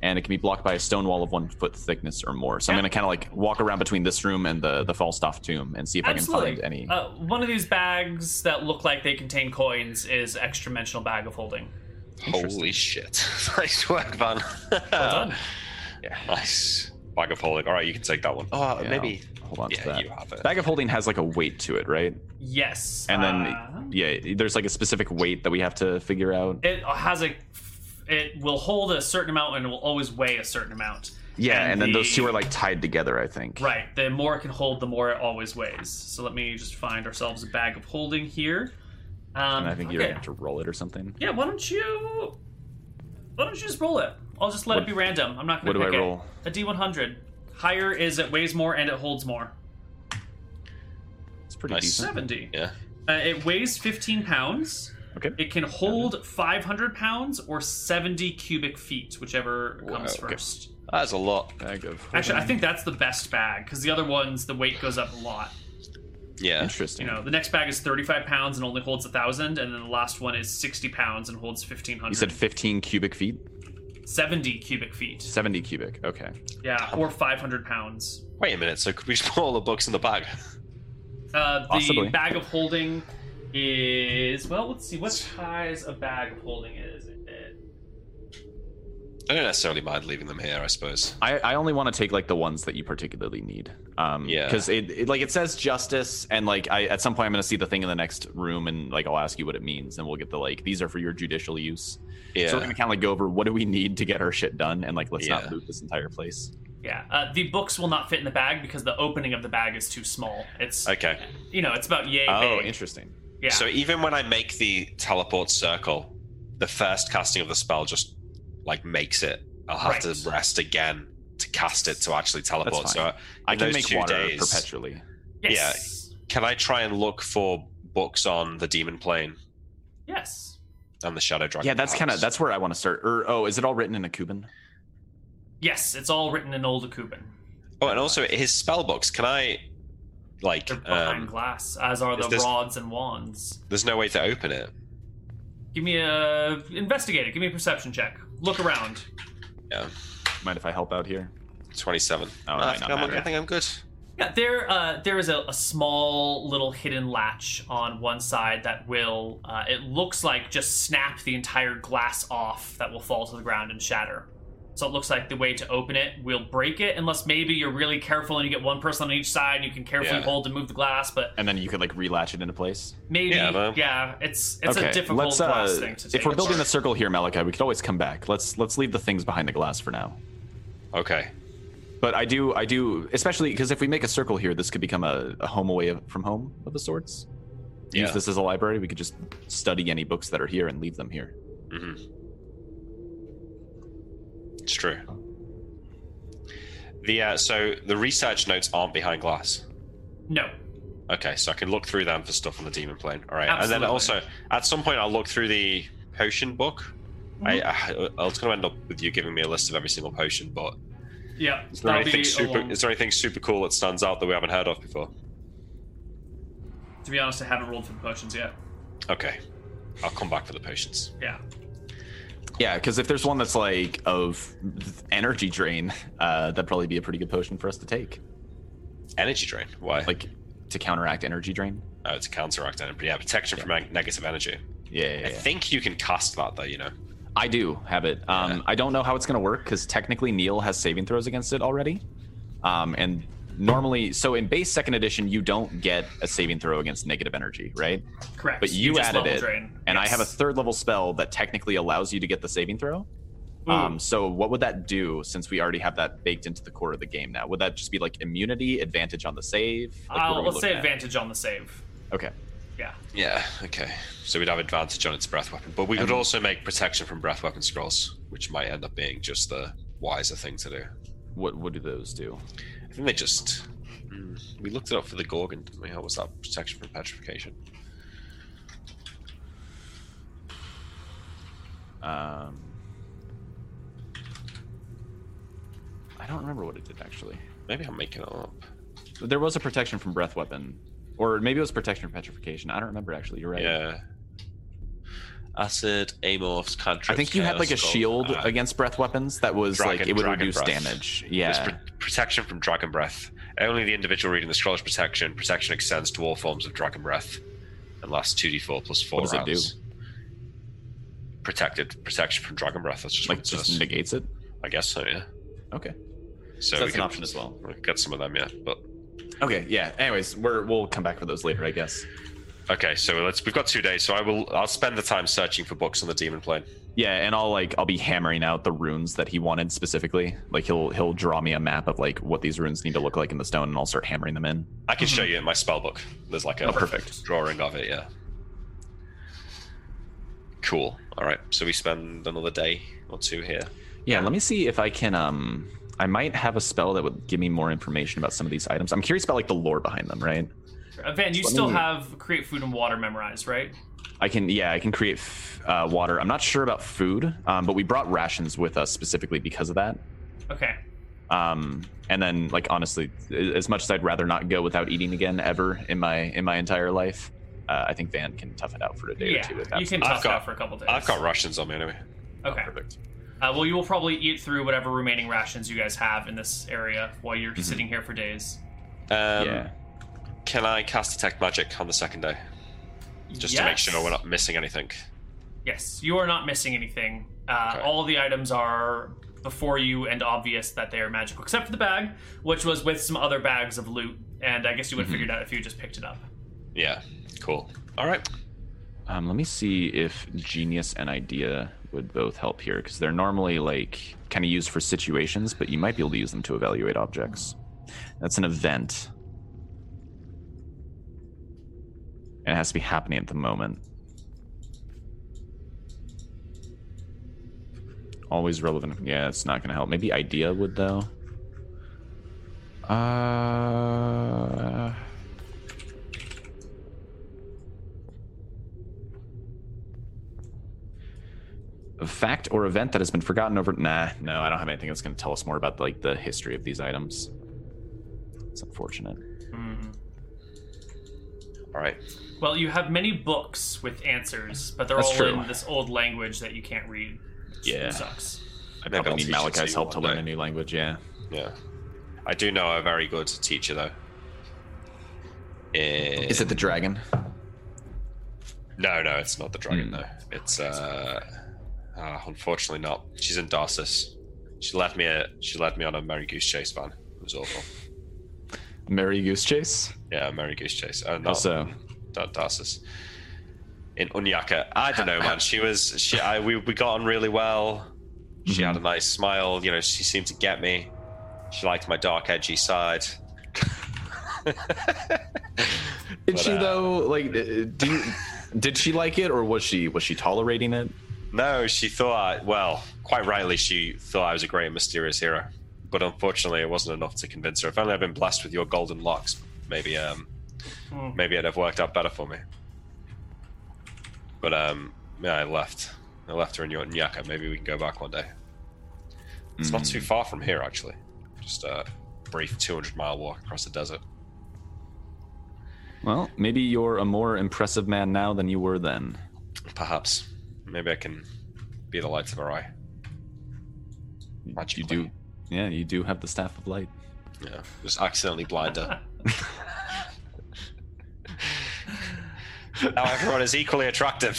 Speaker 2: and it can be blocked by a stone wall of one foot thickness or more. So I'm
Speaker 1: Yeah.
Speaker 2: gonna kind of like walk around between this room and the the Falstaff tomb and see if I
Speaker 1: Absolutely.
Speaker 2: can find any.
Speaker 1: Uh, one of these bags that look like they contain coins is extra dimensional bag of holding.
Speaker 3: Holy shit! nice work, Van.
Speaker 1: Well done.
Speaker 3: Nice. Bag of holding. All right, you can take that one. Oh,
Speaker 2: Yeah,
Speaker 3: maybe.
Speaker 2: Hold on to
Speaker 3: Yeah,
Speaker 2: that.
Speaker 3: you have it.
Speaker 2: Bag of holding has like a weight to it, right?
Speaker 1: Yes.
Speaker 2: And then
Speaker 1: Uh,
Speaker 2: yeah, there's like a specific weight that we have to figure out.
Speaker 1: it has a it will hold a certain amount and it will always weigh a certain amount
Speaker 2: Yeah, and,
Speaker 1: and
Speaker 2: then those
Speaker 1: the-
Speaker 2: two are like tied together, I think.
Speaker 1: right the more it can hold the more it always weighs so let me just find ourselves a bag of holding here um
Speaker 2: And I think you're
Speaker 1: okay.
Speaker 2: gonna have to roll it or something.
Speaker 1: yeah why don't you why don't you just roll it i'll just let
Speaker 2: What-
Speaker 1: it be random i'm not
Speaker 2: what
Speaker 1: gonna
Speaker 2: do I
Speaker 1: pick it.
Speaker 2: roll?
Speaker 1: a d100 higher is it weighs more and it holds more
Speaker 2: It's pretty
Speaker 3: Nice.
Speaker 2: decent.
Speaker 1: 70
Speaker 3: Yeah.
Speaker 1: uh, it weighs 15 pounds
Speaker 2: Okay.
Speaker 1: it can hold 500 pounds or 70 cubic feet whichever comes
Speaker 3: Wow, okay.
Speaker 1: first
Speaker 3: That's a lot.
Speaker 2: Bag of holding.
Speaker 1: Actually, I think that's the best bag because the other ones the weight goes up a lot.
Speaker 3: Yeah.
Speaker 1: You
Speaker 2: interesting.
Speaker 1: know, the next bag is 35 pounds and only holds a thousand, and then the last one is 60 pounds and holds 1500.
Speaker 2: You said 15 cubic feet,
Speaker 1: 70 cubic feet.
Speaker 2: 70 cubic. Okay.
Speaker 1: Yeah, or 500 pounds.
Speaker 3: Wait a minute. So could we just put all the books in the bag?
Speaker 1: Uh, the
Speaker 2: Possibly.
Speaker 1: bag of holding is well. Let's see what size a bag of holding is.
Speaker 3: I don't necessarily mind leaving them here. I suppose.
Speaker 2: I, I only want to take like the ones that you particularly need. Um,
Speaker 3: Yeah.
Speaker 2: Because it, it like it says justice, and like I at some point I'm gonna see the thing in the next room, and like I'll ask you what it means, and we'll get the like these are for your judicial use.
Speaker 3: Yeah.
Speaker 2: So we're gonna kind of like go over what do we need to get our shit done, and like let's
Speaker 3: Yeah.
Speaker 2: not loot this entire place.
Speaker 1: Yeah, uh, the books will not fit in the bag because the opening of the bag is too small. It's
Speaker 3: okay.
Speaker 1: you know, it's about yay
Speaker 2: Oh,
Speaker 1: big.
Speaker 2: interesting.
Speaker 1: Yeah.
Speaker 3: So even when I make the teleport circle, the first casting of the spell just like makes it. I'll have
Speaker 1: Right.
Speaker 3: to rest again to cast it to actually teleport.
Speaker 2: fine.
Speaker 3: So uh,
Speaker 2: I
Speaker 3: in
Speaker 2: can
Speaker 3: those
Speaker 2: make
Speaker 3: two
Speaker 2: water
Speaker 3: days-
Speaker 2: perpetually.
Speaker 1: yes.
Speaker 3: can I try and look for books on the demon plane
Speaker 1: Yes.
Speaker 3: and the shadow dragon?
Speaker 2: Yeah, that's kind of
Speaker 3: perhaps?
Speaker 2: that's where I want to start. Or oh, is it all written in a Cuban?
Speaker 1: Yes. It's all written in Old Akuban.
Speaker 3: Oh, and also his spell books. Can I like?
Speaker 1: They're behind
Speaker 3: Um,
Speaker 1: glass, as are
Speaker 3: is
Speaker 1: the
Speaker 3: this-
Speaker 1: rods and wands.
Speaker 3: there's no way to open it.
Speaker 1: Give me a investigate it. Give me a perception check. Look around.
Speaker 2: Mind if I help out here?
Speaker 3: Twenty-seven.
Speaker 2: Oh, it
Speaker 3: I,
Speaker 2: might
Speaker 3: think
Speaker 2: not
Speaker 3: I'm, I
Speaker 2: matter.
Speaker 3: think I'm good.
Speaker 1: Yeah, there uh, there is a, a small little hidden latch on one side that will uh, it looks like just snap the entire glass off that will fall to the ground and shatter. So it looks like the way to open it will break it, unless maybe you're really careful and you get one person on each side and you can carefully
Speaker 3: Yeah.
Speaker 1: hold to move the glass. But
Speaker 2: And then you could like relatch it into place.
Speaker 1: maybe
Speaker 3: Yeah,
Speaker 1: yeah,
Speaker 3: but-
Speaker 1: it's it's a difficult
Speaker 2: let's, uh,
Speaker 1: glass thing to take.
Speaker 2: If we're building a
Speaker 1: apart.
Speaker 2: circle here, Malachi, we could always come back. Let's let's leave the things behind the glass for now.
Speaker 3: Okay.
Speaker 2: But I do I do especially because if we make a circle here, this could become a, a home away from home of the sorts.
Speaker 3: Yeah.
Speaker 2: Use this as a library. We could just study any books that are here and leave them here.
Speaker 3: hmm It's true. The uh, so the research notes aren't behind glass.
Speaker 1: no,
Speaker 3: Okay, so I can look through them for stuff on the demon plane. All right, and
Speaker 1: Absolutely.
Speaker 3: then also at some point I'll look through the potion book. I,
Speaker 1: Mm-hmm.
Speaker 3: I, I was going to end up with you giving me a list of every single potion, but
Speaker 1: yeah,
Speaker 3: is there
Speaker 1: that'll be
Speaker 3: anything super?
Speaker 1: along-
Speaker 3: Is there anything super cool that stands out that we haven't heard of before?
Speaker 1: To be honest, I haven't rolled for the potions yet.
Speaker 3: Okay, I'll come back for the potions.
Speaker 1: Yeah.
Speaker 2: Yeah, because if there's one that's like of energy drain, uh, that'd probably be a pretty good potion for us to take,
Speaker 3: Energy drain. Why? Like,
Speaker 2: like to counteract energy drain.
Speaker 3: oh, to counteract energy. Yeah, protection from neg- negative energy.
Speaker 2: Yeah, yeah,
Speaker 3: I
Speaker 2: yeah.
Speaker 3: think you can cast that though. You know.
Speaker 2: I do have it. Um, I don't know how it's going to work because technically Neil has saving throws against it already, um, and normally, so in base second edition, you don't get a saving throw against negative energy, right?
Speaker 5: Correct.
Speaker 2: But you,
Speaker 5: just
Speaker 2: added
Speaker 5: level
Speaker 2: it,
Speaker 5: drain.
Speaker 2: and I
Speaker 5: Yes.
Speaker 2: have a third level spell that technically allows you to get the saving throw.
Speaker 5: Ooh.
Speaker 2: Um, so what would that do since we already have that baked into the core of the game now? Would that just be like immunity, advantage on the save? Like, what are
Speaker 1: I'll,
Speaker 2: we
Speaker 1: Uh, let's say
Speaker 2: looking at?
Speaker 1: advantage on the save.
Speaker 2: Okay.
Speaker 1: Yeah.
Speaker 3: Yeah, okay. So we'd have advantage on its breath weapon, but we could
Speaker 2: Um,
Speaker 3: also make protection from breath weapon scrolls, which might end up being just the wiser thing to do.
Speaker 2: What what do those do?
Speaker 3: I think they just. Mm, We looked it up for the Gorgon, didn't we? How was that protection from petrification?
Speaker 2: Um, I don't remember what it did actually.
Speaker 3: Maybe I'm making it up.
Speaker 2: There was a protection from breath weapon, or maybe it was protection from petrification. I don't remember actually. You're right.
Speaker 3: Yeah. Acid, amorphs, cantrips.
Speaker 2: I think you had
Speaker 3: chaos
Speaker 2: like a
Speaker 3: scroll,
Speaker 2: shield
Speaker 3: uh,
Speaker 2: against breath weapons that was like
Speaker 3: dragon-
Speaker 2: it would
Speaker 3: dragon
Speaker 2: reduce
Speaker 3: breath.
Speaker 2: damage.
Speaker 3: It was
Speaker 2: Yeah.
Speaker 3: pr- protection from dragon breath. Only the individual reading the scroll is protection. Protection extends to all forms of dragon breath, and lasts two d four plus four
Speaker 2: What does it do?
Speaker 3: rounds. Protected protection from dragon breath. That's just what
Speaker 2: like
Speaker 3: it
Speaker 2: just
Speaker 3: says.
Speaker 2: negates it.
Speaker 3: I guess so. Yeah.
Speaker 2: Okay.
Speaker 3: So,
Speaker 2: that's
Speaker 3: we
Speaker 2: an
Speaker 3: could,
Speaker 2: option as well.
Speaker 3: we could get some of them. Yeah, but
Speaker 2: Okay. Yeah. Anyways, we're we'll come back for those later, I guess.
Speaker 3: okay. So let's. We've got two days. So I will. I'll spend the time searching for books on the demon plane.
Speaker 2: Yeah, and I'll like I'll be hammering out the runes that he wanted specifically. Like he'll he'll draw me a map of like what these runes need to look like in the stone, and I'll start hammering them in.
Speaker 3: I can show you in my spell book. There's like a
Speaker 2: Mm-hmm. Oh, perfect.
Speaker 3: drawing of it, yeah. Cool. All right. So we spend another day or two here.
Speaker 2: Yeah, let me see if I can. Um, I might have a spell that would give me more information about some of these items. I'm curious about like the lore behind them, right?
Speaker 1: Uh, Van, you
Speaker 2: Let
Speaker 1: still
Speaker 2: me-
Speaker 1: have create food and water memorized, right?
Speaker 2: I can, yeah, I can create f- uh, water. I'm not sure about food, um, but we brought rations with us specifically because of that.
Speaker 1: Okay.
Speaker 2: Um, and then, like honestly, a- as much as I'd rather not go without eating again ever in my in my entire life, uh, I think Van can tough it out for a day
Speaker 1: yeah.
Speaker 2: or two.
Speaker 1: you
Speaker 2: If that's
Speaker 1: can
Speaker 3: I've
Speaker 1: tough it
Speaker 3: got-
Speaker 1: out for a couple days.
Speaker 3: I've got rations on me anyway.
Speaker 1: Okay.
Speaker 2: perfect.
Speaker 1: Uh, well, you will probably eat through whatever remaining rations you guys have in this area while
Speaker 2: Mm-hmm.
Speaker 1: you're sitting here for days.
Speaker 3: Um,
Speaker 2: yeah.
Speaker 3: Can I cast detect magic on the second day? Just to make
Speaker 1: Yes.
Speaker 3: sure we're not missing anything.
Speaker 1: Yes, you are not missing anything. Uh,
Speaker 3: Okay.
Speaker 1: All the items are before you and obvious that they are magical, except for the bag, which was with some other bags of loot. And I guess you would have
Speaker 2: Mm-hmm.
Speaker 1: figured out if you just picked it up.
Speaker 3: Yeah. Cool. All right.
Speaker 2: Um, let me see if genius and idea would both help here because they're normally like kind of used for situations, but you might be able to use them to evaluate objects. That's an event, and it has to be happening at the moment. Always relevant. Yeah, it's not going to help. Maybe idea would though. Uh. a fact or event that has been forgotten over nah no i don't have anything that's going to tell us more about like the history of these items it's unfortunate
Speaker 3: All right.
Speaker 1: Well, you have many books with answers, but they're
Speaker 2: That's
Speaker 1: all
Speaker 2: true.
Speaker 1: in this old language that you can't read. which
Speaker 2: Yeah.
Speaker 1: sucks.
Speaker 2: i
Speaker 3: Maybe I'll
Speaker 2: probably
Speaker 3: teach
Speaker 2: need
Speaker 3: it to
Speaker 2: malachi's
Speaker 3: you
Speaker 2: help to
Speaker 3: one
Speaker 2: learn
Speaker 3: day.
Speaker 2: a new language yeah
Speaker 3: Yeah. I do know a very good teacher though. Eh,
Speaker 2: is it the dragon
Speaker 3: No, no, it's not the dragon.
Speaker 2: Hmm.
Speaker 3: No, it's uh, uh, unfortunately not. She's in Darsis. She led me a she led me on a merry goose chase, man. It was awful.
Speaker 2: merry goose chase
Speaker 3: Yeah, a merry goose chase. Oh, no,
Speaker 2: also
Speaker 3: not Darsis. In Unyaka, I don't know, man. She was she. I we we got on really well. She had a nice smile. You know, she seemed to get me. She liked my dark, edgy side.
Speaker 2: did
Speaker 3: But,
Speaker 2: she
Speaker 3: uh,
Speaker 2: though like uh, do you, did she like it or was she was she tolerating it
Speaker 3: No, she thought, I- well, quite rightly, she thought I was a great and mysterious hero. But unfortunately, it wasn't enough to convince her. If only I'd been blessed with your golden locks, maybe um,
Speaker 1: Mm.
Speaker 3: maybe it'd have worked out better for me. But um, yeah, I left. I left her in your Nyaka. Maybe we can go back one day. It's not
Speaker 2: Hmm.
Speaker 3: too far from here, actually. Just a brief 200 mile walk across the desert.
Speaker 2: well maybe you're a more impressive man now than you were then
Speaker 3: Perhaps. Maybe I can be the lights of her eye.
Speaker 2: you
Speaker 3: Magically.
Speaker 2: do yeah you do have the staff of light
Speaker 3: Yeah, just accidentally blind her. now everyone is equally attractive.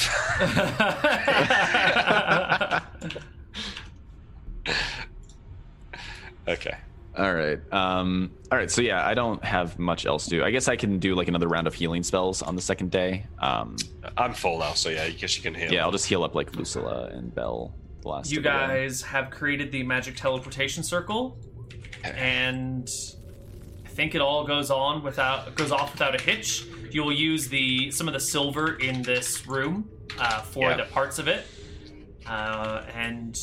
Speaker 3: okay.
Speaker 2: All right. Um, all right. So yeah, I don't have much else to do. I guess I can do like another round of healing spells on the second day. Um,
Speaker 3: I'm full now, so yeah, I guess you can heal.
Speaker 2: yeah, I'll just heal up like Lucilla and Belle. The last
Speaker 1: You
Speaker 2: of the round.
Speaker 1: guys have created the magic teleportation circle, and I think it all goes on without goes off without a hitch. You will use the some of the silver in this room uh, for
Speaker 3: Yeah.
Speaker 1: the parts of it, uh, and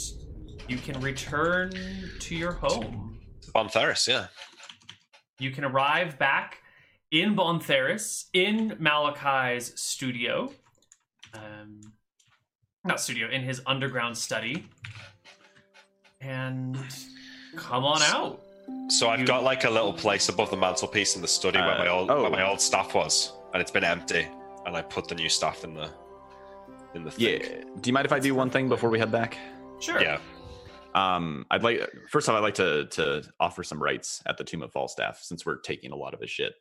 Speaker 1: you can return to your home.
Speaker 3: Bonferris, yeah.
Speaker 1: You can arrive back in Bontheris in Malachi's studio, um, not studio, in his underground study, and come on out.
Speaker 3: So I've got like a little place above the mantelpiece in the study where
Speaker 2: Uh,
Speaker 3: my old
Speaker 2: oh.
Speaker 3: where my old staff was, and it's been empty. And I put the new staff in the in the
Speaker 2: Yeah.
Speaker 3: thing.
Speaker 2: Do you mind if I do one thing before we head back?
Speaker 1: Sure.
Speaker 3: yeah.
Speaker 2: Um, I'd like first off, I'd like to to offer some rights at the Tomb of Falstaff since we're taking a lot of his shit.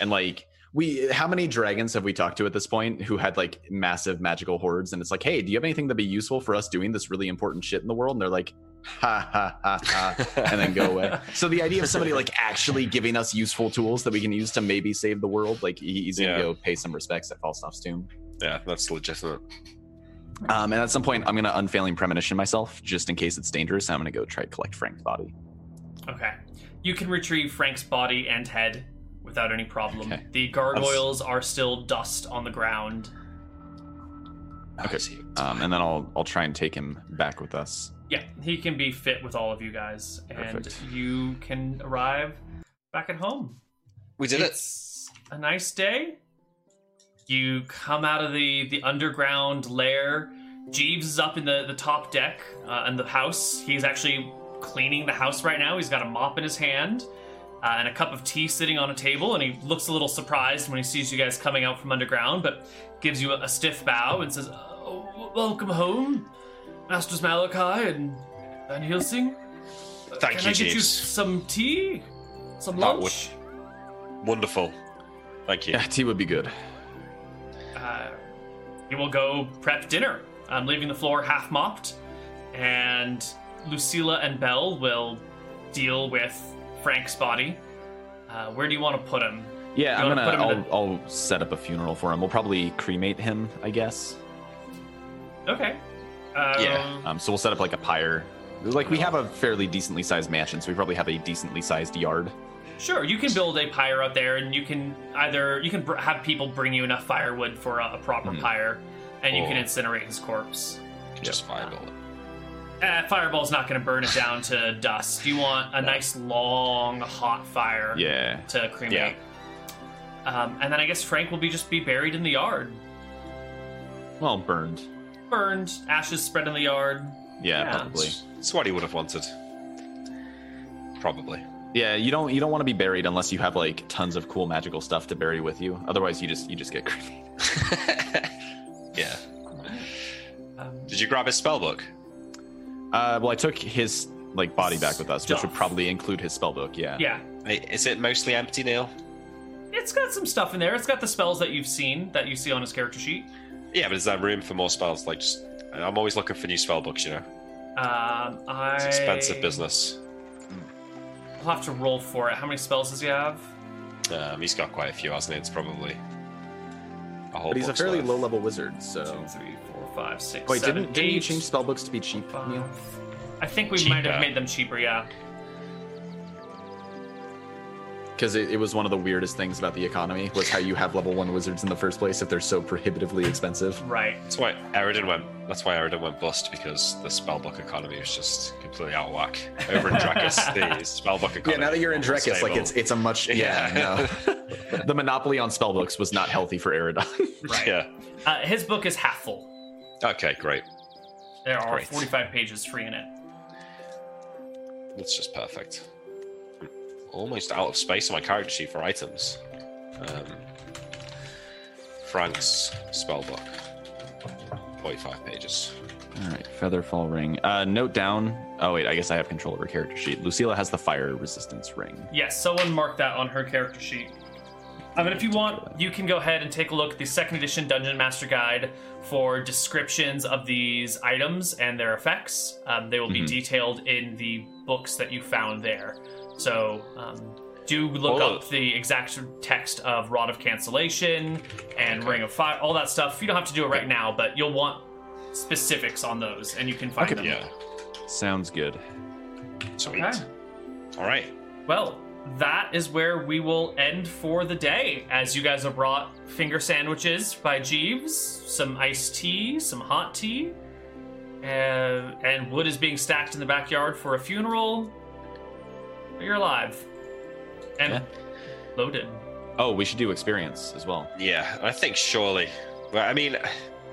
Speaker 2: And like we, how many dragons have we talked to at this point who had like massive magical hordes? And it's like, hey, do you have anything that'd be useful for us doing this really important shit in the world? And they're like, ha ha ha ha, and then go away. so the idea of somebody like actually giving us useful tools that we can use to maybe save the world, like he- he's gonna
Speaker 3: Yeah.
Speaker 2: go pay some respects at Falstaff's tomb.
Speaker 3: Yeah, that's legitimate.
Speaker 2: Um, and at some point, I'm gonna unfailing premonition myself just in case it's dangerous. And I'm gonna go try to collect Frank's body.
Speaker 1: Okay. You can retrieve Frank's body and head without any problem.
Speaker 2: Okay.
Speaker 1: The gargoyles are still dust on the ground.
Speaker 2: Okay. Um, and then I'll I'll try and take him back with us.
Speaker 1: Yeah, he can be fit with all of you guys, and
Speaker 2: Perfect.
Speaker 1: you can arrive back at home.
Speaker 3: We did it.
Speaker 1: it's a nice day. You come out of the the underground lair. Jeeves is up in the the top deck uh, in the house. He's actually cleaning the house right now. He's got a mop in his hand uh, and a cup of tea sitting on a table, and he looks a little surprised when he sees you guys coming out from underground, but gives you a, a stiff bow and says, oh, w- "Welcome home, Masters Malachi and Van Helsing. Uh,
Speaker 3: Thank
Speaker 1: can
Speaker 3: you,
Speaker 1: I get you
Speaker 3: Jeeves.
Speaker 1: some tea, some
Speaker 3: That would-
Speaker 1: lunch?"
Speaker 3: Wonderful. Thank you.
Speaker 2: Yeah, tea would be good.
Speaker 1: uh, you will go prep dinner. I'm leaving the floor half mopped, and Lucilla and Belle will deal with Frank's body. Uh, where do you want to put him?
Speaker 2: Yeah,
Speaker 1: You
Speaker 2: I'm
Speaker 1: wanna
Speaker 2: gonna
Speaker 1: put him in
Speaker 2: I'll, I'll set up a funeral for him. We'll probably cremate him, I guess.
Speaker 1: Okay. Um,
Speaker 3: Yeah.
Speaker 2: Um, so we'll set up like a pyre. Like we have a fairly decently sized mansion, so we probably have a decently sized yard.
Speaker 1: Sure, you can build a pyre out there, and you can either you can br- have people bring you enough firewood for a, a proper
Speaker 2: Mhm.
Speaker 1: pyre, and you can
Speaker 3: Or-
Speaker 1: incinerate his corpse.
Speaker 3: Just fireball it.
Speaker 1: Uh, fireball's not going to burn it down to dust. You want a nice long hot fire.
Speaker 2: Yeah.
Speaker 1: to cremate. Um, and then I guess Frank will be just be buried in the yard,
Speaker 2: Well, burned.
Speaker 1: burned, ashes spread in the yard.
Speaker 2: Yeah,
Speaker 1: Yeah.
Speaker 2: probably.
Speaker 3: It's what he would have wanted. Probably.
Speaker 2: Yeah, you don't you don't want to be buried unless you have like tons of cool magical stuff to bury with you. Otherwise, you just you just get cremated.
Speaker 3: yeah.
Speaker 1: Um,
Speaker 3: Did you grab his spell book?
Speaker 2: Uh, well, I took his like body back with us, which
Speaker 1: Stuff.
Speaker 2: would probably include his spell book. Yeah.
Speaker 1: yeah,
Speaker 3: Hey, Is it mostly empty, Neil?
Speaker 1: it's got some stuff in there. It's got the spells that you've seen that you see on his character sheet.
Speaker 3: Yeah, but is there room for more spells? Like, just I'm always looking for new spell books. You know,
Speaker 1: Um, I
Speaker 3: it's expensive business.
Speaker 1: I'll have to roll for it. How many spells does he have?
Speaker 3: Um, he's got quite a few, hasn't he? It's probably a whole.
Speaker 2: But he's a
Speaker 3: book's
Speaker 2: fairly
Speaker 3: worth.
Speaker 2: low level wizard,
Speaker 1: Two,
Speaker 3: Oh.
Speaker 2: so.
Speaker 1: three, four, five, six,
Speaker 2: Wait,
Speaker 1: seven,
Speaker 2: didn't, didn't you
Speaker 1: eight,
Speaker 2: change spell books to be cheap,
Speaker 1: five.
Speaker 2: Neil?
Speaker 1: I think we might have
Speaker 3: Cheaper.
Speaker 1: made them cheaper. Yeah.
Speaker 2: Because it, it was one of the weirdest things about the economy was how you have level one wizards in the first place if they're so prohibitively expensive.
Speaker 1: Right.
Speaker 3: That's why Eridan went. That's why Eridan went bust because the spellbook economy was just completely out of whack. Over in Drakus, the spellbook economy.
Speaker 2: Yeah, now that you're in
Speaker 3: was more
Speaker 2: Drekus, like
Speaker 3: stable.
Speaker 2: it's it's a much yeah. No. the monopoly on spell books was not healthy for Aridon.
Speaker 1: Right.
Speaker 3: yeah.
Speaker 1: Uh, his book is half full.
Speaker 3: Okay, great.
Speaker 1: There are
Speaker 3: Great.
Speaker 1: 45 pages free in it.
Speaker 3: That's just perfect. Almost out of space on my character sheet for items. Um, Frank's spellbook, forty-five pages.
Speaker 2: All right, Featherfall Ring. Uh, note down. Oh wait, I guess I have control of her character sheet. Lucilla has the fire resistance ring.
Speaker 1: Yes, someone marked that on her character sheet. I mean, if you want, you can go ahead and take a look at the second edition Dungeon Master Guide for descriptions of these items and their effects. Um, they will be detailed in the books that you found there. So um, do look
Speaker 3: Hold
Speaker 1: up
Speaker 3: up.
Speaker 1: the exact text of Rod of Cancellation and
Speaker 3: Okay.
Speaker 1: Ring of Fire, all that stuff. You don't have to do it right now, but you'll want specifics on those, and you can find
Speaker 2: Okay.
Speaker 1: them.
Speaker 3: Yeah.
Speaker 2: Sounds good.
Speaker 3: Sweet.
Speaker 5: Okay.
Speaker 3: All right.
Speaker 1: Well, that is where we will end for the day. As you guys have brought finger sandwiches by Jeeves, some iced tea, some hot tea, and, and wood is being stacked in the backyard for a funeral. But you're alive and
Speaker 2: Yeah.
Speaker 1: loaded.
Speaker 2: Oh, we should do experience as well.
Speaker 3: Yeah, I think surely. Well, I mean,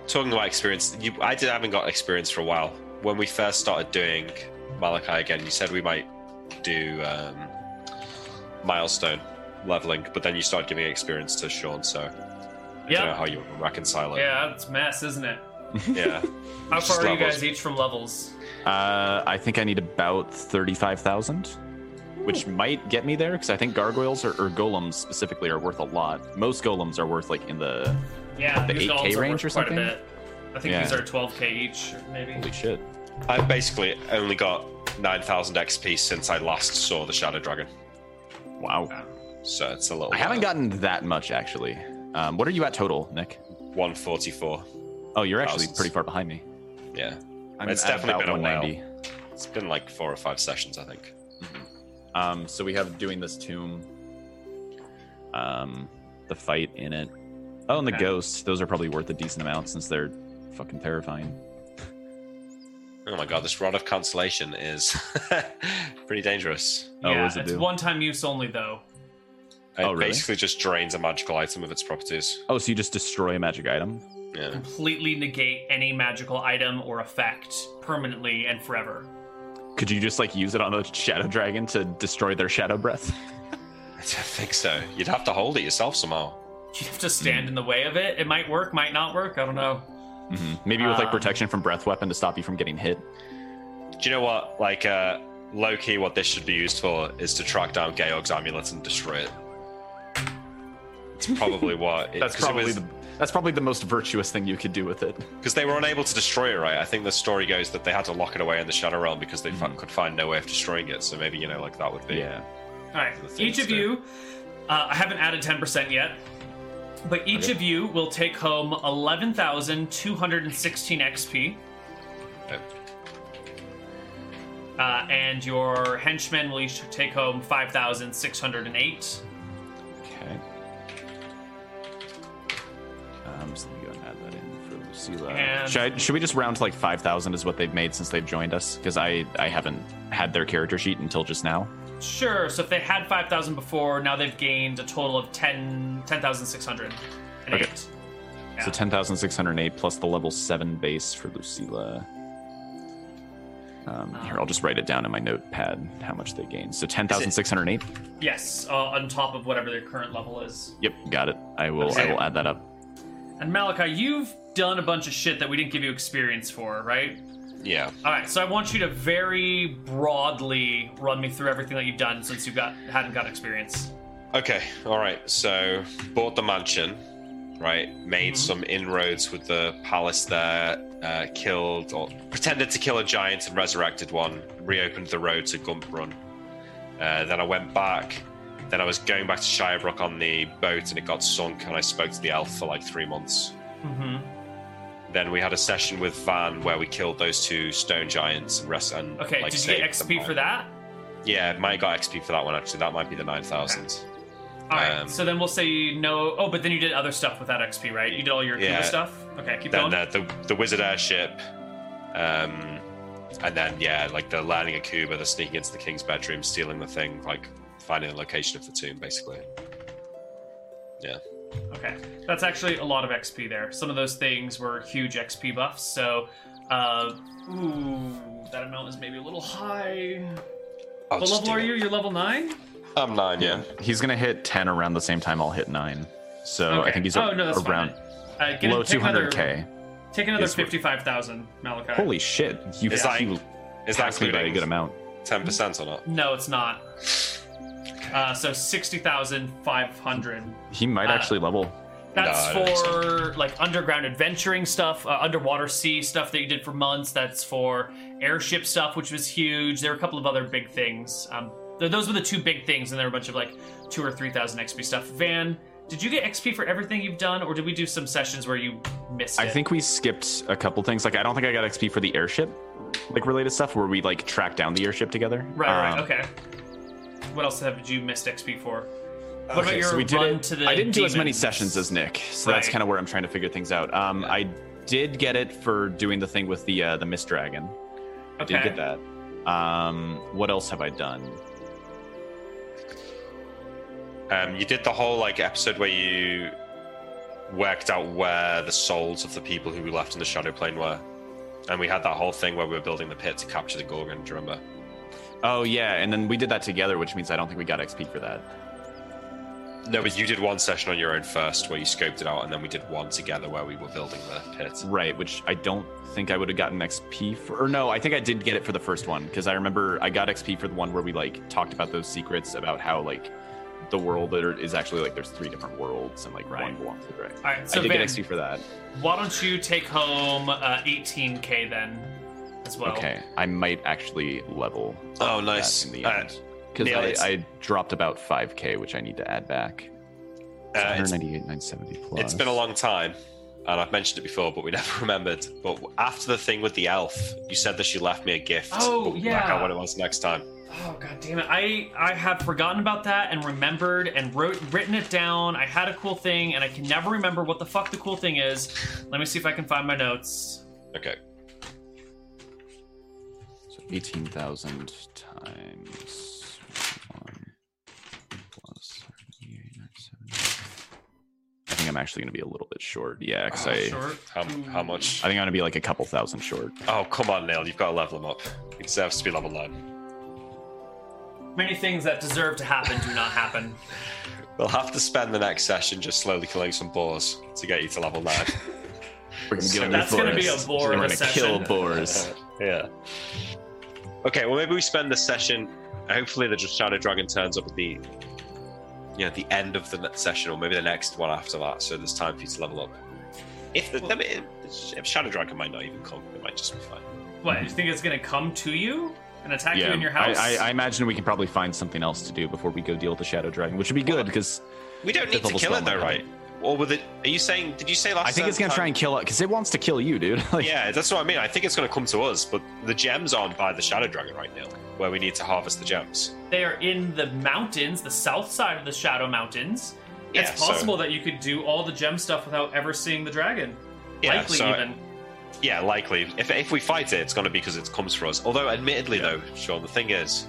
Speaker 3: talking about experience, you, I did, haven't got experience for a while. When we first started doing Malachi again, you said we might do um, milestone leveling, but then you started giving experience to Sean, so I don't know
Speaker 1: Yeah,
Speaker 3: how you reconcile it.
Speaker 1: yeah, it's mess, isn't it?
Speaker 3: yeah.
Speaker 1: How
Speaker 3: Just
Speaker 1: far are you
Speaker 3: levels.
Speaker 1: guys each from levels?
Speaker 2: Uh, I think I need about thirty-five thousand, which might get me there because I think gargoyles or, or golems specifically are worth a lot. Most golems are worth like in the
Speaker 1: Yeah,
Speaker 2: The
Speaker 1: these
Speaker 2: 8K
Speaker 1: golems are
Speaker 2: range
Speaker 1: worth
Speaker 2: or
Speaker 1: quite a
Speaker 2: something?
Speaker 1: bit. I think
Speaker 2: Yeah.
Speaker 1: these are 12k each, maybe.
Speaker 2: holy shit.
Speaker 3: I've basically only got 9,000 XP since I last saw the Shadow Dragon,
Speaker 2: Wow.
Speaker 3: so it's a little.
Speaker 2: I haven't gotten that much actually. Um, what are you at total, Nick?
Speaker 3: 144.
Speaker 2: Oh, you're actually
Speaker 3: Thousands.
Speaker 2: pretty far behind me.
Speaker 3: Yeah.
Speaker 2: I'm
Speaker 3: It's
Speaker 2: at
Speaker 3: Uh, definitely
Speaker 2: about
Speaker 3: been a while.
Speaker 2: 190.
Speaker 3: It's been like four or five sessions, I think.
Speaker 2: Um, so we have doing this tomb, um, the fight in it. Oh, and the
Speaker 5: Okay.
Speaker 2: ghosts. Those are probably worth a decent amount since they're fucking terrifying.
Speaker 3: Oh my god, this rod of cancellation is pretty dangerous.
Speaker 2: Oh, what
Speaker 1: yeah,
Speaker 2: does it
Speaker 1: it's
Speaker 2: do?
Speaker 1: one-time use only though.
Speaker 3: It
Speaker 2: Oh, really?
Speaker 3: basically just drains a magical item of its properties.
Speaker 2: Oh, so you just destroy a magic item?
Speaker 3: Yeah.
Speaker 1: completely negate any magical item or effect permanently and forever.
Speaker 2: Could you just like use it on a shadow dragon to destroy their shadow breath?
Speaker 3: I don't think so. You'd have to hold it yourself somehow.
Speaker 1: You have to stand in the way of it. It might work, might not work. I don't know.
Speaker 2: hmm Maybe with like
Speaker 1: Um,
Speaker 2: protection from breath weapon to stop you from getting hit.
Speaker 3: Do you know what? Like, uh, low key, what this should be used for is to track down Georg's amulet and destroy it. It's probably what.
Speaker 2: That's probably the that's probably the most virtuous thing you could do with it.
Speaker 3: Because they were unable to destroy it, right? I think the story goes that they had to lock it away in the Shadow Realm because they fi- could find no way of destroying it. So maybe, you know, like that would be.
Speaker 2: Yeah.
Speaker 1: All right,
Speaker 3: The thing
Speaker 1: each
Speaker 3: is
Speaker 1: of
Speaker 3: there.
Speaker 1: you. Uh, I haven't added ten percent yet, but each
Speaker 3: Okay.
Speaker 1: of you will take home eleven thousand two hundred and sixteen XP,
Speaker 3: Okay.
Speaker 1: uh, and your henchmen will each take home five thousand six hundred and eight.
Speaker 2: Okay. Um, so let me go and add that in for Lucila.
Speaker 1: And-
Speaker 2: Should, I, should we just round to like five thousand is what they've made since they've joined us? Because I I haven't had their character sheet until just now.
Speaker 1: Sure. So if they had five thousand before, now they've gained a total of ten ten thousand six hundred and eight.
Speaker 2: Okay. So
Speaker 1: Yeah.
Speaker 2: ten thousand six hundred eight plus the level seven base for Lucila. Um, here, I'll just write it down in my notepad how much they gained. So ten thousand six hundred eight.
Speaker 1: Yes, uh, on top of whatever their current level is.
Speaker 2: Yep, got it. I will I
Speaker 1: Okay.
Speaker 2: will add that up.
Speaker 1: And Malachi, you've done a bunch of shit that we didn't give you experience for, right?
Speaker 3: Yeah.
Speaker 1: All right, so I want you to very broadly run me through everything that you've done since you got hadn't got experience.
Speaker 3: Okay, all right. So bought the mansion, right? Made some inroads with the palace there. Uh, killed or pretended to kill a giant and resurrected one. Reopened the road to Gump Run. Uh, then I went back. Then I was going back to Shirebrook on the boat and it got sunk. And I spoke to the elf for like three months.
Speaker 1: Mm-hmm.
Speaker 3: Then we had a session with Van where we killed those two stone giants and rest. And
Speaker 1: Okay,
Speaker 3: like,
Speaker 1: did you get
Speaker 3: saved them
Speaker 1: XP
Speaker 3: all.
Speaker 1: for that?
Speaker 3: Yeah, mine got XP for that one actually. That might be the nine thousand.
Speaker 1: All right,
Speaker 3: Um,
Speaker 1: so then we'll say no. Oh, but then you did other stuff with that XP, right? You did all your Kuba
Speaker 3: Yeah.
Speaker 1: stuff. Okay, keep
Speaker 3: then
Speaker 1: going.
Speaker 3: the, the the wizard airship, um, and then yeah, like the landing at Cuba, the sneaking into the king's bedroom, stealing the thing, like finding the location of the tomb, basically. Yeah,
Speaker 1: Okay, that's actually a lot of XP there. Some of those things were huge XP buffs, so uh, ooh, that amount is maybe a little high.
Speaker 3: I'll
Speaker 1: What
Speaker 3: just
Speaker 1: level
Speaker 3: do
Speaker 1: are
Speaker 3: it.
Speaker 1: you? You're level nine.
Speaker 3: I'm nine. Yeah,
Speaker 2: He's gonna hit ten around the same time I'll hit nine. So I
Speaker 1: Okay.
Speaker 2: think he's
Speaker 1: oh, no, that's
Speaker 2: around
Speaker 1: fine. Uh, get
Speaker 2: low
Speaker 1: in- take
Speaker 2: two
Speaker 1: another-
Speaker 2: hundred k.
Speaker 1: Take another
Speaker 2: Yes, we're-
Speaker 1: fifty-five thousand, Malachi.
Speaker 2: Holy shit! You,
Speaker 3: Is that-
Speaker 2: you
Speaker 3: is that
Speaker 2: passed me by a good
Speaker 3: including
Speaker 2: amount.
Speaker 3: ten percent or not?
Speaker 1: No, it's not. Uh, so sixty thousand five hundred.
Speaker 2: He might
Speaker 1: Uh,
Speaker 2: actually level.
Speaker 1: That's
Speaker 3: No, I don't
Speaker 1: for like underground adventuring stuff, uh, underwater sea stuff that you did for months. That's for airship stuff, which was huge. There were a couple of other big things. Um, Th- Those were the two big things, and there were a bunch of like two or three thousand XP stuff. Van, did you get XP for everything you've done, or did we do some sessions where you missed
Speaker 2: I
Speaker 1: it?
Speaker 2: think we skipped a couple things. Like I don't think I got XP for the airship, like related stuff where we like tracked down the airship together.
Speaker 1: Right, right,
Speaker 2: Um,
Speaker 1: okay. What else have you missed XP for? What
Speaker 2: okay,
Speaker 1: about your
Speaker 2: so we did
Speaker 1: run
Speaker 2: it-
Speaker 1: to the
Speaker 2: I didn't do as many
Speaker 1: demons?
Speaker 2: sessions as Nick, so that's
Speaker 1: Right.
Speaker 2: kind of where I'm trying to figure things out. Um,
Speaker 3: Yeah.
Speaker 2: I did get it for doing the thing with the uh, the mist dragon. I
Speaker 1: Okay.
Speaker 2: did get that. Um, what else have I done?
Speaker 3: Um, you did the whole like episode where you worked out where the souls of the people who we left in the shadow plane were, and we had that whole thing where we were building the pit to capture the Gorgon. Do you remember?
Speaker 2: Oh yeah, and then we did that together, which means I don't think we got XP for that.
Speaker 3: No, but you did one session on your own first where you scoped it out, and then we did one together where we were building the pit.
Speaker 2: Right, which I don't think I would have gotten XP for. Or no, I think I did get it for the first one because I remember I got XP for the one where we like talked about those secrets about how like the world that are- is actually like there's three different worlds and like
Speaker 1: Right.
Speaker 2: one belongs to the right.
Speaker 1: All right, so
Speaker 2: I did
Speaker 1: Van,
Speaker 2: get XP for that.
Speaker 1: why don't you take home uh, 18k then, as well?
Speaker 2: Okay, I might actually level.
Speaker 3: Oh,
Speaker 2: that
Speaker 3: nice.
Speaker 2: in the
Speaker 3: Uh,
Speaker 2: end because
Speaker 3: Neil, it's-
Speaker 2: I, I dropped about 5k, which I need to add back.
Speaker 3: Uh, it's-
Speaker 2: 198,970 plus.
Speaker 3: It's been a long time, and I've mentioned it before, but we never remembered. But after the thing with the elf, you said that she left me a gift.
Speaker 1: Oh,
Speaker 3: but we'll Work
Speaker 1: yeah.
Speaker 3: out what it was next time.
Speaker 1: Oh god damn it! I I have forgotten about that and remembered and wrote written it down. I had a cool thing and I can never remember what the fuck the cool thing is. Let me see if I can find my notes.
Speaker 3: Okay.
Speaker 2: So 18,000 times 1 plus 38,970. I think I'm actually going to be a little bit short. Yeah, because I,
Speaker 1: Oh, Short.
Speaker 3: How, how much?
Speaker 2: I think I'm going to be like a couple thousand short.
Speaker 3: Oh, come on, Neil. You've got to level him up. He deserves to be level 9.
Speaker 1: Many things that deserve to happen do not happen.
Speaker 3: We'll have to spend the next session just slowly killing some boars to get you to level 9.
Speaker 2: We're going to deal
Speaker 1: That's gonna
Speaker 2: boars.
Speaker 1: be a bore
Speaker 2: We're
Speaker 1: of a
Speaker 2: gonna kill
Speaker 1: session.
Speaker 2: boars.
Speaker 3: yeah. Okay, well, maybe we spend the session. Hopefully, the Shadow Dragon turns up at the. You know, the end of the next session, or maybe the next one after that, so there's time for you to level up. If the, I mean, if Shadow Dragon might not even come, it might just be fine.
Speaker 1: What you think it's gonna come to you and attack you
Speaker 2: Yeah,
Speaker 1: in your house?
Speaker 2: I, I, I imagine we can probably find something else to do before we go deal with the Shadow Dragon, which would be good because
Speaker 3: We don't need
Speaker 2: Fifth
Speaker 3: to
Speaker 2: level's
Speaker 3: kill it
Speaker 2: not
Speaker 3: though,
Speaker 2: my
Speaker 3: right? Or with it? Are you saying? Did you say last?
Speaker 2: I think it's
Speaker 3: time-
Speaker 2: going to try and kill it because it wants to kill you, dude. like,
Speaker 3: Yeah, that's what I mean. I think it's going to come to us, but the gems aren't by the Shadow Dragon right now, where we need to harvest the gems.
Speaker 1: They are in the mountains, the south side of the Shadow Mountains.
Speaker 3: Yeah,
Speaker 1: it's
Speaker 3: so-
Speaker 1: possible that you could do all the gem stuff without ever seeing the dragon.
Speaker 3: Yeah,
Speaker 1: Likely
Speaker 3: so-
Speaker 1: even.
Speaker 3: Yeah, likely. If, if we fight it, it's going to be because it comes for us. Although, admittedly, though, Sean, the thing is,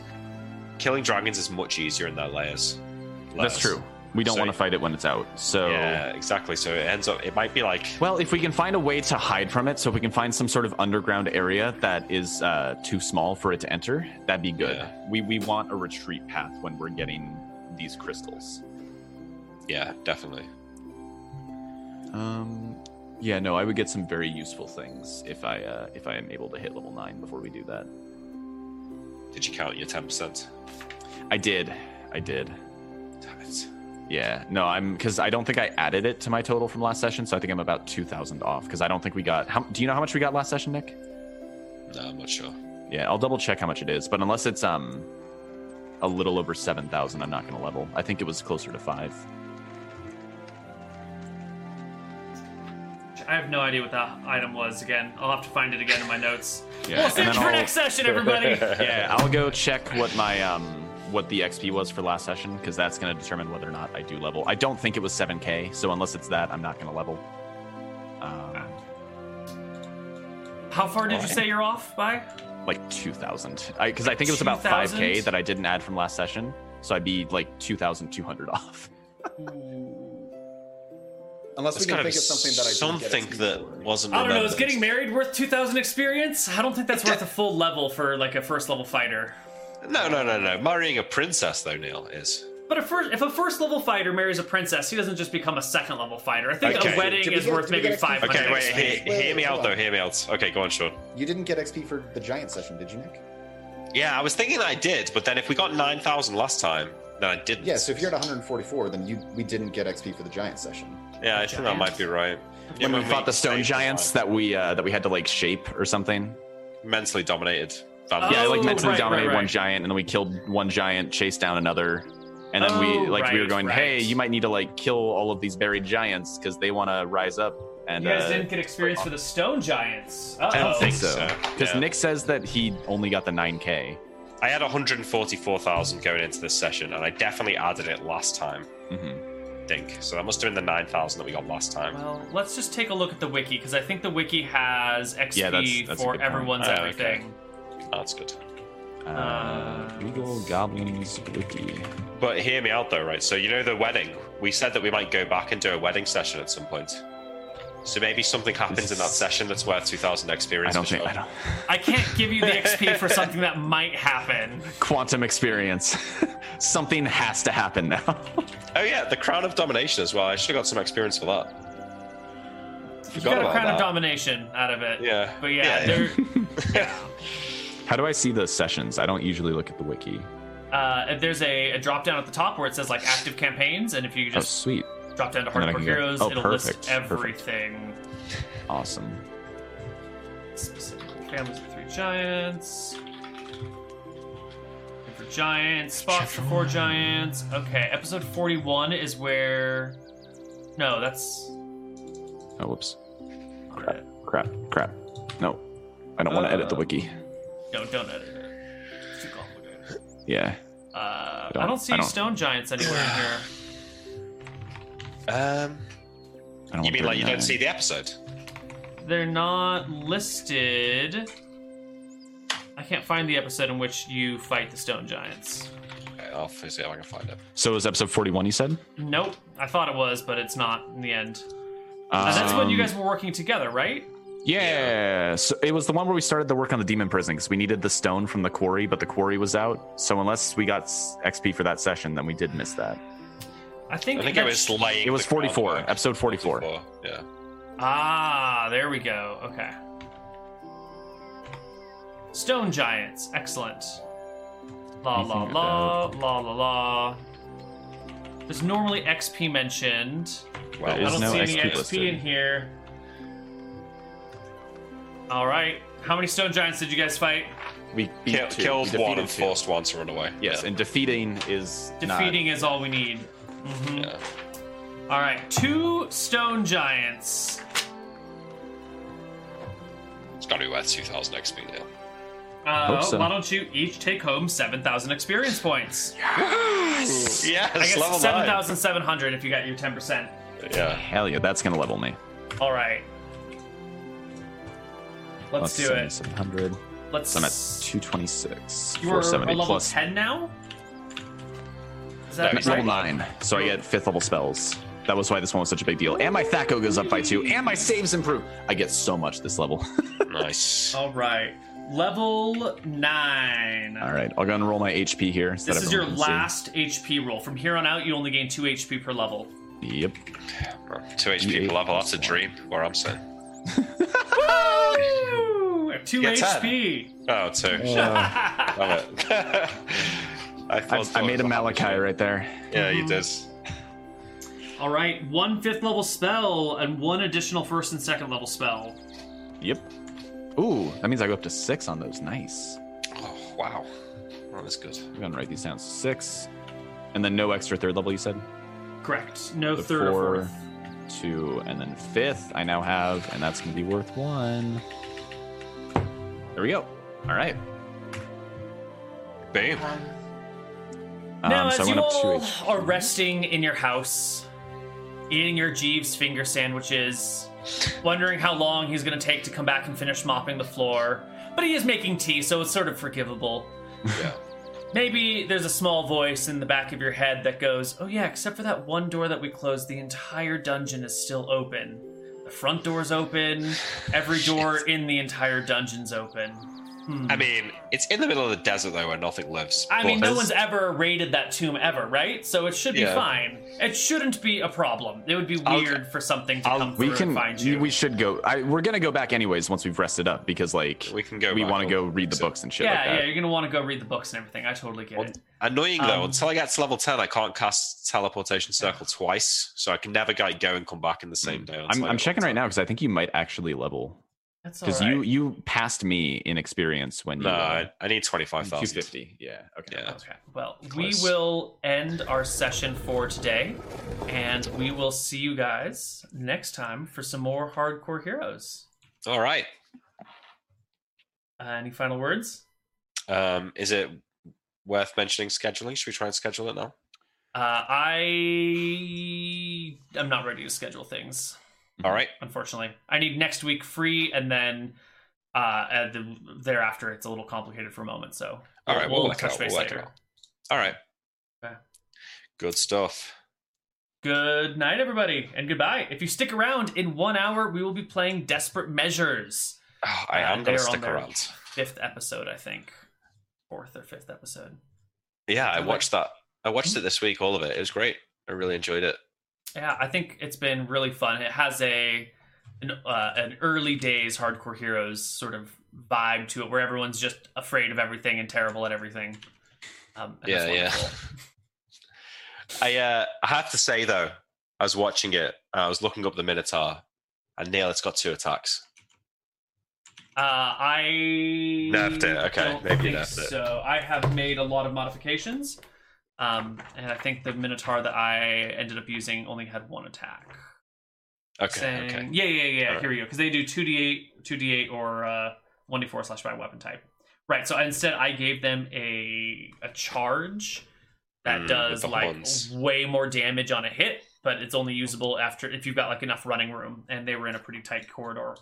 Speaker 3: killing dragons is much easier in their layers.
Speaker 2: That's
Speaker 3: Layers.
Speaker 2: true. We don't
Speaker 3: So-
Speaker 2: want to fight it when it's out. So.
Speaker 3: Yeah, exactly. So it ends up, it might be like,
Speaker 2: Well, if we can find a way to hide from it, so if we can find some sort of underground area that is uh, too small for it to enter, that'd be good.
Speaker 3: Yeah.
Speaker 2: We we want a retreat path when we're getting these crystals.
Speaker 3: yeah, definitely.
Speaker 2: Um, yeah, no, I would get some very useful things if I uh, if I am able to hit level nine before we do that.
Speaker 3: Did you count your ten percent?
Speaker 2: I did, I did.
Speaker 3: Damn it.
Speaker 2: Yeah, no, I'm because I don't think I added it to my total from last session, so I think I'm about two thousand off because I don't think we got. How, do you know how much we got last session, Nick?
Speaker 3: No, I'm not sure.
Speaker 2: Yeah, I'll double check how much it is, but unless it's um a little over seven thousand, I'm not gonna level. I think it was closer to five.
Speaker 1: I have no idea what that item was again. I'll have to find it again in my notes.
Speaker 2: Yeah,
Speaker 1: We'll
Speaker 2: and
Speaker 1: save
Speaker 2: then
Speaker 1: it for
Speaker 2: I'll-
Speaker 1: next session, everybody.
Speaker 2: Yeah, I'll go check what my um what the XP was for last session because that's gonna determine whether or not I do level. I don't think it was seven k, so unless it's that, I'm not gonna level. Um,
Speaker 1: How far did you
Speaker 2: Alright.
Speaker 1: say you're off by?
Speaker 2: like two thousand, because I, think it was about five
Speaker 1: 2,000?
Speaker 2: k that I didn't add from last session, so I'd be like two thousand two hundred off.
Speaker 4: Unless we
Speaker 3: gotta
Speaker 4: can
Speaker 3: be
Speaker 4: think of something that I
Speaker 3: something
Speaker 4: didn't get
Speaker 3: that
Speaker 4: XP for.
Speaker 3: wasn't.
Speaker 1: I don't know. Is
Speaker 3: remembered.
Speaker 1: getting married worth 2,000 experience? I don't think that's worth a full level for like a first level fighter.
Speaker 3: No, no, no, no. Marrying a princess, though, Neil, is.
Speaker 1: But a first, if a first level fighter marries a princess, he doesn't just become a second level fighter. I think
Speaker 3: Okay.
Speaker 1: a wedding
Speaker 4: Did we
Speaker 1: is
Speaker 4: get-
Speaker 1: worth
Speaker 4: did we
Speaker 1: maybe
Speaker 4: get XP?
Speaker 1: 500.
Speaker 3: Okay,
Speaker 4: Okay,
Speaker 3: wait,
Speaker 1: experience.
Speaker 3: he-
Speaker 4: wait,
Speaker 3: hear me
Speaker 4: wait,
Speaker 3: out,
Speaker 4: hold
Speaker 3: though.
Speaker 4: on.
Speaker 3: Hear me out. Okay, go on, Sean.
Speaker 4: You didn't get XP for the giant session, did you, Nick?
Speaker 3: Yeah, I was thinking I did, but then if we got 9,000 last time, then I didn't.
Speaker 4: Yeah, so if you're at 144, then you we didn't get XP for the giant session.
Speaker 3: Yeah, I think that might be right. Yeah,
Speaker 2: when we fought the stone
Speaker 3: saved
Speaker 2: giants
Speaker 3: the
Speaker 2: that we uh, that we had to like shape or something.
Speaker 3: life. mentally dominated. Val-
Speaker 2: yeah, I like
Speaker 5: Oh,
Speaker 2: mentally
Speaker 5: right,
Speaker 2: dominated
Speaker 5: right,
Speaker 2: one
Speaker 5: right.
Speaker 2: giant, and then we killed one giant, chased down another, and then we
Speaker 5: Oh,
Speaker 2: like we were
Speaker 5: right,
Speaker 2: going,
Speaker 5: right.
Speaker 2: hey, you might need to like kill all of these buried giants because they want to rise up. And
Speaker 5: you guys
Speaker 2: uh,
Speaker 5: didn't get experience for the stone giants.
Speaker 3: I don't
Speaker 5: Uh
Speaker 3: think
Speaker 5: oh.
Speaker 2: so.
Speaker 3: so.
Speaker 2: Because
Speaker 3: yeah.
Speaker 2: Nick says that he only got the 9K.
Speaker 3: I had 144,000 going into this session, and I definitely added it last time.
Speaker 2: Mhm.
Speaker 3: I think so. That must have been the 9,000 that we got last time.
Speaker 1: Well, let's just take a look at the wiki because I think the wiki has XP
Speaker 2: Yeah, that's- that's a
Speaker 1: for
Speaker 2: good point. Ah,
Speaker 1: everyone's
Speaker 3: Oh, okay.
Speaker 1: everything.
Speaker 3: Ah, That's good.
Speaker 2: Uh,
Speaker 1: Uh,
Speaker 2: Regal Goblins Wiki.
Speaker 3: But hear me out though, right? So you know the wedding. We said that we might go back and do a wedding session at some point. So maybe something happens in that session that's worth 2,000
Speaker 2: I
Speaker 3: experience.
Speaker 2: don't
Speaker 3: for
Speaker 2: think
Speaker 3: sure.
Speaker 2: I don't.
Speaker 1: I can't give you the XP for something that might happen.
Speaker 2: Quantum experience. Something has to happen now.
Speaker 3: Oh yeah, the crown of domination as well. I should have got some experience for that.
Speaker 1: You
Speaker 3: Forgot
Speaker 1: got a
Speaker 3: about
Speaker 1: crown of
Speaker 3: that.
Speaker 1: domination out of it.
Speaker 3: Yeah.
Speaker 1: But yeah,
Speaker 3: Yeah, yeah.
Speaker 1: there,
Speaker 2: How do I see the sessions? I don't usually look at the wiki.
Speaker 1: Uh, there's a, a drop down at the top where it says like active campaigns, and if you
Speaker 2: Oh,
Speaker 1: just
Speaker 2: sweet.
Speaker 1: drop down to
Speaker 2: And then I
Speaker 1: Hardcore
Speaker 2: can go-
Speaker 1: Heroes,
Speaker 2: oh,
Speaker 1: it'll list
Speaker 2: perfect, perfect.
Speaker 1: everything.
Speaker 2: Awesome.
Speaker 1: Specifically, families of three giants. And For giants, spots for four giants. Okay, episode 41 is where. No, that's.
Speaker 2: Oh, whoops. Crap, crap, crap. No, I don't want to
Speaker 1: Uh,
Speaker 2: edit the wiki.
Speaker 1: No, don't edit it. It's too complicated.
Speaker 2: Yeah.
Speaker 1: Uh, I, don't,
Speaker 2: don't-
Speaker 1: see
Speaker 2: I don't-
Speaker 1: stone giants anywhere in here.
Speaker 3: Um,
Speaker 2: I don't
Speaker 3: you mean like you
Speaker 2: 39.
Speaker 3: don't see the episode?
Speaker 1: They're not listed. I can't find the episode in which you fight the stone giants.
Speaker 3: Okay, I'll f- see if I can find it.
Speaker 2: So it was episode 41, you said?
Speaker 1: Nope. I thought it was, but it's not in the end. Uh, that's when you
Speaker 2: Um,
Speaker 1: guys were working together, right?
Speaker 2: Yeah. So it was the one where we started the work on the demon prison because we needed the stone from the quarry, but the quarry was out. So unless we got s- XP for that session, then we did miss that.
Speaker 1: I think,
Speaker 3: I think it
Speaker 1: that's-
Speaker 3: was like
Speaker 2: It was
Speaker 3: the
Speaker 2: 44,
Speaker 3: groundwork.
Speaker 2: episode 44.
Speaker 3: Yeah.
Speaker 1: Ah, there we go. Okay. Stone giants. Excellent. La la
Speaker 2: Anything
Speaker 1: la, la la la. There's normally XP mentioned.
Speaker 3: Well,
Speaker 2: There
Speaker 1: I
Speaker 2: is
Speaker 1: don't
Speaker 2: no
Speaker 1: see any
Speaker 2: XP
Speaker 1: XP
Speaker 2: listed.
Speaker 1: in here. All right. How many stone giants did you guys fight?
Speaker 2: We beat
Speaker 3: kill,
Speaker 2: two.
Speaker 3: killed
Speaker 2: Defeated
Speaker 3: one and
Speaker 2: two.
Speaker 3: forced one to run away.
Speaker 2: Yes,
Speaker 3: Yeah.
Speaker 2: and defeating is not-
Speaker 1: Defeating is all we need. Mhm.
Speaker 3: Yeah.
Speaker 1: All right. Two stone giants.
Speaker 3: It's got to be worth 2,000 XP now.
Speaker 1: Uh,
Speaker 2: Hope so.
Speaker 1: Why don't you each take home 7,000 experience points?
Speaker 3: Yes,
Speaker 1: I guess
Speaker 3: level
Speaker 1: 7,700 if you got your 10%.
Speaker 3: nine. Yeah.
Speaker 2: Hell yeah, that's gonna level me.
Speaker 1: All right. Let's do it.
Speaker 2: 700.
Speaker 1: Let's.
Speaker 2: So I'm at 226.
Speaker 1: You're a
Speaker 2: 470
Speaker 1: level
Speaker 2: plus
Speaker 1: 10 now? Is
Speaker 3: No,
Speaker 1: that
Speaker 3: he's
Speaker 2: level
Speaker 1: right?
Speaker 2: nine. So I get fifth level spells. That was why this one was such a big deal. And my Thaco goes up by two. And my saves improve. I get so much this level.
Speaker 3: Nice.
Speaker 1: All right. Level 9.
Speaker 2: All right, I'll go and roll my HP here. so that
Speaker 1: This is your
Speaker 2: everyone can see.
Speaker 1: last HP roll. From here on out, you only gain 2 HP per level.
Speaker 2: Yep.
Speaker 3: Well, Two HP per level. That's a dream. Where I'm sitting.
Speaker 1: Woo! 2
Speaker 3: Yeah, 10.
Speaker 1: HP.
Speaker 3: Oh, two. Damn it. I,
Speaker 2: I,
Speaker 3: thought
Speaker 2: I made a
Speaker 3: that was
Speaker 2: Malachi right there.
Speaker 3: Yeah, you did.
Speaker 1: All right, one fifth level spell and one additional first and second level spell.
Speaker 2: Yep. Ooh, that means I go up to six on those. Nice.
Speaker 3: Oh, wow. That was good.
Speaker 2: I'm gonna write these down. Six, and then no extra third level. You said
Speaker 1: Correct. No
Speaker 2: The
Speaker 1: third or fourth.
Speaker 2: two, and then fifth. I now have, and that's gonna be worth one. There we go. All right.
Speaker 3: Boom.
Speaker 1: now,
Speaker 2: um,
Speaker 1: as
Speaker 2: so I
Speaker 1: you
Speaker 2: went up two
Speaker 1: all
Speaker 2: HP.
Speaker 1: are resting in your house, eating your Jeeves finger sandwiches, wondering how long he's going to take to come back and finish mopping the floor, but he is making tea, so it's sort of forgivable.
Speaker 3: Yeah.
Speaker 1: Maybe there's a small voice in the back of your head that goes, Oh, yeah, except for that one door that we closed, the entire dungeon is still open. The front door's open, every door in the entire dungeon's open. Hmm.
Speaker 3: I mean, it's in the middle of the desert, though, where nothing lives.
Speaker 1: I mean,
Speaker 3: But-
Speaker 1: no one's ever raided that tomb ever, right? So it should be
Speaker 3: Yeah.
Speaker 1: fine. It shouldn't be a problem. It would be
Speaker 3: I'll-
Speaker 1: weird for something to
Speaker 3: I'll-
Speaker 1: come
Speaker 2: We
Speaker 1: through and
Speaker 2: can.
Speaker 1: find you.
Speaker 2: We should go. I, we're gonna go back anyways once we've rested up because like
Speaker 3: We can go
Speaker 2: We
Speaker 3: back
Speaker 2: want to
Speaker 3: on-
Speaker 2: go read the books and shit
Speaker 1: yeah,
Speaker 2: like that.
Speaker 1: yeah, you're gonna want to go read the books and everything. I totally get it.
Speaker 3: Annoying though,
Speaker 1: Um,
Speaker 3: until I get to level ten, I can't cast teleportation circle twice, so I can never like, go and come back in the same day. until
Speaker 2: I'm,
Speaker 3: I
Speaker 2: Mm. I'm
Speaker 3: get
Speaker 2: checking
Speaker 3: level
Speaker 2: right now because I think you might actually level.
Speaker 1: That's all
Speaker 2: Because
Speaker 1: right.
Speaker 2: you you passed me in experience when
Speaker 3: No,
Speaker 2: you uh,
Speaker 3: I, I need twenty five thousand.
Speaker 2: 250. Yeah. Okay.
Speaker 3: Yeah.
Speaker 1: Okay. Well,
Speaker 3: Close.
Speaker 1: we will end our session for today, and we will see you guys next time for some more hardcore heroes.
Speaker 3: All right.
Speaker 1: Uh, any final words?
Speaker 3: Um, is it worth mentioning scheduling? Should we try and schedule it now?
Speaker 2: Mm-hmm.
Speaker 1: Uh, I am not ready to schedule things,
Speaker 3: All right.
Speaker 1: unfortunately. I need next week free, and then uh, uh, the, thereafter it's a little complicated for a moment. So
Speaker 3: All right. We'll,
Speaker 1: we'll
Speaker 3: work
Speaker 1: touch
Speaker 3: it out.
Speaker 1: base
Speaker 3: We'll work it
Speaker 1: later.
Speaker 3: out. All right.
Speaker 1: Okay.
Speaker 3: Good stuff.
Speaker 1: Good night, everybody, and goodbye. If you stick around in one hour, we will be playing Desperate Measures,
Speaker 3: Oh, I
Speaker 1: Uh,
Speaker 3: am going
Speaker 1: they're
Speaker 3: to
Speaker 1: on
Speaker 3: stick
Speaker 1: their-
Speaker 3: around.
Speaker 1: fifth episode, I think, fourth or fifth episode.
Speaker 3: Yeah, I
Speaker 1: Okay.
Speaker 3: watched that. I
Speaker 1: Hmm?
Speaker 3: watched it this week. All of it. It was great. I really enjoyed it.
Speaker 1: Yeah, I think it's been really fun. It has a an, uh, an early days hardcore heroes sort of vibe to it, where everyone's just afraid of everything and terrible at everything. Um, and that's
Speaker 3: Yeah, yeah.
Speaker 1: wonderful.
Speaker 3: I uh, I have to say though, I was watching it and I was looking up the Minotaur, and Neil, it's got two attacks.
Speaker 1: Uh, I
Speaker 3: Nerfed it, okay,
Speaker 1: don't
Speaker 3: maybe
Speaker 1: think
Speaker 3: nerfed it.
Speaker 1: So I have made a lot of modifications, um, and I think the Minotaur that I ended up using only had one attack.
Speaker 3: Okay,
Speaker 1: Saying-
Speaker 3: okay.
Speaker 1: Yeah, yeah, yeah.
Speaker 3: Alright.
Speaker 1: Here we go. Because they do two d eight, two d eight, or uh, one d four slash by weapon type. Right. So instead, I gave them a a charge that
Speaker 3: Mm, with
Speaker 1: does
Speaker 3: the
Speaker 1: like
Speaker 3: horns.
Speaker 1: way more damage on a hit, but it's only usable after if you've got like enough running room. And they were in a pretty tight corridor.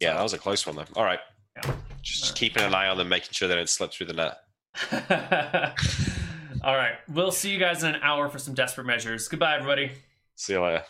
Speaker 3: Yeah, that was a close one though. All right.
Speaker 1: Yeah.
Speaker 3: Just
Speaker 1: All right.
Speaker 3: keeping an eye on them, making sure they don't slip through the net.
Speaker 1: All right. We'll see you guys in an hour for some desperate measures. Goodbye, everybody.
Speaker 3: See you later.